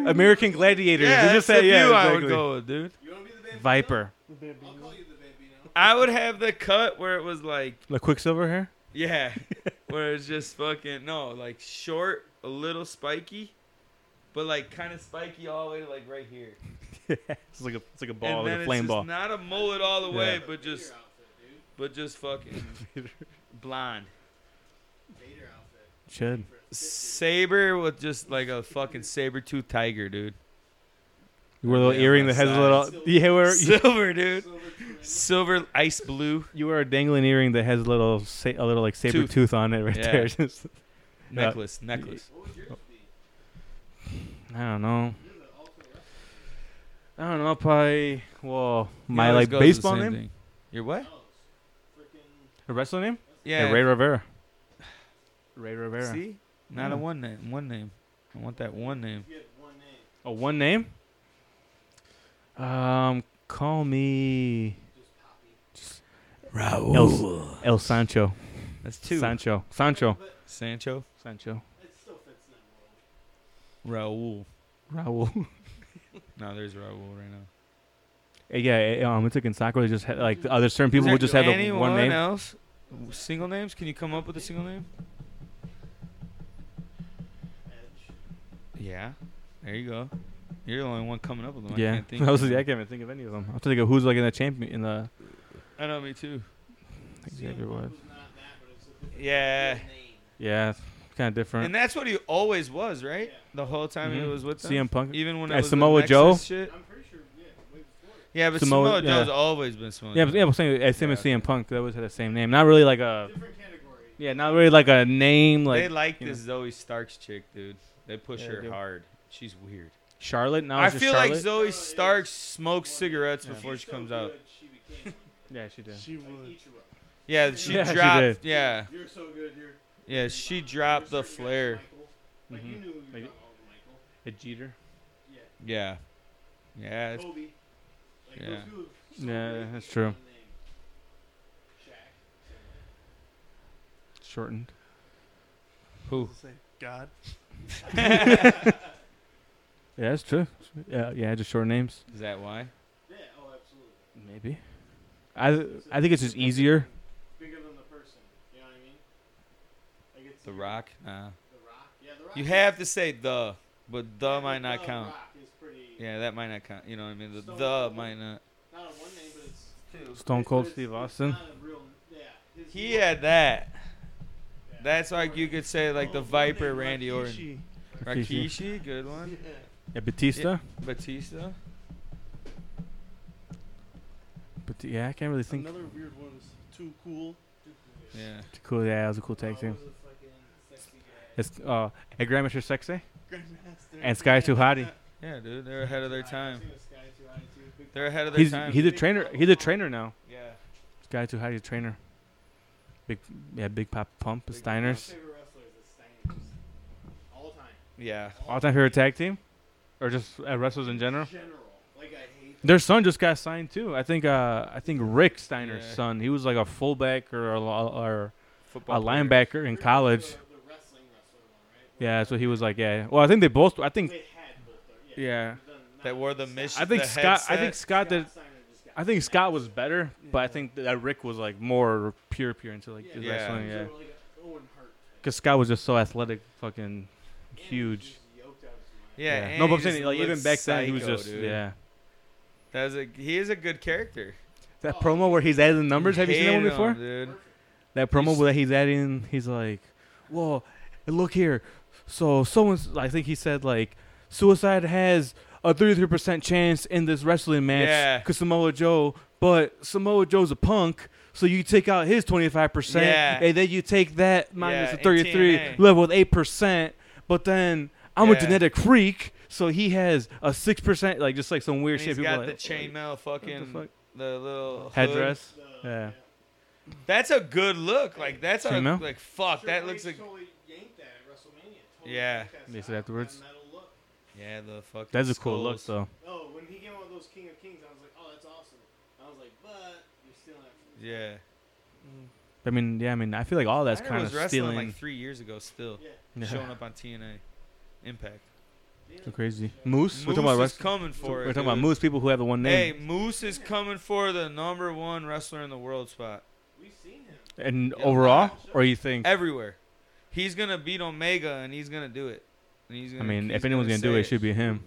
[SPEAKER 2] American Gladiator.
[SPEAKER 3] yeah,
[SPEAKER 2] they
[SPEAKER 3] that's
[SPEAKER 2] just said,
[SPEAKER 3] the
[SPEAKER 2] yeah,
[SPEAKER 3] view I would
[SPEAKER 2] exactly.
[SPEAKER 3] go with, dude.
[SPEAKER 5] You want to be the Bambino?
[SPEAKER 2] Viper,
[SPEAKER 4] The
[SPEAKER 5] I'll
[SPEAKER 4] Bambino.
[SPEAKER 5] call you the Bambino.
[SPEAKER 3] I would have the cut where it was like,
[SPEAKER 2] like Quicksilver hair.
[SPEAKER 3] yeah, where it's just fucking no, like short, a little spiky, but like kind of spiky all the way to like right here.
[SPEAKER 2] (laughs) it's like a it's like a ball,
[SPEAKER 3] and then
[SPEAKER 2] like a
[SPEAKER 3] it's
[SPEAKER 2] flame
[SPEAKER 3] just
[SPEAKER 2] ball.
[SPEAKER 3] not a mullet all the way,
[SPEAKER 2] Yeah.
[SPEAKER 3] but just
[SPEAKER 5] Vader outfit, dude.
[SPEAKER 3] but
[SPEAKER 2] (laughs)
[SPEAKER 3] just fucking blonde.
[SPEAKER 5] Vader outfit.
[SPEAKER 2] Should
[SPEAKER 3] Saber with just like a fucking saber tooth tiger,
[SPEAKER 2] (laughs)
[SPEAKER 3] dude.
[SPEAKER 2] you wear a little
[SPEAKER 3] Yeah,
[SPEAKER 2] earring
[SPEAKER 3] on
[SPEAKER 2] that
[SPEAKER 3] the
[SPEAKER 2] has a
[SPEAKER 3] side.
[SPEAKER 2] little yeah, wear, (laughs) you,
[SPEAKER 3] Silver, dude.
[SPEAKER 5] Silver trend.
[SPEAKER 3] Silver ice blue.
[SPEAKER 2] you wear a dangling earring that has a little sa- a little like saber
[SPEAKER 3] Tooth.
[SPEAKER 2] tooth, on it right
[SPEAKER 3] Yeah.
[SPEAKER 2] there. (laughs) Just,
[SPEAKER 3] Necklace, necklace.
[SPEAKER 5] What would yours be?
[SPEAKER 2] I don't know.
[SPEAKER 5] You're the ultimate wrestler.
[SPEAKER 2] I don't know. Probably well, my
[SPEAKER 3] Yours
[SPEAKER 2] like
[SPEAKER 3] goes with the
[SPEAKER 2] baseball
[SPEAKER 3] same
[SPEAKER 2] name,
[SPEAKER 3] thing. Your what?
[SPEAKER 5] No, it's freaking.
[SPEAKER 2] a wrestler name.
[SPEAKER 3] Yeah.
[SPEAKER 2] Ray
[SPEAKER 3] (sighs)
[SPEAKER 2] Rivera. Ray Rivera.
[SPEAKER 3] See? Not a one name. One name. I want that one name.
[SPEAKER 5] You had one name.
[SPEAKER 2] A one name? Um, call me
[SPEAKER 7] Raul.
[SPEAKER 2] El, El Sancho.
[SPEAKER 3] That's two.
[SPEAKER 2] Sancho. Sancho.
[SPEAKER 3] Sancho.
[SPEAKER 2] Sancho.
[SPEAKER 5] It still fits in that world.
[SPEAKER 3] Raul.
[SPEAKER 2] Raul.
[SPEAKER 3] No, there's Raul right now.
[SPEAKER 2] yeah, eh, um, it's like in soccer. They just had, like the other certain people who just have the
[SPEAKER 3] anyone
[SPEAKER 2] one name.
[SPEAKER 3] else? Single names? Can you come up with a single name?
[SPEAKER 5] Edge.
[SPEAKER 3] Yeah. There you go. You're the only one coming up with them. I
[SPEAKER 2] Yeah,
[SPEAKER 3] can't think.
[SPEAKER 2] (laughs) I, was,
[SPEAKER 3] of
[SPEAKER 2] yeah, I
[SPEAKER 3] one.
[SPEAKER 2] can't even think of any of them. I have to think of who's like in the champion in the
[SPEAKER 3] I know, me too.
[SPEAKER 2] Xavier Woods.
[SPEAKER 5] It's not that, but it's a different
[SPEAKER 3] Yeah.
[SPEAKER 5] name.
[SPEAKER 2] Yeah, it's kind of different.
[SPEAKER 3] And that's what he always was, right? The whole time he
[SPEAKER 2] Mhm.
[SPEAKER 3] was with them.
[SPEAKER 2] CM Punk.
[SPEAKER 3] Even when it
[SPEAKER 2] As
[SPEAKER 3] was the
[SPEAKER 2] Samoa
[SPEAKER 3] Nexus
[SPEAKER 2] Joe?
[SPEAKER 3] shit.
[SPEAKER 5] I'm pretty sure, yeah, way before. it.
[SPEAKER 3] Yeah, but Samoa,
[SPEAKER 2] Samoa-
[SPEAKER 3] Joe's
[SPEAKER 2] yeah.
[SPEAKER 3] always been Samoa.
[SPEAKER 2] Yeah,
[SPEAKER 3] Joe.
[SPEAKER 2] but, yeah, but same, eh, same as
[SPEAKER 3] Yeah,
[SPEAKER 2] CM
[SPEAKER 3] okay.
[SPEAKER 2] Punk. They always had the same name. Not really like a.
[SPEAKER 5] Different category.
[SPEAKER 2] Yeah, not really like a name
[SPEAKER 3] they
[SPEAKER 2] like
[SPEAKER 3] like
[SPEAKER 2] you
[SPEAKER 3] this Zoe Starks chick, dude. They push
[SPEAKER 2] Yeah, they
[SPEAKER 3] her
[SPEAKER 2] do.
[SPEAKER 3] hard. She's weird.
[SPEAKER 2] Charlotte. Now
[SPEAKER 3] I
[SPEAKER 2] it's just
[SPEAKER 3] feel like
[SPEAKER 2] Charlotte.
[SPEAKER 3] Zoe
[SPEAKER 5] Charlotte is
[SPEAKER 3] Starks smokes
[SPEAKER 5] one.
[SPEAKER 3] cigarettes
[SPEAKER 2] Yeah.
[SPEAKER 3] before
[SPEAKER 5] She's
[SPEAKER 3] she
[SPEAKER 5] so
[SPEAKER 3] comes
[SPEAKER 5] good,
[SPEAKER 3] out.
[SPEAKER 5] She became
[SPEAKER 2] yeah, she did.
[SPEAKER 4] She
[SPEAKER 5] one.
[SPEAKER 4] would.
[SPEAKER 5] Like Ichiro.
[SPEAKER 3] Yeah, she
[SPEAKER 2] Yeah, she
[SPEAKER 3] dropped.
[SPEAKER 2] did.
[SPEAKER 3] yeah,
[SPEAKER 5] You're so good. You're.
[SPEAKER 3] yeah,
[SPEAKER 5] you're
[SPEAKER 3] she
[SPEAKER 5] Michael.
[SPEAKER 3] dropped
[SPEAKER 5] You're
[SPEAKER 3] Ah. the
[SPEAKER 5] certain guy,
[SPEAKER 3] flare. Mm.
[SPEAKER 5] Michael. Like you
[SPEAKER 2] Mhm.
[SPEAKER 5] knew you
[SPEAKER 2] Like-
[SPEAKER 5] got all the Michael.
[SPEAKER 2] A Jeter.
[SPEAKER 5] Yeah.
[SPEAKER 3] Yeah, yeah. it's-
[SPEAKER 5] Kobe. Like
[SPEAKER 3] Yeah.
[SPEAKER 5] those dudes. so
[SPEAKER 2] Yeah,
[SPEAKER 5] great
[SPEAKER 2] that's
[SPEAKER 5] with
[SPEAKER 2] true.
[SPEAKER 5] one name. Shaq.
[SPEAKER 2] Shortened.
[SPEAKER 3] Who?
[SPEAKER 4] Say God.
[SPEAKER 2] Yeah, that's true. Yeah, yeah, just short names.
[SPEAKER 3] Is that why?
[SPEAKER 5] Yeah. Oh, absolutely.
[SPEAKER 2] Maybe. I I think it's just easier.
[SPEAKER 5] Bigger than the person. You know what I mean? Like it's
[SPEAKER 3] The Rock. Nah.
[SPEAKER 5] The Rock. Yeah, The Rock.
[SPEAKER 3] You
[SPEAKER 5] is-
[SPEAKER 3] have to say the, but the
[SPEAKER 5] yeah,
[SPEAKER 3] might
[SPEAKER 5] The
[SPEAKER 3] not count.
[SPEAKER 5] Rock is pretty.
[SPEAKER 3] Yeah, that might not count. You know what I mean? The
[SPEAKER 5] Stone
[SPEAKER 3] the
[SPEAKER 5] Cold.
[SPEAKER 3] might not.
[SPEAKER 5] Not a one name, but it's two.
[SPEAKER 2] Stone Cold
[SPEAKER 5] But it's-
[SPEAKER 2] Steve
[SPEAKER 5] it's
[SPEAKER 2] Austin.
[SPEAKER 5] not a real- yeah, his
[SPEAKER 3] He
[SPEAKER 5] real-
[SPEAKER 3] had that.
[SPEAKER 5] yeah.
[SPEAKER 3] That's like you could say like the
[SPEAKER 4] Oh,
[SPEAKER 3] Viper
[SPEAKER 4] name,
[SPEAKER 3] Randy Orton.
[SPEAKER 4] Rikishi.
[SPEAKER 2] Rikishi.
[SPEAKER 3] Rakishi, good one.
[SPEAKER 2] Yeah, Batista. Yeah.
[SPEAKER 3] Batista.
[SPEAKER 2] But yeah, I can't really think.
[SPEAKER 4] Another weird one was Too Cool.
[SPEAKER 3] Yeah.
[SPEAKER 2] Cool. Yeah, that was a cool tag
[SPEAKER 5] Oh,
[SPEAKER 2] team.
[SPEAKER 5] it was a fucking sexy guy.
[SPEAKER 2] It's uh, hey, Grandmaster Sexy
[SPEAKER 4] Grandmaster.
[SPEAKER 2] and Sky Too Hottie.
[SPEAKER 3] Yeah, dude, they're ahead of their
[SPEAKER 5] I
[SPEAKER 3] time.
[SPEAKER 5] seen this guy too, I too. Big
[SPEAKER 3] They're ahead of their
[SPEAKER 2] He's
[SPEAKER 3] time.
[SPEAKER 2] he's a trainer. He's a trainer now.
[SPEAKER 3] yeah.
[SPEAKER 2] Sky Too Hottie's a trainer. Big yeah, Big Pop Pump
[SPEAKER 5] Big-
[SPEAKER 2] Steiners.
[SPEAKER 5] My favorite wrestler is the Steiners. All time.
[SPEAKER 3] Yeah.
[SPEAKER 2] All time favorite tag team, or just uh, wrestlers in general.
[SPEAKER 5] General. Like I hate.
[SPEAKER 2] Their son just got signed too. I think uh I think Rick Steiner's
[SPEAKER 3] Yeah.
[SPEAKER 2] son. He was like a fullback or a, lo- or
[SPEAKER 3] Football.
[SPEAKER 2] a
[SPEAKER 3] player.
[SPEAKER 2] linebacker in
[SPEAKER 5] Pretty much
[SPEAKER 2] college.
[SPEAKER 5] The, the wrestling wrestler one, right?
[SPEAKER 2] Yeah, so he was like, yeah. Well, I think they both. I think.
[SPEAKER 5] They had both. Though. Yeah.
[SPEAKER 2] Yeah.
[SPEAKER 5] but then
[SPEAKER 3] That
[SPEAKER 5] not
[SPEAKER 3] wore the
[SPEAKER 5] Steiner.
[SPEAKER 3] mission.
[SPEAKER 2] I think
[SPEAKER 3] the
[SPEAKER 2] Scott. I think
[SPEAKER 3] headset.
[SPEAKER 2] Scott did.
[SPEAKER 5] Steiner just got
[SPEAKER 2] I think Scott was better, but I
[SPEAKER 4] Yeah.
[SPEAKER 2] think that Rick was like more pure, pure into like
[SPEAKER 5] Yeah,
[SPEAKER 2] his
[SPEAKER 3] yeah.
[SPEAKER 2] wrestling. Yeah,
[SPEAKER 5] They were like a Owen Hart type.
[SPEAKER 2] because Scott was just so athletic, fucking
[SPEAKER 5] And he was
[SPEAKER 2] huge.
[SPEAKER 5] just yoked out of his mind.
[SPEAKER 3] Yeah. and
[SPEAKER 2] no, but I'm
[SPEAKER 3] he
[SPEAKER 2] saying
[SPEAKER 3] just
[SPEAKER 2] like even
[SPEAKER 3] looked
[SPEAKER 2] back then he was
[SPEAKER 3] psycho,
[SPEAKER 2] just
[SPEAKER 3] dude.
[SPEAKER 2] yeah.
[SPEAKER 3] That was a. He is a good character.
[SPEAKER 2] That promo where he's adding numbers. Have you seen that one
[SPEAKER 3] Hated
[SPEAKER 2] before?
[SPEAKER 3] him, dude?
[SPEAKER 2] That promo
[SPEAKER 3] He's-
[SPEAKER 2] where he's adding, he's like, "Well, look here. So someone's, I think he said like, suicide has a 33% chance in this wrestling match
[SPEAKER 3] Yeah.
[SPEAKER 2] because Samoa Joe, but Samoa Joe's a punk." So you take out his 25%,
[SPEAKER 3] Yeah.
[SPEAKER 2] and then you take that minus
[SPEAKER 3] Yeah,
[SPEAKER 2] the 33,
[SPEAKER 3] ATNA.
[SPEAKER 2] level with 8%. But then I'm
[SPEAKER 3] Yeah.
[SPEAKER 2] a genetic freak, so he has a 6%, like just like some weird
[SPEAKER 3] And
[SPEAKER 2] shit.
[SPEAKER 3] He's
[SPEAKER 2] People
[SPEAKER 3] got
[SPEAKER 2] like,
[SPEAKER 3] the chainmail fucking
[SPEAKER 2] fuck?
[SPEAKER 3] the little
[SPEAKER 2] headdress.
[SPEAKER 5] The-
[SPEAKER 2] Yeah.
[SPEAKER 3] hood. That's a good look. Like that's a
[SPEAKER 2] Chainmail?
[SPEAKER 3] like fuck.
[SPEAKER 5] Triple
[SPEAKER 3] that
[SPEAKER 5] H
[SPEAKER 3] looks like
[SPEAKER 5] totally yanked that at WrestleMania. Totally
[SPEAKER 3] Yeah.
[SPEAKER 5] yanked that
[SPEAKER 2] They said
[SPEAKER 5] style, that
[SPEAKER 2] afterwards?
[SPEAKER 5] metal look.
[SPEAKER 3] yeah the fucking.
[SPEAKER 2] That's a cool look,
[SPEAKER 3] skulls.
[SPEAKER 2] though.
[SPEAKER 5] Oh, when he came out with those King of Kings, I was like, oh, that's awesome. I was like, but you're stealing that from
[SPEAKER 3] Yeah.
[SPEAKER 5] the
[SPEAKER 2] I mean, yeah, I mean, I feel like all that's
[SPEAKER 3] Ryder
[SPEAKER 2] kind of
[SPEAKER 3] was wrestling
[SPEAKER 2] stealing.
[SPEAKER 3] like three years ago, still
[SPEAKER 5] Yeah.
[SPEAKER 2] (laughs) Yeah.
[SPEAKER 3] showing up on TNA, Impact.
[SPEAKER 2] So crazy. Moose?
[SPEAKER 3] Moose
[SPEAKER 2] we're talking about
[SPEAKER 3] is
[SPEAKER 2] wrestling.
[SPEAKER 3] coming for it.
[SPEAKER 2] we're talking about
[SPEAKER 3] dude.
[SPEAKER 2] Moose people who have the one name.
[SPEAKER 3] Hey, Moose is coming for the number one wrestler in the world spot
[SPEAKER 5] We've seen him.
[SPEAKER 2] and
[SPEAKER 3] yeah,
[SPEAKER 2] overall,
[SPEAKER 5] wow.
[SPEAKER 2] or you think?
[SPEAKER 3] everywhere. He's gonna beat Omega, and he's gonna do it. And he's
[SPEAKER 2] I
[SPEAKER 3] gonna,
[SPEAKER 2] mean,
[SPEAKER 3] he's
[SPEAKER 2] if anyone's gonna do
[SPEAKER 3] say
[SPEAKER 2] it, it should be him.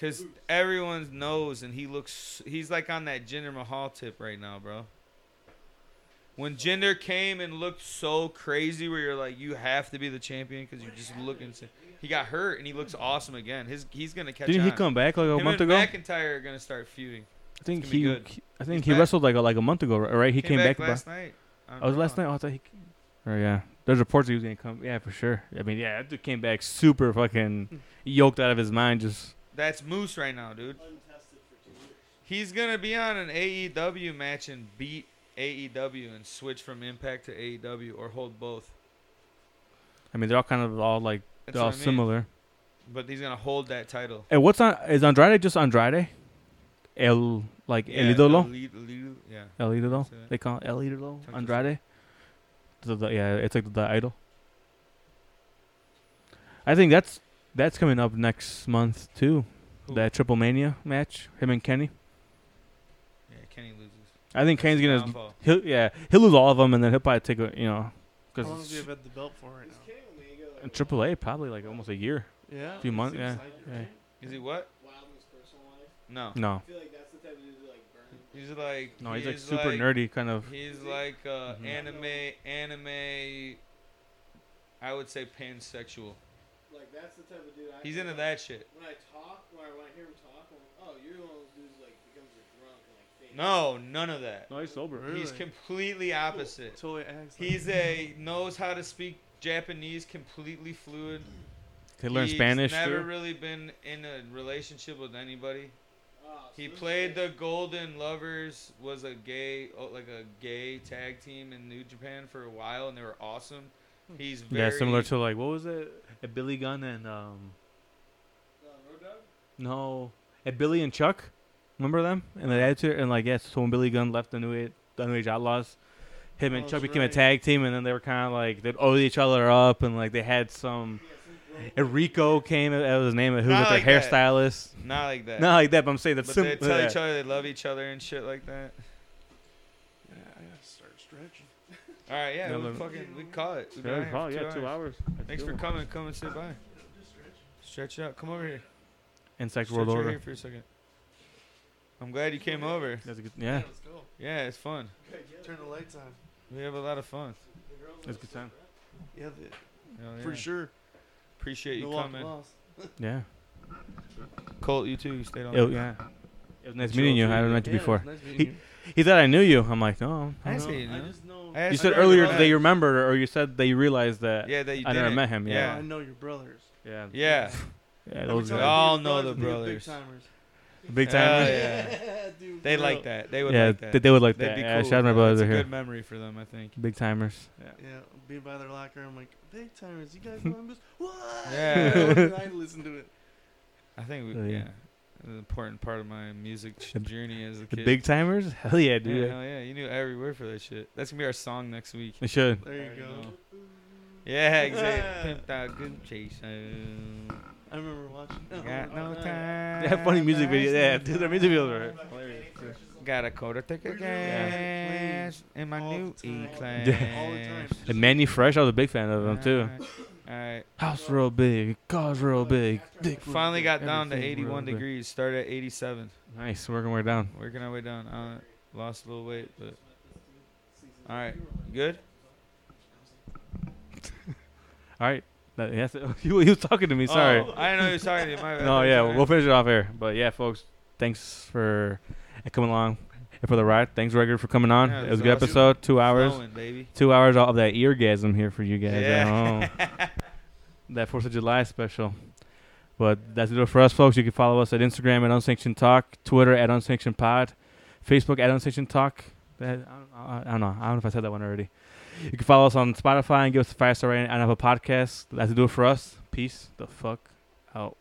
[SPEAKER 3] Cause everyone knows, and he looks. He's like on that Jinder Mahal tip right now, bro. When Jinder came and looked so crazy, where you're like, you have to be the champion because you're just looking. To, he got hurt, and he looks awesome again. His he's gonna catch.
[SPEAKER 2] Didn't he
[SPEAKER 3] on.
[SPEAKER 2] come back like a
[SPEAKER 3] Him
[SPEAKER 2] month
[SPEAKER 3] and
[SPEAKER 2] ago?
[SPEAKER 3] McIntyre are gonna start feuding.
[SPEAKER 2] I think
[SPEAKER 3] gonna be
[SPEAKER 2] he,
[SPEAKER 3] good.
[SPEAKER 2] he- I think
[SPEAKER 3] He's
[SPEAKER 2] he
[SPEAKER 3] back.
[SPEAKER 2] wrestled like a, like a month ago, right? He came, back.
[SPEAKER 3] last Uh-huh. night. on
[SPEAKER 2] I was last
[SPEAKER 3] Raw.
[SPEAKER 2] night. Oh, I thought he. Oh yeah, there's reports he was gonna come. Yeah, for sure. I mean, yeah, that dude came back super
[SPEAKER 3] (laughs)
[SPEAKER 2] fucking yoked out of his mind. Just
[SPEAKER 3] That's Moose right now, dude.
[SPEAKER 5] Untested for two years.
[SPEAKER 3] He's gonna be on an AEW match and beat AEW and switch from Impact to AEW or hold both.
[SPEAKER 2] I mean, they're all kind of all like
[SPEAKER 3] That's
[SPEAKER 2] they're all
[SPEAKER 3] what I mean.
[SPEAKER 2] similar.
[SPEAKER 3] But he's gonna hold that title.
[SPEAKER 2] Hey, Eh, what's on? Is Andrade just Andrade? El like El Idolo.
[SPEAKER 3] the lead- lead- yeah.
[SPEAKER 2] El Idolo.
[SPEAKER 3] Say that.
[SPEAKER 2] They call it El Idolo
[SPEAKER 3] Tongue twister.
[SPEAKER 2] Andrade. The- the- yeah, it's like the, idol. I think that's that's coming up next month too.
[SPEAKER 3] Who?
[SPEAKER 2] That Triple Mania match, him and Kenny.
[SPEAKER 3] Yeah, Kenny loses.
[SPEAKER 2] I think Kenny's gonna.
[SPEAKER 3] Downfall.
[SPEAKER 2] He'll, yeah, he'll lose all of them, and then he'll probably take a you know,
[SPEAKER 4] How long
[SPEAKER 2] because
[SPEAKER 4] have you had the belt for right
[SPEAKER 5] Is
[SPEAKER 4] now?
[SPEAKER 5] Kenny Omega like
[SPEAKER 2] in AAA probably like almost a year.
[SPEAKER 4] Yeah.
[SPEAKER 2] few
[SPEAKER 4] it
[SPEAKER 2] months,
[SPEAKER 4] seems
[SPEAKER 2] yeah,
[SPEAKER 4] like it,
[SPEAKER 2] yeah.
[SPEAKER 4] right?
[SPEAKER 3] Is he what?
[SPEAKER 5] wild in his personal life?
[SPEAKER 3] No.
[SPEAKER 2] No,
[SPEAKER 5] I feel like that's the type of dude that like burn.
[SPEAKER 3] He's like.
[SPEAKER 2] no, he's
[SPEAKER 3] he
[SPEAKER 2] like
[SPEAKER 3] is
[SPEAKER 2] super nerdy kind of.
[SPEAKER 3] He's like uh,
[SPEAKER 2] Mhm.
[SPEAKER 3] anime, anime. I would say pansexual.
[SPEAKER 5] Like that's the type of dude I.
[SPEAKER 3] He's
[SPEAKER 5] feel
[SPEAKER 3] into
[SPEAKER 5] like
[SPEAKER 3] that shit.
[SPEAKER 5] When I talk, when I, when I hear him talk, I'm like, oh, you're one of those dudes like becomes a drunk and like. fades.
[SPEAKER 3] No, none of that.
[SPEAKER 2] No, he's sober.
[SPEAKER 3] He's
[SPEAKER 4] Really?
[SPEAKER 3] completely opposite.
[SPEAKER 4] Totally acts like-
[SPEAKER 3] He's a knows how to speak Japanese completely fluid.
[SPEAKER 2] He learned
[SPEAKER 3] He's
[SPEAKER 2] Spanish.
[SPEAKER 3] Never
[SPEAKER 2] too.
[SPEAKER 3] really been in a relationship with anybody.
[SPEAKER 5] Ah, so
[SPEAKER 3] He
[SPEAKER 5] this
[SPEAKER 3] played the
[SPEAKER 5] guy-
[SPEAKER 3] Golden Lovers. Was a gay, oh, like a gay tag team in New Japan for a while, and they were awesome. He's very
[SPEAKER 2] Yeah, similar to like what was it? A Billy Gunn and um
[SPEAKER 5] Uh, Road Dogg?
[SPEAKER 2] no, a Billy and Chuck. Remember them? And the attitude and like yes, so when Billy Gunn left the New Age, the New Age Outlaws, him and
[SPEAKER 4] Oh,
[SPEAKER 2] Chuck
[SPEAKER 4] that's
[SPEAKER 2] became a
[SPEAKER 4] right.
[SPEAKER 2] tag team, and then they were kind of like they'd owe each other up, and like they had some.
[SPEAKER 5] Yeah, some drunk-
[SPEAKER 2] Enrico came that was his name, who was
[SPEAKER 3] Not
[SPEAKER 2] like their
[SPEAKER 3] like that.
[SPEAKER 2] hairstylist.
[SPEAKER 3] not like
[SPEAKER 2] (laughs)
[SPEAKER 3] that.
[SPEAKER 2] Not like that, but I'm saying
[SPEAKER 3] but
[SPEAKER 2] that's similar.
[SPEAKER 3] they tell each other they love each other and shit like that.
[SPEAKER 4] Yeah, I gotta start stretching.
[SPEAKER 3] All right, yeah,
[SPEAKER 2] No,
[SPEAKER 3] we
[SPEAKER 2] but-
[SPEAKER 3] fucking we caught it. We've been on here for two hours. Thanks for coming. Come and sit by. Stretch out. Come over here.
[SPEAKER 2] Insect
[SPEAKER 3] Stretch
[SPEAKER 2] World
[SPEAKER 3] over
[SPEAKER 2] Order.
[SPEAKER 3] here for a second. I'm glad you came over.
[SPEAKER 2] That's a good, yeah,
[SPEAKER 4] Let's go.
[SPEAKER 3] Yeah, it's fun.
[SPEAKER 4] Turn the lights on.
[SPEAKER 3] We have a lot of fun.
[SPEAKER 2] that's a good time.
[SPEAKER 4] Yeah, the,
[SPEAKER 2] Oh,
[SPEAKER 3] Hell
[SPEAKER 4] for
[SPEAKER 3] yeah.
[SPEAKER 4] sure.
[SPEAKER 3] Appreciate you
[SPEAKER 4] Milwaukee
[SPEAKER 3] coming.
[SPEAKER 4] lost.
[SPEAKER 2] Yeah,
[SPEAKER 3] Colt, you too. You stayed on.
[SPEAKER 2] It- Oh, yeah. It was nice meeting you. I haven't met you
[SPEAKER 4] Yeah, it was
[SPEAKER 2] before.
[SPEAKER 4] nice meeting
[SPEAKER 2] He-
[SPEAKER 4] you.
[SPEAKER 2] He thought I knew you. I'm like, no.
[SPEAKER 3] I
[SPEAKER 2] I
[SPEAKER 3] didn't
[SPEAKER 2] don't
[SPEAKER 3] say
[SPEAKER 2] know."
[SPEAKER 3] you
[SPEAKER 4] I
[SPEAKER 3] know.
[SPEAKER 4] just know.
[SPEAKER 3] I asked
[SPEAKER 2] You said
[SPEAKER 3] him
[SPEAKER 2] earlier
[SPEAKER 3] about
[SPEAKER 2] that you
[SPEAKER 3] it.
[SPEAKER 2] remembered, or you said that you realized that.
[SPEAKER 3] Yeah, that you
[SPEAKER 2] I
[SPEAKER 3] did.
[SPEAKER 2] never met him,
[SPEAKER 4] I know-
[SPEAKER 2] yeah.
[SPEAKER 4] I know your brothers.
[SPEAKER 2] Yeah.
[SPEAKER 3] Yeah.
[SPEAKER 2] Yeah,
[SPEAKER 4] Every
[SPEAKER 2] those
[SPEAKER 4] time
[SPEAKER 3] We
[SPEAKER 2] guys.
[SPEAKER 4] I see
[SPEAKER 3] all
[SPEAKER 4] his
[SPEAKER 3] know the
[SPEAKER 4] they're
[SPEAKER 3] brothers.
[SPEAKER 4] Big timers.
[SPEAKER 2] Big
[SPEAKER 3] Hell
[SPEAKER 4] (laughs)
[SPEAKER 2] time.
[SPEAKER 3] yeah.
[SPEAKER 4] dude,
[SPEAKER 3] They
[SPEAKER 4] for
[SPEAKER 3] like
[SPEAKER 4] real.
[SPEAKER 3] that. They would
[SPEAKER 2] yeah,
[SPEAKER 3] like that.
[SPEAKER 2] they, they would like
[SPEAKER 3] That'd
[SPEAKER 2] that.
[SPEAKER 3] be
[SPEAKER 2] Yeah,
[SPEAKER 3] cool.
[SPEAKER 2] shout out my
[SPEAKER 3] Yeah,
[SPEAKER 2] brothers
[SPEAKER 3] It's a
[SPEAKER 2] are here.
[SPEAKER 3] good memory for them, I think.
[SPEAKER 2] Big timers.
[SPEAKER 4] Yeah, being by their locker, I'm like, big timers, you (laughs) guys want this? What?
[SPEAKER 3] Yeah.
[SPEAKER 4] (laughs) I listen to it.
[SPEAKER 3] I think,
[SPEAKER 2] Hell
[SPEAKER 3] we,
[SPEAKER 2] Oh, yeah.
[SPEAKER 3] yeah. An important part of my music
[SPEAKER 2] (laughs)
[SPEAKER 3] ch-
[SPEAKER 2] The b-
[SPEAKER 3] journey as a
[SPEAKER 2] The
[SPEAKER 3] kid.
[SPEAKER 2] big timers? (laughs) Hell yeah,
[SPEAKER 3] yeah,
[SPEAKER 2] dude.
[SPEAKER 3] hell yeah. You knew every word for that shit. That's going to be our song next week.
[SPEAKER 2] They should.
[SPEAKER 4] There you go.
[SPEAKER 3] go. Yeah, exactly. Pimped out good chase. uh,
[SPEAKER 4] I remember watching. that
[SPEAKER 3] Got
[SPEAKER 4] one.
[SPEAKER 3] no
[SPEAKER 4] Alright.
[SPEAKER 3] time.
[SPEAKER 2] They have funny music video. Yeah, (laughs) dude, their music videos are.
[SPEAKER 3] Got a quarter ticket gas in my
[SPEAKER 4] All the
[SPEAKER 3] new E
[SPEAKER 4] time.
[SPEAKER 3] class.
[SPEAKER 4] Yeah. All the time.
[SPEAKER 2] And Manny Fresh, I was a big fan of him too.
[SPEAKER 3] All right.
[SPEAKER 2] House real big, cars real big, dick. real
[SPEAKER 3] Finally
[SPEAKER 2] big,
[SPEAKER 3] got down to
[SPEAKER 2] everything real
[SPEAKER 3] 81
[SPEAKER 2] big.
[SPEAKER 3] degrees. Started at 87.
[SPEAKER 2] Nice, working way down.
[SPEAKER 3] Working our way down. I lost a little weight, but all right. You good?
[SPEAKER 2] All right, that, yes, (laughs) he, wa- he was talking to me. Sorry.
[SPEAKER 3] Oh, I didn't know you were talking to me. My bad.
[SPEAKER 2] no,
[SPEAKER 3] (laughs) Thanks,
[SPEAKER 2] yeah,
[SPEAKER 3] man.
[SPEAKER 2] we'll finish it off here. But yeah, folks, thanks for coming along and for the ride. Thanks, Record, for coming on.
[SPEAKER 3] Yeah,
[SPEAKER 2] it
[SPEAKER 3] it
[SPEAKER 2] was a
[SPEAKER 3] was
[SPEAKER 2] good
[SPEAKER 3] awesome.
[SPEAKER 2] episode. Two hours.
[SPEAKER 3] Flowing, baby.
[SPEAKER 2] Two hours of that eargasm here for you guys. at home.
[SPEAKER 3] Yeah. (laughs)
[SPEAKER 2] that Fourth of July special. But that's it for us, folks. You can follow us at Instagram at Unsanctioned Talk, Twitter at Unsanctioned Pod, Facebook at Unsanctioned Talk. That, I, don't, I don't know. I don't know if I said that one already. You can follow us on Spotify and give us a five star rating on Apple Podcasts. That's to do it for us. Peace the fuck out.